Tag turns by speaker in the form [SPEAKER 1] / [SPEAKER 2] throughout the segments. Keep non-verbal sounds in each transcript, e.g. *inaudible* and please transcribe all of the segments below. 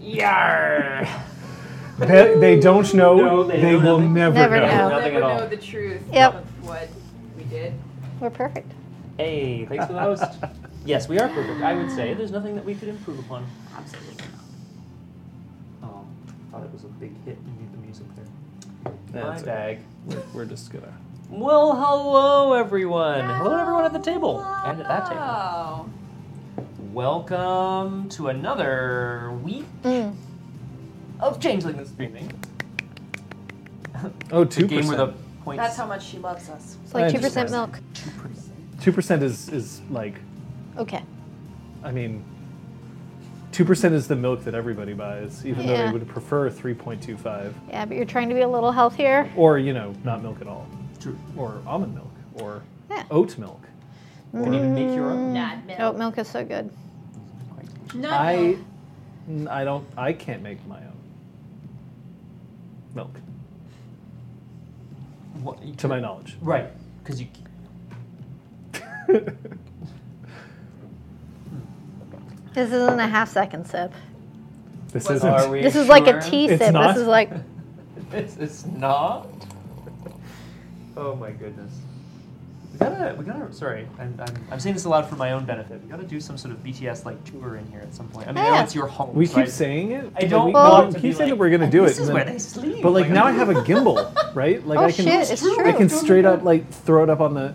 [SPEAKER 1] Yar!
[SPEAKER 2] They, they don't know.
[SPEAKER 1] No,
[SPEAKER 2] they
[SPEAKER 1] they don't
[SPEAKER 2] will
[SPEAKER 1] know.
[SPEAKER 2] never,
[SPEAKER 3] Never
[SPEAKER 2] know.
[SPEAKER 1] No,
[SPEAKER 3] know.
[SPEAKER 1] nothing
[SPEAKER 4] never
[SPEAKER 1] at all.
[SPEAKER 4] know the truth
[SPEAKER 3] Yep.
[SPEAKER 4] of what we did.
[SPEAKER 3] We're perfect.
[SPEAKER 1] *laughs* Hey, thanks for the *laughs* host. yes, we are perfect. I would say there's nothing that we could improve upon.
[SPEAKER 4] Absolutely not.
[SPEAKER 1] Oh, thought it was a big hit. You need the music there.
[SPEAKER 5] That's
[SPEAKER 1] My bag.
[SPEAKER 5] We're, we're just gonna.
[SPEAKER 1] Well, hello everyone. Hello. everyone at the table and at that table.
[SPEAKER 4] Oh,
[SPEAKER 1] Welcome to another week
[SPEAKER 3] Mm.
[SPEAKER 1] of Changeling the Streaming.
[SPEAKER 5] Oh,
[SPEAKER 1] The
[SPEAKER 5] two
[SPEAKER 1] game where the
[SPEAKER 5] percent.
[SPEAKER 1] points.
[SPEAKER 4] that's how much she loves us.
[SPEAKER 3] It's
[SPEAKER 5] I
[SPEAKER 3] like two
[SPEAKER 5] understand.
[SPEAKER 3] percent milk.
[SPEAKER 5] Two percent is is like,
[SPEAKER 3] Okay.
[SPEAKER 5] I mean, two percent is the milk that everybody buys, even though
[SPEAKER 3] Yeah.
[SPEAKER 5] they would prefer three point two five,
[SPEAKER 3] Yeah, but you're trying to be a little healthier.
[SPEAKER 5] or you know, not milk at all,
[SPEAKER 1] True.
[SPEAKER 5] or almond milk, or
[SPEAKER 3] Yeah.
[SPEAKER 5] oat milk.
[SPEAKER 1] Or you can make your own.
[SPEAKER 4] Not milk.
[SPEAKER 3] Mm. Oat milk is so good.
[SPEAKER 4] No,
[SPEAKER 5] I, n- I don't. I can't make my own milk,
[SPEAKER 1] What- you
[SPEAKER 5] to my
[SPEAKER 1] can-
[SPEAKER 5] knowledge. *laughs*
[SPEAKER 1] Right, because you.
[SPEAKER 3] This isn't a half second sip.
[SPEAKER 5] this
[SPEAKER 4] What
[SPEAKER 5] isn't.
[SPEAKER 1] Are we
[SPEAKER 3] This is like a
[SPEAKER 1] sure?
[SPEAKER 3] tea
[SPEAKER 5] It's
[SPEAKER 3] sip.
[SPEAKER 5] not?
[SPEAKER 3] This is like *laughs*
[SPEAKER 1] *laughs* This is not. Oh my goodness. We gotta, we gotta. Sorry, I'm, I'm, I'm saying this aloud for my own benefit. We gotta do some sort of BTS like tour in here at some point. I mean, I know
[SPEAKER 3] Yeah.
[SPEAKER 1] it's your home.
[SPEAKER 5] We
[SPEAKER 1] so
[SPEAKER 5] keep
[SPEAKER 1] I-
[SPEAKER 5] saying it.
[SPEAKER 1] I
[SPEAKER 5] but
[SPEAKER 1] don't
[SPEAKER 5] we,
[SPEAKER 3] want
[SPEAKER 5] we
[SPEAKER 1] to
[SPEAKER 5] keep
[SPEAKER 1] be
[SPEAKER 5] saying that
[SPEAKER 1] like,
[SPEAKER 5] we're gonna do
[SPEAKER 1] This
[SPEAKER 5] it.
[SPEAKER 1] is
[SPEAKER 5] and
[SPEAKER 1] where
[SPEAKER 5] *laughs* then-
[SPEAKER 1] they sleep.
[SPEAKER 5] but
[SPEAKER 1] *laughs*
[SPEAKER 5] like now I
[SPEAKER 1] I'm-
[SPEAKER 5] have a gimbal, right? Like
[SPEAKER 3] Oh,
[SPEAKER 5] I can
[SPEAKER 3] shit, it's
[SPEAKER 5] I can
[SPEAKER 3] true.
[SPEAKER 5] straight up like throw it up on the.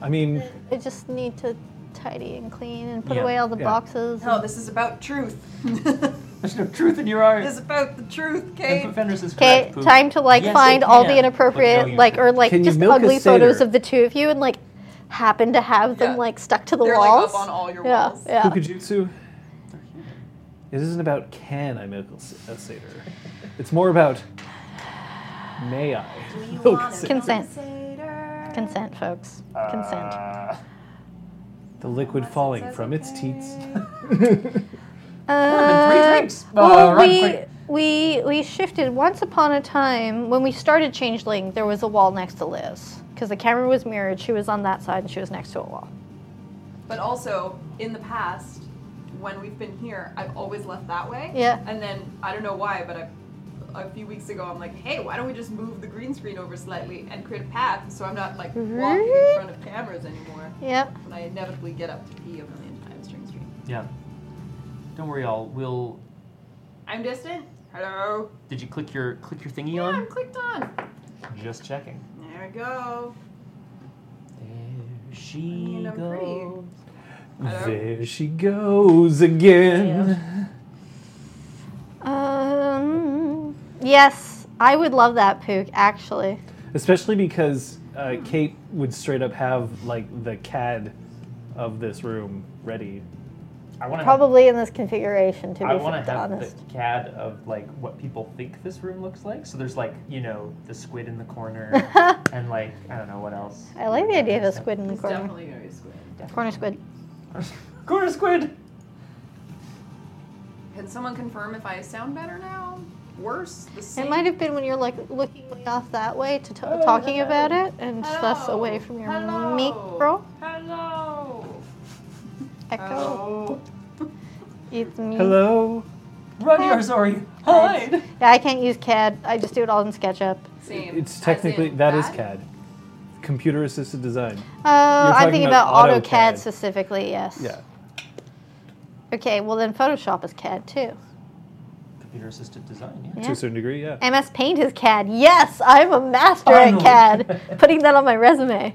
[SPEAKER 5] I mean,
[SPEAKER 3] I just need to tidy and clean and put
[SPEAKER 1] Yeah,
[SPEAKER 3] away all the
[SPEAKER 5] yeah.
[SPEAKER 3] boxes.
[SPEAKER 4] no, Oh, this is about
[SPEAKER 1] *laughs*
[SPEAKER 4] truth. this
[SPEAKER 1] There's no truth in your art.
[SPEAKER 4] is about the truth, Kate.
[SPEAKER 1] And Fenris is
[SPEAKER 3] Okay,
[SPEAKER 1] correct, Pooh.
[SPEAKER 3] time to like
[SPEAKER 1] Yes,
[SPEAKER 3] find
[SPEAKER 1] you
[SPEAKER 3] all
[SPEAKER 1] can,
[SPEAKER 3] the
[SPEAKER 1] but
[SPEAKER 3] inappropriate
[SPEAKER 1] no, you
[SPEAKER 3] like
[SPEAKER 1] can't.
[SPEAKER 3] or like
[SPEAKER 5] Can you
[SPEAKER 3] just
[SPEAKER 5] milk a
[SPEAKER 3] ugly photos
[SPEAKER 5] satyr?
[SPEAKER 3] of the two of you and like happen to have them
[SPEAKER 4] Yeah.
[SPEAKER 3] like stuck to the
[SPEAKER 4] They're
[SPEAKER 3] walls.
[SPEAKER 4] like up on all your
[SPEAKER 3] yeah,
[SPEAKER 4] walls.
[SPEAKER 1] *laughs*
[SPEAKER 3] yeah.
[SPEAKER 5] Kukujutsu. It isn't about can I milk a s- a satyr. It's more about may I milk a satyr.
[SPEAKER 3] Consent. Consent, folks. Consent.
[SPEAKER 1] Uh,
[SPEAKER 5] The liquid falling from its teats.
[SPEAKER 1] been three
[SPEAKER 3] Uh,
[SPEAKER 1] drinks. Uh,
[SPEAKER 3] well,
[SPEAKER 1] run
[SPEAKER 3] we
[SPEAKER 1] quick.
[SPEAKER 3] we we shifted. Once upon a time, when we started Changeling, there was a wall next to Liz because the camera was mirrored. She was on that side, and she was next to a wall.
[SPEAKER 4] But also, in the past, when we've been here, I've always left that way.
[SPEAKER 3] Yeah.
[SPEAKER 4] And then I don't know why, but I, a few weeks ago, I'm like, hey, why don't we just move the green screen over slightly and create a path so I'm not like walking in front of cameras anymore.
[SPEAKER 3] Yeah.
[SPEAKER 4] When I inevitably get up to pee a million times during stream.
[SPEAKER 1] yeah. Don't worry, y'all. We'll.
[SPEAKER 4] I'm distant. Hello.
[SPEAKER 1] Did you click your click your thingy
[SPEAKER 4] Yeah, I'm
[SPEAKER 1] on?
[SPEAKER 4] clicked on.
[SPEAKER 1] Just checking.
[SPEAKER 4] There we go.
[SPEAKER 1] There she
[SPEAKER 4] mean, I'm pretty.
[SPEAKER 1] goes.
[SPEAKER 4] Hello.
[SPEAKER 5] There she goes again.
[SPEAKER 3] Um. Yes, I would love that, Pook. Actually.
[SPEAKER 5] Especially because uh, Kate would straight up have like the cad of this room ready.
[SPEAKER 1] I want to
[SPEAKER 3] Probably in this configuration, to be
[SPEAKER 1] I want to have
[SPEAKER 3] honest.
[SPEAKER 1] the CAD of like what people think this room looks like. So there's like you know the squid in the
[SPEAKER 3] *laughs*
[SPEAKER 1] corner, and like I don't know what else.
[SPEAKER 3] I like the idea of a
[SPEAKER 1] Stuff.
[SPEAKER 3] squid in the
[SPEAKER 4] It's
[SPEAKER 3] corner.
[SPEAKER 4] definitely gonna be a squid.
[SPEAKER 3] Corner squid.
[SPEAKER 1] *laughs* corner squid.
[SPEAKER 4] Can someone confirm if I sound better now? Worse? The same?
[SPEAKER 3] It might have been when you're like looking way off that way to t- talking about it and just thus
[SPEAKER 4] Hello.
[SPEAKER 3] away from your
[SPEAKER 4] Hello.
[SPEAKER 3] micro
[SPEAKER 4] Hello.
[SPEAKER 3] echo.
[SPEAKER 6] Oh.
[SPEAKER 4] Hello.
[SPEAKER 3] It's me.
[SPEAKER 5] Hello.
[SPEAKER 1] Run
[SPEAKER 3] *laughs*
[SPEAKER 1] your sorry. Hide.
[SPEAKER 3] Yeah, I can't use CAD. I just do it all in SketchUp. Oh,
[SPEAKER 4] Same.
[SPEAKER 5] It's
[SPEAKER 4] As
[SPEAKER 5] technically
[SPEAKER 4] in
[SPEAKER 5] that is
[SPEAKER 4] bad?
[SPEAKER 5] CAD. Computer assisted design.
[SPEAKER 3] Oh, I'm
[SPEAKER 5] talking
[SPEAKER 3] thinking about,
[SPEAKER 5] about
[SPEAKER 3] AutoCAD,
[SPEAKER 5] AutoCAD.
[SPEAKER 3] specifically. Yes.
[SPEAKER 5] Yeah.
[SPEAKER 3] Okay. Well, then Photoshop is CAD too.
[SPEAKER 1] Computer assisted design. Yeah.
[SPEAKER 3] Yeah.
[SPEAKER 5] To a certain degree, yeah.
[SPEAKER 3] MS Paint is CAD. Yes, I'm a master
[SPEAKER 1] Finally.
[SPEAKER 3] at CAD. Putting that on my resume.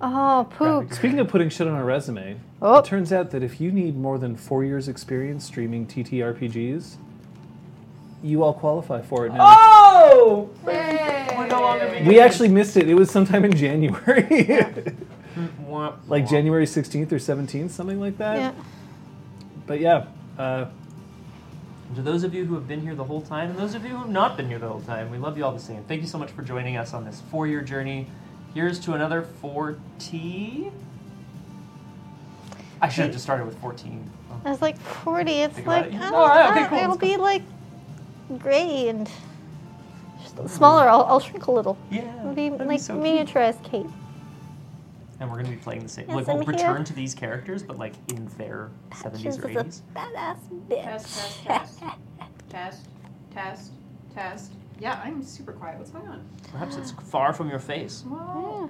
[SPEAKER 3] Oh, poop.
[SPEAKER 5] Speaking of putting shit on a resume,
[SPEAKER 3] Oh.
[SPEAKER 5] it turns out that if you need more than four years' experience streaming TTRPGs, you all qualify for it now.
[SPEAKER 1] Oh!
[SPEAKER 4] Hey.
[SPEAKER 1] We're no longer being-
[SPEAKER 5] We actually missed it. It was sometime in January, *laughs*
[SPEAKER 1] Womp,
[SPEAKER 5] like
[SPEAKER 1] womp.
[SPEAKER 5] January 16th or 17th, something like that.
[SPEAKER 3] Yeah.
[SPEAKER 5] But yeah, uh,
[SPEAKER 1] To those of you who have been here the whole time, and those of you who have not been here the whole time, we love you all the same. Thank you so much for joining us on this four-year journey. Here's to another 40. I should have just started with 14. Oh.
[SPEAKER 3] I was like 40. It's
[SPEAKER 1] Think about
[SPEAKER 3] like,
[SPEAKER 1] it.
[SPEAKER 3] I don't
[SPEAKER 1] All right, okay,
[SPEAKER 3] know,
[SPEAKER 1] cool,
[SPEAKER 3] It'll
[SPEAKER 1] let's
[SPEAKER 3] be like gray and just smaller. I'll, I'll shrink a little.
[SPEAKER 1] Yeah.
[SPEAKER 3] It'll be
[SPEAKER 1] that'd
[SPEAKER 3] like
[SPEAKER 1] so cute.
[SPEAKER 3] miniaturized Kate.
[SPEAKER 1] and we're gonna be playing the same.
[SPEAKER 7] Yes,
[SPEAKER 1] like we'll
[SPEAKER 7] I'm here.
[SPEAKER 1] return to these characters, but like in their
[SPEAKER 7] She's
[SPEAKER 1] seventies
[SPEAKER 7] a
[SPEAKER 1] or eighties.
[SPEAKER 7] badass
[SPEAKER 4] Test,
[SPEAKER 7] bitch.
[SPEAKER 4] test, Test, test, test. Yeah, I'm super quiet. What's going on?
[SPEAKER 1] Perhaps it's far from your face.
[SPEAKER 4] Whoa.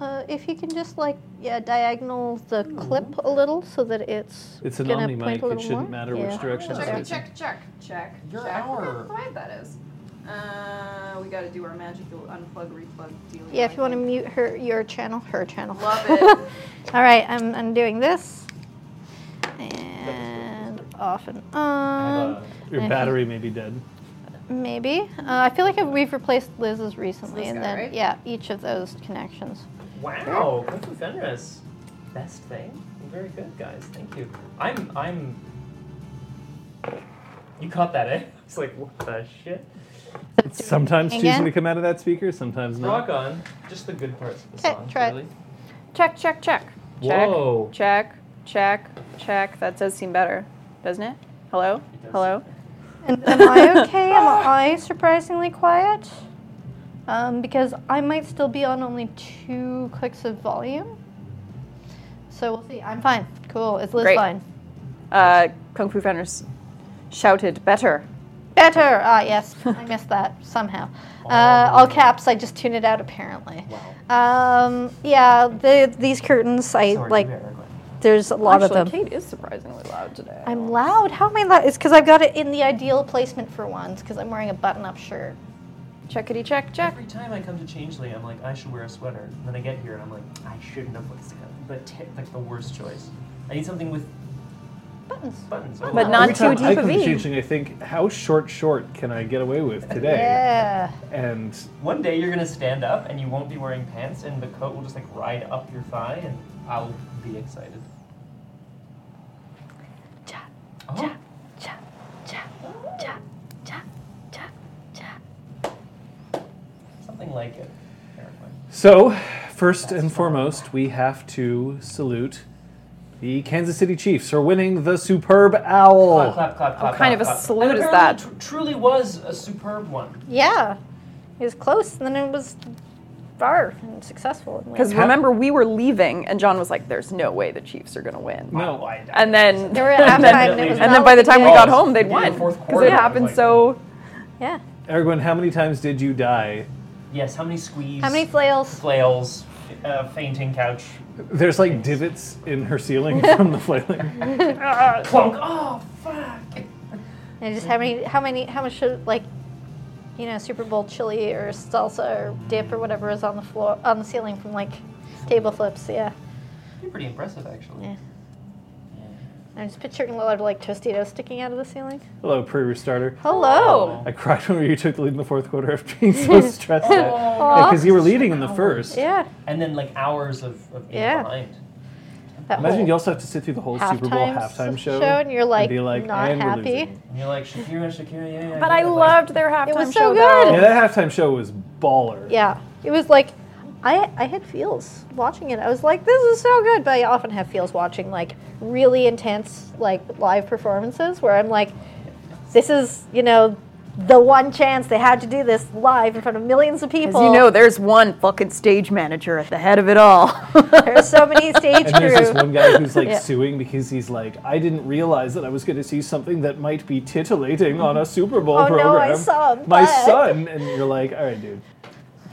[SPEAKER 3] Yeah. Uh, if you can just like yeah diagonal the
[SPEAKER 4] Hmm.
[SPEAKER 3] clip a little so that it's
[SPEAKER 5] It's an
[SPEAKER 3] gonna
[SPEAKER 5] omni
[SPEAKER 3] point
[SPEAKER 5] mic.
[SPEAKER 3] a little
[SPEAKER 5] It shouldn't
[SPEAKER 3] more.
[SPEAKER 5] matter
[SPEAKER 3] yeah.
[SPEAKER 5] which direction it's
[SPEAKER 4] Check,
[SPEAKER 5] facing.
[SPEAKER 4] check, check, check.
[SPEAKER 1] Your
[SPEAKER 4] check. Look
[SPEAKER 1] hour.
[SPEAKER 4] how quiet that is. Uh, we gotta do our magical unplug, replug deal.
[SPEAKER 3] Yeah, if you want to mute her your channel, her channel. *laughs*
[SPEAKER 4] Love it.
[SPEAKER 3] All right, I'm I'm doing this and off and on.
[SPEAKER 5] Uh, your
[SPEAKER 3] I
[SPEAKER 5] battery may be dead.
[SPEAKER 3] Maybe. Uh, I feel like we've replaced Liz's recently,
[SPEAKER 4] this
[SPEAKER 3] and
[SPEAKER 4] guy,
[SPEAKER 3] then
[SPEAKER 4] right?
[SPEAKER 3] yeah, each of those connections.
[SPEAKER 1] Wow, Kung Fu Fenris, best thing. Very good, guys. Thank you. I'm I'm. You caught that, eh? *laughs* It's like what the shit.
[SPEAKER 5] Sometimes she's
[SPEAKER 3] Again?
[SPEAKER 5] going to come out of that speaker, sometimes
[SPEAKER 1] Rock
[SPEAKER 5] not.
[SPEAKER 1] on. Just the good parts of the
[SPEAKER 3] Okay,
[SPEAKER 1] song.
[SPEAKER 3] Eh, try it.
[SPEAKER 1] really.
[SPEAKER 4] Check, check, check. Check,
[SPEAKER 1] Whoa.
[SPEAKER 4] check, check, check. That does seem better, doesn't it? Hello?
[SPEAKER 1] It does.
[SPEAKER 4] Hello?
[SPEAKER 3] And am I okay? Am I surprisingly quiet? Um, because I might still be on only two clicks of volume. So we'll see. I'm fine. Cool. Is Liz
[SPEAKER 4] Great.
[SPEAKER 3] fine?
[SPEAKER 4] Uh, Kung Fu Fenris shouted better.
[SPEAKER 3] Better. Ah, yes. I missed that somehow. Uh, all caps. I just tune it out apparently.
[SPEAKER 1] Wow.
[SPEAKER 3] Um, yeah. The, these curtains. I
[SPEAKER 1] Sorry,
[SPEAKER 3] like.
[SPEAKER 1] you are right.
[SPEAKER 3] There's a lot
[SPEAKER 4] Actually,
[SPEAKER 3] of them.
[SPEAKER 4] Kate is surprisingly loud today.
[SPEAKER 3] I'm loud. How am I loud? It's because I've got it in the ideal placement for once. Because I'm wearing a button-up shirt.
[SPEAKER 4] Checkity check, check.
[SPEAKER 1] Every time I come to Changeling, I'm like, I should wear a sweater. And then I get here and I'm like, I shouldn't have put this together. But t- like the worst choice. I need something with
[SPEAKER 3] Buttons.
[SPEAKER 1] buttons. Oh, all
[SPEAKER 4] But
[SPEAKER 1] over.
[SPEAKER 4] not
[SPEAKER 5] Every time
[SPEAKER 4] too
[SPEAKER 5] I
[SPEAKER 4] deep
[SPEAKER 5] come
[SPEAKER 4] of
[SPEAKER 5] to
[SPEAKER 4] E.
[SPEAKER 5] changing, I think, how short, short can I get away with today?
[SPEAKER 3] Yeah.
[SPEAKER 5] And
[SPEAKER 1] One day you're gonna stand up and you won't be wearing pants, and the coat will just like ride up your thigh, and I'll be excited.
[SPEAKER 7] Cha,
[SPEAKER 1] Oh,
[SPEAKER 7] cha, cha, cha, cha, cha, cha, cha.
[SPEAKER 1] Oh, something like it. Apparently.
[SPEAKER 5] so, first and foremost, we have to salute the Kansas City Chiefs for winning the Superb
[SPEAKER 1] Clap, *laughs*
[SPEAKER 5] Owl.
[SPEAKER 1] clap, clap, clap.
[SPEAKER 4] kind of a
[SPEAKER 1] clap, clap.
[SPEAKER 4] salute
[SPEAKER 1] And
[SPEAKER 4] is
[SPEAKER 1] apparently
[SPEAKER 4] that.
[SPEAKER 1] tr- truly was a superb one.
[SPEAKER 3] Yeah. It was close, and then it was far and successful. and we-
[SPEAKER 4] Because
[SPEAKER 5] How-
[SPEAKER 4] remember, we were leaving, and John was like, "There's no way the Chiefs are going to win."
[SPEAKER 5] No.
[SPEAKER 1] Wow, I-
[SPEAKER 4] And then,
[SPEAKER 3] They were at
[SPEAKER 4] and then,
[SPEAKER 3] halftime, and it was
[SPEAKER 4] and
[SPEAKER 3] not
[SPEAKER 4] then by the
[SPEAKER 3] looking
[SPEAKER 4] time we
[SPEAKER 3] good.
[SPEAKER 4] got home, they'd
[SPEAKER 1] Yeah,
[SPEAKER 4] won
[SPEAKER 1] the fourth
[SPEAKER 4] because
[SPEAKER 1] quarter,
[SPEAKER 4] it happened
[SPEAKER 1] like-
[SPEAKER 4] so.
[SPEAKER 3] yeah.
[SPEAKER 5] Erwin, how many times did you die?
[SPEAKER 1] Yes. How many squeeze?
[SPEAKER 3] How many flails?
[SPEAKER 1] flails? Uh, fainting couch.
[SPEAKER 5] There's like divots in her
[SPEAKER 3] *laughs*
[SPEAKER 5] ceiling from the flailing.
[SPEAKER 4] Uh,
[SPEAKER 1] Clunk. Oh fuck.
[SPEAKER 3] And just how many? How many? How much should like, you know, Super Bowl chili or salsa or dip or whatever is on the floor on the ceiling from like table flips? Yeah.
[SPEAKER 1] You're pretty impressive, actually.
[SPEAKER 3] Yeah. I'm just picturing a lot of like Tostitos sticking out of the ceiling.
[SPEAKER 5] Hello, Prairie Starter.
[SPEAKER 3] Hello.
[SPEAKER 1] Oh.
[SPEAKER 3] *laughs*
[SPEAKER 5] I cried when you took the lead in the fourth quarter after being so stressed out.
[SPEAKER 3] Aw.
[SPEAKER 5] Because you were leading in the first.
[SPEAKER 3] Yeah.
[SPEAKER 1] And then like hours of, of being
[SPEAKER 3] Yeah.
[SPEAKER 1] behind.
[SPEAKER 3] That
[SPEAKER 5] Imagine you
[SPEAKER 3] whole
[SPEAKER 5] also have to sit through the whole Super Bowl
[SPEAKER 3] halftime
[SPEAKER 5] halftime
[SPEAKER 3] s-
[SPEAKER 5] show,
[SPEAKER 3] and you're like,
[SPEAKER 5] be like,
[SPEAKER 3] not
[SPEAKER 5] "And we're
[SPEAKER 3] happy.
[SPEAKER 5] losing."
[SPEAKER 1] And you're like Shakira, Shakira, yeah. yeah
[SPEAKER 4] But
[SPEAKER 1] yeah,"
[SPEAKER 4] I
[SPEAKER 1] like-
[SPEAKER 4] loved their halftime
[SPEAKER 3] was so
[SPEAKER 4] show.
[SPEAKER 3] good.
[SPEAKER 4] though.
[SPEAKER 5] Yeah, that halftime show was baller.
[SPEAKER 3] Yeah. It was like, I I had feels watching it. I was like, this is so good. But I often have feels watching like really intense like live performances where I'm like, this is you know. The one chance they had to do this live in front of millions of people.
[SPEAKER 4] As you
[SPEAKER 3] *laughs*
[SPEAKER 4] know, there's one fucking stage manager at the head of it all.
[SPEAKER 3] There's so
[SPEAKER 4] *laughs*
[SPEAKER 3] many stage
[SPEAKER 5] And there's
[SPEAKER 3] crew.
[SPEAKER 5] this one guy who's like
[SPEAKER 3] *laughs* Yeah.
[SPEAKER 5] suing because he's like, I didn't realize that I was going to see something that might be titillating on a Super Bowl
[SPEAKER 3] Oh, no, I
[SPEAKER 5] program.
[SPEAKER 3] saw a
[SPEAKER 5] my
[SPEAKER 3] bug."
[SPEAKER 5] son, and you're like, all right, dude.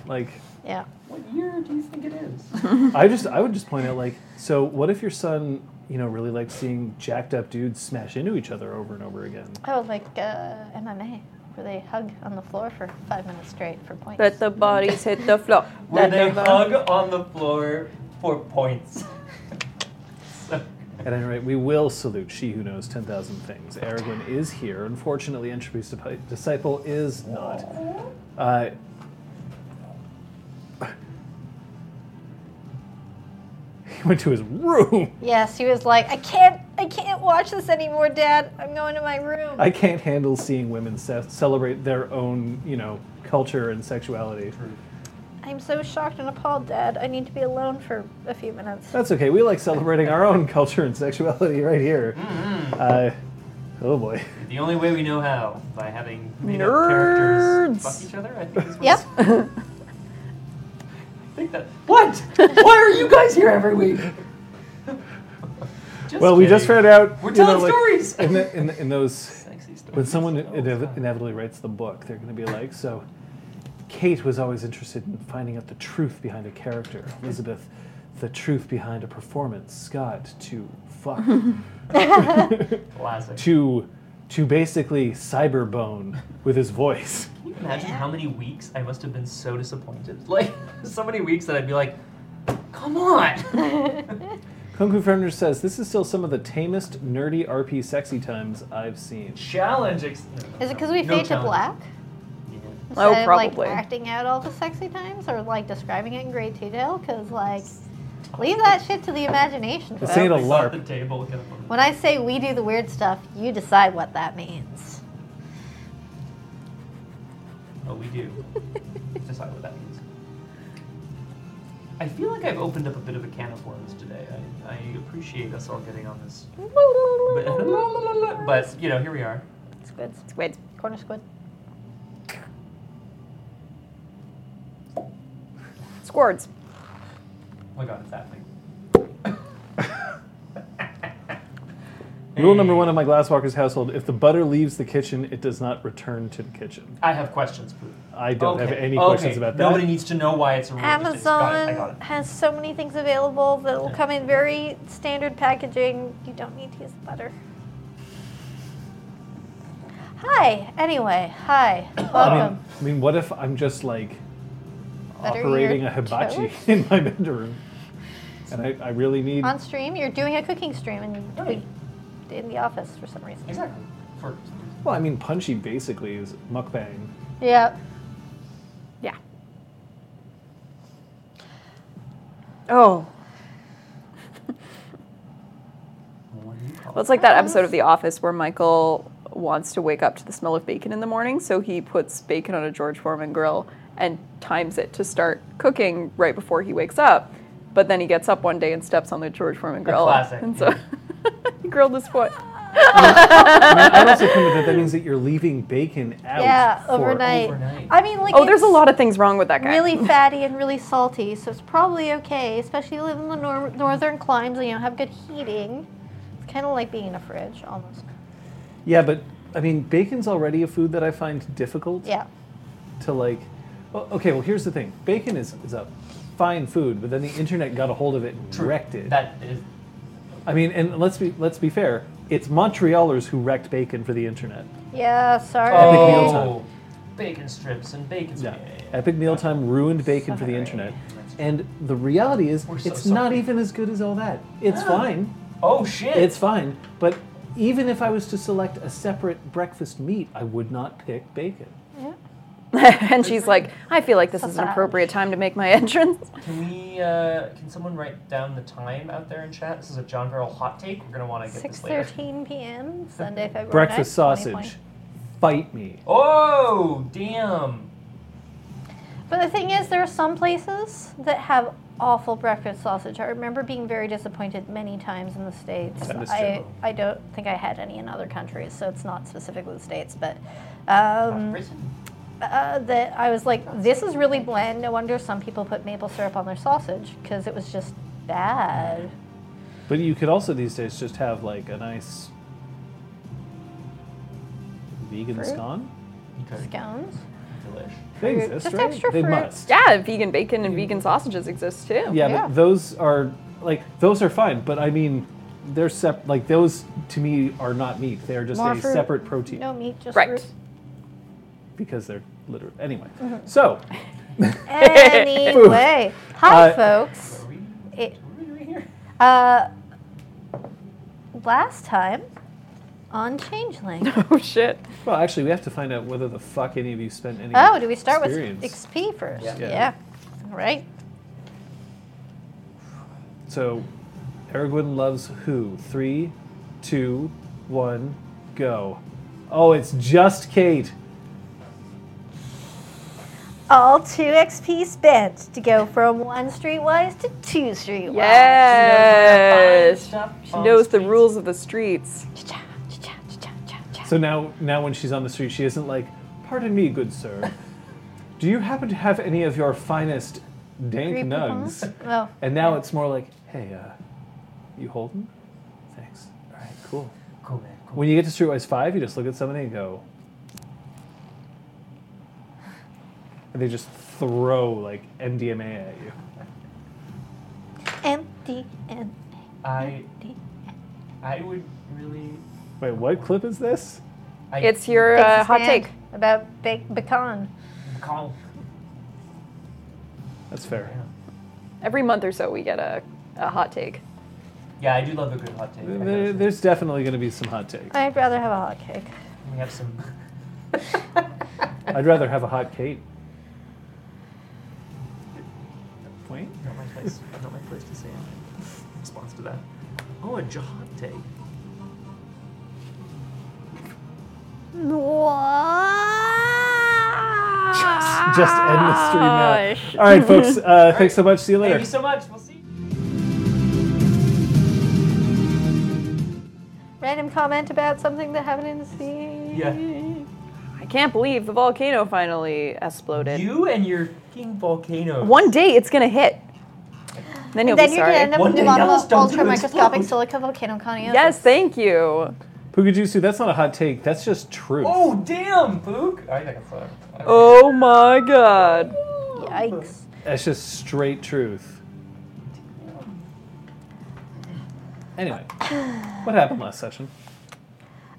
[SPEAKER 5] Like,
[SPEAKER 3] Yeah.
[SPEAKER 1] What year do you think it is?
[SPEAKER 3] *laughs*
[SPEAKER 5] I just, I would just point out, like, so what if your son, you know, really likes seeing jacked up dudes smash into each other over and over again?
[SPEAKER 3] Oh, like uh, MMA, where they hug on the floor for five minutes straight for points.
[SPEAKER 4] Let the bodies hit the floor.
[SPEAKER 1] Where
[SPEAKER 4] Let
[SPEAKER 1] they
[SPEAKER 4] the bo-
[SPEAKER 1] hug on the floor for points. *laughs* So-
[SPEAKER 5] At any rate, we will salute she who knows 10,000 things. Aragorn is here. Unfortunately, Entropy's dip- disciple is not. Uh, he went to his room.
[SPEAKER 3] yes, he was like, I can't, I can't watch this anymore, Dad. I'm going to my room.
[SPEAKER 5] I can't handle seeing women ce- celebrate their own, you know, culture and sexuality.
[SPEAKER 3] I'm so shocked and appalled, Dad. I need to be alone for a few minutes. *laughs*
[SPEAKER 5] That's okay. We like celebrating our own culture and sexuality right here.
[SPEAKER 1] Mm-hmm.
[SPEAKER 5] Uh, oh boy.
[SPEAKER 1] the only way we know how by having made up
[SPEAKER 4] Nerds.
[SPEAKER 1] characters fuck each other. I think is what
[SPEAKER 3] Yep.
[SPEAKER 1] it's- think that.
[SPEAKER 3] *laughs*
[SPEAKER 1] What? Why are you guys here every *laughs* week? Just
[SPEAKER 5] Well, we just
[SPEAKER 1] kidding.
[SPEAKER 5] found out.
[SPEAKER 1] We're
[SPEAKER 5] you know,
[SPEAKER 1] telling
[SPEAKER 5] like,
[SPEAKER 1] stories.
[SPEAKER 5] In, the, in, the,
[SPEAKER 1] *laughs*
[SPEAKER 5] in those,
[SPEAKER 1] Sexy stories.
[SPEAKER 5] when someone
[SPEAKER 1] Oh,
[SPEAKER 5] inev-
[SPEAKER 1] God.
[SPEAKER 5] inevitably writes the book, they're going to be like, so Kate was always interested in finding out the truth behind a character. Elizabeth, the truth behind a performance. Scott, to
[SPEAKER 1] *laughs*
[SPEAKER 5] fuck.
[SPEAKER 1] Classic.
[SPEAKER 5] to, to basically cyberbone with his voice.
[SPEAKER 1] Can you imagine how many weeks I must have been so disappointed? *laughs* Like, so many weeks that I'd be like, come on! *laughs*
[SPEAKER 5] Kung Fu Founder says, this is still some of the tamest, nerdy, RP sexy times I've seen.
[SPEAKER 1] Challenge. Ex- no, no,
[SPEAKER 3] Is
[SPEAKER 1] no.
[SPEAKER 3] it because we
[SPEAKER 1] No
[SPEAKER 3] fade to
[SPEAKER 1] challenge.
[SPEAKER 3] black?
[SPEAKER 1] Yeah.
[SPEAKER 3] Instead
[SPEAKER 6] Oh,
[SPEAKER 3] Of,
[SPEAKER 6] probably.
[SPEAKER 3] like acting out all the sexy times or like describing it in great detail? Because like, leave that shit to the imagination.
[SPEAKER 5] This
[SPEAKER 3] folks.
[SPEAKER 5] ain't a
[SPEAKER 1] We saw at the
[SPEAKER 5] LARP.
[SPEAKER 1] table. kind of-
[SPEAKER 3] When I say we do the weird stuff, you decide what that means.
[SPEAKER 1] Oh, we do. Decide what that means. I feel like I've opened up a bit of a can of worms today. I, I appreciate us all getting on this. But, but, *laughs* you know, here we are.
[SPEAKER 3] Squids.
[SPEAKER 6] Wait,
[SPEAKER 3] Corner squid.
[SPEAKER 6] squirts.
[SPEAKER 1] Oh my god, it's happening.
[SPEAKER 5] *laughs* Rule number one of my Glasswalker's household if the butter leaves the kitchen, it does not return to the kitchen.
[SPEAKER 1] I have questions, Pooh.
[SPEAKER 5] I don't have
[SPEAKER 1] Okay,
[SPEAKER 5] any
[SPEAKER 1] okay.
[SPEAKER 5] questions about that.
[SPEAKER 1] Nobody needs to know why it's a rule. It's just- got it, Oh, I got
[SPEAKER 3] Amazon
[SPEAKER 1] it.
[SPEAKER 3] has so many things available that will come in very standard packaging. You don't need to use butter. Hi. Anyway, hi.
[SPEAKER 5] I mean,
[SPEAKER 3] Welcome.
[SPEAKER 5] I mean, what if I'm just like
[SPEAKER 3] Butter your
[SPEAKER 5] operating a hibachi *laughs*
[SPEAKER 3] toast?
[SPEAKER 5] in my bedroom, and I, I really need
[SPEAKER 3] On stream, you're doing a cooking stream, and we in the office for some reason.
[SPEAKER 1] Exactly. For
[SPEAKER 5] well, I mean, punchy basically is mukbang.
[SPEAKER 3] Yeah.
[SPEAKER 6] Yeah. Oh.
[SPEAKER 1] what do you call
[SPEAKER 6] Well, it's like that episode of The Office where Michael wants to wake up to the smell of bacon in the morning, so he puts bacon on a George Foreman grill and times it to start cooking right before he wakes up. But then he gets up one day and steps on the George Foreman grill.
[SPEAKER 1] classic,
[SPEAKER 6] And so *laughs* he grilled his foot.
[SPEAKER 5] I mean, I'd also come to that that means that you're leaving bacon out.
[SPEAKER 3] Yeah,
[SPEAKER 5] for-
[SPEAKER 3] overnight.
[SPEAKER 1] overnight.
[SPEAKER 3] I mean, like.
[SPEAKER 6] Oh, there's a
[SPEAKER 3] it's
[SPEAKER 6] lot of things wrong with that guy.
[SPEAKER 3] Really fatty and really salty, so it's probably okay, especially you live in the nor- northern climes and you don't have good heating. It's kind of like being in a fridge, almost.
[SPEAKER 5] Yeah, but I mean, bacon's already a food that I find difficult.
[SPEAKER 3] Yeah.
[SPEAKER 5] to like well, okay well here's the thing bacon is, is a fine food but then the internet got a hold of it and
[SPEAKER 1] True.
[SPEAKER 5] wrecked it
[SPEAKER 1] That is
[SPEAKER 5] i mean and let's be let's be fair it's montrealers who wrecked bacon for the internet
[SPEAKER 3] Yeah, sorry.
[SPEAKER 5] Epic meal time.
[SPEAKER 1] Oh, bacon strips and bacon.
[SPEAKER 5] yeah.
[SPEAKER 1] Yeah. yeah,
[SPEAKER 5] epic mealtime ruined bacon for the internet and the reality is
[SPEAKER 1] We're so
[SPEAKER 5] it's not
[SPEAKER 1] sorry. Ah.
[SPEAKER 5] even as good as all that it's fine
[SPEAKER 1] yeah. Oh shit!
[SPEAKER 5] it's fine but even if i was to select a separate breakfast meat i would not pick bacon
[SPEAKER 6] *laughs* and she's like, I feel like this is an appropriate time to make my entrance. *laughs*
[SPEAKER 1] Can we? Uh, can someone write down the time out there in chat? This is a John Barrel hot take. We're gonna want to get
[SPEAKER 3] Six
[SPEAKER 1] this later.
[SPEAKER 3] thirteen p.m. Sunday, February.
[SPEAKER 5] breakfast
[SPEAKER 3] 9th,
[SPEAKER 5] sausage
[SPEAKER 3] 2020.
[SPEAKER 5] fight me
[SPEAKER 1] Oh damn!
[SPEAKER 6] Um,
[SPEAKER 3] But the thing is, there are some places that have awful breakfast sausage. I remember being very disappointed many times in the states.
[SPEAKER 5] That is
[SPEAKER 3] I
[SPEAKER 5] true.
[SPEAKER 3] I don't think I had any in other countries, so it's not specifically the states, but. Um,
[SPEAKER 1] Britain.
[SPEAKER 3] uh, that I was like, this is really bland. No wonder some people put maple syrup on their sausage because it was just bad.
[SPEAKER 5] But you could also these days just have like a nice vegan
[SPEAKER 3] Fruit?
[SPEAKER 5] scone.
[SPEAKER 1] You could.
[SPEAKER 3] Scones.
[SPEAKER 1] Delish.
[SPEAKER 5] They
[SPEAKER 3] Fruit.
[SPEAKER 5] exist,
[SPEAKER 3] Just
[SPEAKER 5] right?
[SPEAKER 3] extra
[SPEAKER 5] they
[SPEAKER 3] fruit.
[SPEAKER 5] must. Yeah,
[SPEAKER 6] Yeah, vegan bacon and vegan sausages exist too.
[SPEAKER 3] Oh, Yeah.
[SPEAKER 5] but those are like those are fine. But I mean, they're sep- like those to me are not meat. They are just
[SPEAKER 3] More
[SPEAKER 5] a
[SPEAKER 3] fruit.
[SPEAKER 5] separate protein
[SPEAKER 3] No meat, just
[SPEAKER 6] Right.
[SPEAKER 3] fruit.
[SPEAKER 5] because they're literal. Anyway,
[SPEAKER 3] Mm-hmm.
[SPEAKER 5] so *laughs*
[SPEAKER 3] Anyway, hi
[SPEAKER 5] Uh,
[SPEAKER 3] folks.
[SPEAKER 1] Are we?
[SPEAKER 3] It-
[SPEAKER 1] What are we doing here?
[SPEAKER 3] uh, last time
[SPEAKER 5] *laughs*
[SPEAKER 3] on Changeling.
[SPEAKER 6] *laughs* Oh shit.
[SPEAKER 5] well, actually, we have to find out whether the fuck any of you spent any.
[SPEAKER 3] Oh, do we start
[SPEAKER 5] experience.
[SPEAKER 3] with XP first?
[SPEAKER 1] Yeah.
[SPEAKER 3] Yeah.
[SPEAKER 5] Yeah.
[SPEAKER 3] All right.
[SPEAKER 5] So, Aragorn loves who? Three, two, one, go. Oh, it's just Kate.
[SPEAKER 3] All two XP spent to go from one streetwise to two streetwise.
[SPEAKER 6] Yes.
[SPEAKER 1] Stuff
[SPEAKER 6] Uh, She
[SPEAKER 1] on
[SPEAKER 6] knows the
[SPEAKER 1] streets.
[SPEAKER 6] rules of the streets.
[SPEAKER 7] Cha-cha, cha-cha, cha-cha, cha-cha.
[SPEAKER 5] So now, now when she's on the street, she isn't like, "Pardon me, good sir, do you happen to have any of your finest dank
[SPEAKER 3] Three
[SPEAKER 5] nugs.
[SPEAKER 3] coupons? Oh.
[SPEAKER 5] And now it's more like, hey, uh, you holding? Thanks. All right, cool.
[SPEAKER 1] Cool, man. Cool.
[SPEAKER 5] When you get to Streetwise 5, you just look at somebody and go. And they just throw like MDMA at you.
[SPEAKER 3] Empty and
[SPEAKER 1] I I would really.
[SPEAKER 5] Wait, what clip is this?
[SPEAKER 1] I,
[SPEAKER 6] It's your uh, hot take.
[SPEAKER 3] about baked pecan.
[SPEAKER 1] Call.
[SPEAKER 5] That's fair.
[SPEAKER 6] Every month or so, we get a, a hot take.
[SPEAKER 1] Yeah, I do love a good hot take. I gotta
[SPEAKER 5] There-
[SPEAKER 1] say.
[SPEAKER 5] There's definitely going to be some hot takes.
[SPEAKER 3] I'd rather have a hot cake.
[SPEAKER 1] We have some. *laughs*
[SPEAKER 5] I'd rather have a hot Kate. Wait.
[SPEAKER 1] not my place. Not my place to say anything. in Response to that. Oh, a j- hot take.
[SPEAKER 5] Just end the stream now. All right, folks. Uh, thanks so much. See you later.
[SPEAKER 1] Thank you so much. We'll see. you.
[SPEAKER 3] Random comment about something that happened in the sea.
[SPEAKER 1] Yeah.
[SPEAKER 6] I can't believe the volcano finally exploded.
[SPEAKER 1] You and your king volcano.
[SPEAKER 6] One day it's gonna hit. Then you'll
[SPEAKER 3] Then
[SPEAKER 6] be
[SPEAKER 3] you're gonna
[SPEAKER 6] sorry.
[SPEAKER 3] end up
[SPEAKER 1] One
[SPEAKER 3] with
[SPEAKER 1] day
[SPEAKER 3] a bottle of
[SPEAKER 1] Yellowstone
[SPEAKER 3] ultra microscopic
[SPEAKER 1] explodes.
[SPEAKER 3] silica volcano coniosis.
[SPEAKER 6] yes, thank you.
[SPEAKER 5] Puka Juicy, that's not a hot take. That's just truth.
[SPEAKER 1] Oh damn, Pook! I think I saw it.
[SPEAKER 6] Oh my god.
[SPEAKER 3] Yikes.
[SPEAKER 5] That's just straight truth. Anyway, what happened last session?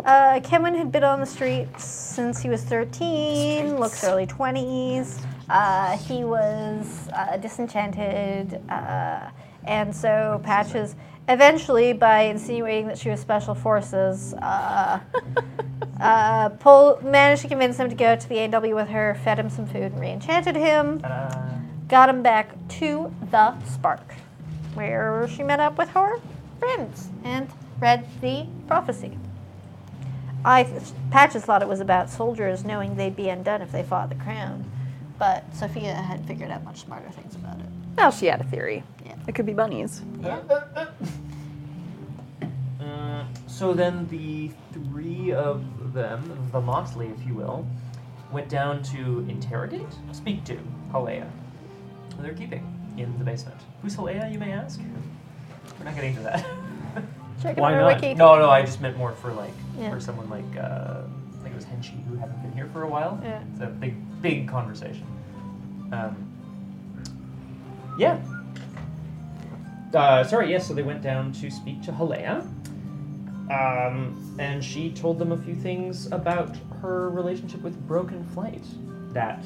[SPEAKER 3] Uh, Kevin had been on the streets since he was 13, looks early 20s. Uh, he was uh, disenchanted, uh, and so Patches, eventually, by insinuating that she was special forces, uh, uh, pull, managed to convince him to go to the AW with her, fed him some food, and re enchanted him,
[SPEAKER 1] Uh,
[SPEAKER 3] got him back to the Spark, where she met up with her friends and read the prophecy. I Patches thought it was about soldiers knowing they'd be undone if they fought the crown, but Sophia had figured out much smarter things about it.
[SPEAKER 6] Well, she had a theory.
[SPEAKER 3] Yeah.
[SPEAKER 6] It could be bunnies. *laughs*
[SPEAKER 1] Uh, so then the three of them, the Motley, if you will, went down to interrogate, speak to Halea. who They're keeping in the basement. Who's Halea, you may ask? We're not getting to that.
[SPEAKER 3] Check
[SPEAKER 5] Why
[SPEAKER 3] it out
[SPEAKER 5] not?
[SPEAKER 3] on Wiki.
[SPEAKER 1] no, no, I just meant more for like
[SPEAKER 3] Yeah.
[SPEAKER 1] for someone like uh, I think it was Henshi who hadn't been here for a while.
[SPEAKER 3] Yeah.
[SPEAKER 1] It's a big, big conversation. Um, yeah. Uh, sorry, yes, so they went down to speak to Halea. Um, and she told them a few things about her relationship with Broken Flight. That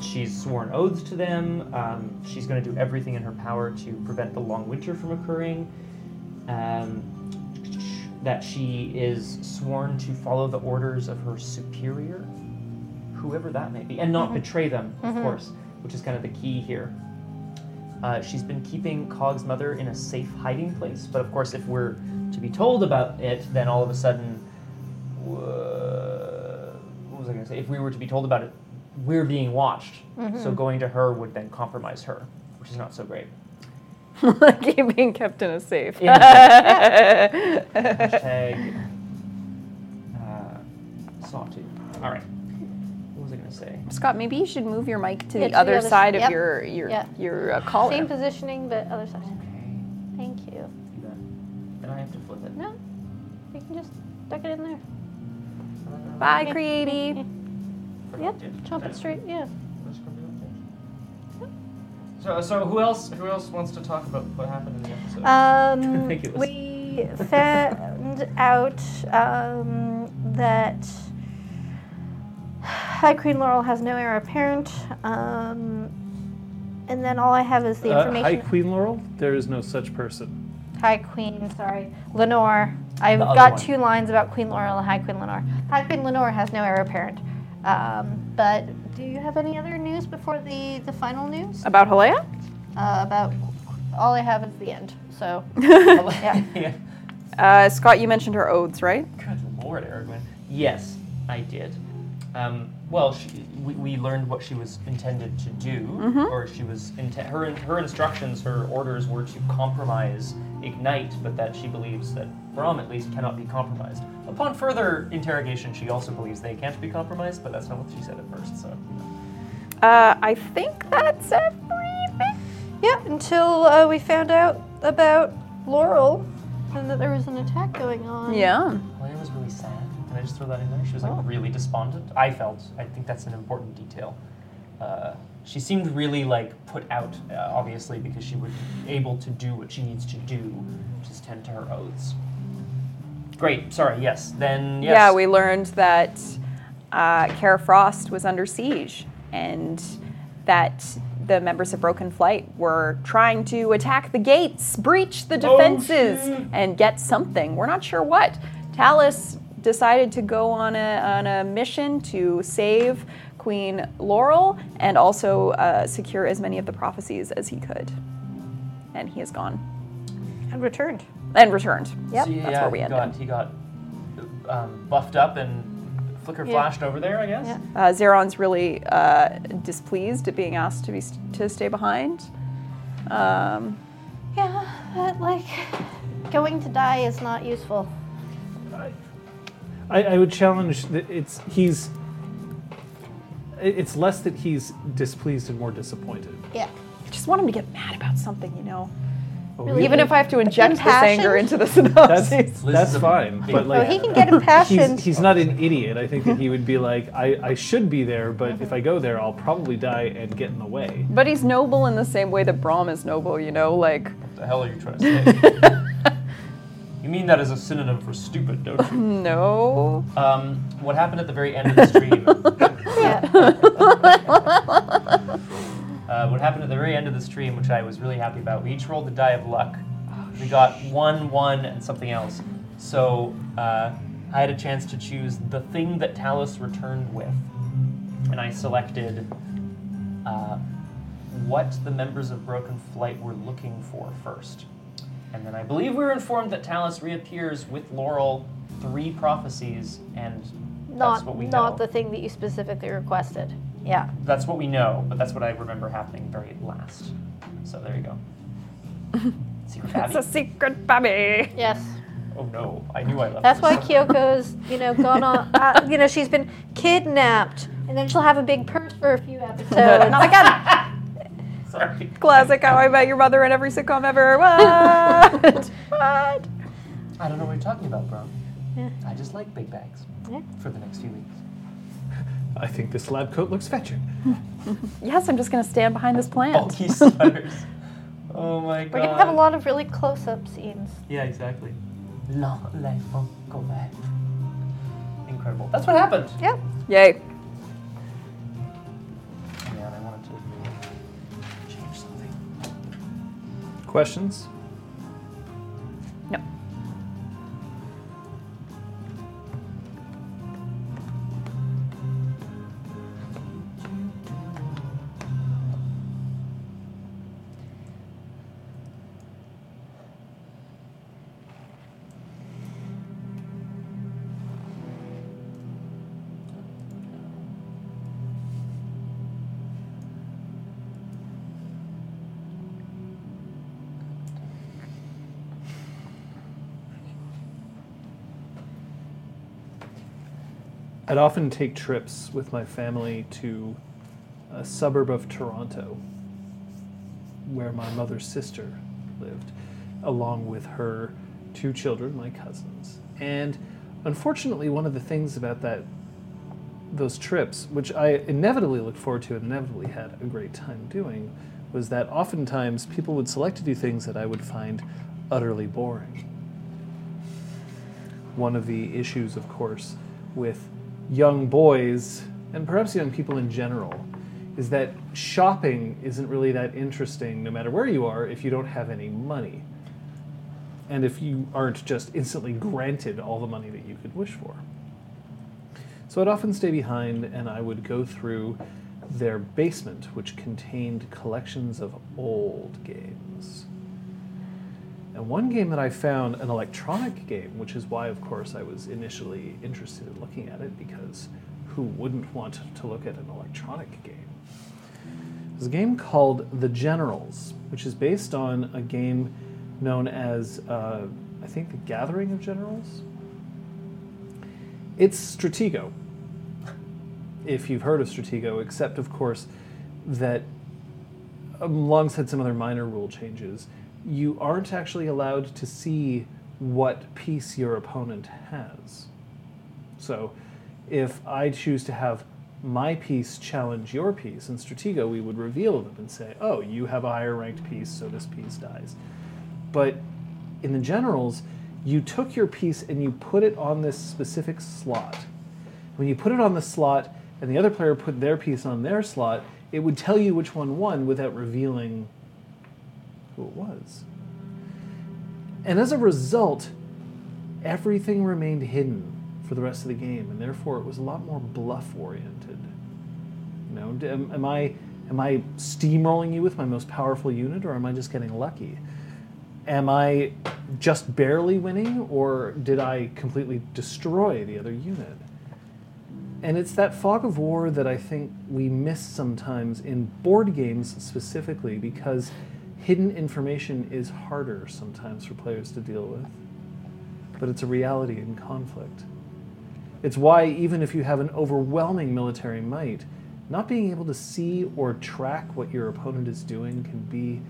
[SPEAKER 1] she's sworn oaths to them, um, she's going to do everything in her power to prevent the long winter from occurring, um, that she is sworn to follow the orders of her superior, whoever that may be, and not betray them, of course, which is kind of the key here. Uh, she's been keeping Cog's mother in a safe hiding place, but of course, if we're to be told about it, then all of a sudden, uh, what was I going to say? If we were to be told about it, we're being watched. So going to her would then compromise her, which is not so great.
[SPEAKER 6] like you being kept in a safe.
[SPEAKER 1] In Hashtag uh, sawtooth. All right. What was I going to say?
[SPEAKER 6] *laughs* Scott, maybe you should move your mic to
[SPEAKER 3] Yeah,
[SPEAKER 6] the
[SPEAKER 3] to the
[SPEAKER 6] other
[SPEAKER 3] other
[SPEAKER 6] side
[SPEAKER 3] s-
[SPEAKER 6] of
[SPEAKER 3] yep.
[SPEAKER 6] your your
[SPEAKER 3] Yeah.
[SPEAKER 6] your uh, collar.
[SPEAKER 3] Same positioning, but other side.
[SPEAKER 1] Okay.
[SPEAKER 3] Thank you.
[SPEAKER 1] Do that. And I have to flip it.
[SPEAKER 3] No, you can just tuck it in there.
[SPEAKER 6] Bye, Creaty.
[SPEAKER 3] Yep, chop it straight. Yeah.
[SPEAKER 1] So, so who else? Who else wants to talk about what happened in the episode? *laughs*
[SPEAKER 3] Um,
[SPEAKER 1] Ridiculous.
[SPEAKER 3] we found out um, that High Queen Laurel has no heir apparent, um, and then all I have is the
[SPEAKER 5] Uh, hi,
[SPEAKER 3] information.
[SPEAKER 5] Queen Laurel. There is no such person.
[SPEAKER 3] High Queen, sorry, Lenore. I've
[SPEAKER 1] The other
[SPEAKER 3] got
[SPEAKER 1] one.
[SPEAKER 3] two lines about Queen Laurel and High Queen Lenore. High Queen Lenore has no heir apparent. Um, but do you have any other news before the, the final news uh,
[SPEAKER 6] About Halea?
[SPEAKER 3] about? All I have is the end. So
[SPEAKER 1] *laughs*
[SPEAKER 3] yeah.
[SPEAKER 1] yeah.
[SPEAKER 6] Uh, Scott, you mentioned her oaths, right?
[SPEAKER 1] Good lord, Aragorn. Yes, I did. Um, well, she, we, we learned what she was intended to do, or she was inte- her in- her instructions, her orders were to compromise, ignite, but that she believes that Brahm at least cannot be compromised. Upon further interrogation, she also believes they can't be compromised, but that's not what she said at first. So
[SPEAKER 6] Uh, I think that's everything.
[SPEAKER 3] Yeah, until uh, we found out about Laurel and that there was an attack going on.
[SPEAKER 6] Yeah.
[SPEAKER 1] Leia was really sad. Oh. Can I just throw that in there? She was like really despondent. I felt. I think that's an important detail. Uh, she seemed really like put out, uh, obviously, because she was able to do what she needs to do, which is tend to her oaths. Great. Sorry. Yes. Then yes.
[SPEAKER 6] Yeah, we learned that uh, Kara Frost was under siege and that the members of Broken Flight were trying to attack the gates, breach
[SPEAKER 1] Oh,
[SPEAKER 6] the defenses, and get something. We're not sure what. Talus decided to go on a, on a mission to save Queen Laurel and also uh, secure as many of the prophecies as he could. And he is gone
[SPEAKER 3] And returned.
[SPEAKER 6] and returned.
[SPEAKER 3] Yep.
[SPEAKER 1] So,
[SPEAKER 6] That's
[SPEAKER 1] yeah,
[SPEAKER 6] where we
[SPEAKER 1] he
[SPEAKER 6] end
[SPEAKER 1] got, He got um, buffed up and flicker
[SPEAKER 3] Yeah.
[SPEAKER 1] flashed over there, I guess.
[SPEAKER 3] Yeah.
[SPEAKER 6] Uh, Zeron's really uh, displeased at being asked to be to stay behind. Um,
[SPEAKER 3] Yeah, but like, going to die is not useful.
[SPEAKER 5] I, I would challenge that it's he's. it- It's less that he's displeased and more disappointed.
[SPEAKER 3] Yeah.
[SPEAKER 6] I just want him to get mad about something, you know.
[SPEAKER 3] Really?
[SPEAKER 6] Even if I have to inject this
[SPEAKER 3] Impassioned?
[SPEAKER 6] anger into the *laughs*
[SPEAKER 5] That's
[SPEAKER 6] synopsis.
[SPEAKER 1] Oh, Liz
[SPEAKER 5] that's
[SPEAKER 1] is a
[SPEAKER 5] fine,
[SPEAKER 1] big
[SPEAKER 5] but
[SPEAKER 1] fan.
[SPEAKER 3] Oh,
[SPEAKER 5] like
[SPEAKER 3] he can get impassioned.
[SPEAKER 5] he's, he's not an idiot. I think that he would be like, I, I should be there, but
[SPEAKER 3] Mm-hmm.
[SPEAKER 5] if I go there, I'll probably die and get in the way.
[SPEAKER 6] But he's noble in the same way that Brahm is noble, you know, like *laughs*
[SPEAKER 1] What the hell are you trying to say? you mean that as a synonym for stupid, don't you?
[SPEAKER 6] no.
[SPEAKER 1] um, what happened at the very end of the stream?
[SPEAKER 6] *laughs*
[SPEAKER 1] *laughs*
[SPEAKER 3] yeah.
[SPEAKER 1] Uh, what happened at the very end of the stream, which I was really happy about, we each rolled the die of luck. We got one, one, and something else. So uh, I had a chance to choose the thing that Talus returned with, and I selected uh, what the members of Broken Flight were looking for first. And then I believe we were informed that Talus reappears with Laurel, three prophecies, and that's
[SPEAKER 3] Not,
[SPEAKER 1] what we know.
[SPEAKER 3] not the thing that you specifically requested. Yeah.
[SPEAKER 1] That's what we know, but that's what I remember happening very last. So there you
[SPEAKER 3] *laughs*
[SPEAKER 1] go. Secret
[SPEAKER 6] It's a
[SPEAKER 1] Abbey.
[SPEAKER 6] secret baby.
[SPEAKER 3] Yes.
[SPEAKER 1] Oh no, I knew I left.
[SPEAKER 3] That's why
[SPEAKER 1] this.
[SPEAKER 3] Kyoko's, you know, gone on. Uh, you know, she's been kidnapped, and then she'll have a big purse for a few episodes.
[SPEAKER 6] *laughs*
[SPEAKER 3] I got
[SPEAKER 1] Sorry.
[SPEAKER 6] Classic how I met your mother in every sitcom ever. *laughs* What? what?
[SPEAKER 1] I don't know what you're talking about, bro.
[SPEAKER 3] Yeah.
[SPEAKER 1] I just like big bags
[SPEAKER 3] Yeah.
[SPEAKER 1] for the next few weeks.
[SPEAKER 5] I think this lab coat looks fetching.
[SPEAKER 6] Yes, I'm just gonna stand behind this
[SPEAKER 3] *laughs*
[SPEAKER 6] plant.
[SPEAKER 1] Bulky sweaters. oh my god.
[SPEAKER 3] We're gonna have a lot of really close-up scenes.
[SPEAKER 1] Yeah, exactly. Long life Uncle Matt. Incredible. That's what happened.
[SPEAKER 3] Yep.
[SPEAKER 6] Yay.
[SPEAKER 1] Man, I wanted to change something.
[SPEAKER 5] Questions?
[SPEAKER 6] No.
[SPEAKER 5] I'd often take trips with my family to a suburb of Toronto where my mother's sister lived, along with her two children, my cousins. And unfortunately, one of the things about that those trips, which I inevitably looked forward to and inevitably had a great time doing, was that oftentimes people would select to do things that I would find utterly boring. one of the issues, of course, with young boys and perhaps young people in general is that shopping isn't really that interesting no matter where you are if you don't have any money. And if you aren't just instantly granted all the money that you could wish for. So I'd often stay behind and I would go through their basement, which contained collections of old games. And one game that I found, an electronic game, which is why, of course, I was initially interested in looking at it, because who wouldn't want to look at an electronic game? There's a game called The Generals, which is based on a game known as, uh, I think, The Gathering of Generals. It's Stratego, if you've heard of Stratego, except, of course, that um, alongside some other minor rule changes, you aren't actually allowed to see what piece your opponent has. So, if I choose to have my piece challenge your piece in Stratego, we would reveal them and say, "Oh, you have a higher ranked piece, so this piece dies." But in the generals, you took your piece and you put it on this specific slot. When you put it on the slot and the other player put their piece on their slot, it would tell you which one won without revealing who it was. And as a result, everything remained hidden for the rest of the game, and therefore it was a lot more bluff oriented. You know, d- am, am I am I steamrolling you with my most powerful unit, or am I just getting lucky? Am I just barely winning, or did I completely destroy the other unit? And it's that fog of war that I think we miss sometimes in board games specifically because hidden information is harder sometimes for players to deal with. But it's a reality in conflict. It's why, even if you have an overwhelming military might, not being able to see or track what your opponent is doing can be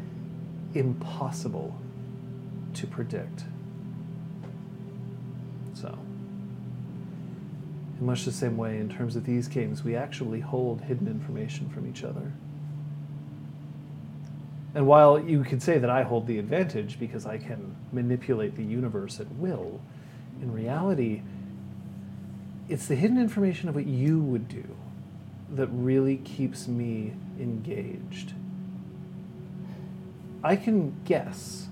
[SPEAKER 5] impossible to predict. So, in much the same way, in terms of these games, we actually hold hidden information from each other. And while you could say that I hold the advantage because I can manipulate the universe at will, in reality, it's the hidden information of what you would do that really keeps me engaged. I can guess.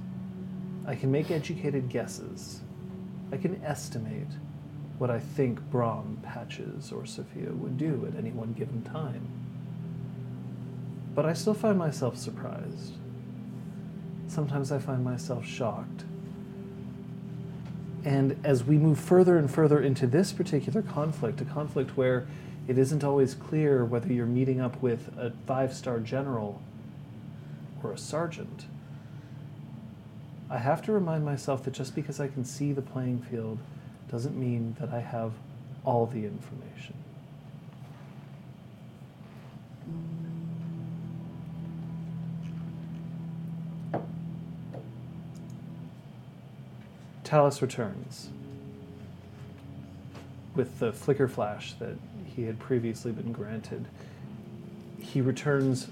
[SPEAKER 5] I can make educated guesses. I can estimate what I think Brahm, Patches, or Sophia would do at any one given time. But I still find myself surprised. Sometimes I find myself shocked. And as we move further and further into this particular conflict, a conflict where it isn't always clear whether you're meeting up with a five star general or a sergeant, I have to remind myself that just because I can see the playing field doesn't mean that I have all the information. Talus returns with the flicker flash that he had previously been granted. He returns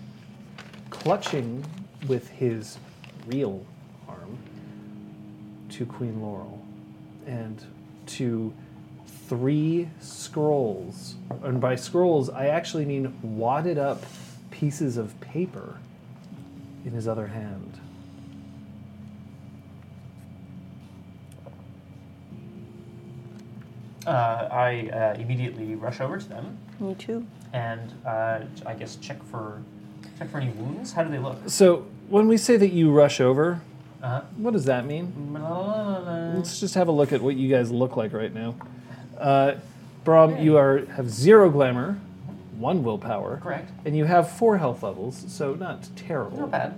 [SPEAKER 5] clutching with his real arm to Queen Laurel and to three scrolls. And by scrolls, I actually mean wadded up pieces of paper in his other hand.
[SPEAKER 1] Uh, I uh, immediately rush over to them
[SPEAKER 6] Me too.
[SPEAKER 1] and uh, I guess check for check for any wounds. How do they look?
[SPEAKER 5] So when we say that you rush over,
[SPEAKER 1] Uh,
[SPEAKER 5] what does that mean?
[SPEAKER 1] la, la, la, la.
[SPEAKER 5] Let's just have a look at what you guys look like right now. Uh, Brom, you are have zero glamour, one willpower,
[SPEAKER 1] Correct.
[SPEAKER 5] and you have four health levels, so not terrible.
[SPEAKER 1] Not bad.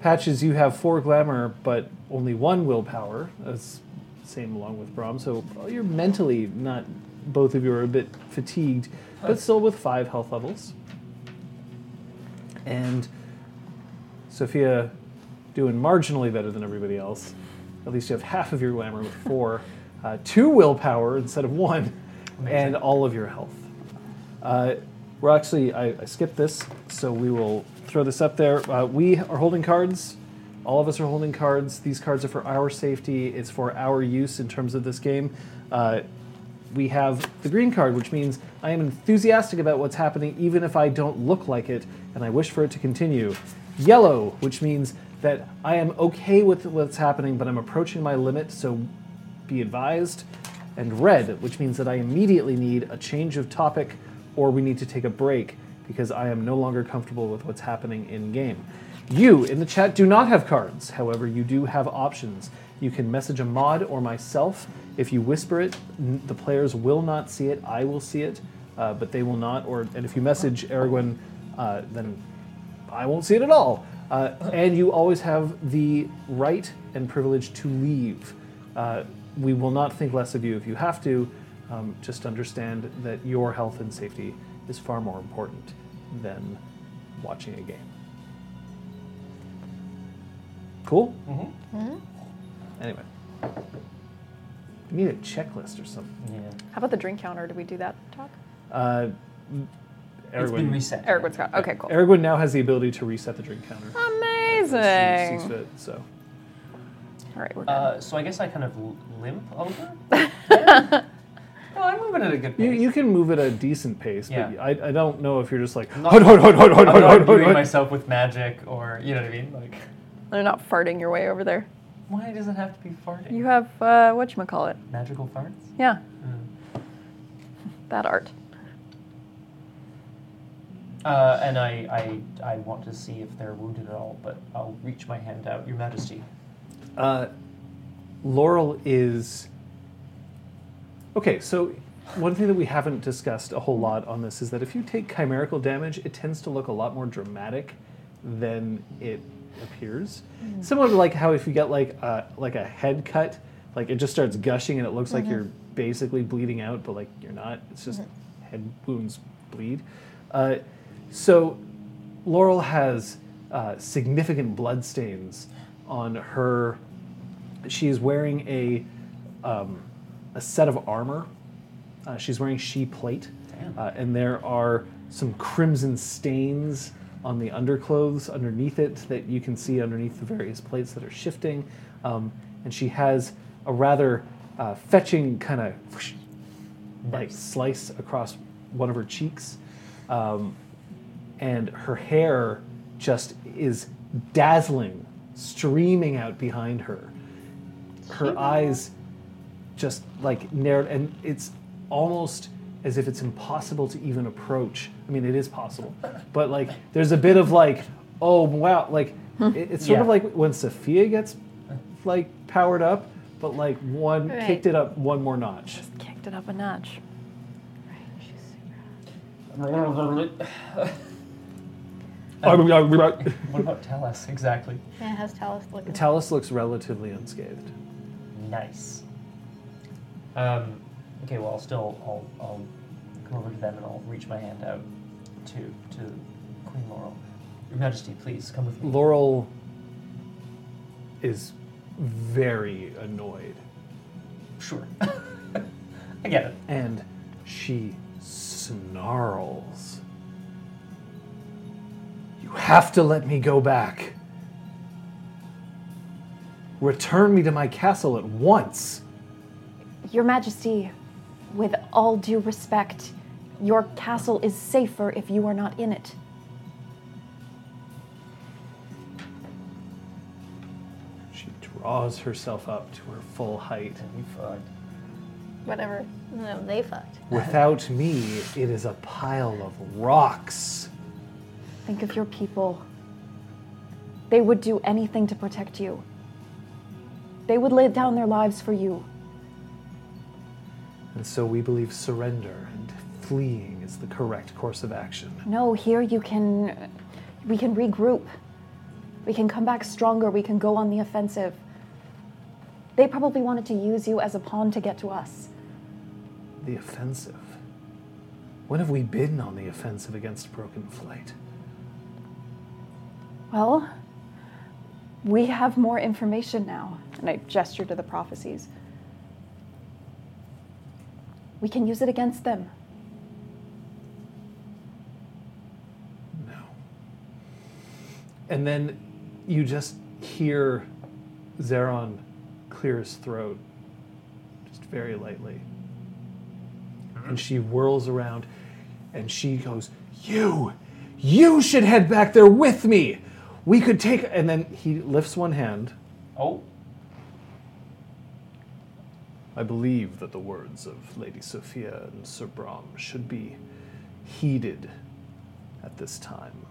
[SPEAKER 5] Patches, you have four glamour, but only one willpower. That's same along with Brom. So well, you're mentally not. Both of you are a bit fatigued, but still with five health levels. And Sophia, doing marginally better than everybody else. At least you have half of your glamour with four, uh, two willpower instead of one, and all of your health. Uh, we're actually, I, I skipped this, so we will throw this up there. Uh, we are holding cards. All of us are holding cards. These cards are for our safety, it's for our use in terms of this game. Uh, we have the green card, which means I am enthusiastic about what's happening, even if I don't look like it, and I wish for it to continue. Yellow, which means that I am okay with what's happening, but I'm approaching my limit, so be advised. And red, which means that I immediately need a change of topic or we need to take a break because I am no longer comfortable with what's happening in game. You in the chat do not have cards. However, you do have options. You can message a mod or myself. If you whisper it, n- the players will not see it. I will see it, uh, but they will not. Or and if you message Aragorn, uh, then I won't see it at all. Uh, and you always have the right and privilege to leave. Uh, we will not think less of you if you have to. Um, just understand that your health and safety is far more important than watching a game. Cool?
[SPEAKER 1] Mhm.
[SPEAKER 5] Anyway. We need a checklist or something.
[SPEAKER 1] Yeah.
[SPEAKER 6] How about the drink counter? Did we do that talk?
[SPEAKER 5] Uh,
[SPEAKER 1] It's
[SPEAKER 5] Erwin-
[SPEAKER 1] been reset.
[SPEAKER 6] Eric Wood's got. Okay, cool.
[SPEAKER 5] Erwin now has the ability to reset the drink counter. She sees
[SPEAKER 6] Amazing.
[SPEAKER 5] fit, so.
[SPEAKER 6] All right, we're good.
[SPEAKER 1] Uh, so I guess I kind of l- limp over.
[SPEAKER 6] *laughs*
[SPEAKER 1] no, I'm moving at a good
[SPEAKER 5] You,
[SPEAKER 1] pace.
[SPEAKER 5] you can move at a decent pace, but
[SPEAKER 1] Yeah.
[SPEAKER 5] I, I don't know if you're just like,
[SPEAKER 1] Not-
[SPEAKER 5] hod, hod, hod, hod, hod,
[SPEAKER 1] I'm
[SPEAKER 5] hod,
[SPEAKER 1] not
[SPEAKER 5] hod, hod,
[SPEAKER 1] doing
[SPEAKER 5] hod."
[SPEAKER 1] myself with magic or you know what I mean. Like,
[SPEAKER 6] They're not farting your way over there.
[SPEAKER 1] why does it have to be farting?
[SPEAKER 6] You have uh, what you call it?
[SPEAKER 1] magical farts.
[SPEAKER 6] Yeah,
[SPEAKER 1] Mm.
[SPEAKER 6] that art.
[SPEAKER 1] Uh, and I, I, I want to see if they're wounded at all, but I'll reach my hand out, Your Majesty.
[SPEAKER 5] Uh, Laurel is. Okay, so one thing that we haven't discussed a whole lot on this is that if you take chimerical damage, it tends to look a lot more dramatic than it appears. Similar to like how if you get like a, like a head cut, like it just starts gushing and it looks like you're basically bleeding out, but like you're not. It's just head wounds bleed. Uh, so Laurel has uh, significant bloodstains on her. She is wearing a um, a set of armor. Uh, she's wearing she plate, uh, and there are some crimson stains on the underclothes underneath it that you can see underneath the various plates that are shifting. Um, and she has a rather uh, fetching kind of like slice across one of her cheeks, um, and her hair just is dazzling, streaming out behind her. Her eyes just like narrowed, and it's almost as if it's impossible to even approach. I mean, it is possible, but like there's a bit of like, oh wow, like it- it's sort of
[SPEAKER 1] Yeah.
[SPEAKER 5] like when Sophia gets like powered up, but like one
[SPEAKER 3] Right.
[SPEAKER 5] kicked it up one more notch.
[SPEAKER 6] Kicked it up a notch.
[SPEAKER 1] What about tell us exactly?
[SPEAKER 3] Yeah, how's Talus looking?
[SPEAKER 5] Talus looks relatively unscathed.
[SPEAKER 1] Nice. Um, okay, well, I'll still, I'll, I'll come over to them and I'll reach my hand out to, to Queen Laurel. Your Majesty, please come with me.
[SPEAKER 5] Laurel is very annoyed,
[SPEAKER 1] Sure. *laughs* I get it.
[SPEAKER 5] and she snarls. You have to let me go back. Return me to my castle at once.
[SPEAKER 8] Your Majesty, with all due respect, your castle is safer if you are not in it.
[SPEAKER 5] She draws herself up to her full height.
[SPEAKER 1] We fucked.
[SPEAKER 3] Whatever. No, they fucked.
[SPEAKER 5] Without me, it is a pile of rocks.
[SPEAKER 8] Think of your people. They would do anything to protect you, they would lay down their lives for you.
[SPEAKER 5] And so we believe surrender and fleeing is the correct course of action.
[SPEAKER 8] No, here you can. We can regroup. We can come back stronger. We can go on the offensive. They probably wanted to use you as a pawn to get to us.
[SPEAKER 5] The offensive. When have we been on the offensive against Broken Flight?
[SPEAKER 8] Well, we have more information now. And I gesture to the prophecies. We can use it against them.
[SPEAKER 5] No. And then you just hear Zeron clear his throat, just very lightly. And she whirls around and she goes, You! You should head back there with me! We could take. And then he lifts one hand.
[SPEAKER 1] Oh,
[SPEAKER 5] I believe that the words of Lady Sophia and Sir Brahm should be heeded at this time.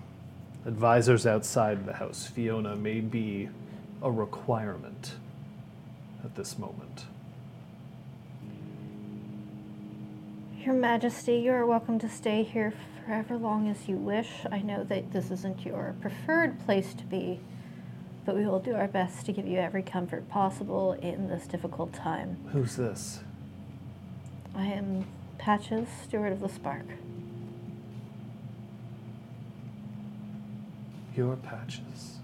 [SPEAKER 5] Advisors outside the house, Fiona, may be a requirement at this moment.
[SPEAKER 3] Your Majesty, you are welcome to stay here for however long as you wish. I know that this isn't your preferred place to be, but we will do our best to give you every comfort possible in this difficult time.
[SPEAKER 5] Who's this?
[SPEAKER 3] I am Patches, Steward of the Spark.
[SPEAKER 5] Your patches.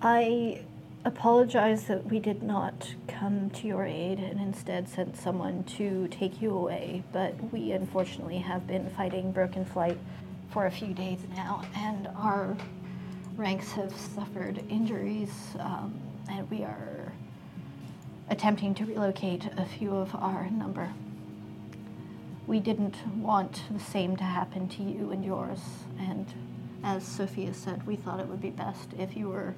[SPEAKER 3] I apologize that we did not come to your aid and instead sent someone to take you away, but we unfortunately have been fighting Broken Flight for a few days now, and our ranks have suffered injuries, um, and we are attempting to relocate a few of our number. We didn't want the same to happen to you and yours, and as Sophia said, we thought it would be best if you were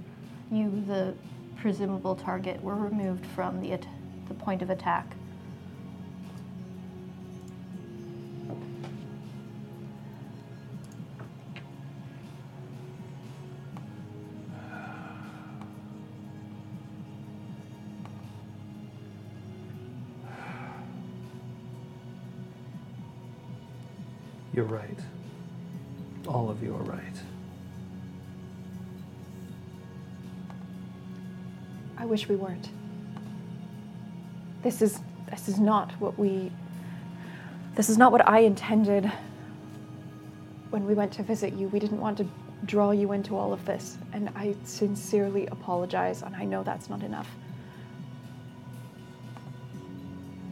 [SPEAKER 3] you, the presumable target, were removed from the, at- the point of attack.
[SPEAKER 5] You're right. All of you are right.
[SPEAKER 8] I wish we weren't. This is this is not what we this is not what I intended when we went to visit you. We didn't want to draw you into all of this, and I sincerely apologize, and I know that's not enough.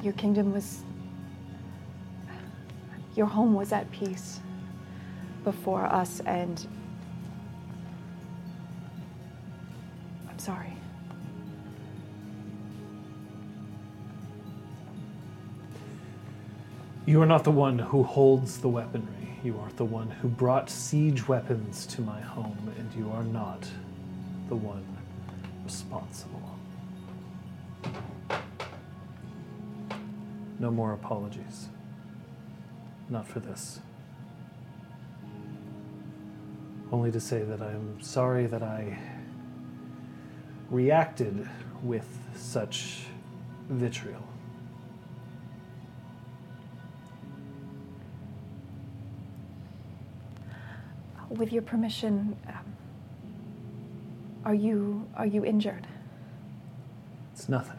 [SPEAKER 8] Your kingdom was your home was at peace before us and I'm sorry.
[SPEAKER 5] You are not the one who holds the weaponry. You are the one who brought siege weapons to my home, and you are not the one responsible. No more apologies. Not for this. Only to say that I am sorry that I reacted with such vitriol.
[SPEAKER 8] With your permission, um, are you are you injured?
[SPEAKER 5] It's nothing.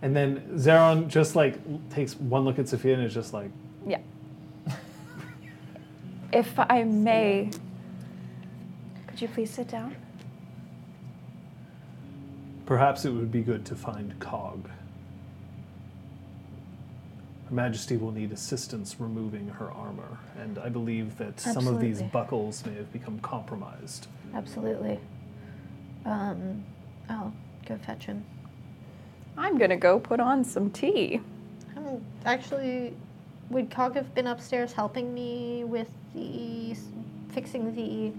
[SPEAKER 5] And then Zeron just like l- takes one look at Sophia and is just like,
[SPEAKER 6] Yeah.
[SPEAKER 8] If I may, could you please sit down?
[SPEAKER 5] perhaps it would be good to find Cog. Her Majesty will need assistance removing her armor, and I believe that some of these
[SPEAKER 3] Absolutely.
[SPEAKER 5] buckles may have become compromised.
[SPEAKER 3] Absolutely. Um, I'll go fetch him.
[SPEAKER 6] I'm gonna go put on some tea.
[SPEAKER 3] Um, actually, would Cog have been upstairs helping me with the s- fixing the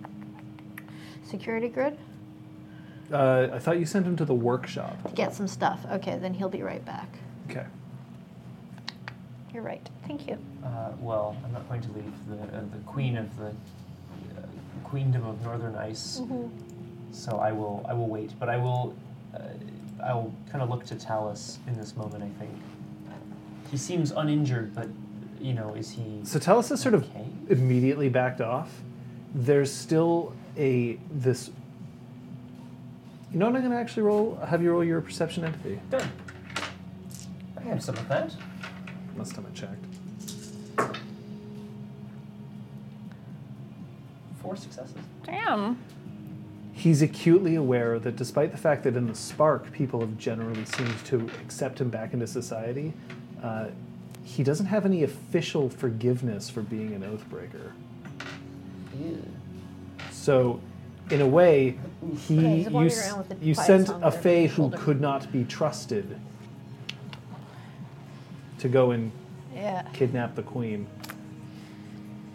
[SPEAKER 3] security grid?
[SPEAKER 5] Uh, I thought you sent him to the workshop.
[SPEAKER 3] Get some stuff. Okay, then he'll be right back.
[SPEAKER 5] Okay.
[SPEAKER 3] You're right. Thank you.
[SPEAKER 1] Uh, well, I'm not going to leave the uh, the queen of the uh, queendom of Northern Ice, so I will I will wait. But I will uh, I will kind of look to Talus in this moment. I think he seems uninjured, but you know, is he?
[SPEAKER 5] So Talus is sort of
[SPEAKER 1] Okay.
[SPEAKER 5] immediately backed off. There's still a this. You know what I'm gonna actually roll? Have you roll your perception empathy?
[SPEAKER 1] Done. I have some of that.
[SPEAKER 5] Last time I checked.
[SPEAKER 1] Four successes.
[SPEAKER 6] Damn.
[SPEAKER 5] He's acutely aware that despite the fact that in the spark people have generally seemed to accept him back into society, uh, he doesn't have any official forgiveness for being an oathbreaker. So, in a way, he
[SPEAKER 3] Okay, he's
[SPEAKER 5] you,
[SPEAKER 3] walking
[SPEAKER 5] s-
[SPEAKER 3] around with a
[SPEAKER 5] you
[SPEAKER 3] bias
[SPEAKER 5] sent
[SPEAKER 3] on
[SPEAKER 5] a
[SPEAKER 3] their
[SPEAKER 5] fae who
[SPEAKER 3] shoulder.
[SPEAKER 5] could not be trusted to go and
[SPEAKER 3] Yeah.
[SPEAKER 5] kidnap the queen.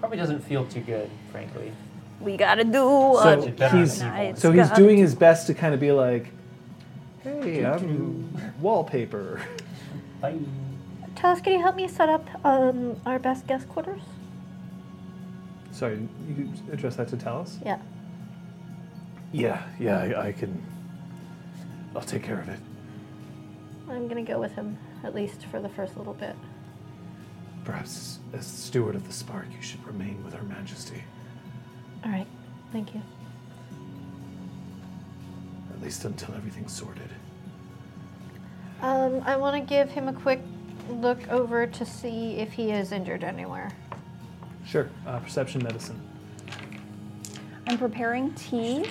[SPEAKER 1] Probably doesn't feel too good, frankly.
[SPEAKER 7] We gotta do
[SPEAKER 5] So
[SPEAKER 7] what.
[SPEAKER 5] he's
[SPEAKER 1] Nice.
[SPEAKER 5] so he's
[SPEAKER 7] God.
[SPEAKER 5] doing his best to kind of be like, "Hey, I'm wallpaper."
[SPEAKER 1] Bye.
[SPEAKER 3] Talos, can you help me set up um, our best guest quarters?
[SPEAKER 5] Sorry, you address that to Talus?
[SPEAKER 3] Yeah.
[SPEAKER 5] Yeah, yeah, I, I can. I'll take care of it.
[SPEAKER 3] I'm gonna go with him, at least for the first little bit.
[SPEAKER 5] Perhaps as steward of the spark, you should remain with Her Majesty.
[SPEAKER 3] All right. Thank you.
[SPEAKER 5] At least until everything's sorted.
[SPEAKER 3] Um, I want to give him a quick look over to see if he is injured anywhere.
[SPEAKER 5] Sure. Uh, perception medicine.
[SPEAKER 8] I'm preparing tea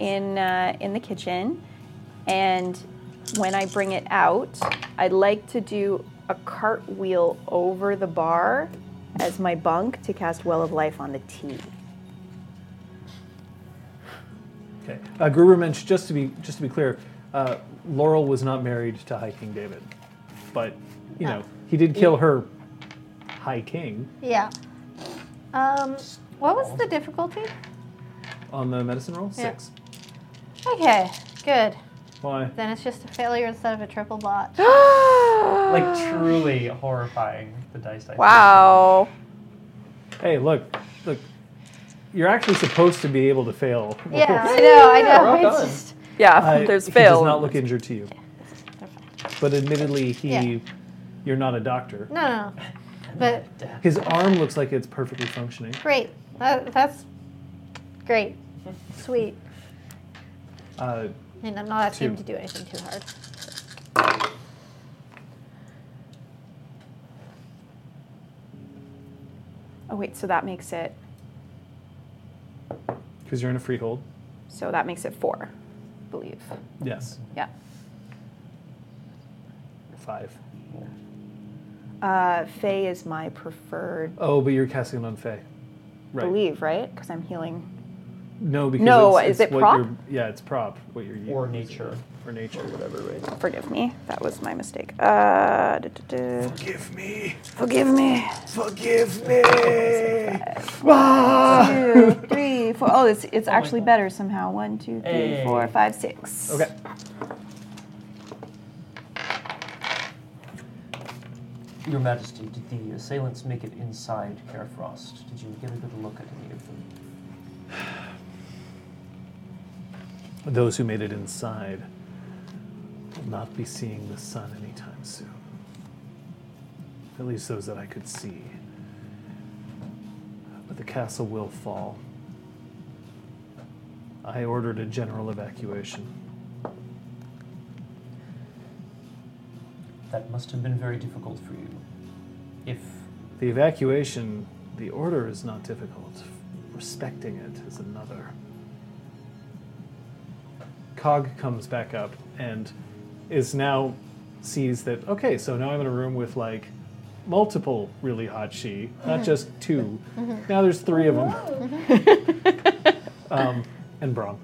[SPEAKER 6] in uh, in the kitchen, and when I bring it out, I'd like to do a cartwheel over the bar as my bunk to cast Well of Life on the tea.
[SPEAKER 5] Okay. Uh, Gruber mentioned just to be just to be clear, uh, Laurel was not married to High King David, but you
[SPEAKER 3] Ah.
[SPEAKER 5] know he did kill her High King
[SPEAKER 3] Yeah. Um, what was the difficulty?
[SPEAKER 5] on the medicine roll.
[SPEAKER 3] Yeah.
[SPEAKER 5] Six.
[SPEAKER 3] Okay, good.
[SPEAKER 5] Why?
[SPEAKER 3] Then it's just a failure instead of a triple bot.
[SPEAKER 1] Like truly horrifying. The dice. I
[SPEAKER 6] *gasps* Wow.
[SPEAKER 5] Hey, look, look. You're actually supposed to be able to fail.
[SPEAKER 3] *gasps* Yeah, *laughs* I know, I know.
[SPEAKER 1] well
[SPEAKER 3] it's
[SPEAKER 1] done.
[SPEAKER 3] just
[SPEAKER 6] Yeah,
[SPEAKER 5] Uh,
[SPEAKER 6] there's
[SPEAKER 5] he
[SPEAKER 6] fail.
[SPEAKER 5] does not look injured to you, but admittely, he,
[SPEAKER 3] Yeah.
[SPEAKER 5] you're not a doctor.
[SPEAKER 3] no, no, no. But
[SPEAKER 5] His arm looks like it's perfectly functioning.
[SPEAKER 3] great. That, that's great. Sweet.
[SPEAKER 5] Uh,
[SPEAKER 3] And I'm not asking him
[SPEAKER 5] Two.
[SPEAKER 3] to do anything too hard.
[SPEAKER 6] oh wait, so that makes it
[SPEAKER 5] because you're in a freehold.
[SPEAKER 6] so that makes it four, I believe.
[SPEAKER 5] Yes.
[SPEAKER 6] Yeah.
[SPEAKER 5] Five.
[SPEAKER 6] Uh, Faye is my preferred
[SPEAKER 5] Oh, but you're casting it on Faye. Right.
[SPEAKER 6] believe, right? Because I'm healing.
[SPEAKER 5] No, because
[SPEAKER 6] No,
[SPEAKER 5] it's,
[SPEAKER 6] is
[SPEAKER 5] it's
[SPEAKER 6] it
[SPEAKER 5] what
[SPEAKER 6] prop?
[SPEAKER 5] you're- yeah, it's prop. What you're
[SPEAKER 1] Or
[SPEAKER 5] using.
[SPEAKER 1] nature.
[SPEAKER 5] or nature, whatever. Right?
[SPEAKER 6] Forgive me. That was my mistake. Uh, duh, duh, duh.
[SPEAKER 5] Forgive me,
[SPEAKER 6] Forgive me.
[SPEAKER 5] forgive *laughs* Ah! me.
[SPEAKER 6] *laughs* Two, three, four. Oh, it's it's actually better somehow. One, two, three,
[SPEAKER 1] Hey.
[SPEAKER 6] four, five, six.
[SPEAKER 5] Okay.
[SPEAKER 1] Your Majesty, did the assailants make it inside Carefrost? Did you get a good look at any of them?
[SPEAKER 5] Those who made it inside will not be seeing the sun anytime soon. At least those that I could see. But the castle will fall. I ordered a general evacuation.
[SPEAKER 1] That must have been very difficult for you. If
[SPEAKER 5] The evacuation, the order is not difficult. Respecting it is another. Cog comes back up and is now sees that okay, so now I'm in a room with like multiple really hot she, not just 2 Now there's three of them. um, and Brom,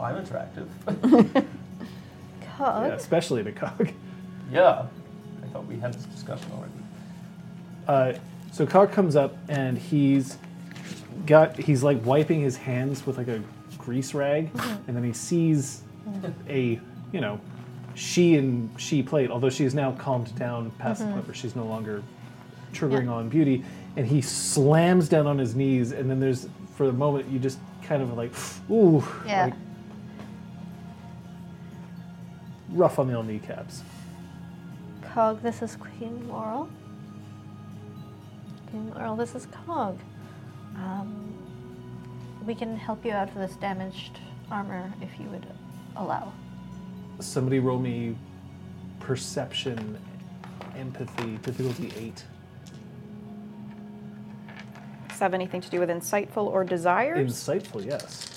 [SPEAKER 1] I'm attractive. *laughs*
[SPEAKER 5] yeah,
[SPEAKER 3] Cog.
[SPEAKER 5] especially to Cog.
[SPEAKER 1] yeah. I thought we had this discussion already.
[SPEAKER 5] Uh, so Cog comes up and he's got he's like wiping his hands with like a grease rag, and then he sees a you know she and she plate. Although she is now calmed down past the point where she's no longer triggering on beauty, and he slams down on his knees. And then there's for the moment you just kind of like ooh
[SPEAKER 3] Yeah.
[SPEAKER 5] like, rough on the old kneecaps.
[SPEAKER 3] Cog, this is Queen Laurel. Queen Laurel, this is Cog. Um, we can help you out for this damaged armor if you would allow.
[SPEAKER 5] Somebody roll me perception, empathy, difficulty eight.
[SPEAKER 6] Does that have anything to do with insightful or desires?
[SPEAKER 5] Insightful, yes.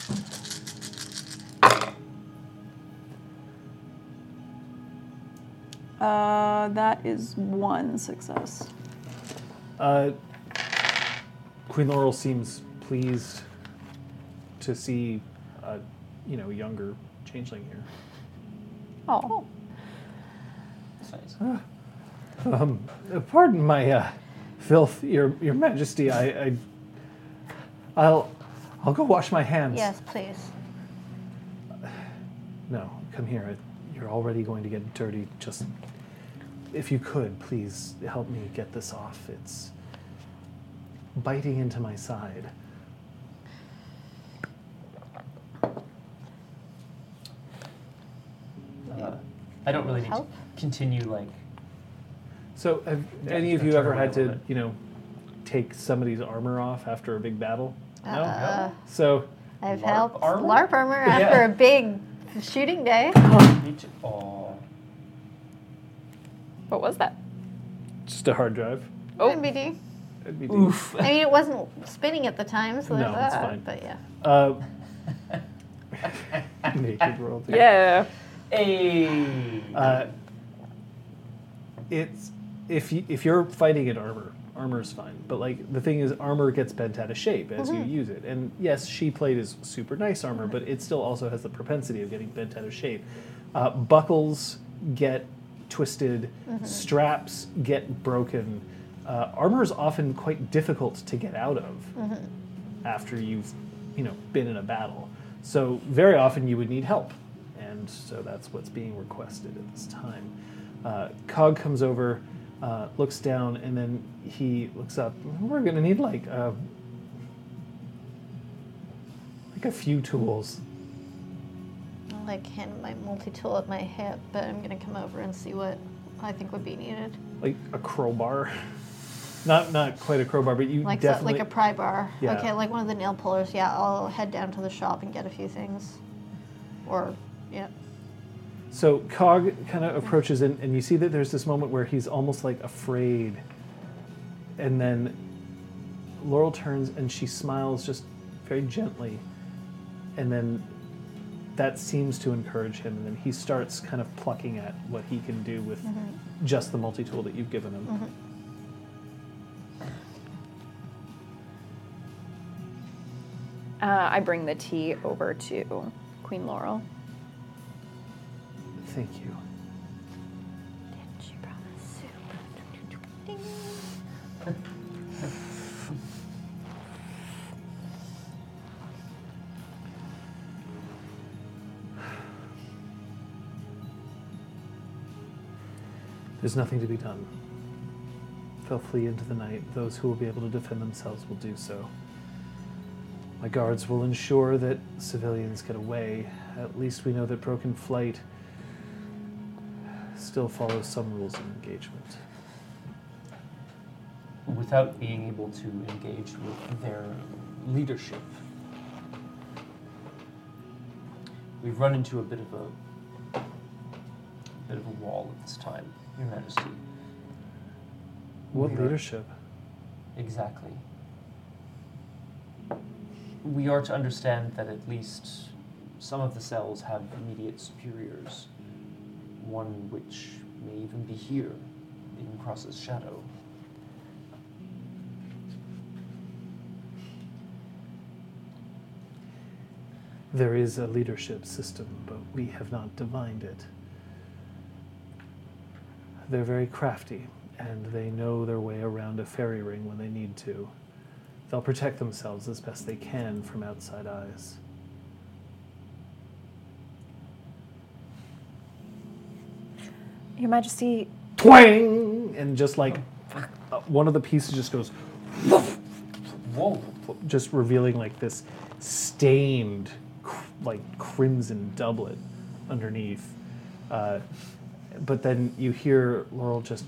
[SPEAKER 6] Uh, that is one success.
[SPEAKER 5] Uh, Queen Laurel seems pleased to see a, you know, younger changeling here.
[SPEAKER 6] Oh,
[SPEAKER 1] That's nice.
[SPEAKER 5] Um, uh, pardon my uh, filth, your your Majesty. I, I, I'll, I'll go wash my hands.
[SPEAKER 3] Yes, please.
[SPEAKER 5] No, come here. I, you're already going to get dirty. Just, if you could, please help me get this off. It's biting into my side.
[SPEAKER 1] Uh, I don't really need
[SPEAKER 3] Help?
[SPEAKER 1] to continue like
[SPEAKER 5] So, have
[SPEAKER 1] Yeah,
[SPEAKER 5] any
[SPEAKER 1] just
[SPEAKER 5] of you
[SPEAKER 1] gotta
[SPEAKER 5] ever
[SPEAKER 1] turn away
[SPEAKER 5] had
[SPEAKER 1] a little
[SPEAKER 5] to,
[SPEAKER 1] bit.
[SPEAKER 5] you know, take somebody's armor off after a big battle?
[SPEAKER 3] Uh,
[SPEAKER 1] Oh,
[SPEAKER 5] No. So,
[SPEAKER 3] I've
[SPEAKER 1] LARP
[SPEAKER 3] helped
[SPEAKER 1] armor?
[SPEAKER 3] LARP armor after
[SPEAKER 1] Yeah.
[SPEAKER 3] a big shooting day.
[SPEAKER 1] need to oh
[SPEAKER 6] what was that?
[SPEAKER 5] just a hard drive.
[SPEAKER 6] Oh.
[SPEAKER 3] NBD.
[SPEAKER 5] That'd be
[SPEAKER 1] Oof.
[SPEAKER 3] I mean, it wasn't spinning at the time, so
[SPEAKER 5] No,
[SPEAKER 3] there's
[SPEAKER 1] *laughs*
[SPEAKER 5] it's
[SPEAKER 3] that.
[SPEAKER 5] fine.
[SPEAKER 3] But yeah.
[SPEAKER 5] Uh, *laughs* Naked world.
[SPEAKER 6] Yeah.
[SPEAKER 1] Hey.
[SPEAKER 5] Uh, it's if you, if you're fighting in armor, armor's fine. But like the thing is, armor gets bent out of shape as you use it. And yes, she plate is super nice armor, but it still also has the propensity of getting bent out of shape. Uh, buckles get twisted, straps get broken. Uh, armor is often quite difficult to get out of after you've you know been in a battle. So very often you would need help, and so that's what's being requested at this time. Uh, Cog comes over, uh, looks down, and then he looks up. We're gonna need like uh, a, like a few tools.
[SPEAKER 3] I'll like hand my multi tool at my hip, but I'm gonna come over and see what I think would be needed.
[SPEAKER 5] like a crowbar. *laughs* Not not quite a crowbar, but you
[SPEAKER 3] Like so,
[SPEAKER 5] definitely
[SPEAKER 3] like a pry bar.
[SPEAKER 5] Yeah.
[SPEAKER 3] Okay, like one of the nail pullers. Yeah, I'll head down to the shop and get a few things. Or yeah.
[SPEAKER 5] so Cog kind of approaches and, and you see that there's this moment where he's almost like afraid, and then Laurel turns and she smiles just very gently, and then that seems to encourage him, and then he starts kind of plucking at what he can do with just the multi tool that you've given him.
[SPEAKER 6] Uh, I bring the tea over to Queen Laurel.
[SPEAKER 5] Thank you.
[SPEAKER 7] She promised soup.
[SPEAKER 5] There's nothing to be done. They'll flee into the night. Those who will be able to defend themselves will do so. My guards will ensure that civilians get away. At least we know that broken flight still follows some rules of engagement.
[SPEAKER 1] Without being able to engage with their leadership, we've run into a bit of a bit of a wall at this time, Your Majesty.
[SPEAKER 5] What
[SPEAKER 1] We are-
[SPEAKER 5] leadership?
[SPEAKER 1] Exactly. We are to understand that at least some of the cells have immediate superiors, one which may even be here in Cross's shadow.
[SPEAKER 5] There is a leadership system, but we have not divined it. They're very crafty, and they know their way around a fairy ring when they need to. They'll protect themselves as best they can from outside eyes.
[SPEAKER 8] Your Majesty,
[SPEAKER 5] Twang! And just like uh, one of the pieces just goes,
[SPEAKER 1] Whoa!
[SPEAKER 5] just revealing like this stained, cr- like crimson doublet underneath. Uh, but then you hear Laurel just.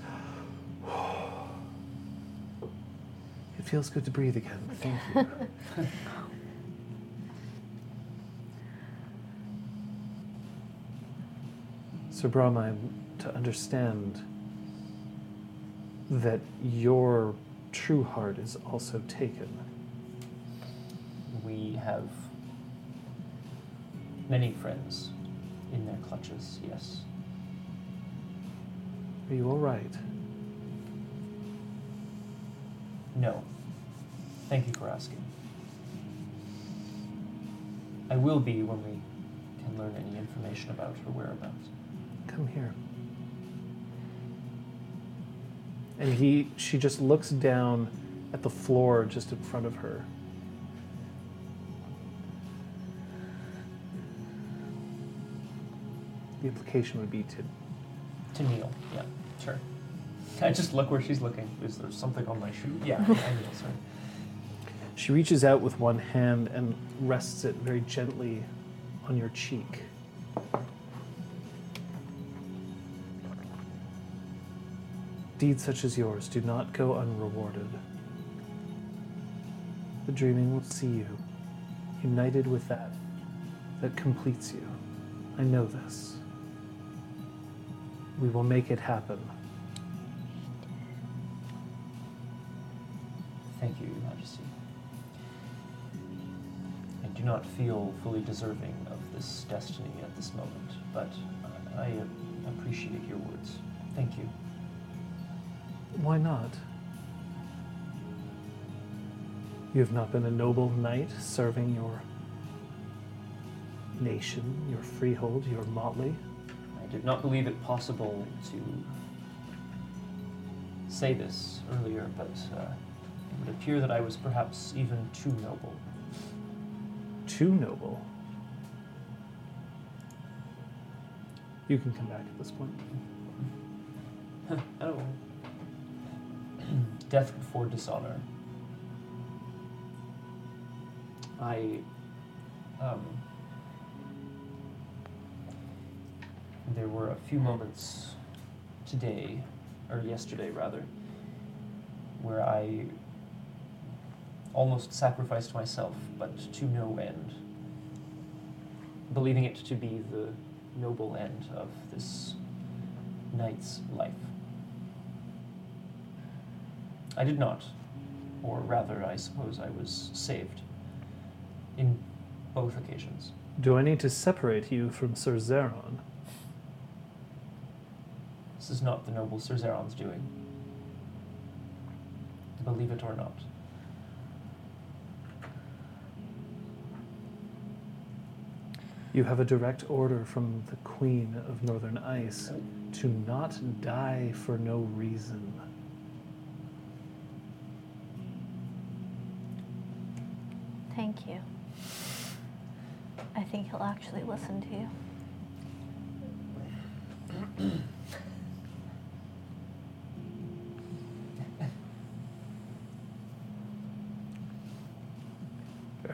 [SPEAKER 5] It feels good to breathe again. Thank you. *laughs* Sir Brahma, to understand that your true heart is also taken.
[SPEAKER 1] We have many friends in their clutches, yes.
[SPEAKER 5] Are you all right?
[SPEAKER 1] No. Thank you for asking. I will be when we can learn any information about her whereabouts.
[SPEAKER 5] Come here. And he, she just looks down at the floor just in front of her. The implication would be to
[SPEAKER 1] To kneel, yeah, sure. Can I just look where she's looking? Is there something on my shoe? Yeah, I kneel, sorry.
[SPEAKER 5] She reaches out with one hand and rests it very gently on your cheek. Deeds such as yours do not go unrewarded. The dreaming will see you. United with that, that completes you. I know this. We will make it happen.
[SPEAKER 1] Thank you, Your Majesty. And do not feel fully deserving of this destiny at this moment, but uh, I uh, appreciate your words. Thank you.
[SPEAKER 5] Why not? You have not been a noble knight serving your nation, your freehold, your motley.
[SPEAKER 1] I did not believe it possible to say this earlier, but uh, it would appear that I was perhaps even too noble.
[SPEAKER 5] Too noble. You can come back at this point.
[SPEAKER 1] Oh. *clears throat* Death before dishonor. I. Um, there were a few moments today, or yesterday rather, where I almost sacrificed myself, but to no end, believing it to be the noble end of this knight's life. I did not, or rather, I suppose I was saved in both occasions.
[SPEAKER 5] Do I need to separate you from Sir Zeron?
[SPEAKER 1] This is not the noble Sir Zeron's doing. Believe it or not.
[SPEAKER 5] You have a direct order from the Queen of Northern Ice to not die for no reason.
[SPEAKER 7] Thank you. I think he'll actually listen to you.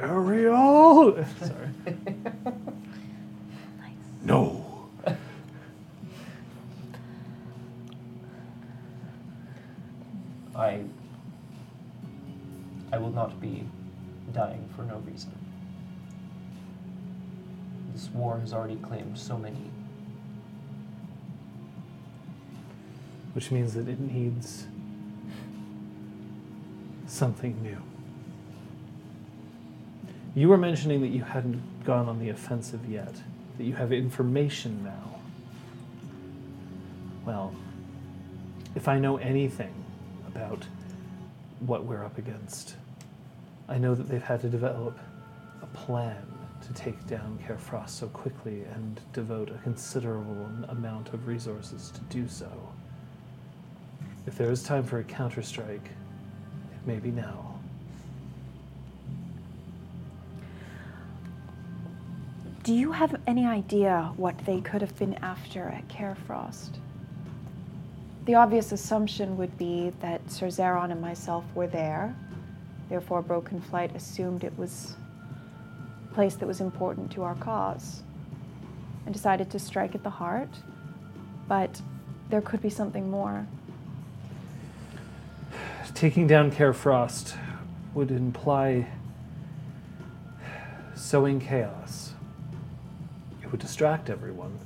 [SPEAKER 5] Ariel!
[SPEAKER 1] Sorry.
[SPEAKER 5] *laughs* No!
[SPEAKER 1] I. I will not be dying for no reason. This war has already claimed so many.
[SPEAKER 5] Which means that it needs something new. You were mentioning that you hadn't gone on the offensive yet, that you have information now. Well, if I know anything about what we're up against, I know that they've had to develop a plan to take down Carefrost so quickly and devote a considerable amount of resources to do so. If there is time for a counterstrike, it may be now.
[SPEAKER 8] Do you have any idea what they could have been after at Carefrost? The obvious assumption would be that Sir Zeron and myself were there, therefore, Broken Flight assumed it was a place that was important to our cause and decided to strike at the heart. But there could be something more.
[SPEAKER 5] Taking down Carefrost would imply sowing chaos. It would distract everyone.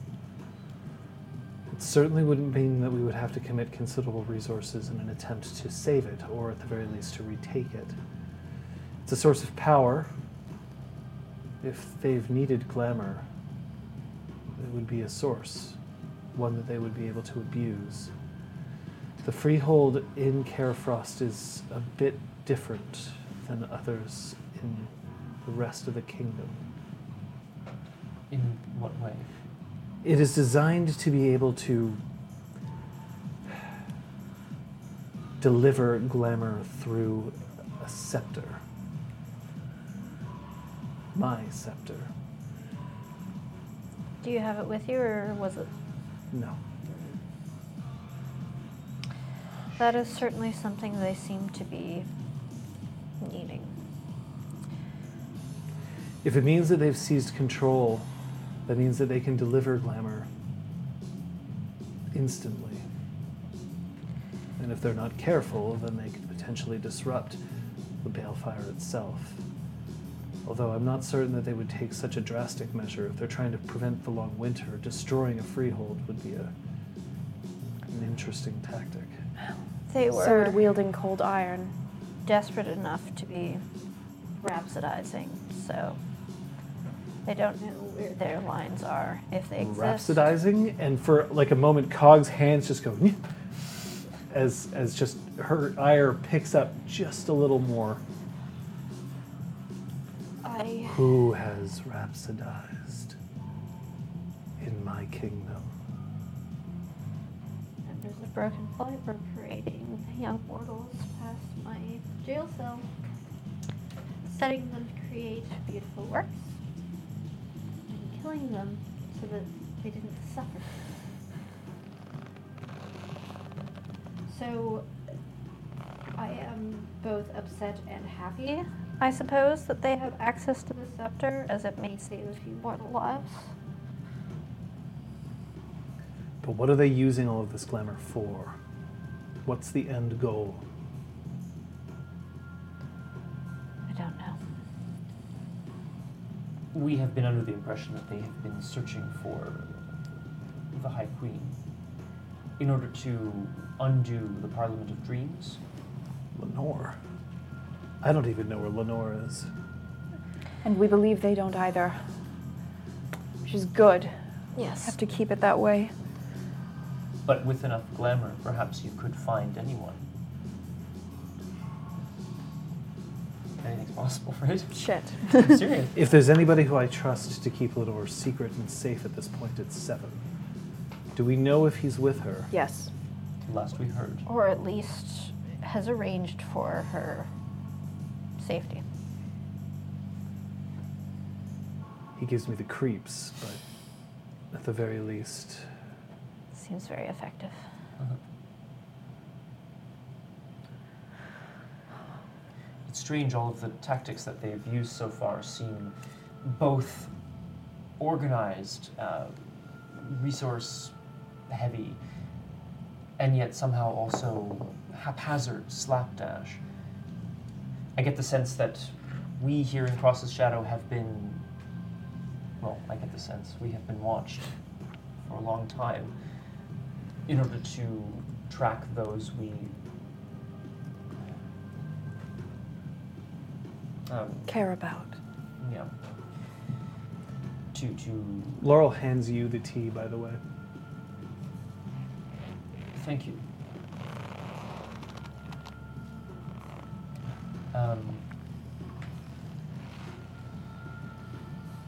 [SPEAKER 5] It certainly wouldn't mean that we would have to commit considerable resources in an attempt to save it, or at the very least to retake it. It's a source of power. If they've needed glamour, it would be a source, one that they would be able to abuse. The freehold in Carefrost is a bit different than others in the rest of the kingdom.
[SPEAKER 1] In what way?
[SPEAKER 5] It is designed to be able to deliver glamour through a scepter. My scepter.
[SPEAKER 3] Do you have it with you, or was it?
[SPEAKER 5] No.
[SPEAKER 3] That is certainly something they seem to be needing.
[SPEAKER 5] If it means that they've seized control, that means that they can deliver glamour instantly. And if they're not careful, then they could potentially disrupt the balefire itself. Although I'm not certain that they would take such a drastic measure if they're trying to prevent the long winter, destroying a freehold would be a, an interesting tactic.
[SPEAKER 3] They
[SPEAKER 8] Sword
[SPEAKER 3] were
[SPEAKER 8] wielding cold iron.
[SPEAKER 3] desperate enough to be rhapsodizing, so I don't know where their lines are, if they exist.
[SPEAKER 5] rhapsodizing, and for like a moment, Cog's hands just go *laughs* "Nyeh," as as just her ire picks up just a little more.
[SPEAKER 8] I
[SPEAKER 5] Who has rhapsodized in my kingdom?
[SPEAKER 3] And There's a broken fiber parading young mortals past my jail cell, setting them to create beautiful works and killing them so that they didn't suffer. So I am both upset and happy, I suppose, that they have access to the scepter, as it may save a few mortal lives.
[SPEAKER 5] But what are they using all of this glamour for? What's the end goal?
[SPEAKER 3] I don't know.
[SPEAKER 1] We have been under the impression that they have been searching for the High Queen in order to undo the Parliament of Dreams.
[SPEAKER 5] Lenore. I don't even know where Lenore is.
[SPEAKER 8] and we believe they don't either. Which is good.
[SPEAKER 9] Yes.
[SPEAKER 8] Have to keep it that way.
[SPEAKER 1] But with enough glamour, perhaps you could find anyone. Anything's possible, *laughs* right?
[SPEAKER 8] Shit.
[SPEAKER 1] I'm serious.
[SPEAKER 5] *laughs* If there's anybody who I trust to keep Lenore secret and safe at this point, it's Seven. Do we know if he's with her?
[SPEAKER 8] Yes.
[SPEAKER 1] Last we heard.
[SPEAKER 3] or at least has arranged for her safety.
[SPEAKER 5] He gives me the creeps, but at the very least,
[SPEAKER 3] Seems very effective.
[SPEAKER 1] Uh-huh. It's strange, all of the tactics that they have used so far seem both organized, uh, resource heavy, and yet somehow also haphazard, slapdash. I get the sense that we here in Cross's Shadow have been. Well, I get the sense we have been watched for a long time in order to track those we. Um,
[SPEAKER 8] Care about.
[SPEAKER 1] yeah. To to
[SPEAKER 5] Laurel hands you the tea, by the way.
[SPEAKER 1] thank you. Um,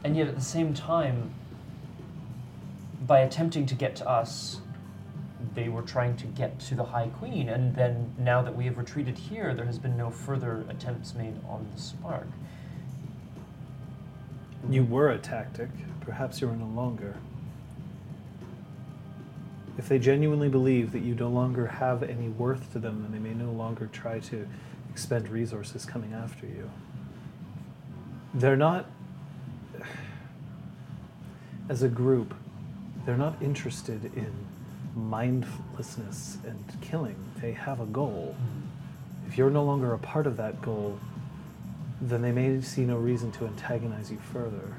[SPEAKER 1] and yet, at the same time, by attempting to get to us, they were trying to get to the High Queen. And then, now that we have retreated here, there has been no further attempts made on the spark.
[SPEAKER 5] You were a tactic. Perhaps you're no longer. If they genuinely believe that you no longer have any worth to them, then they may no longer try to expend resources coming after you. They're not, as a group, they're not interested in mindlessness and killing. They have a goal. If you're no longer a part of that goal, then they may see no reason to antagonize you further.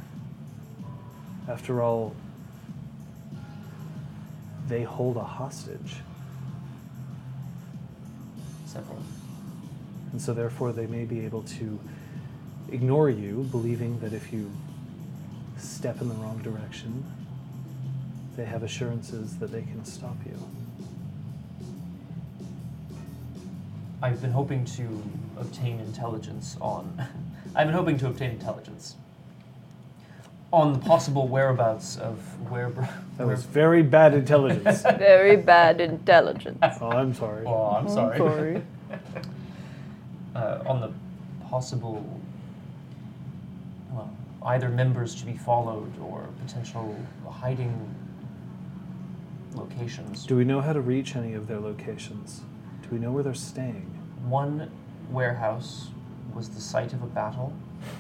[SPEAKER 5] After all, they hold a hostage,
[SPEAKER 1] Several.
[SPEAKER 5] and so therefore they may be able to ignore you, believing that if you step in the wrong direction, they have assurances that they can stop you.
[SPEAKER 1] I've been hoping to obtain intelligence on. *laughs* I've been hoping to obtain intelligence on the possible whereabouts of where.
[SPEAKER 5] That was very bad intelligence.
[SPEAKER 6] *laughs*
[SPEAKER 5] *laughs*
[SPEAKER 6] Very bad intelligence.
[SPEAKER 5] oh, I'm sorry.
[SPEAKER 1] Oh, I'm sorry.
[SPEAKER 6] sorry.
[SPEAKER 1] *laughs* uh, on the possible, well, either members to be followed or potential hiding locations.
[SPEAKER 5] Do we know how to reach any of their locations? Do we know where they're staying?
[SPEAKER 1] One warehouse was the site of a battle.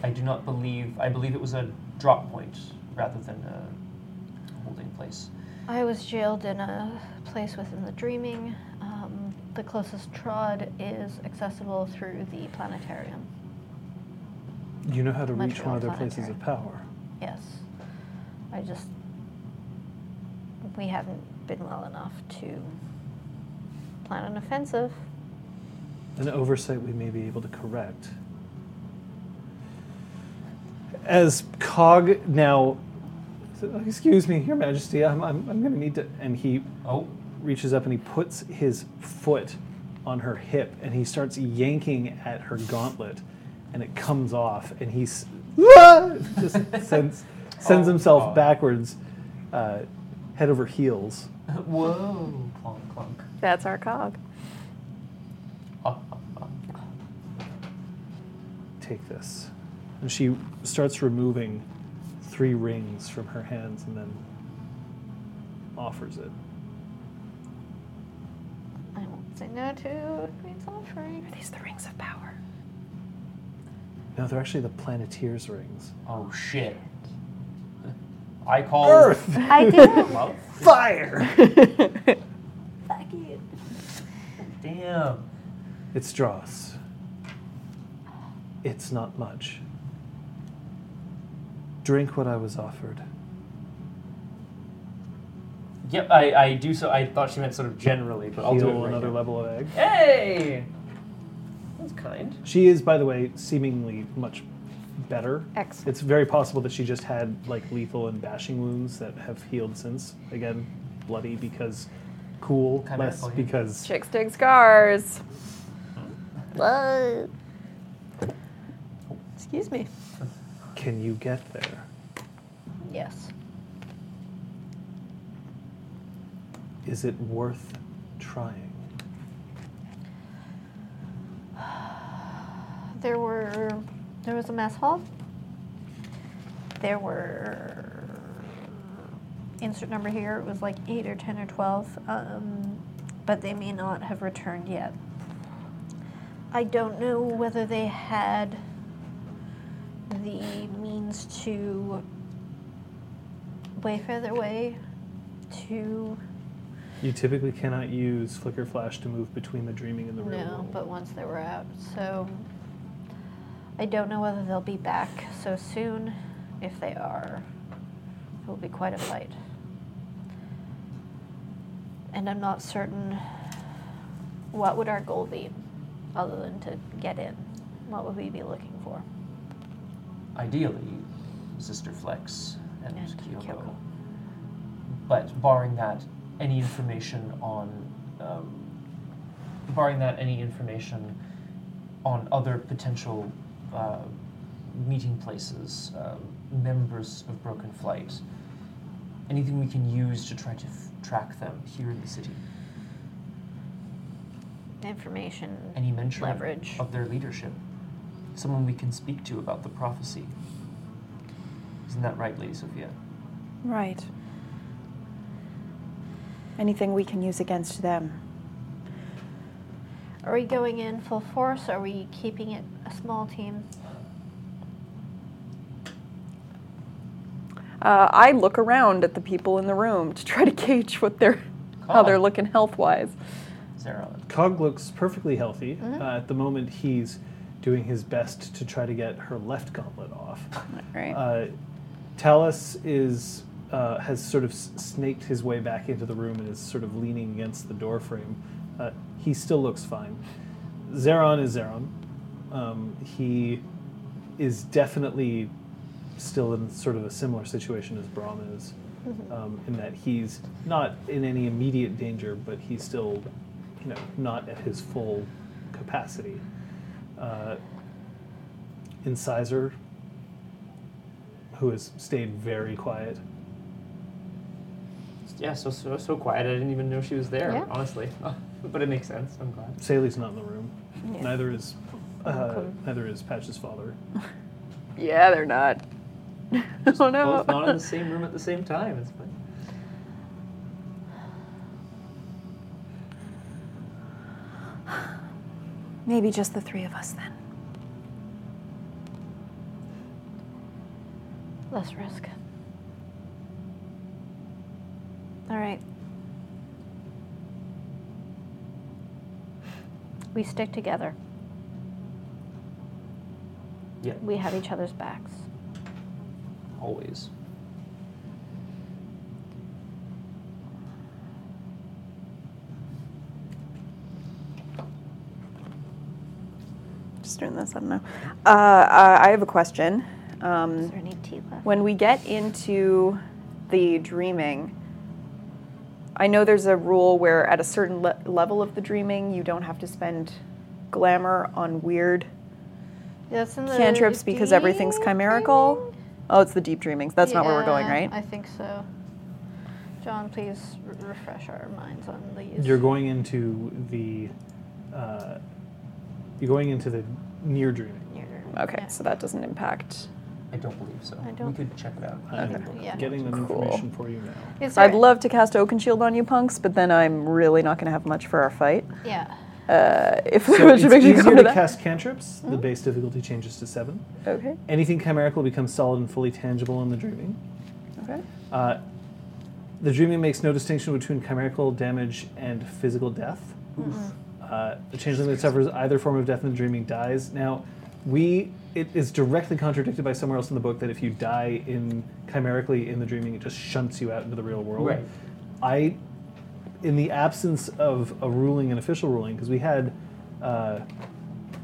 [SPEAKER 1] I do not believe. I believe it was a drop point rather than a holding place.
[SPEAKER 3] I was jailed in a place within the dreaming. Um, the closest trod is accessible through the planetarium.
[SPEAKER 5] You know how to reach
[SPEAKER 3] Montreal
[SPEAKER 5] one of their places
[SPEAKER 3] Planetary.
[SPEAKER 5] of power.
[SPEAKER 3] Yes. I just. We haven't been well enough to plan an offensive.
[SPEAKER 5] an oversight we may be able to correct. as Cog now, excuse me, Your Majesty, I'm, I'm, I'm going to need to. And he
[SPEAKER 1] Oh, *laughs*
[SPEAKER 5] reaches up and he puts his foot on her hip and he starts yanking at her gauntlet and it comes off and he s- *laughs* just sends, sends
[SPEAKER 1] Oh,
[SPEAKER 5] himself
[SPEAKER 1] God.
[SPEAKER 5] backwards, uh, head over heels.
[SPEAKER 1] whoa, clonk, clonk.
[SPEAKER 6] That's our cog.
[SPEAKER 1] Ah, ah, ah.
[SPEAKER 5] Take this. And she starts removing three rings from her hands and then offers it.
[SPEAKER 3] I won't say no to Queen's offering.
[SPEAKER 6] These the rings of power.
[SPEAKER 5] No, they're actually the Planeteer's rings.
[SPEAKER 1] Oh shit. I call
[SPEAKER 3] I *laughs* did.
[SPEAKER 1] Love?
[SPEAKER 5] Fire!
[SPEAKER 7] Fuck you.
[SPEAKER 1] Damn.
[SPEAKER 5] It's dross. It's not much. Drink what I was offered.
[SPEAKER 1] Yep, I, I do so. I thought she meant sort of generally, but I'll do it
[SPEAKER 5] Heal
[SPEAKER 1] right
[SPEAKER 5] another
[SPEAKER 1] now.
[SPEAKER 5] level of egg.
[SPEAKER 1] Hey, that's kind.
[SPEAKER 5] She is, by the way, seemingly much better.
[SPEAKER 8] Excellent.
[SPEAKER 5] It's very possible that she just had like lethal and bashing wounds that have healed since. Again, bloody because cool,
[SPEAKER 1] Kinda
[SPEAKER 5] less
[SPEAKER 1] funny.
[SPEAKER 5] because
[SPEAKER 6] Chicks dig scars.
[SPEAKER 7] Whoa. Excuse me.
[SPEAKER 5] can you get there?
[SPEAKER 3] yes.
[SPEAKER 5] Is it worth trying?
[SPEAKER 3] *sighs* There were. There was a mess hall. There were. uh, Insert number here. It was like eight or ten or twelve. Um, but they may not have returned yet. I don't know whether they had the means to wayfare their way to.
[SPEAKER 5] You typically cannot use flicker flash to move between the dreaming and the real
[SPEAKER 3] No,
[SPEAKER 5] world.
[SPEAKER 3] but once they were out, so I don't know whether they'll be back so soon. If they are, it will be quite a fight. And I'm not certain what would our goal be, other than to get in. What would we be looking for?
[SPEAKER 1] Ideally, Sister Flex and,
[SPEAKER 3] And
[SPEAKER 1] Kyoko.
[SPEAKER 3] Kyoko.
[SPEAKER 1] But barring that, any information on, um, barring that, any information on other potential uh, meeting places, um members of Broken Flight, anything we can use to try to f- track them here in the city,
[SPEAKER 3] Information.
[SPEAKER 1] any mention
[SPEAKER 3] Leverage.
[SPEAKER 1] of their leadership, someone we can speak to about the prophecy. Isn't that right, Lady Sophia?
[SPEAKER 8] Right. Anything we can use against them.
[SPEAKER 3] Are we going in full force? Are we keeping it a small team?
[SPEAKER 6] Uh, I look around at the people in the room to try to gauge what they're how they're
[SPEAKER 1] Cog.
[SPEAKER 6] looking health wise.
[SPEAKER 1] Sarah.
[SPEAKER 5] Cog looks perfectly healthy. Uh, at the moment, he's doing his best to try to get her left gauntlet off.
[SPEAKER 6] Right.
[SPEAKER 5] Uh, Talus is uh, has sort of s- snaked his way back into the room and is sort of leaning against the doorframe. Uh, he still looks fine. Zeron is Zeron. Um, he is definitely still in sort of a similar situation as Brahm is, um, in that he's not in any immediate danger, but he's still, you know, not at his full capacity. Uh, incisor who has stayed very quiet.
[SPEAKER 1] Yeah, so, so so quiet. I didn't even know she was there,
[SPEAKER 3] Yeah.
[SPEAKER 1] honestly. *laughs* but it makes sense. I'm glad.
[SPEAKER 5] Sally's not in the room.
[SPEAKER 3] Yeah.
[SPEAKER 5] Neither is uh, neither is Patch's father.
[SPEAKER 6] yeah, they're not. *laughs* oh no.
[SPEAKER 1] Both not
[SPEAKER 6] *laughs*
[SPEAKER 1] in the same room at the same time. It's funny.
[SPEAKER 8] Maybe just the three of us then.
[SPEAKER 3] Less risk. All right. We stick together.
[SPEAKER 1] Yeah,
[SPEAKER 3] We have each other's backs.
[SPEAKER 1] always.
[SPEAKER 6] Just doing this. I don't know. Uh, uh, I have a question. Uh, Um,
[SPEAKER 7] Is there any tea left?
[SPEAKER 6] when we get into the dreaming, I know there's a rule where at a certain le- level of the dreaming, you don't have to spend glamour on weird
[SPEAKER 3] That's in the
[SPEAKER 6] cantrips because everything's
[SPEAKER 3] deep
[SPEAKER 6] chimerical.
[SPEAKER 3] dreaming?
[SPEAKER 6] Oh, it's the deep dreamings. That's not where we're going,
[SPEAKER 3] Yeah,
[SPEAKER 6] right?
[SPEAKER 3] I think so. John, please r- refresh our minds on these.
[SPEAKER 5] You're going into the. Uh, you're going into the near dreaming.
[SPEAKER 3] You're-
[SPEAKER 6] Okay,
[SPEAKER 3] yeah.
[SPEAKER 6] so that doesn't impact.
[SPEAKER 1] I don't believe so.
[SPEAKER 3] I don't-
[SPEAKER 1] We could check it out.
[SPEAKER 5] I'm
[SPEAKER 3] Yeah.
[SPEAKER 5] getting the
[SPEAKER 6] Cool.
[SPEAKER 5] information for you now.
[SPEAKER 3] *laughs* It's
[SPEAKER 6] I'd
[SPEAKER 3] alright.
[SPEAKER 6] love to cast Oaken Shield on you punks, but then I'm really not going to have much for our fight.
[SPEAKER 3] Yeah.
[SPEAKER 6] Uh, *laughs* if
[SPEAKER 5] So
[SPEAKER 6] which
[SPEAKER 5] it's
[SPEAKER 6] makes you
[SPEAKER 5] easier
[SPEAKER 6] come
[SPEAKER 5] to
[SPEAKER 6] to that.
[SPEAKER 5] cast cantrips.
[SPEAKER 3] Hmm?
[SPEAKER 5] The base difficulty changes to seven.
[SPEAKER 6] Okay,
[SPEAKER 5] Anything chimerical becomes solid and fully tangible in the dreaming.
[SPEAKER 6] okay.
[SPEAKER 5] Uh, the dreaming makes no distinction between chimerical damage and physical death. Uh, the changeling that suffers either form of death in the dreaming dies. Now, we it is directly contradicted by somewhere else in the book that if you die in chimerically in the dreaming, it just shunts you out into the real world.
[SPEAKER 1] Right.
[SPEAKER 5] I, in the absence of a ruling, an official ruling, because we had, uh,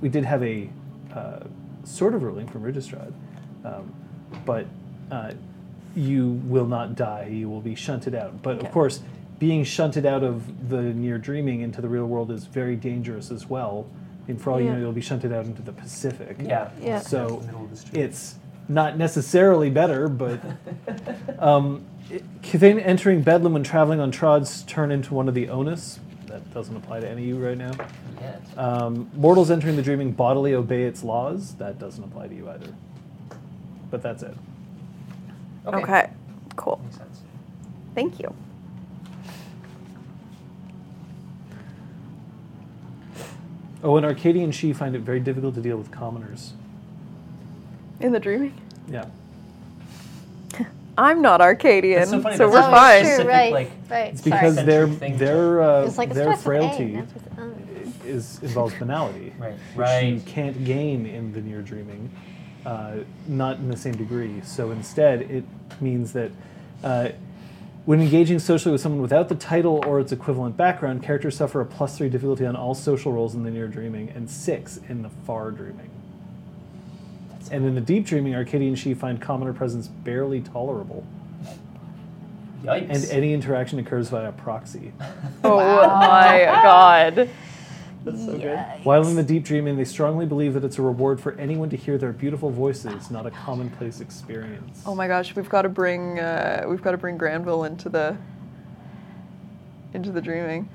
[SPEAKER 5] we did have a uh, sort of ruling from Registrad, um, but uh, you will not die. You will be shunted out. But of course, being shunted out of the near dreaming into the real world is very dangerous as well. And for all you
[SPEAKER 3] Yeah.
[SPEAKER 5] know, you'll be shunted out into the Pacific.
[SPEAKER 1] Yeah.
[SPEAKER 3] Yeah.
[SPEAKER 5] So
[SPEAKER 1] Middle of the street. *laughs*
[SPEAKER 5] it's not necessarily better, but um, it- Kithane entering Bedlam when traveling on trods turn into one of the onus. That doesn't apply to any of you right now.
[SPEAKER 1] Yes.
[SPEAKER 5] Um, mortals entering the dreaming bodily obey its laws. That doesn't apply to you either. But that's it.
[SPEAKER 6] Okay. Cool.
[SPEAKER 1] Makes sense.
[SPEAKER 6] Thank you.
[SPEAKER 5] Oh, and Arcadian she find it very difficult to deal with commoners.
[SPEAKER 6] In the dreaming?
[SPEAKER 5] Yeah.
[SPEAKER 6] I'm not Arcadian,
[SPEAKER 1] That's so funny,
[SPEAKER 6] so
[SPEAKER 1] that's
[SPEAKER 6] we're
[SPEAKER 1] such a
[SPEAKER 6] fine.
[SPEAKER 1] specific,
[SPEAKER 3] Oh, right,
[SPEAKER 1] like-
[SPEAKER 3] right.
[SPEAKER 5] It's because
[SPEAKER 1] Sorry.
[SPEAKER 5] their
[SPEAKER 1] Century thing.
[SPEAKER 5] their uh,
[SPEAKER 3] It's like, it
[SPEAKER 5] their
[SPEAKER 3] starts with A, and
[SPEAKER 5] frailty
[SPEAKER 3] that's with um.
[SPEAKER 5] is involves banality.
[SPEAKER 1] Right.
[SPEAKER 5] which you
[SPEAKER 1] Right.
[SPEAKER 5] can't gain in the near dreaming, uh, not in the same degree. So instead, it means that uh, when engaging socially with someone without the title or its equivalent background, characters suffer a plus three difficulty on all social roles in the near dreaming and six in the far dreaming. And in the deep dreaming, Arcadian she find commoner presence barely tolerable,
[SPEAKER 1] Yikes. *laughs*
[SPEAKER 5] and any interaction occurs via proxy.
[SPEAKER 6] Oh *laughs* my god.
[SPEAKER 5] While in the deep dreaming, they strongly believe that it's a reward for anyone to hear their beautiful voices, not a commonplace experience.
[SPEAKER 6] Oh my gosh, we've got to bring uh, we've got to bring Granville into the into the dreaming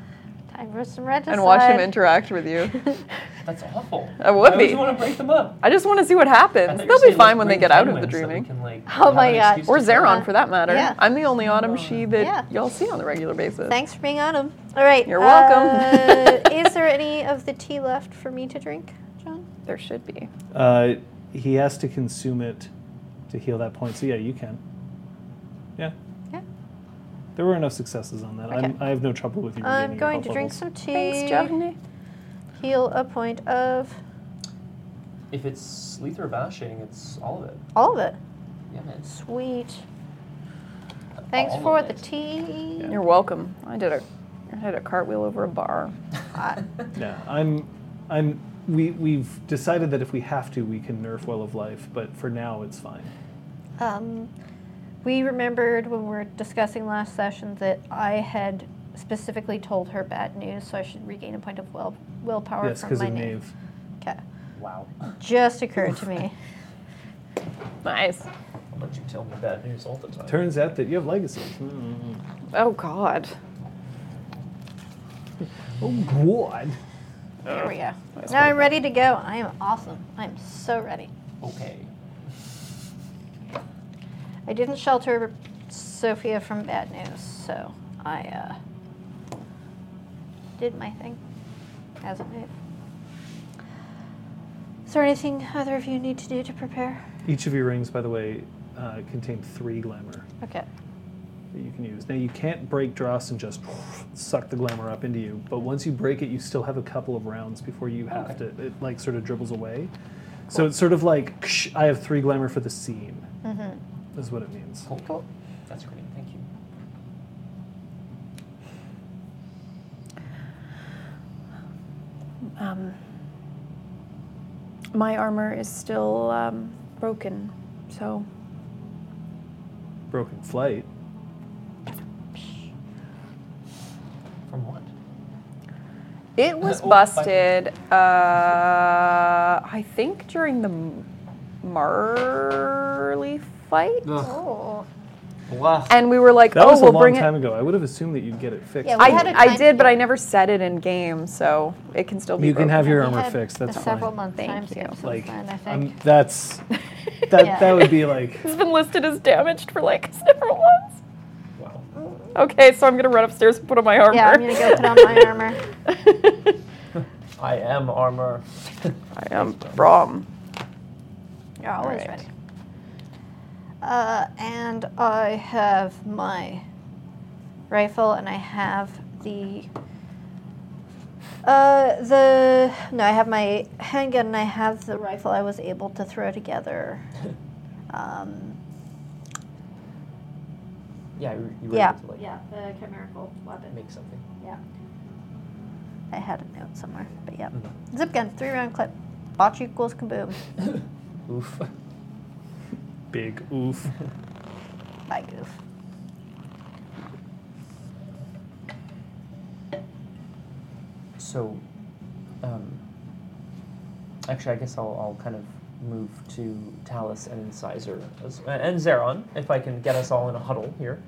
[SPEAKER 3] Time for some red
[SPEAKER 6] and watch him interact with *laughs* you.
[SPEAKER 3] *laughs*
[SPEAKER 1] That's awful.
[SPEAKER 6] That would
[SPEAKER 1] I
[SPEAKER 6] be.
[SPEAKER 1] always want to break them up.
[SPEAKER 6] I just want to see what
[SPEAKER 1] I
[SPEAKER 6] happens.
[SPEAKER 1] thought you
[SPEAKER 6] They'll
[SPEAKER 1] were
[SPEAKER 6] be
[SPEAKER 1] saying,
[SPEAKER 6] fine
[SPEAKER 1] let's
[SPEAKER 6] when they
[SPEAKER 1] bring
[SPEAKER 6] get out of the
[SPEAKER 1] penguins so we
[SPEAKER 6] dreaming.
[SPEAKER 1] can, like,
[SPEAKER 3] Oh
[SPEAKER 1] have
[SPEAKER 3] my
[SPEAKER 1] an
[SPEAKER 3] God.
[SPEAKER 1] excuse
[SPEAKER 6] Or
[SPEAKER 1] to play.
[SPEAKER 6] Xeron for that matter.
[SPEAKER 3] Yeah.
[SPEAKER 6] I'm the only autumn she that
[SPEAKER 3] Yeah.
[SPEAKER 6] y'all see on a regular basis.
[SPEAKER 3] Thanks for being on him. All right.
[SPEAKER 6] You're welcome.
[SPEAKER 3] uh,
[SPEAKER 6] *laughs*
[SPEAKER 3] is there any of the tea left for me to drink, John?
[SPEAKER 6] There should be.
[SPEAKER 5] Uh, he has to consume it to heal that point. So yeah, you can. Yeah.
[SPEAKER 3] Yeah.
[SPEAKER 5] There were enough successes on that. I'm, I have no trouble with you. regaining
[SPEAKER 3] I'm
[SPEAKER 5] your
[SPEAKER 3] going
[SPEAKER 5] health
[SPEAKER 3] to drink
[SPEAKER 5] levels.
[SPEAKER 3] some tea.
[SPEAKER 6] Thanks, Giovanni.
[SPEAKER 3] Heal a point of
[SPEAKER 1] If it's Lether bashing, it's all of it.
[SPEAKER 3] all of it.
[SPEAKER 1] Yeah, man. it's
[SPEAKER 3] Sweet. Thanks
[SPEAKER 1] all
[SPEAKER 3] for
[SPEAKER 1] of
[SPEAKER 3] the
[SPEAKER 1] it.
[SPEAKER 3] tea.
[SPEAKER 6] You're welcome. I did a I did a cartwheel over a bar.
[SPEAKER 1] *laughs*
[SPEAKER 3] uh,
[SPEAKER 5] Yeah, I'm. I'm. We we've decided that if we have to, we can nerf Well of Life, but for now it's fine.
[SPEAKER 3] Um, we remembered when we were discussing last session that I had specifically told her bad news, so I should regain a point of will willpower
[SPEAKER 5] yes,
[SPEAKER 3] from
[SPEAKER 5] because
[SPEAKER 3] my
[SPEAKER 5] of
[SPEAKER 3] name.
[SPEAKER 5] Nave.
[SPEAKER 3] Okay,
[SPEAKER 1] Wow.
[SPEAKER 3] just occurred to me.
[SPEAKER 6] Nice.
[SPEAKER 1] I'll let you tell me bad news all the time.
[SPEAKER 5] Turns out that you have legacies. Mm.
[SPEAKER 6] Oh god.
[SPEAKER 5] Oh God. Oh.
[SPEAKER 3] There we go. Now I'm ready to go. I am awesome. I am so ready.
[SPEAKER 1] Okay.
[SPEAKER 3] I didn't shelter Sophia from bad news, so I uh, did my thing as a knight. Is there anything either of you need to do to prepare?
[SPEAKER 5] Each of your rings, by the way, uh, contain three glamour
[SPEAKER 3] Okay.
[SPEAKER 5] that you can use. Now you can't break dross and just suck the glamour up into you, but once you break it, you still have a couple of rounds before you have to. It like sort of dribbles away. So it's sort of like "Ksh, I have three glamour for the scene.
[SPEAKER 3] Mm-hmm.
[SPEAKER 5] Is what it means.
[SPEAKER 1] Cool. Cool. That's great. Thank you.
[SPEAKER 6] Um, my armor is still um, broken,
[SPEAKER 8] So
[SPEAKER 5] Broken flight.
[SPEAKER 1] From what?
[SPEAKER 6] It
[SPEAKER 1] *laughs*
[SPEAKER 6] was
[SPEAKER 1] Oh, I-
[SPEAKER 6] busted, uh, I think, during the M-
[SPEAKER 3] *laughs*
[SPEAKER 6] Marley fight.
[SPEAKER 3] Oh.
[SPEAKER 1] Wow.
[SPEAKER 6] And we were like,
[SPEAKER 5] That
[SPEAKER 6] oh,
[SPEAKER 5] was a
[SPEAKER 6] we'll
[SPEAKER 5] long
[SPEAKER 6] bring
[SPEAKER 5] time
[SPEAKER 6] it.
[SPEAKER 5] ago. I would have assumed that you'd get it fixed.
[SPEAKER 3] Yeah, we
[SPEAKER 6] I,
[SPEAKER 3] had a
[SPEAKER 6] I
[SPEAKER 3] time-
[SPEAKER 6] did, but I never said it in game, so it can still be.
[SPEAKER 5] you can
[SPEAKER 6] broken.
[SPEAKER 5] have your
[SPEAKER 3] We
[SPEAKER 5] armor
[SPEAKER 3] had
[SPEAKER 5] fixed. That's
[SPEAKER 3] a
[SPEAKER 5] fine.
[SPEAKER 3] several month
[SPEAKER 6] Thank
[SPEAKER 3] time
[SPEAKER 6] you.
[SPEAKER 3] skip since
[SPEAKER 5] Like,
[SPEAKER 3] then, I
[SPEAKER 5] *laughs*
[SPEAKER 3] think.
[SPEAKER 5] Um, that's that.
[SPEAKER 3] *laughs* Yeah.
[SPEAKER 5] That would be like
[SPEAKER 6] It's *laughs* been listed as damaged for like *laughs* several months.
[SPEAKER 1] Wow.
[SPEAKER 6] Okay, so I'm gonna run upstairs and put on my armor.
[SPEAKER 3] Yeah, I'm gonna go put on my armor.
[SPEAKER 1] I am armor. *laughs*
[SPEAKER 6] I am Brom.
[SPEAKER 3] You're always
[SPEAKER 6] Alright.
[SPEAKER 3] ready. Uh, and I have my rifle, and I have the uh the no, I have my handgun, and I have the rifle I was able to throw together. Um,
[SPEAKER 1] Yeah, you you were
[SPEAKER 3] Yeah.
[SPEAKER 1] able to like
[SPEAKER 7] Yeah, the chimerical weapon.
[SPEAKER 1] make something.
[SPEAKER 3] I had a note somewhere, but yeah,
[SPEAKER 1] Mm-hmm.
[SPEAKER 3] zip gun, three round clip, botch equals kaboom.
[SPEAKER 1] Oof. *laughs*
[SPEAKER 5] big oof.
[SPEAKER 3] I goof.
[SPEAKER 1] So, um, actually, I guess I'll, I'll kind of move to Talus and Incisor as, and Zeron if I can get us all in a huddle here.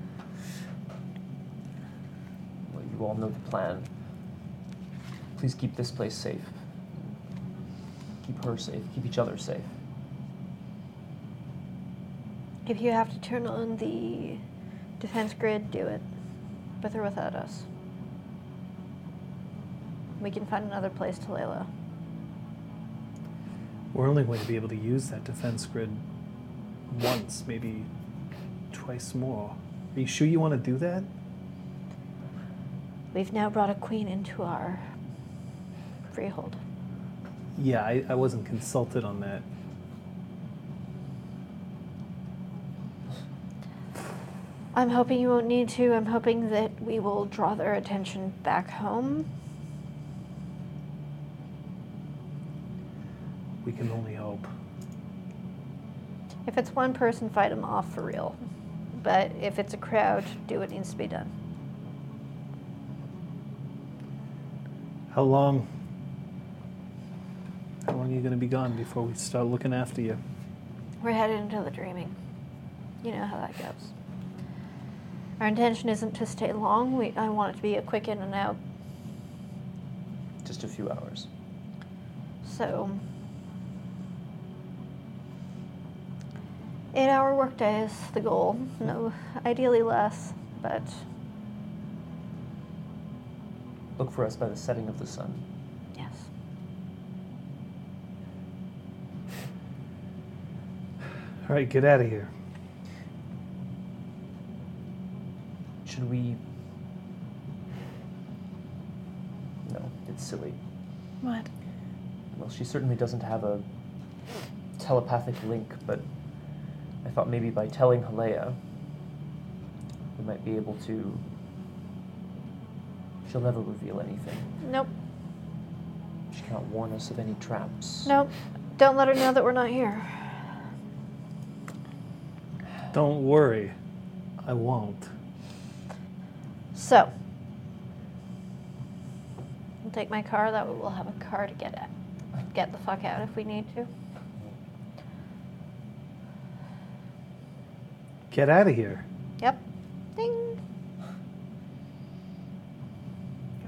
[SPEAKER 1] Well, you all know the plan. Please keep this place safe. Keep her safe. Keep each other safe.
[SPEAKER 3] If you have to turn on the defense grid, do it. With or without us. We can find another place to lay low.
[SPEAKER 5] We're only going to be able to use that defense grid once, maybe twice more. Are you sure you want to do that?
[SPEAKER 3] We've now brought a queen into our freehold.
[SPEAKER 5] Yeah, I, I wasn't consulted on that.
[SPEAKER 3] I'm hoping you won't need to. I'm hoping that we will draw their attention back home.
[SPEAKER 5] We can only hope.
[SPEAKER 3] If it's one person, fight them off for real. But if it's a crowd, do what needs to be done.
[SPEAKER 5] How long? How long are you going to be gone before we start looking after you?
[SPEAKER 3] We're headed into the dreaming. You know how that goes. Our intention isn't to stay long. We, I want it to be a quick in and out.
[SPEAKER 1] Just a few hours.
[SPEAKER 3] So, eight-hour workday is the goal. No, ideally less, but
[SPEAKER 1] Look for us by the setting of the sun.
[SPEAKER 3] yes.
[SPEAKER 5] All right, get out of here.
[SPEAKER 1] Should we? No, it's silly.
[SPEAKER 8] what?
[SPEAKER 1] Well, she certainly doesn't have a telepathic link, but I thought maybe by telling Halea, we might be able to. She'll never reveal anything.
[SPEAKER 3] Nope.
[SPEAKER 1] She cannot warn us of any traps.
[SPEAKER 3] Nope. Don't let her know that we're not here.
[SPEAKER 5] Don't worry, I won't.
[SPEAKER 3] So, I'll take my car. That way, we'll have a car to get at. Get the fuck out if we need to.
[SPEAKER 5] Get out of here.
[SPEAKER 3] Yep. Ding.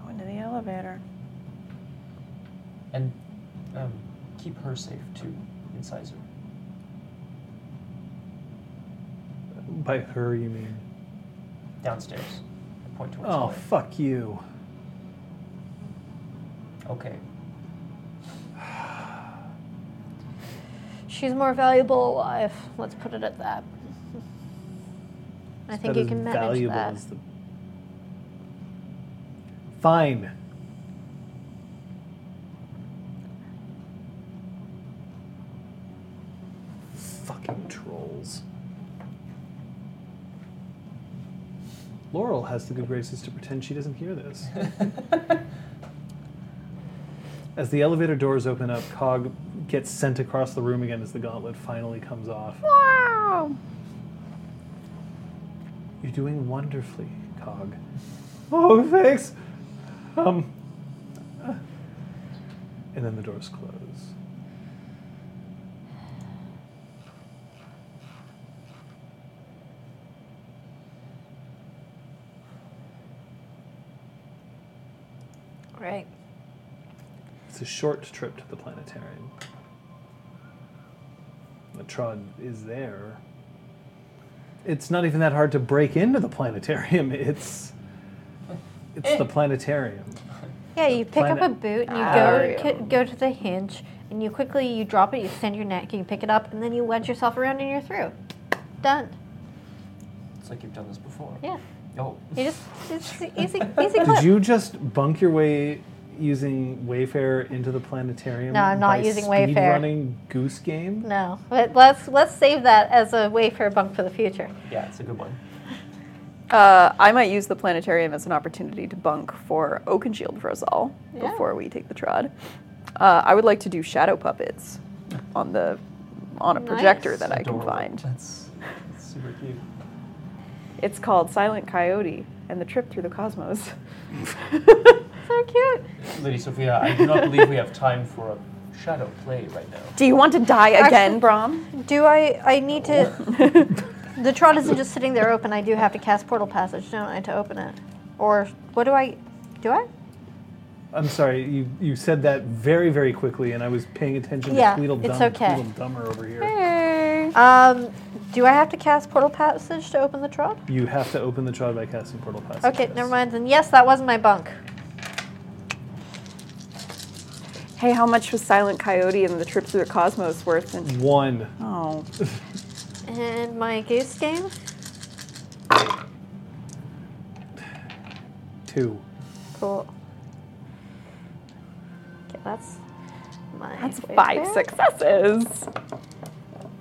[SPEAKER 8] Go into the elevator.
[SPEAKER 1] And um, keep her safe too, incisor.
[SPEAKER 5] By her, you mean?
[SPEAKER 1] Downstairs. I point towards
[SPEAKER 5] Oh,
[SPEAKER 1] Halea.
[SPEAKER 5] fuck you.
[SPEAKER 1] Okay.
[SPEAKER 3] She's more valuable alive. Let's put it at that. I think
[SPEAKER 5] That
[SPEAKER 3] you
[SPEAKER 5] is
[SPEAKER 3] can manage
[SPEAKER 5] valuable
[SPEAKER 3] that.
[SPEAKER 5] as the- Fine. Fucking trolls. Laurel has the good graces to pretend she doesn't hear this. As the elevator doors open up, Cog gets sent across the room again as the gauntlet finally comes off.
[SPEAKER 6] Wow.
[SPEAKER 5] You're doing wonderfully, Cog. Oh, thanks. Um. uh, And then the doors close.
[SPEAKER 3] Right.
[SPEAKER 5] It's a short trip to the planetarium. Latrod is there. It's not even that hard to break into the planetarium. *laughs* It's
[SPEAKER 1] *laughs*
[SPEAKER 5] it's
[SPEAKER 3] Eh.
[SPEAKER 5] the planetarium.
[SPEAKER 3] Yeah, you pick up a
[SPEAKER 5] planet-
[SPEAKER 3] boot and you
[SPEAKER 6] Aquarium.
[SPEAKER 3] go ki- go to the hinge, and you quickly you drop it, you extend your neck, you pick it up, and then you wedge yourself around and you're through. Done.
[SPEAKER 1] It's like you've done this before.
[SPEAKER 3] Yeah.
[SPEAKER 1] Oh.
[SPEAKER 3] You just
[SPEAKER 1] *laughs*
[SPEAKER 3] it's easy easy
[SPEAKER 5] Did
[SPEAKER 3] clip.
[SPEAKER 5] you just bunk your way using Wayfair into the planetarium?
[SPEAKER 3] No, I'm not
[SPEAKER 5] by
[SPEAKER 3] using
[SPEAKER 5] speed
[SPEAKER 3] Wayfair.
[SPEAKER 5] Running Goose Game.
[SPEAKER 3] No, but let's let's save that as a way for a bunk for the future.
[SPEAKER 1] Yeah, it's a good one.
[SPEAKER 6] Uh, I might use the planetarium as an opportunity to bunk for Oak and Shield for us all
[SPEAKER 3] Yeah.
[SPEAKER 6] before we take the trod. Uh, I would like to do shadow puppets on the on a
[SPEAKER 3] Nice.
[SPEAKER 6] projector that
[SPEAKER 1] Adorable.
[SPEAKER 6] I can find.
[SPEAKER 1] That's, that's super cute.
[SPEAKER 6] It's called Silent Coyote and the Trip Through the Cosmos. *laughs*
[SPEAKER 3] So cute.
[SPEAKER 1] Lady Sophia, I do not believe we have time for a shadow play right now.
[SPEAKER 6] Do you want to die
[SPEAKER 3] Actually-
[SPEAKER 6] again, Brom?
[SPEAKER 3] Do I I need
[SPEAKER 6] *laughs*
[SPEAKER 3] to? The trot isn't just sitting there open. I do have to cast portal passage, don't I, to open it? Or what do I? Do I?
[SPEAKER 5] I'm sorry, you, you said that very, very quickly, and I was paying attention
[SPEAKER 3] Yeah,
[SPEAKER 5] to Tweedledum
[SPEAKER 3] it's okay. Eh.
[SPEAKER 5] Tweedledummer over here.
[SPEAKER 3] Um, do I have to cast portal passage to open the trot?
[SPEAKER 5] You have to open the trod by casting Portal Passage.
[SPEAKER 3] Okay,
[SPEAKER 5] yes.
[SPEAKER 3] never mind. Then yes, that was my bunk.
[SPEAKER 6] Hey, how much was Silent Coyote and the Trip Through the Cosmos worth? And
[SPEAKER 5] One.
[SPEAKER 6] oh,
[SPEAKER 3] And my goose game.
[SPEAKER 5] Two.
[SPEAKER 3] Cool. Okay, that's my.
[SPEAKER 6] that's
[SPEAKER 3] way there.
[SPEAKER 6] five successes.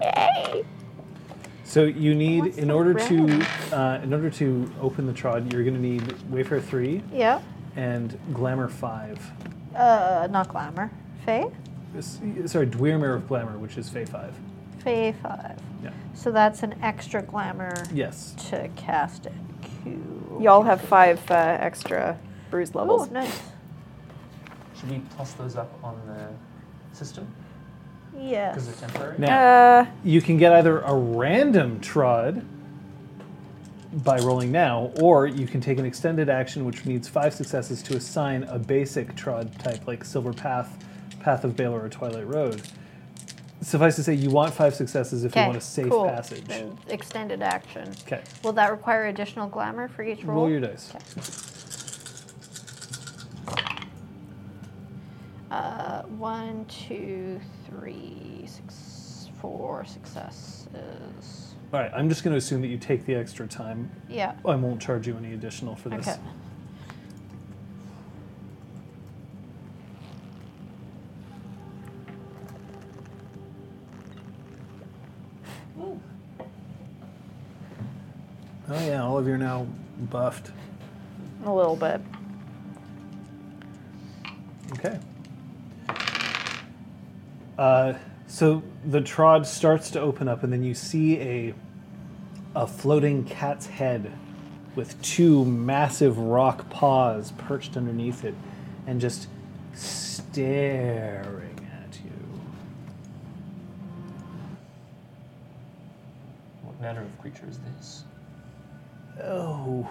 [SPEAKER 6] Yay!
[SPEAKER 5] So you need,
[SPEAKER 3] What's
[SPEAKER 5] in
[SPEAKER 3] the
[SPEAKER 5] order
[SPEAKER 3] red?
[SPEAKER 5] to, uh, in order to open the trod, you're going to need Wayfair three
[SPEAKER 3] Yeah.
[SPEAKER 5] and Glamour five.
[SPEAKER 3] Uh, not glamour. Fae.
[SPEAKER 5] S- Sorry, Dwemer of Glamour, which is Fey five.
[SPEAKER 3] Fae five.
[SPEAKER 5] Yeah.
[SPEAKER 3] So that's an extra glamour
[SPEAKER 5] Yes.
[SPEAKER 3] to cast it. Cool.
[SPEAKER 6] Y'all have five uh, extra bruise
[SPEAKER 3] Oh,
[SPEAKER 6] levels.
[SPEAKER 3] nice.
[SPEAKER 1] Should we toss those up on the system?
[SPEAKER 3] Yes.
[SPEAKER 1] Because they're temporary?
[SPEAKER 5] Now
[SPEAKER 6] Uh,
[SPEAKER 5] you can get either a random trod by rolling now, or you can take an extended action which needs five successes to assign a basic trod type like Silver Path, Path of Baylor, or Twilight Road. Suffice to say, you want five successes if you want a safe
[SPEAKER 3] cool.
[SPEAKER 5] passage.
[SPEAKER 3] Then extended action.
[SPEAKER 5] Okay,
[SPEAKER 3] Will that require additional glamour for each roll?
[SPEAKER 5] roll your dice.
[SPEAKER 3] Uh, one, two, three, six, four successes.
[SPEAKER 5] All right, I'm just going to assume that you take the extra time.
[SPEAKER 3] Yeah.
[SPEAKER 5] I won't charge you any additional for this.
[SPEAKER 3] Okay.
[SPEAKER 5] Oh yeah, all of you are now buffed.
[SPEAKER 6] Uh, a little bit.
[SPEAKER 5] Okay. Uh, so the trod starts to open up, and then you see a a floating cat's head with two massive rock paws perched underneath it, and just staring at you.
[SPEAKER 1] What manner of creature is this?
[SPEAKER 5] Oh,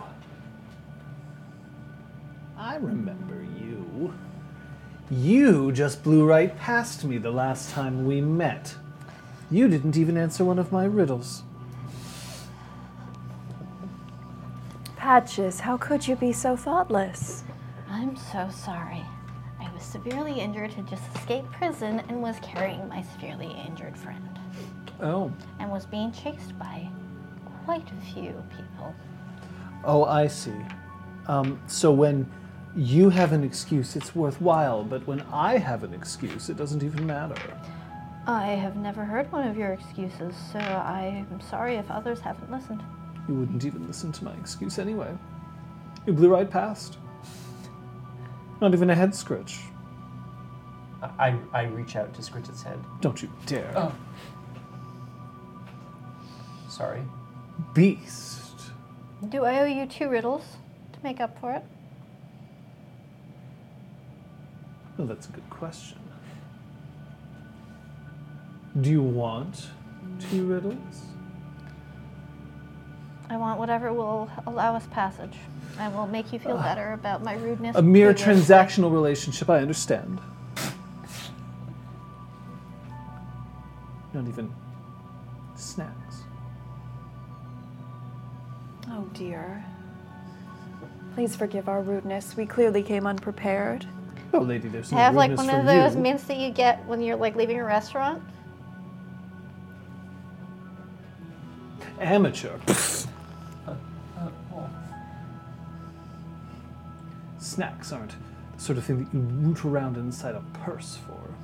[SPEAKER 5] I remember you. You just blew right past me the last time we met. You didn't even answer one of my riddles.
[SPEAKER 8] Patches, how could you be so thoughtless?
[SPEAKER 7] I'm so sorry. I was severely injured, had just escaped prison, and was carrying my severely injured friend,
[SPEAKER 5] Oh.
[SPEAKER 7] and was being chased by quite a few people.
[SPEAKER 5] Oh, I see. Um, so when you have an excuse, it's worthwhile, but when I have an excuse, it doesn't even matter.
[SPEAKER 7] I have never heard one of your excuses, so I'm sorry if others haven't listened.
[SPEAKER 5] You wouldn't even listen to my excuse anyway. You blew right past. Not even a head scratch.
[SPEAKER 1] I, I reach out to Scritchet's head.
[SPEAKER 5] Don't you dare.
[SPEAKER 1] Oh. Sorry.
[SPEAKER 5] Beast.
[SPEAKER 3] Do I owe you two riddles to make up for it?
[SPEAKER 5] Well, Oh, that's a good question. Do you want two riddles?
[SPEAKER 3] I want whatever will allow us passage and will make you feel better about my rudeness.
[SPEAKER 5] A mere
[SPEAKER 3] to you.
[SPEAKER 5] transactional relationship, I understand. Not even snacks.
[SPEAKER 8] Oh dear. Please forgive our rudeness. We clearly came unprepared.
[SPEAKER 5] Oh, lady, there's no
[SPEAKER 3] I have like
[SPEAKER 5] rudeness
[SPEAKER 3] one of
[SPEAKER 5] from
[SPEAKER 3] those
[SPEAKER 5] you.
[SPEAKER 3] mints that you get when you're like leaving a restaurant.
[SPEAKER 5] Amateur. *laughs*
[SPEAKER 1] Uh, oh.
[SPEAKER 5] Snacks aren't the sort of thing that you root around inside a purse for.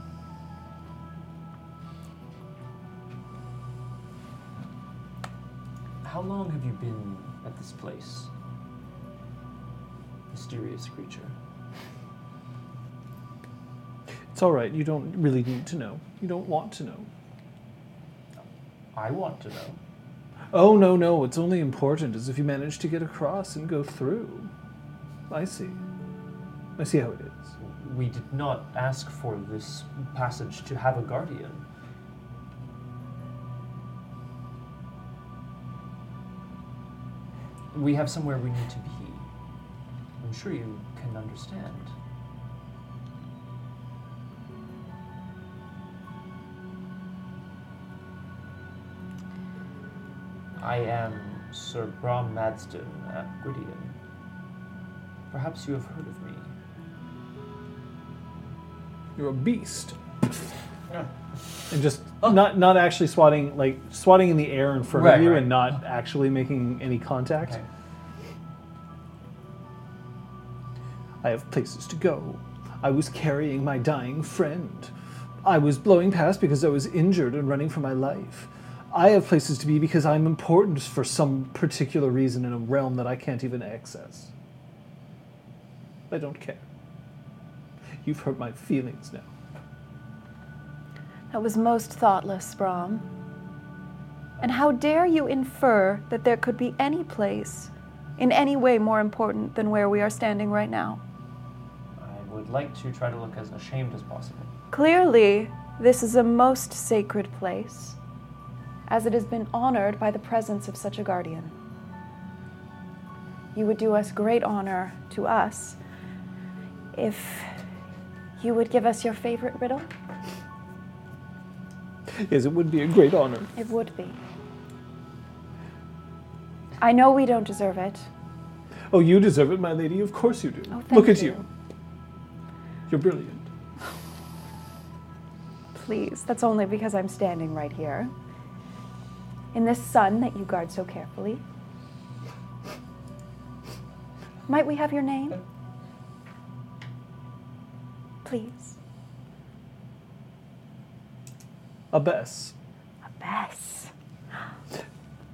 [SPEAKER 1] How long have you been at this place? Mysterious creature.
[SPEAKER 5] It's all right. You don't really need to know. You don't want to know.
[SPEAKER 1] I want to know.
[SPEAKER 5] Oh, no, no. What's only important is if you manage to get across and go through. I see. I see how it is.
[SPEAKER 1] We did not ask for this passage to have a guardian. We have somewhere we need to be. I'm sure you can understand. I am Sir Bram Madston at Gwydion. Perhaps you have heard of me.
[SPEAKER 5] You're a beast. And just not not actually swatting like swatting in the air in front
[SPEAKER 1] Oh. Right,
[SPEAKER 5] of you
[SPEAKER 1] right.
[SPEAKER 5] and not actually making any contact.
[SPEAKER 1] Okay.
[SPEAKER 5] I have places to go. I was carrying my dying friend. I was blowing past because I was injured and running for my life. I have places to be because I'm important for some particular reason in a realm that I can't even access. I don't care. You've hurt my feelings now.
[SPEAKER 8] That was most thoughtless, Brom. And how dare you infer that there could be any place in any way more important than where we are standing right now?
[SPEAKER 1] I would like to try to look as ashamed as possible.
[SPEAKER 8] Clearly, this is a most sacred place, as it has been honored by the presence of such a guardian. You would do us great honor to us if you would give us your favorite riddle.
[SPEAKER 5] Yes, it would be a great honor.
[SPEAKER 8] It would be. I know we don't deserve it.
[SPEAKER 5] Oh, you deserve it, my lady. Of course you do.
[SPEAKER 8] Oh, thank
[SPEAKER 5] Look at
[SPEAKER 8] you.
[SPEAKER 5] you. You're brilliant.
[SPEAKER 8] Please, that's only because I'm standing right here. In this sun that you guard so carefully. Might we have your name? Please.
[SPEAKER 5] Abbess.
[SPEAKER 8] Bess.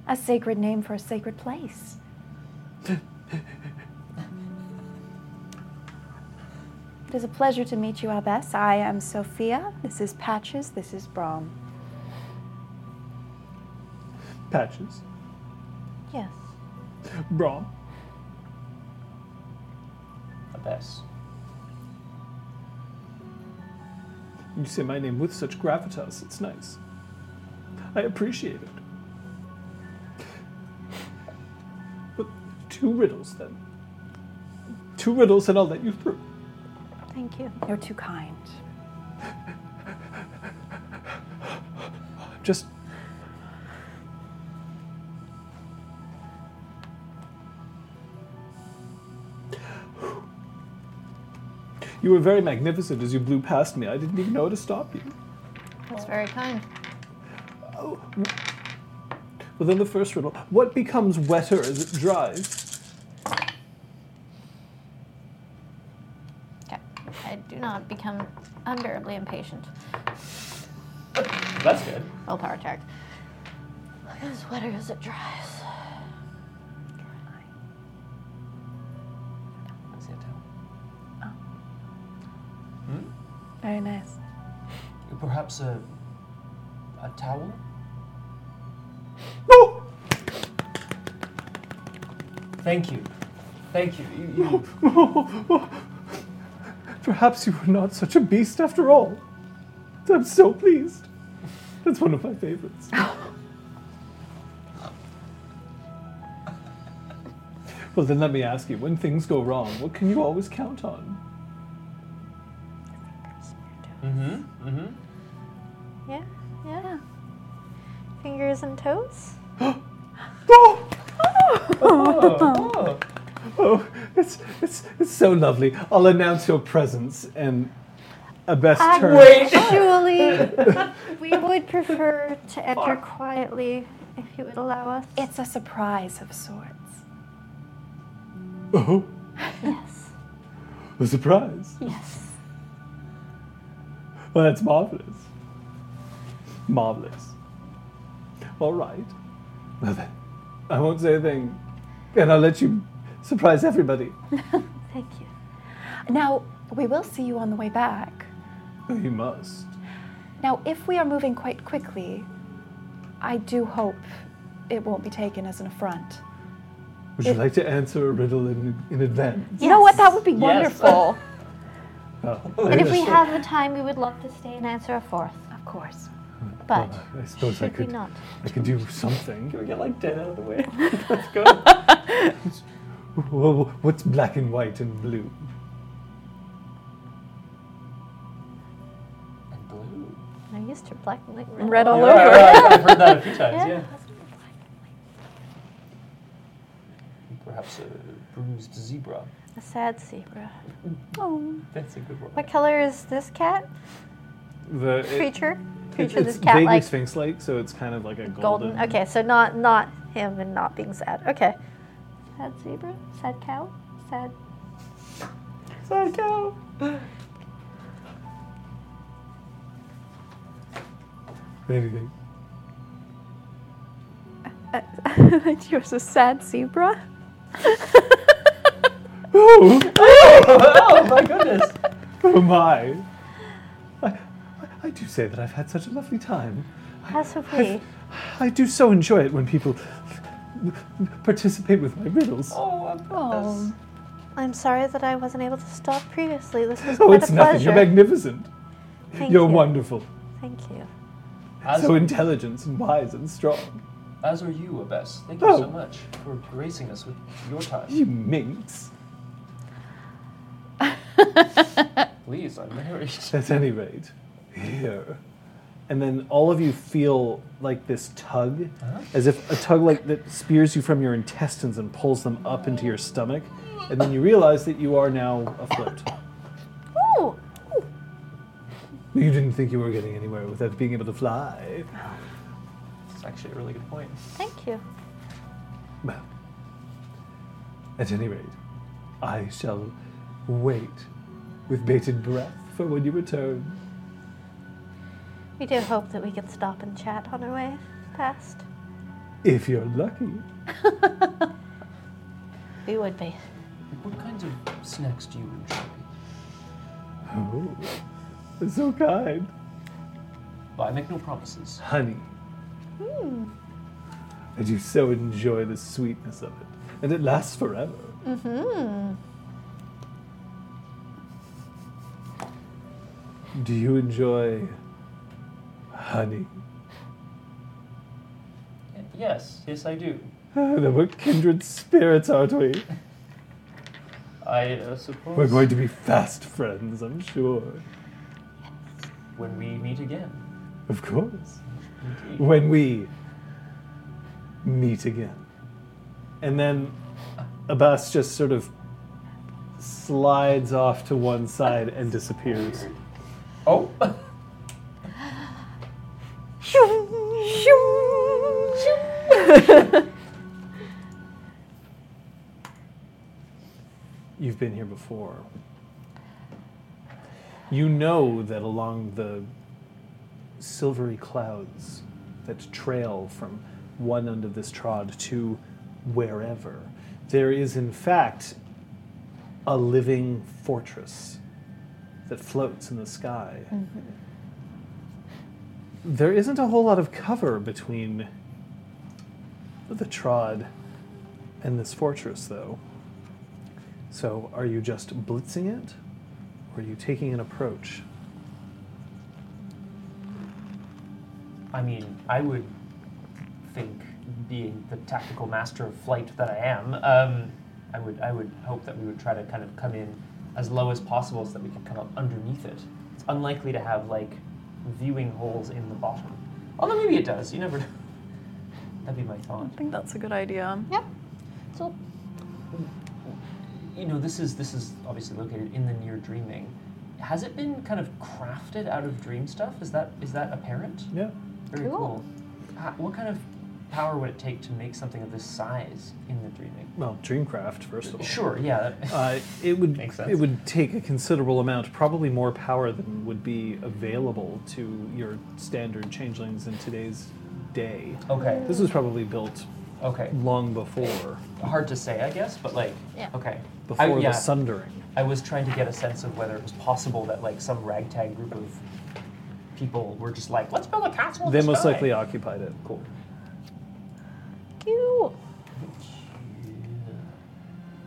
[SPEAKER 8] A sacred name for a sacred place. it is a pleasure to meet you, Abbess. I am Sophia. This is Patches. This is Brom.
[SPEAKER 5] Patches.
[SPEAKER 3] Yes.
[SPEAKER 5] Brom.
[SPEAKER 1] Abbess.
[SPEAKER 5] You say my name with such gravitas. It's nice. I appreciate it. But two riddles then. Two riddles and I'll let you through.
[SPEAKER 3] Thank you.
[SPEAKER 8] You're too kind.
[SPEAKER 5] Just. You were very magnificent as you blew past me. I didn't even know how to stop you.
[SPEAKER 3] That's very kind.
[SPEAKER 5] Well, then the first riddle. What becomes wetter as it dries?
[SPEAKER 3] Okay. I do not become unbearably impatient.
[SPEAKER 1] That's good.
[SPEAKER 3] Willpower attack. Like a sweater as it dries.
[SPEAKER 1] Let's see a towel.
[SPEAKER 8] Very nice.
[SPEAKER 1] Perhaps a a towel. Thank you, thank you. You- *laughs* you-
[SPEAKER 5] Perhaps you were not such a beast after all. I'm so pleased. That's one of my favorites. well, then let me ask you when things go wrong, what can you always count on?
[SPEAKER 1] mhm, mhm.
[SPEAKER 3] Yeah, yeah. Fingers and toes.
[SPEAKER 5] Oh,
[SPEAKER 1] Oh, oh.
[SPEAKER 5] oh it's, it's, it's so lovely. I'll announce your presence and a best turn.
[SPEAKER 3] *laughs* Actually, we would prefer to enter quietly if you would allow us.
[SPEAKER 8] It's a surprise of sorts.
[SPEAKER 5] Oh,
[SPEAKER 3] yes,
[SPEAKER 5] a surprise.
[SPEAKER 3] yes.
[SPEAKER 5] Well, that's marvelous. Marvelous. All right. Well then, I won't say a thing, and I'll let you surprise everybody.
[SPEAKER 3] Thank you.
[SPEAKER 8] Now, we will see you on the way back.
[SPEAKER 5] Oh, You must.
[SPEAKER 8] Now, if we are moving quite quickly, I do hope it won't be taken as an affront.
[SPEAKER 5] Would you like to answer a riddle in, in advance?
[SPEAKER 8] You know what? That would be wonderful.
[SPEAKER 5] Oh,
[SPEAKER 3] And if we
[SPEAKER 5] yes.
[SPEAKER 3] have the time, we would love to stay and answer a fourth,
[SPEAKER 8] of course.
[SPEAKER 3] but
[SPEAKER 5] Well, I suppose I
[SPEAKER 3] should we
[SPEAKER 5] could.
[SPEAKER 3] not?
[SPEAKER 5] I could do something.
[SPEAKER 1] Can we get like ten out of the
[SPEAKER 3] *laughs*
[SPEAKER 1] way? Let's
[SPEAKER 5] *laughs*
[SPEAKER 1] go.
[SPEAKER 5] Wha- wha- What's black and white and blue?
[SPEAKER 1] *laughs* And blue.
[SPEAKER 3] I used to black and white.
[SPEAKER 8] Red all
[SPEAKER 1] Yeah,
[SPEAKER 8] over.
[SPEAKER 1] I- I've heard
[SPEAKER 8] *laughs*
[SPEAKER 1] that a few times. Yeah. Perhaps a bruised zebra.
[SPEAKER 3] A sad zebra.
[SPEAKER 1] That's a good one.
[SPEAKER 3] What color is this cat?
[SPEAKER 5] The *laughs*
[SPEAKER 3] Creature?
[SPEAKER 5] It's,
[SPEAKER 3] Creature. This cat
[SPEAKER 5] vaguely
[SPEAKER 3] like
[SPEAKER 5] sphinx-like, so it's kind of like a golden.
[SPEAKER 3] golden. Okay, so not not him and not being sad. Okay. Sad zebra. Sad cow. Sad.
[SPEAKER 1] Sad cow.
[SPEAKER 5] Anything.
[SPEAKER 8] Uh, *laughs* You're a sad zebra.
[SPEAKER 5] Oh,
[SPEAKER 1] Oh my
[SPEAKER 3] *laughs*
[SPEAKER 1] goodness.
[SPEAKER 5] oh my! I, I do say that I've had such a lovely time. *laughs*
[SPEAKER 3] As have we.
[SPEAKER 5] I do so enjoy it when people participate with my riddles.
[SPEAKER 1] Oh, I've
[SPEAKER 8] Oh.
[SPEAKER 3] I'm sorry that I wasn't able to stop previously. This
[SPEAKER 5] *laughs*
[SPEAKER 3] was
[SPEAKER 5] Oh,
[SPEAKER 3] quite
[SPEAKER 5] it's
[SPEAKER 3] a
[SPEAKER 5] nothing. You're
[SPEAKER 3] pleasure.
[SPEAKER 5] magnificent.
[SPEAKER 3] Thank
[SPEAKER 5] You're
[SPEAKER 3] you.
[SPEAKER 5] wonderful.
[SPEAKER 3] Thank you.
[SPEAKER 1] As,
[SPEAKER 5] So intelligent and wise and strong.
[SPEAKER 1] as are you, Abess. Thank you
[SPEAKER 5] Oh.
[SPEAKER 1] so much for gracing us with your time. *laughs*
[SPEAKER 5] You minx.
[SPEAKER 1] Please, I'm married. *laughs*
[SPEAKER 5] At any rate, here. And then all of you feel like this tug,
[SPEAKER 1] Uh-huh.
[SPEAKER 5] as if a tug like that spears you from your intestines and pulls them up into your stomach. And then you realize that you are now afloat.
[SPEAKER 3] Ooh.
[SPEAKER 5] You didn't think you were getting anywhere without being able to fly.
[SPEAKER 1] That's actually a really good point.
[SPEAKER 3] Thank you.
[SPEAKER 5] Well, at any rate, I shall wait with bated breath for when you return.
[SPEAKER 3] We do hope that we can stop and chat on our way past.
[SPEAKER 5] If you're lucky.
[SPEAKER 3] We would be.
[SPEAKER 1] What kinds of snacks do you enjoy?
[SPEAKER 5] Oh, so kind.
[SPEAKER 1] Well, I make no promises.
[SPEAKER 5] Honey. Hmm. I do so enjoy the sweetness of it, and it lasts forever. Mm-hmm.
[SPEAKER 3] Hmm.
[SPEAKER 5] Do you enjoy honey?
[SPEAKER 1] Yes, yes, I do.
[SPEAKER 5] Ah, then we're kindred spirits, aren't we?
[SPEAKER 1] I uh, suppose
[SPEAKER 5] We're going to be fast friends, I'm sure.
[SPEAKER 1] when we meet again.
[SPEAKER 5] Of course.
[SPEAKER 1] Indeed.
[SPEAKER 5] when we meet again. And then Abbas just sort of slides off to one side and disappears.
[SPEAKER 1] Oh, *laughs*
[SPEAKER 5] You've been here before. You know that along the silvery clouds that trail from one end of this trod to wherever, there is in fact a living fortress that floats in the sky. There isn't a whole lot of cover between the Trod and this fortress, though. So, are you just blitzing it, or are you taking an approach?
[SPEAKER 1] I mean, I would think, being the tactical master of flight that I am, um, I would I would hope that we would try to kind of come in as low as possible so that we could come up underneath it. It's unlikely to have like viewing holes in the bottom. Although maybe it does. You never. *laughs* know. That'd be my thought.
[SPEAKER 6] I think that's a good idea.
[SPEAKER 3] So
[SPEAKER 1] You know, this is this is obviously located in the near dreaming. Has it been kind of crafted out of dream stuff? Is that is that apparent?
[SPEAKER 5] Yeah.
[SPEAKER 1] Very
[SPEAKER 3] Cool.
[SPEAKER 1] cool. Ha- what kind of power would it take to make something of this size in the dreaming?
[SPEAKER 5] Well, Dreamcraft, first of all.
[SPEAKER 1] Sure, yeah. that- *laughs*
[SPEAKER 5] Uh, it would
[SPEAKER 1] Makes sense.
[SPEAKER 5] it would take a considerable amount, probably more power than would be available to your standard changelings in today's day.
[SPEAKER 1] okay,
[SPEAKER 5] This was probably built
[SPEAKER 1] okay.
[SPEAKER 5] long before
[SPEAKER 1] Hard to say, I guess, but like,
[SPEAKER 3] Yeah.
[SPEAKER 1] okay.
[SPEAKER 5] before
[SPEAKER 1] I, yeah,
[SPEAKER 5] the sundering.
[SPEAKER 1] I was trying to get a sense of whether it was possible that like some ragtag group of people were just like, let's build a castle. in
[SPEAKER 5] They
[SPEAKER 1] the
[SPEAKER 5] most
[SPEAKER 1] sky."
[SPEAKER 5] likely occupied it. Cool.
[SPEAKER 3] you.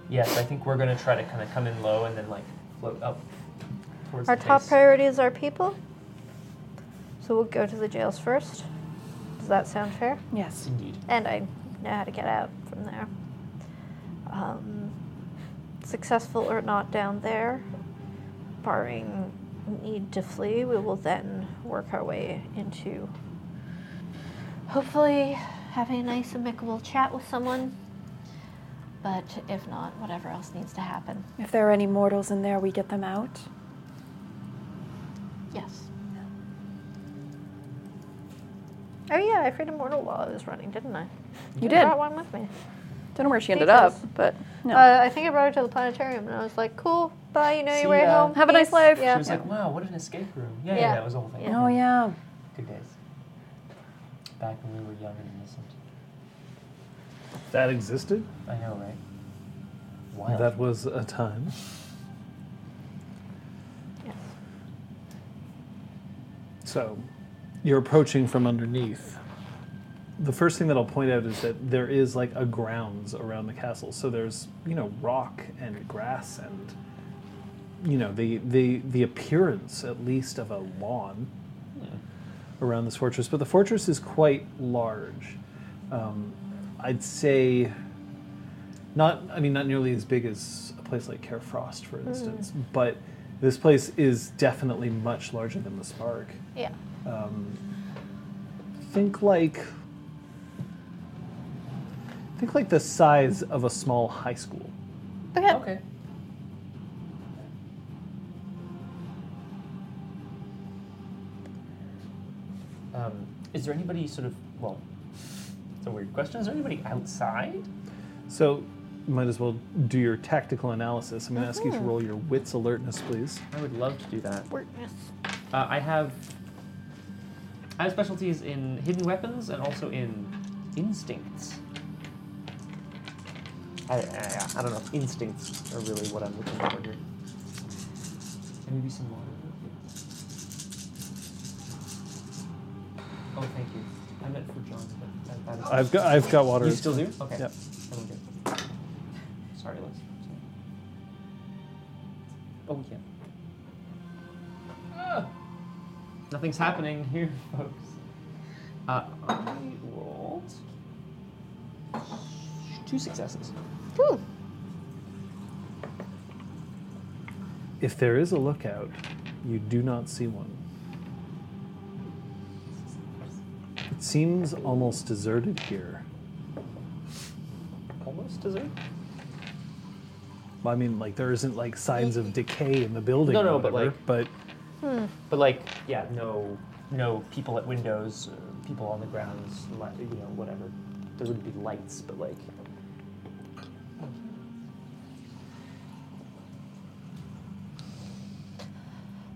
[SPEAKER 1] Yes, I think we're gonna try to kind of come in low and then like float up towards
[SPEAKER 3] Our
[SPEAKER 1] the
[SPEAKER 3] top
[SPEAKER 1] base.
[SPEAKER 3] priority is our people. So we'll go to the jails first. Does that sound fair?
[SPEAKER 8] Yes.
[SPEAKER 1] Indeed.
[SPEAKER 3] And I know how to get out from there. Um, successful or not down there, barring need to flee, we will then work our way into
[SPEAKER 7] Hopefully, having a nice, amicable chat with someone. But if not, whatever else needs to happen.
[SPEAKER 8] If there are any mortals in there, we get them out.
[SPEAKER 7] Yes.
[SPEAKER 3] Oh yeah, I freed a mortal while I was running, didn't I? I
[SPEAKER 6] You did.
[SPEAKER 3] brought one with me.
[SPEAKER 6] Don't know where she ended
[SPEAKER 3] Details.
[SPEAKER 6] up, but no.
[SPEAKER 3] Uh, I think I brought her to the planetarium, and I was like, "Cool, bye. You know
[SPEAKER 1] See
[SPEAKER 3] your way
[SPEAKER 1] ya.
[SPEAKER 3] home.
[SPEAKER 6] Have a nice
[SPEAKER 3] peace."
[SPEAKER 6] life.
[SPEAKER 3] Yeah.
[SPEAKER 1] She was like, wow, what an escape room. Yeah, yeah,
[SPEAKER 3] Yeah.
[SPEAKER 1] that was the whole thing.
[SPEAKER 3] Yeah.
[SPEAKER 8] Oh yeah.
[SPEAKER 1] Good days. Back when we were young and innocent.
[SPEAKER 5] That existed.
[SPEAKER 1] I know, right? Wild.
[SPEAKER 5] That was a time.
[SPEAKER 3] Yes.
[SPEAKER 5] So, you're approaching from underneath. The first thing that I'll point out is that there is like a grounds around the castle. So there's, you know, rock and grass and you know, the the the appearance at least of a lawn around this fortress, but the fortress is quite large. Um, I'd say not I mean not nearly as big as a place like Carefrost, for instance, but this place is definitely much larger than the Spark.
[SPEAKER 3] Yeah.
[SPEAKER 5] Um, think like think like the size of a small high school.
[SPEAKER 3] Okay.
[SPEAKER 1] okay. Um, is there anybody sort of, well, it's a weird question. Is there anybody outside?
[SPEAKER 5] So you might as well do your tactical analysis. I'm going to ask you to roll your wits alertness, please.
[SPEAKER 1] I would love to do that.
[SPEAKER 3] Alertness.
[SPEAKER 1] Uh, I have I have specialties in hidden weapons and also in instincts. I, I, I don't know. if Instincts are really what I'm looking for here. And maybe some water. Oh, thank you. I meant for John, but I, I,
[SPEAKER 5] I've got I've got water.
[SPEAKER 1] you still do? Okay.
[SPEAKER 5] Yep.
[SPEAKER 1] Then we're good. Sorry, Liz. Oh, yeah. Ah, nothing's happening here, *laughs* folks. Uh, I rolled two successes.
[SPEAKER 3] Cool.
[SPEAKER 5] If there is a lookout, you do not see one. It seems almost deserted here.
[SPEAKER 1] Almost dessert?
[SPEAKER 5] I mean, like there isn't like signs of decay in the building.
[SPEAKER 1] No,
[SPEAKER 5] or
[SPEAKER 1] no, but,
[SPEAKER 5] whatever,
[SPEAKER 1] like-
[SPEAKER 5] but
[SPEAKER 1] But like, yeah, no, no people at windows, uh, people on the grounds, li- you know, whatever. There wouldn't be lights, but like,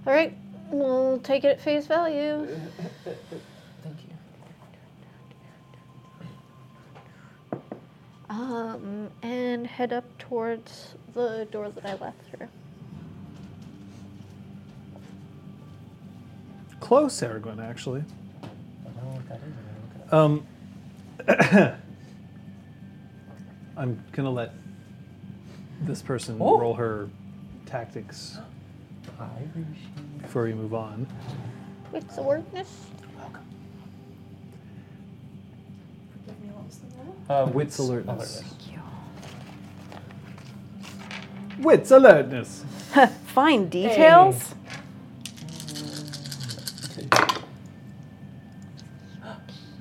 [SPEAKER 3] All right. We'll take it at face
[SPEAKER 6] *laughs*
[SPEAKER 3] value.
[SPEAKER 1] thank you.
[SPEAKER 3] Um, and head up towards the door that I left through.
[SPEAKER 5] Close, Aragorn, actually.
[SPEAKER 1] I don't know what that is. I'm gonna look it up.
[SPEAKER 5] Um, *coughs* I'm gonna let this person
[SPEAKER 1] Oh.
[SPEAKER 5] roll her tactics before we move on.
[SPEAKER 3] It's awareness.
[SPEAKER 1] Uh,
[SPEAKER 5] Wits alertness.
[SPEAKER 2] Wits alertness.
[SPEAKER 6] Fine details.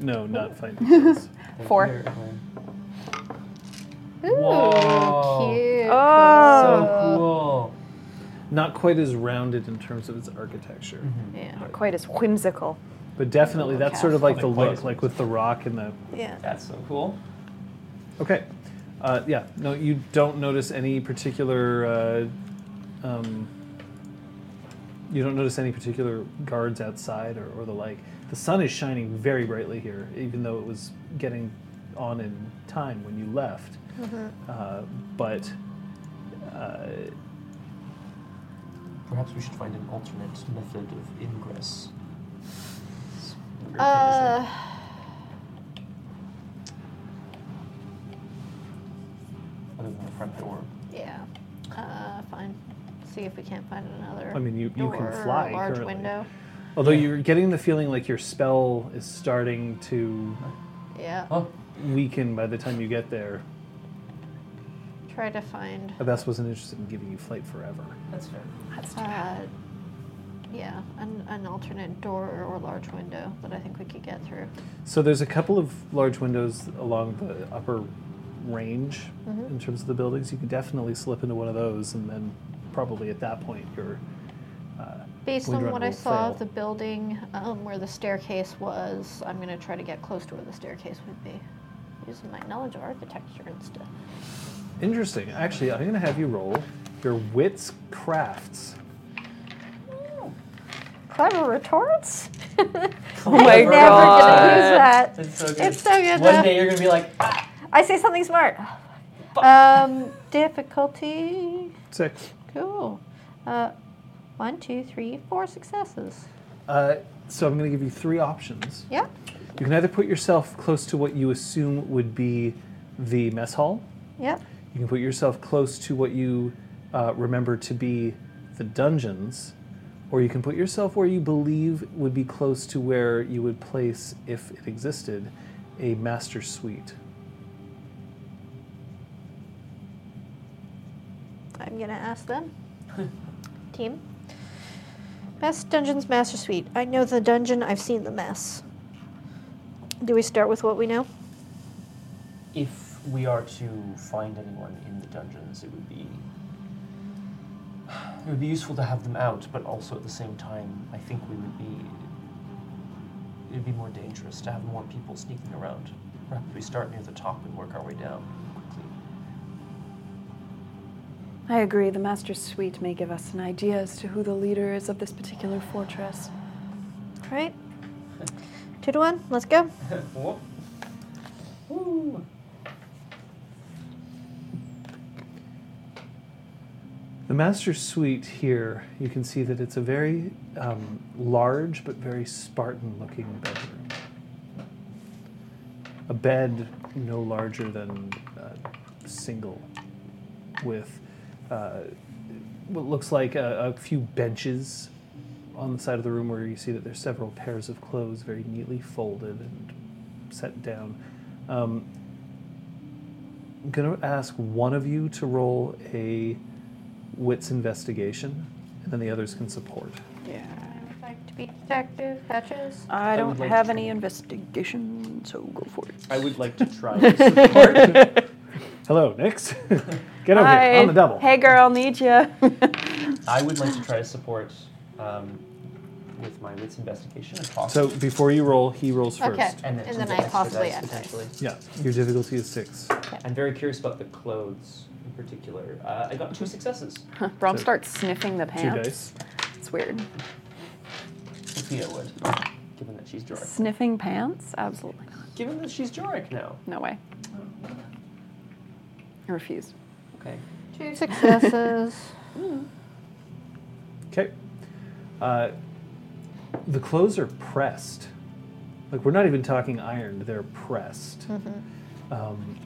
[SPEAKER 5] No,
[SPEAKER 1] Oh.
[SPEAKER 5] not
[SPEAKER 1] *laughs*
[SPEAKER 5] find details.
[SPEAKER 6] Four.
[SPEAKER 3] Ooh,
[SPEAKER 1] Whoa.
[SPEAKER 3] cute.
[SPEAKER 6] Oh,
[SPEAKER 1] So cool.
[SPEAKER 5] not quite as rounded in terms of its architecture,
[SPEAKER 1] Mm-hmm.
[SPEAKER 6] yeah, not quite as whimsical.
[SPEAKER 5] but definitely that's sort of like the
[SPEAKER 1] Like quite
[SPEAKER 5] look,
[SPEAKER 1] as
[SPEAKER 5] like with the rock and the.
[SPEAKER 3] Yeah.
[SPEAKER 1] That's so cool.
[SPEAKER 5] Okay, uh, yeah. No, you don't notice any particular. Uh, um, you don't notice any particular guards outside or, or the like. The sun is shining very brightly here, even though it was getting on in time when you left.
[SPEAKER 3] Mm-hmm.
[SPEAKER 5] Uh, but uh,
[SPEAKER 1] Perhaps we should find an alternate method of ingress. It's a weird thing to say.
[SPEAKER 3] Uh,
[SPEAKER 1] Other than the front door.
[SPEAKER 3] yeah. Uh, fine. See if we can't find another.
[SPEAKER 5] I mean, you, you
[SPEAKER 3] door
[SPEAKER 5] can
[SPEAKER 3] or a
[SPEAKER 5] fly
[SPEAKER 3] large
[SPEAKER 5] currently.
[SPEAKER 3] window.
[SPEAKER 5] Although you're getting the feeling like your spell is starting to
[SPEAKER 3] Yeah.
[SPEAKER 1] Oh,
[SPEAKER 5] weaken by the time you get there.
[SPEAKER 3] Try to find.
[SPEAKER 5] Abess wasn't interested in giving you flight forever.
[SPEAKER 1] that's fair.
[SPEAKER 3] Uh, yeah, an, an alternate door or large window that I think we could get through.
[SPEAKER 5] So there's a couple of large windows along the upper range
[SPEAKER 3] Mm-hmm.
[SPEAKER 5] in terms of the buildings. You could definitely slip into one of those, and then probably at that point you're. Uh,
[SPEAKER 3] Based
[SPEAKER 5] Wind
[SPEAKER 3] on
[SPEAKER 5] run
[SPEAKER 3] what I
[SPEAKER 5] will
[SPEAKER 3] saw
[SPEAKER 5] fail.
[SPEAKER 3] of the building, um, where the staircase was, I'm gonna try to get close to where the staircase would be, using my knowledge of architecture and stuff.
[SPEAKER 5] interesting. Actually, I'm going to have you roll your wits crafts.
[SPEAKER 3] Clever retorts.
[SPEAKER 1] Oh
[SPEAKER 3] I
[SPEAKER 1] my
[SPEAKER 3] never gonna use
[SPEAKER 6] God.
[SPEAKER 3] that.
[SPEAKER 1] It's so good.
[SPEAKER 3] It's so good,
[SPEAKER 1] One
[SPEAKER 3] though.
[SPEAKER 1] day you're gonna be like, ah,
[SPEAKER 3] I say something smart. Um, difficulty.
[SPEAKER 5] Six.
[SPEAKER 3] Cool. Uh, one, two, three, four successes.
[SPEAKER 5] Uh, so I'm going to give you three options.
[SPEAKER 3] Yeah.
[SPEAKER 5] You can either put yourself close to what you assume would be the mess hall.
[SPEAKER 3] Yep.
[SPEAKER 5] You can put yourself close to what you uh, remember to be the dungeons, or you can put yourself where you believe would be close to where you would place, if it existed, a master suite.
[SPEAKER 3] I'm gonna
[SPEAKER 5] *laughs*
[SPEAKER 3] ask them. Team. Best Dungeons Master Suite. I know the dungeon, I've seen the mess. Do we start with what we know?
[SPEAKER 1] if we are to find anyone in the dungeons, it would be it would be useful to have them out, but also at the same time, I think we would be it would be more dangerous to have more people sneaking around. Perhaps we start near the top and work our way down quickly.
[SPEAKER 8] I agree. The master's suite may give us an idea as to who the leader is of this particular fortress.
[SPEAKER 3] Right?
[SPEAKER 5] *laughs*
[SPEAKER 3] Two to one, let's go.
[SPEAKER 1] Whoop.
[SPEAKER 5] The master suite here, you can see that it's a very um, large but very Spartan looking bedroom. A bed no larger than a single, with uh, what looks like a, a few benches on the side of the room where you see that there's several pairs of clothes very neatly folded and set down. Um, I'm going to ask one of you to roll a wits investigation, and then the others can support.
[SPEAKER 3] I would like to be detective, hatches.
[SPEAKER 5] Uh.
[SPEAKER 6] I
[SPEAKER 1] would
[SPEAKER 6] don't
[SPEAKER 1] like
[SPEAKER 6] have
[SPEAKER 1] to
[SPEAKER 6] any investigation, so go for it.
[SPEAKER 1] I would like to try
[SPEAKER 5] *laughs*
[SPEAKER 1] to support.
[SPEAKER 5] Hello, Nix. *laughs* Get over
[SPEAKER 6] Hi.
[SPEAKER 5] here on the double.
[SPEAKER 6] Hey, girl, need *laughs* you.
[SPEAKER 1] I would like to try to support um, with my wits investigation and talk.
[SPEAKER 5] So before you roll, he rolls first.
[SPEAKER 3] Okay.
[SPEAKER 1] and then,
[SPEAKER 3] And then
[SPEAKER 1] the
[SPEAKER 3] I
[SPEAKER 1] extra
[SPEAKER 3] possibly
[SPEAKER 1] dice,
[SPEAKER 3] add dice.
[SPEAKER 1] potentially.
[SPEAKER 5] Yeah, your difficulty is six.
[SPEAKER 1] I'm very curious about the clothes in particular. Uh, I got two successes.
[SPEAKER 6] Brom
[SPEAKER 5] So-
[SPEAKER 6] starts sniffing the
[SPEAKER 5] Two
[SPEAKER 6] pants.
[SPEAKER 5] dice.
[SPEAKER 6] It's weird.
[SPEAKER 1] Sophia would, given that she's Joric.
[SPEAKER 6] Sniffing pants? Absolutely not.
[SPEAKER 1] Given that she's Joric now.
[SPEAKER 6] No way. I refuse.
[SPEAKER 1] Okay.
[SPEAKER 3] Two successes.
[SPEAKER 5] Okay. Uh, the clothes are pressed. Like we're not even talking ironed; they're pressed.
[SPEAKER 3] Mm-hmm.
[SPEAKER 5] Um,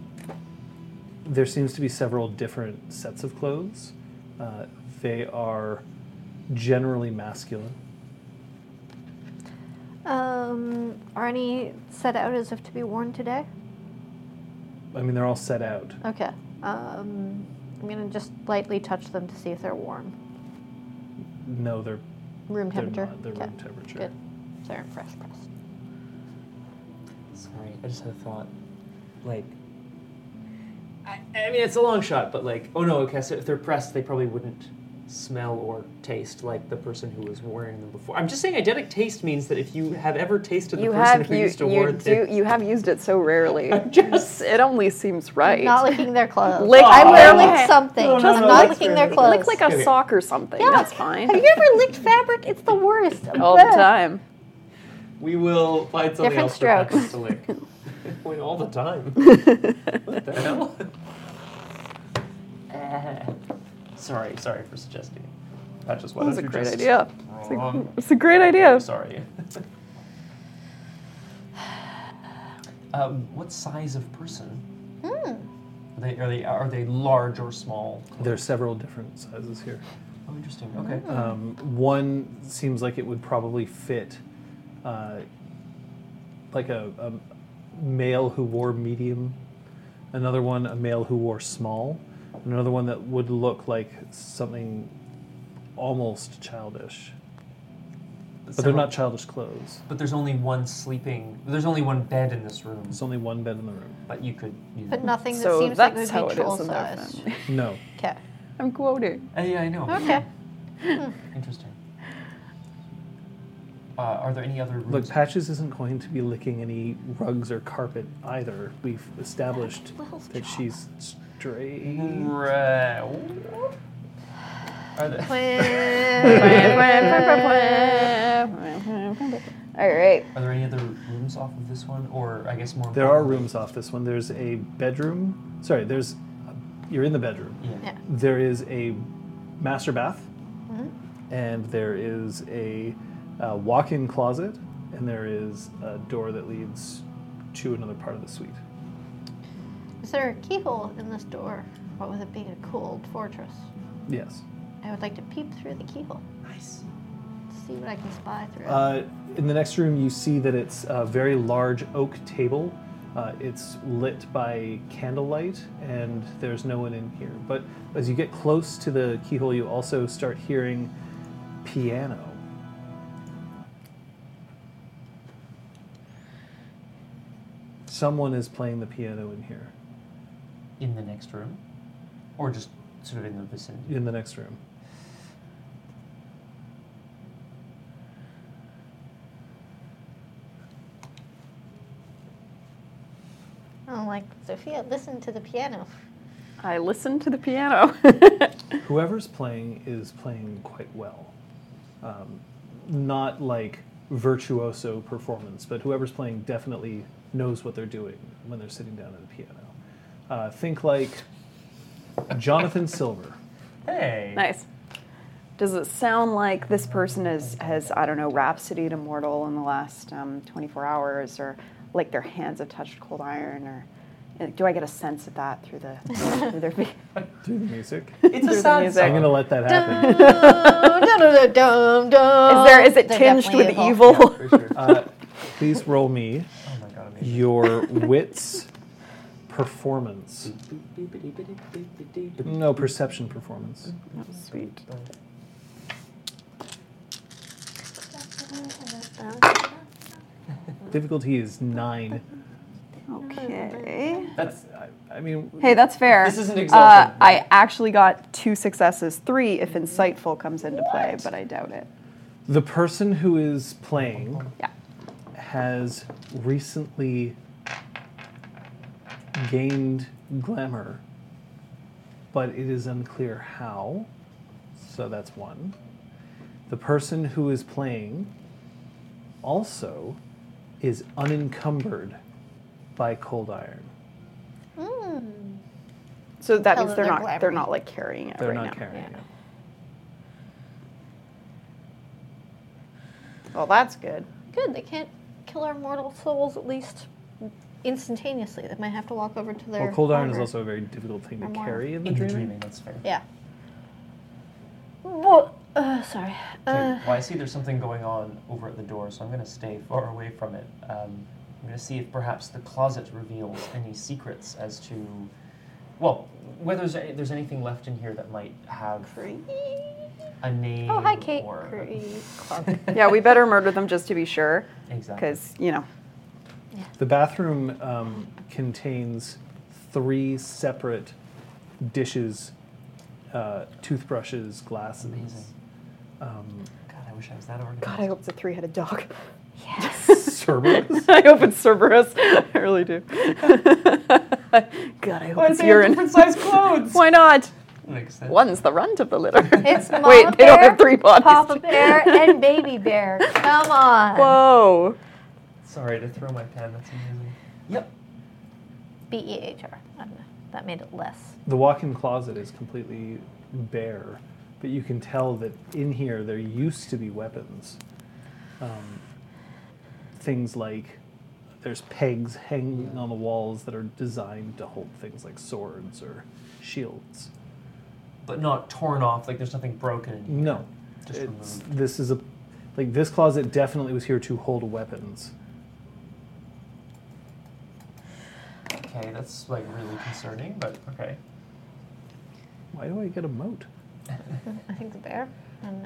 [SPEAKER 5] there seems to be several different sets of clothes. Uh, they are generally masculine.
[SPEAKER 3] *laughs* Um, are any set out as if to be worn today?
[SPEAKER 5] I mean, they're all set out.
[SPEAKER 3] Okay. Um, I'm gonna just lightly touch them to see if they're warm.
[SPEAKER 5] No, they're
[SPEAKER 3] Room
[SPEAKER 5] they're
[SPEAKER 3] temperature.
[SPEAKER 5] not. They're
[SPEAKER 3] okay.
[SPEAKER 5] room temperature.
[SPEAKER 3] Good. So they're fresh pressed.
[SPEAKER 1] Sorry, I just had a thought. Like, I, I mean, it's a long shot, but like, oh no, okay, so if they're pressed, they probably wouldn't smell or taste like the person who was wearing them before. I'm just saying eidetic taste means that if you have ever tasted the
[SPEAKER 6] You
[SPEAKER 1] person
[SPEAKER 6] have
[SPEAKER 1] who
[SPEAKER 6] you,
[SPEAKER 1] used to
[SPEAKER 6] you
[SPEAKER 1] wear
[SPEAKER 6] do
[SPEAKER 1] it,
[SPEAKER 6] you have used it so
[SPEAKER 1] *laughs*
[SPEAKER 6] rarely. Just it only seems right.
[SPEAKER 3] Not licking their clothes.
[SPEAKER 6] Lick-
[SPEAKER 3] I'm
[SPEAKER 6] Aw.
[SPEAKER 3] wearing something.
[SPEAKER 1] No, no,
[SPEAKER 3] Just
[SPEAKER 1] no,
[SPEAKER 3] not
[SPEAKER 1] lick
[SPEAKER 3] licking
[SPEAKER 1] their-
[SPEAKER 3] their
[SPEAKER 1] lick
[SPEAKER 3] clothes.
[SPEAKER 6] Lick like a
[SPEAKER 1] Okay.
[SPEAKER 6] sock or something.
[SPEAKER 3] Yeah.
[SPEAKER 6] That's fine.
[SPEAKER 3] Have you ever licked fabric? It's the worst. *laughs*
[SPEAKER 6] All the time.
[SPEAKER 1] we will find something
[SPEAKER 3] Different
[SPEAKER 1] else for
[SPEAKER 3] strokes.
[SPEAKER 1] Pegasus to lick. *laughs* Wait, all the
[SPEAKER 6] *laughs*
[SPEAKER 1] time. what the hell? Ah. sorry, sorry for suggesting. That's just why
[SPEAKER 6] Eh. That was a
[SPEAKER 1] don't you
[SPEAKER 6] great
[SPEAKER 1] just-
[SPEAKER 6] idea. It's a,
[SPEAKER 1] Wrong.
[SPEAKER 6] it's a great idea.
[SPEAKER 1] I'm
[SPEAKER 6] *sighs*
[SPEAKER 1] sorry. um, what size of person?
[SPEAKER 6] Hmm.
[SPEAKER 1] Are they, are they are they large or small?
[SPEAKER 5] There are several different sizes here.
[SPEAKER 1] Oh, interesting. Okay.
[SPEAKER 6] Hmm.
[SPEAKER 5] Um, one seems like it would probably fit, uh, like a, a male who wore medium, another one a male who wore small, and another one that would look like something almost childish. But they're
[SPEAKER 1] Several-
[SPEAKER 5] not childish clothes.
[SPEAKER 1] But there's only one sleeping. There's only one bed in this room.
[SPEAKER 5] There's only one bed in the room.
[SPEAKER 1] But you could. You
[SPEAKER 3] But nothing that
[SPEAKER 6] So
[SPEAKER 3] seems like
[SPEAKER 6] that's
[SPEAKER 3] it
[SPEAKER 6] how
[SPEAKER 3] would
[SPEAKER 6] it
[SPEAKER 3] be
[SPEAKER 6] is
[SPEAKER 3] troll
[SPEAKER 6] in their
[SPEAKER 3] sized.
[SPEAKER 6] family.
[SPEAKER 5] No.
[SPEAKER 3] *laughs* Okay.
[SPEAKER 6] I'm *laughs* quoting.
[SPEAKER 1] Uh, yeah, I know.
[SPEAKER 3] Okay.
[SPEAKER 1] Interesting. Uh, are there any other rooms?
[SPEAKER 5] Look, Patches isn't going to be licking any rugs or carpet either. We've established that she's straight.
[SPEAKER 1] Right. Are there,
[SPEAKER 6] *laughs* All right.
[SPEAKER 1] are there any other rooms off of this one, or I guess more?
[SPEAKER 5] There are
[SPEAKER 1] importantly-
[SPEAKER 5] rooms off this one. There's a bedroom. Sorry, there's. You're in the bedroom.
[SPEAKER 1] Yeah.
[SPEAKER 3] Yeah.
[SPEAKER 5] There is a master bath, and there is a uh, walk in closet, and there is a door that leads to another part of the suite.
[SPEAKER 3] Is there a keyhole in this door? What with it being a cool old fortress?
[SPEAKER 5] Yes.
[SPEAKER 3] I would like to peep through the keyhole.
[SPEAKER 1] Nice.
[SPEAKER 3] to See what I can spy through. it.
[SPEAKER 5] Uh, in the next room, you see that it's a very large oak table. Uh, it's lit by candlelight, and there's no one in here. But as you get close to the keyhole, you also start hearing piano. Someone is playing the piano in here,
[SPEAKER 1] In the next room, or just sort of in the vicinity.
[SPEAKER 5] in the next room.
[SPEAKER 3] I'm Oh, like, Sophia, listen to the piano.
[SPEAKER 6] I listen to the piano. *laughs*
[SPEAKER 5] whoever's playing is playing quite well. Um, not like virtuoso performance, but whoever's playing definitely knows what they're doing when they're sitting down at the piano. Uh, think like Jonathan Silver.
[SPEAKER 1] Hey.
[SPEAKER 6] nice. Does it sound like this person is, has, I don't know, rhapsodied immortal in the last um, 24 hours or like their hands have touched cold iron or eh, do I get a sense of that through the,
[SPEAKER 3] *laughs*
[SPEAKER 6] through their feet?
[SPEAKER 5] Through the music.
[SPEAKER 1] It's a
[SPEAKER 6] There's
[SPEAKER 1] sad
[SPEAKER 6] music.
[SPEAKER 5] I'm
[SPEAKER 1] song.
[SPEAKER 5] going to let that happen.
[SPEAKER 3] Dum-dum-dum-dum-dum.
[SPEAKER 6] Is there, is it
[SPEAKER 3] Oh, They're
[SPEAKER 6] tinged
[SPEAKER 3] definitely
[SPEAKER 6] with evil?
[SPEAKER 1] For sure.
[SPEAKER 5] Uh, please roll me
[SPEAKER 1] oh my god. Amazing.
[SPEAKER 5] your wits performance. No, perception performance.
[SPEAKER 6] *laughs* Oh, sweet.
[SPEAKER 5] Difficulty is nine.
[SPEAKER 6] Okay.
[SPEAKER 1] That's
[SPEAKER 5] I, I mean,
[SPEAKER 6] Hey, that's fair.
[SPEAKER 1] This isn't
[SPEAKER 6] Uh,
[SPEAKER 1] exhausting.
[SPEAKER 6] I actually got two successes, three if insightful comes into play, but I doubt it.
[SPEAKER 5] The person who is playing
[SPEAKER 6] Yeah.
[SPEAKER 5] has recently gained glamour, but it is unclear how. So that's one. The person who is playing also is unencumbered by cold iron.
[SPEAKER 3] Mm.
[SPEAKER 6] So that
[SPEAKER 3] Tell them
[SPEAKER 6] means they're
[SPEAKER 3] they're
[SPEAKER 6] not they're
[SPEAKER 3] glamour.
[SPEAKER 6] not like carrying it
[SPEAKER 5] They're
[SPEAKER 6] right
[SPEAKER 5] not
[SPEAKER 6] now.
[SPEAKER 5] carrying it.
[SPEAKER 10] Well, that's
[SPEAKER 6] *laughs*
[SPEAKER 10] good.
[SPEAKER 3] Good, they can't kill our mortal souls at least instantaneously. They might have to walk over to their.
[SPEAKER 5] Well, cold iron is
[SPEAKER 3] armor.
[SPEAKER 5] also a very difficult thing to
[SPEAKER 3] Armor.
[SPEAKER 5] carry in the
[SPEAKER 1] In the
[SPEAKER 5] dreaming.
[SPEAKER 1] dreaming, that's fair.
[SPEAKER 3] Yeah. Well, uh, sorry. Uh,
[SPEAKER 1] Okay, well, I see there's something going on over at the door, so I'm going to stay far away from it. Um, I'm going to see if perhaps the closet reveals any secrets as to, well, whether there's, any, there's anything left in here that might have a name.
[SPEAKER 3] oh, hi, Kate.
[SPEAKER 1] Or...
[SPEAKER 3] Cree-
[SPEAKER 6] yeah, we better murder them just to be sure,
[SPEAKER 1] Exactly.
[SPEAKER 6] because you know.
[SPEAKER 5] The bathroom um, contains three separate dishes, uh, toothbrushes, glasses.
[SPEAKER 1] Amazing.
[SPEAKER 5] Um,
[SPEAKER 1] God, I wish I was that organized.
[SPEAKER 10] God, I hope it's a three-headed dog.
[SPEAKER 5] *laughs* Cerberus?
[SPEAKER 6] *laughs* I hope it's Cerberus. *laughs* I really do. God, I hope it's urine.
[SPEAKER 1] different size
[SPEAKER 6] *laughs*
[SPEAKER 1] clothes?
[SPEAKER 6] Why not?
[SPEAKER 1] Makes sense.
[SPEAKER 6] One's the runt of the litter. *laughs*
[SPEAKER 3] It's Mama
[SPEAKER 6] Wait, they
[SPEAKER 3] Bear,
[SPEAKER 6] don't have three bodies.
[SPEAKER 3] Papa Bear, and Baby
[SPEAKER 5] *laughs*
[SPEAKER 3] Bear. Come on.
[SPEAKER 6] Whoa.
[SPEAKER 1] Sorry to throw my pen. That's amazing. Yep.
[SPEAKER 3] B E H R. I don't know. That made it less.
[SPEAKER 5] The walk in closet is completely bare, but you can tell that in here there used to be weapons. Um, things like there's pegs hanging on the walls that are designed to hold things like swords or shields.
[SPEAKER 1] But not torn off. Like there's nothing broken. in here.
[SPEAKER 5] No,
[SPEAKER 1] Just
[SPEAKER 5] it's,
[SPEAKER 1] removed.
[SPEAKER 5] this is a like this closet definitely was here to hold weapons.
[SPEAKER 1] Okay, that's like really concerning, but okay. *laughs*
[SPEAKER 5] Why do I get a moat?
[SPEAKER 3] I think the bear. I don't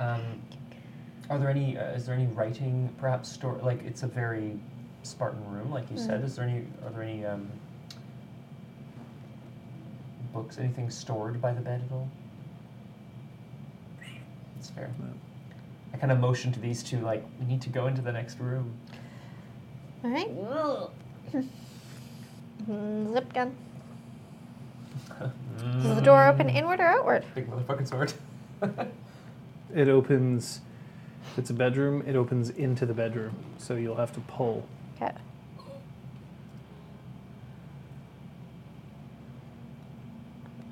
[SPEAKER 3] know.
[SPEAKER 1] Um, are there any? Uh, is there any writing? Perhaps store like it's a very Spartan room, like you
[SPEAKER 3] Mm-hmm.
[SPEAKER 1] said. Is there any? Are there any um, books? Anything stored by the bed at all? That's fair.
[SPEAKER 5] No.
[SPEAKER 1] I kind of motion to these two, like we need to go into the next room.
[SPEAKER 3] All right. Mm, *laughs* Zip gun. Does the
[SPEAKER 5] Mm.
[SPEAKER 3] door open inward or outward?
[SPEAKER 1] Big motherfucking sword. *laughs*
[SPEAKER 5] It opens. If it's a bedroom, it opens into the bedroom, so you'll have to pull.
[SPEAKER 3] Okay.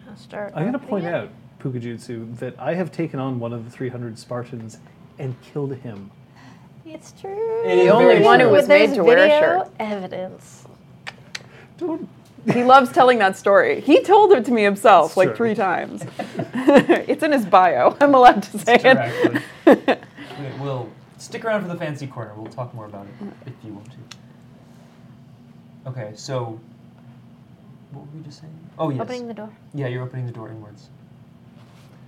[SPEAKER 3] I'll start.
[SPEAKER 5] I'm going to
[SPEAKER 3] opening
[SPEAKER 5] point
[SPEAKER 3] it.
[SPEAKER 5] out, Pukajutsu, that I have taken on one of the 300 Spartans and killed him.
[SPEAKER 3] It's true.
[SPEAKER 1] It is The only very one who true.
[SPEAKER 6] was made
[SPEAKER 3] There's
[SPEAKER 6] to wear a
[SPEAKER 3] video
[SPEAKER 6] shirt.
[SPEAKER 3] Evidence.
[SPEAKER 5] Don't.
[SPEAKER 6] He loves telling that story. He told it to me himself
[SPEAKER 5] It's
[SPEAKER 6] like
[SPEAKER 5] true.
[SPEAKER 6] three times. *laughs* it's in his bio. I'm allowed to say
[SPEAKER 1] Sure,
[SPEAKER 6] it.
[SPEAKER 1] actually.
[SPEAKER 6] *laughs*
[SPEAKER 1] We- We'll stick around for the fancy corner. We'll talk more about it if you want to. Okay, so what were we just saying? Oh yes,
[SPEAKER 3] Opening the door.
[SPEAKER 1] yeah, you're opening the door inwards.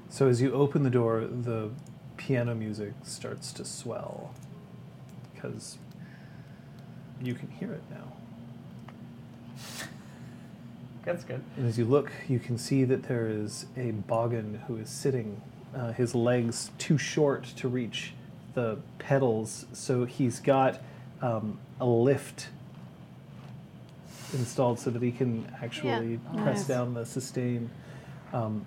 [SPEAKER 5] So as you open the door, the piano music starts to swell because you can hear it now.
[SPEAKER 1] That's good.
[SPEAKER 5] And as you look, you can see that there is a boggin who is sitting, uh, his legs too short to reach the pedals, so he's got um, a lift installed so that he can actually press
[SPEAKER 6] Nice.
[SPEAKER 5] down the sustain. Um,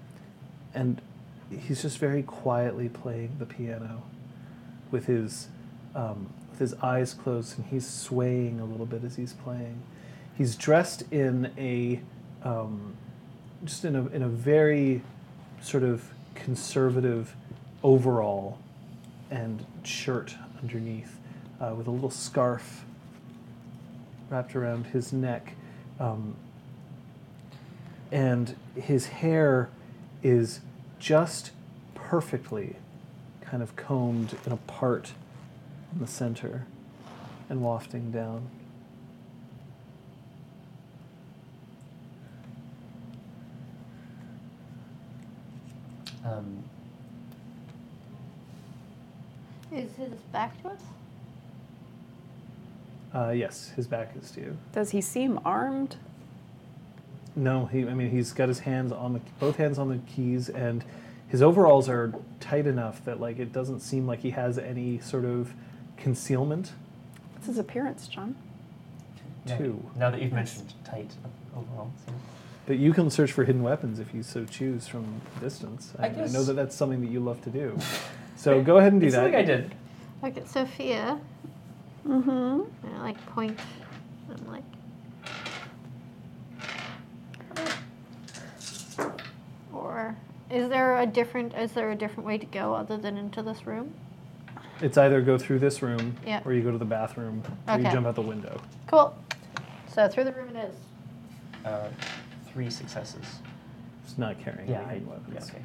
[SPEAKER 5] and he's just very quietly playing the piano with his um, with his eyes closed, and he's swaying a little bit as he's playing. He's dressed in a um, just in a in a very sort of conservative overall and shirt underneath, uh, with a little scarf wrapped around his neck, um, and his hair is just perfectly kind of combed and apart in the center and wafting down.
[SPEAKER 1] Um,
[SPEAKER 7] Is his back to us?
[SPEAKER 5] Uh, yes, his back is to you.
[SPEAKER 6] Does he seem armed?
[SPEAKER 5] No, he. I mean, he's got his hands on the both hands on the keys, and his overalls are tight enough that like it doesn't seem like he has any sort of concealment.
[SPEAKER 6] What's his appearance, John?
[SPEAKER 1] now-
[SPEAKER 5] Two.
[SPEAKER 1] Now that you've mentioned tight overall, so
[SPEAKER 5] But you can search for hidden weapons if you so choose from distance.
[SPEAKER 1] I
[SPEAKER 5] And
[SPEAKER 1] guess-
[SPEAKER 5] know that that's something that you love to do. So go ahead and do
[SPEAKER 1] it's
[SPEAKER 5] that.
[SPEAKER 1] something I did.
[SPEAKER 7] Okay, Sophia.
[SPEAKER 6] Mm-hmm.
[SPEAKER 7] And I like point. I'm like. Or Is there a different? Is there a different way to go other than into this room?
[SPEAKER 5] It's either go through this room,
[SPEAKER 7] Yeah.
[SPEAKER 5] or you go to the bathroom, or you
[SPEAKER 7] Okay.
[SPEAKER 5] jump out the window.
[SPEAKER 7] Cool. So through the room it is.
[SPEAKER 1] Uh, three successes.
[SPEAKER 5] It's not carrying
[SPEAKER 1] Yeah, I,
[SPEAKER 5] any
[SPEAKER 1] yeah,
[SPEAKER 5] weapons.
[SPEAKER 1] okay.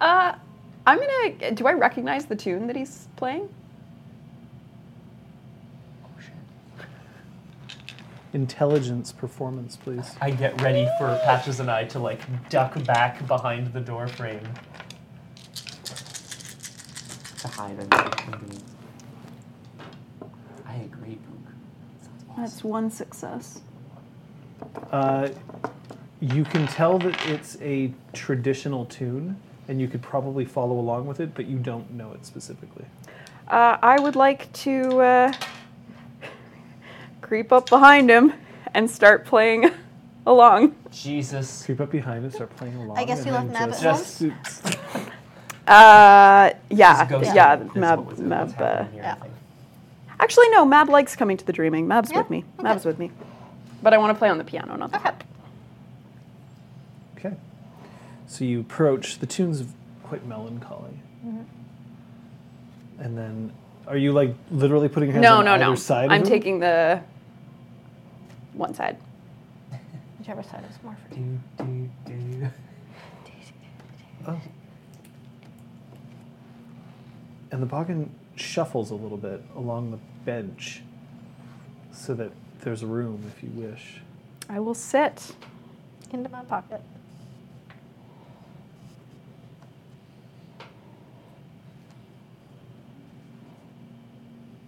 [SPEAKER 6] Uh, I'm gonna. Do I recognize the tune that he's playing?
[SPEAKER 1] Oh, shit.
[SPEAKER 5] Intelligence performance, please.
[SPEAKER 1] I get ready for Patches and I to like duck back behind the door frame. To hide. I'm, I'm doing. I agree, Book. Sounds awesome.
[SPEAKER 6] That's one success.
[SPEAKER 5] Uh, you can tell that it's a traditional tune, and you could probably follow along with it, but you don't know it specifically.
[SPEAKER 6] Uh, I would like to uh, creep up behind him and start playing *laughs* along.
[SPEAKER 1] Jesus.
[SPEAKER 5] Creep up behind and start playing along.
[SPEAKER 3] I guess
[SPEAKER 5] and
[SPEAKER 3] you
[SPEAKER 5] then
[SPEAKER 3] left Mab
[SPEAKER 5] just-
[SPEAKER 6] Uh, yeah,
[SPEAKER 1] This is ghost
[SPEAKER 6] yeah.
[SPEAKER 1] story. That's what
[SPEAKER 6] Mab,
[SPEAKER 1] was- what's
[SPEAKER 6] Mab. Uh,
[SPEAKER 1] happening here, I
[SPEAKER 3] yeah.
[SPEAKER 1] think.
[SPEAKER 6] actually, no. Mab likes coming to the dreaming. Mab's
[SPEAKER 3] Yeah,
[SPEAKER 6] with me.
[SPEAKER 3] okay.
[SPEAKER 6] Mab's with me. But I want to play on the piano, not the
[SPEAKER 3] Okay.
[SPEAKER 6] harp.
[SPEAKER 5] Okay. So you approach. The tune's quite melancholy.
[SPEAKER 3] Mm-hmm.
[SPEAKER 5] And then, are you like literally putting your hands
[SPEAKER 6] No,
[SPEAKER 5] on
[SPEAKER 6] no,
[SPEAKER 5] either
[SPEAKER 6] no.
[SPEAKER 5] side? of
[SPEAKER 6] I'm
[SPEAKER 5] him?
[SPEAKER 6] taking the one side.
[SPEAKER 7] Whichever side is more for
[SPEAKER 1] Do, do, do.
[SPEAKER 5] Oh. And the boggin shuffles a little bit along the bench so that there's room if you wish.
[SPEAKER 6] I will sit.
[SPEAKER 3] Into my pocket.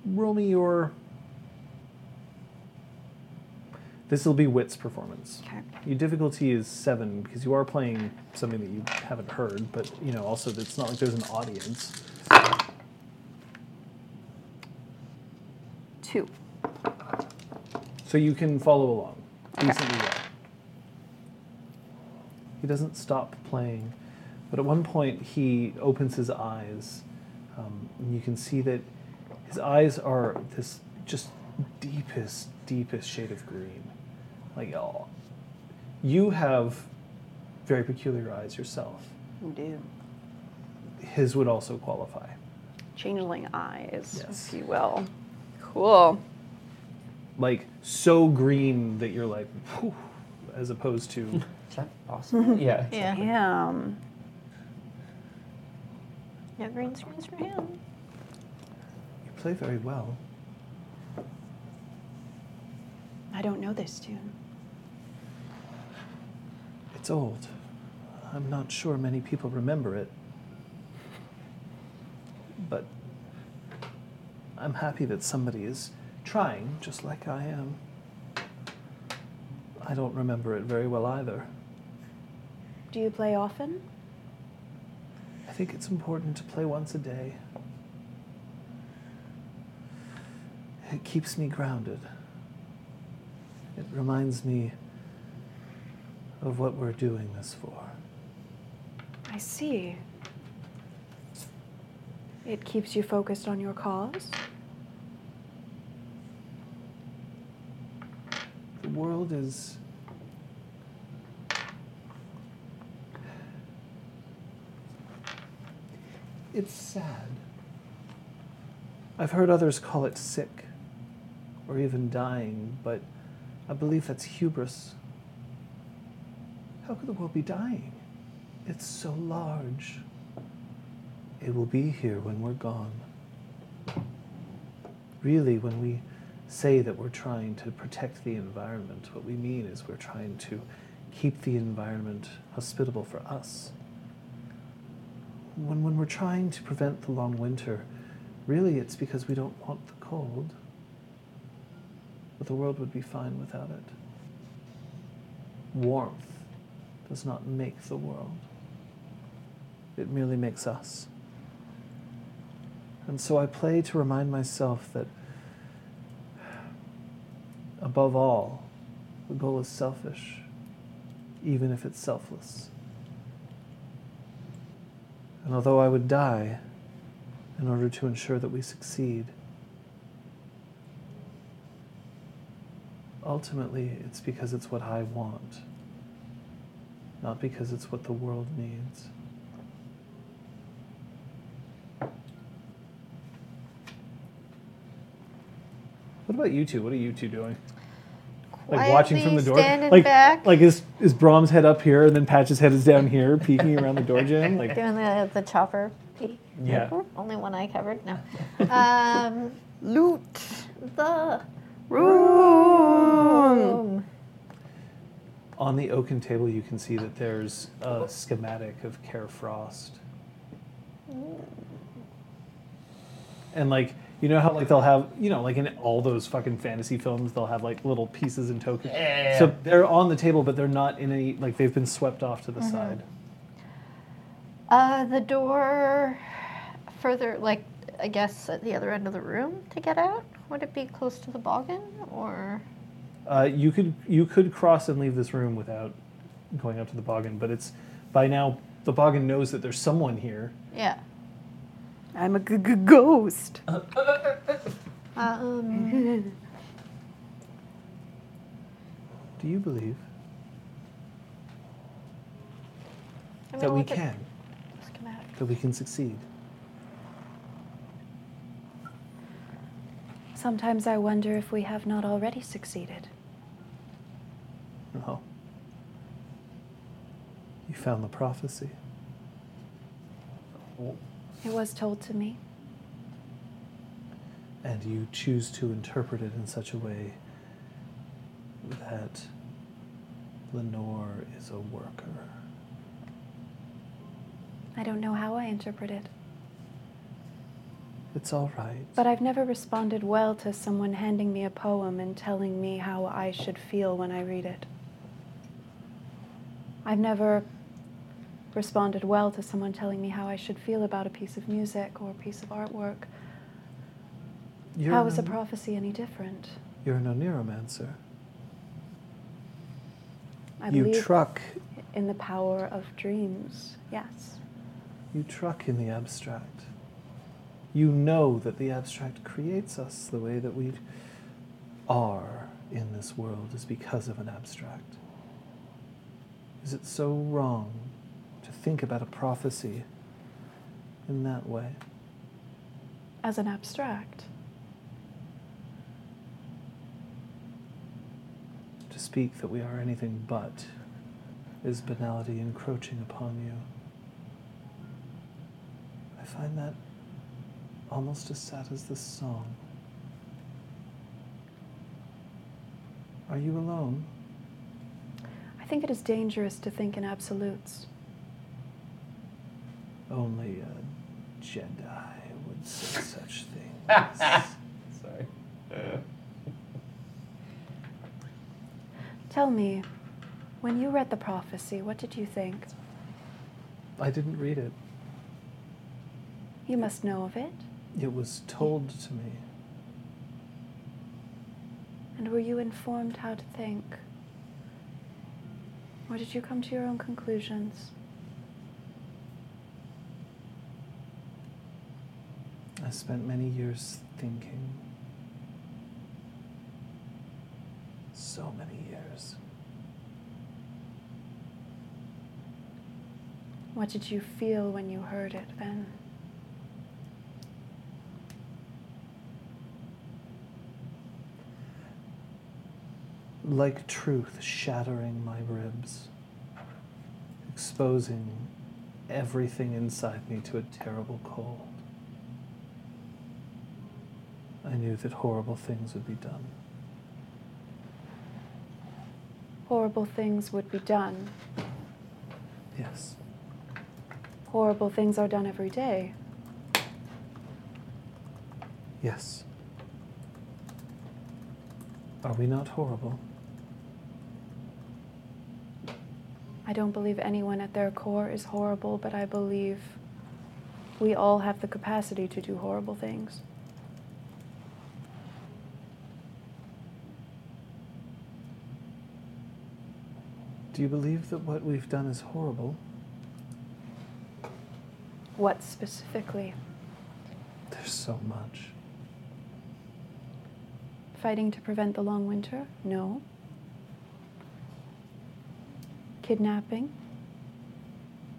[SPEAKER 5] Roll me your. This will be Wit's performance.
[SPEAKER 6] Okay.
[SPEAKER 5] Your difficulty is seven because you are playing something that you haven't heard, but you know also it's not like there's an audience.
[SPEAKER 6] Two.
[SPEAKER 5] So you can follow along
[SPEAKER 6] Okay.
[SPEAKER 5] decently well. He doesn't stop playing, but at one point he opens his eyes, um, and you can see that his eyes are this just deepest, deepest shade of green. Like, oh, you have very peculiar eyes yourself.
[SPEAKER 6] Do
[SPEAKER 5] His would also qualify.
[SPEAKER 6] changeling eyes,
[SPEAKER 5] Yes.
[SPEAKER 6] if you will. Cool.
[SPEAKER 5] Like, so green that you're like, "Whew," as opposed to.
[SPEAKER 1] Is that possible? *laughs* yeah.
[SPEAKER 6] *laughs*
[SPEAKER 3] Yeah.
[SPEAKER 6] Damn.
[SPEAKER 3] No green screens for him.
[SPEAKER 5] You play very well.
[SPEAKER 8] I don't know this tune.
[SPEAKER 5] It's old. I'm not sure many people remember it. But I'm happy that somebody is trying, just like I am. I don't remember it very well either.
[SPEAKER 8] Do you play often?
[SPEAKER 5] I think it's important to play once a day. It keeps me grounded. It reminds me of what we're doing this for.
[SPEAKER 8] I see. It keeps you focused on your cause.
[SPEAKER 5] The world is. It's sad. I've heard others call it sick or even dying, but I believe that's hubris. How could the world be dying? It's so large. It will be here when we're gone. Really, when we say that we're trying to protect the environment, what we mean is we're trying to keep the environment hospitable for us. When, when we're trying to prevent the long winter, really it's because we don't want the cold. But the world would be fine without it. Warmth does not make the world, it merely makes us. And so I play to remind myself that Above all, the goal is selfish, even if it's selfless. And although I would die in order to ensure that we succeed, ultimately it's because it's what I want, not because it's what the world needs. about you two? What are you two doing? Like
[SPEAKER 3] Quietly
[SPEAKER 5] watching from the door.
[SPEAKER 3] standing
[SPEAKER 5] like
[SPEAKER 3] back.
[SPEAKER 5] like is is Brom's head up here and then Patch's head is down here, peeking around the door jam? Like
[SPEAKER 3] Doing the, the chopper pee.
[SPEAKER 5] yeah.
[SPEAKER 3] Only one eye covered. No. Um, loot the room.
[SPEAKER 5] On the oaken table, you can see that there's a schematic of Care Frost. And like, you know how like they'll have, you know, like in all those fucking fantasy films, they'll have like little pieces and tokens.
[SPEAKER 1] Yeah.
[SPEAKER 5] So they're on the table, but they're not in any like they've been swept off to the side.
[SPEAKER 3] Uh, the door further, like, I guess at the other end of the room to get out? Would it be close to the boggin or.
[SPEAKER 5] Uh, you could you could cross and leave this room without going up to the boggin, but it's by now the boggin knows that there's someone here.
[SPEAKER 3] Yeah.
[SPEAKER 6] I'm a g- g- ghost.
[SPEAKER 3] Um,
[SPEAKER 5] Do you believe
[SPEAKER 3] I'm
[SPEAKER 5] that
[SPEAKER 3] gonna
[SPEAKER 5] we
[SPEAKER 3] look at
[SPEAKER 5] can,
[SPEAKER 3] the schematic.
[SPEAKER 5] that we can succeed?
[SPEAKER 8] Sometimes I wonder if we have not already succeeded.
[SPEAKER 5] No. You found the prophecy.
[SPEAKER 8] It was told to me.
[SPEAKER 5] and you choose to interpret it in such a way that Lenore is a worker.
[SPEAKER 8] I don't know how I interpret it,
[SPEAKER 5] It's all right.
[SPEAKER 8] but I've never responded well to someone handing me a poem and telling me how I should feel when I read it. I've never responded well to someone telling me how I should feel about a piece of music or a piece of artwork.
[SPEAKER 5] you're
[SPEAKER 8] how is a
[SPEAKER 5] no-
[SPEAKER 8] prophecy any different?
[SPEAKER 5] You're no neuromancer.
[SPEAKER 8] I
[SPEAKER 5] you
[SPEAKER 8] believe
[SPEAKER 5] truck.
[SPEAKER 8] in the power of dreams. Yes.
[SPEAKER 5] You truck in the abstract. You know that the abstract creates us the way that we are in this world is because of an abstract. Is it so wrong to think about a prophecy in that way?
[SPEAKER 8] As an abstract.
[SPEAKER 5] To speak that we are anything but is banality encroaching upon you. I find that almost as sad as this song. Are you alone?
[SPEAKER 8] I think it is dangerous to think in absolutes.
[SPEAKER 5] Only a Jedi would say such things.
[SPEAKER 1] *laughs* Sorry. *laughs*
[SPEAKER 8] Tell me, when you read the prophecy, what did you think?
[SPEAKER 5] I didn't read it.
[SPEAKER 8] You must know of it.
[SPEAKER 5] It was told to me.
[SPEAKER 8] And were you informed how to think? Or did you come to your own conclusions?
[SPEAKER 5] I spent many years thinking. So many years.
[SPEAKER 8] What did you feel when you heard it then?
[SPEAKER 5] like truth shattering my ribs, exposing everything inside me to a terrible cold. I knew that horrible things would be done.
[SPEAKER 8] Horrible things would be done.
[SPEAKER 5] Yes,
[SPEAKER 8] Horrible things are done every day.
[SPEAKER 5] yes. Are we not horrible?
[SPEAKER 8] I don't believe anyone at their core is horrible, but I believe we all have the capacity to do horrible things.
[SPEAKER 5] Do you believe that what we've done is horrible?
[SPEAKER 8] What specifically?
[SPEAKER 5] There's so much.
[SPEAKER 8] Fighting to prevent the long winter? No. Kidnapping?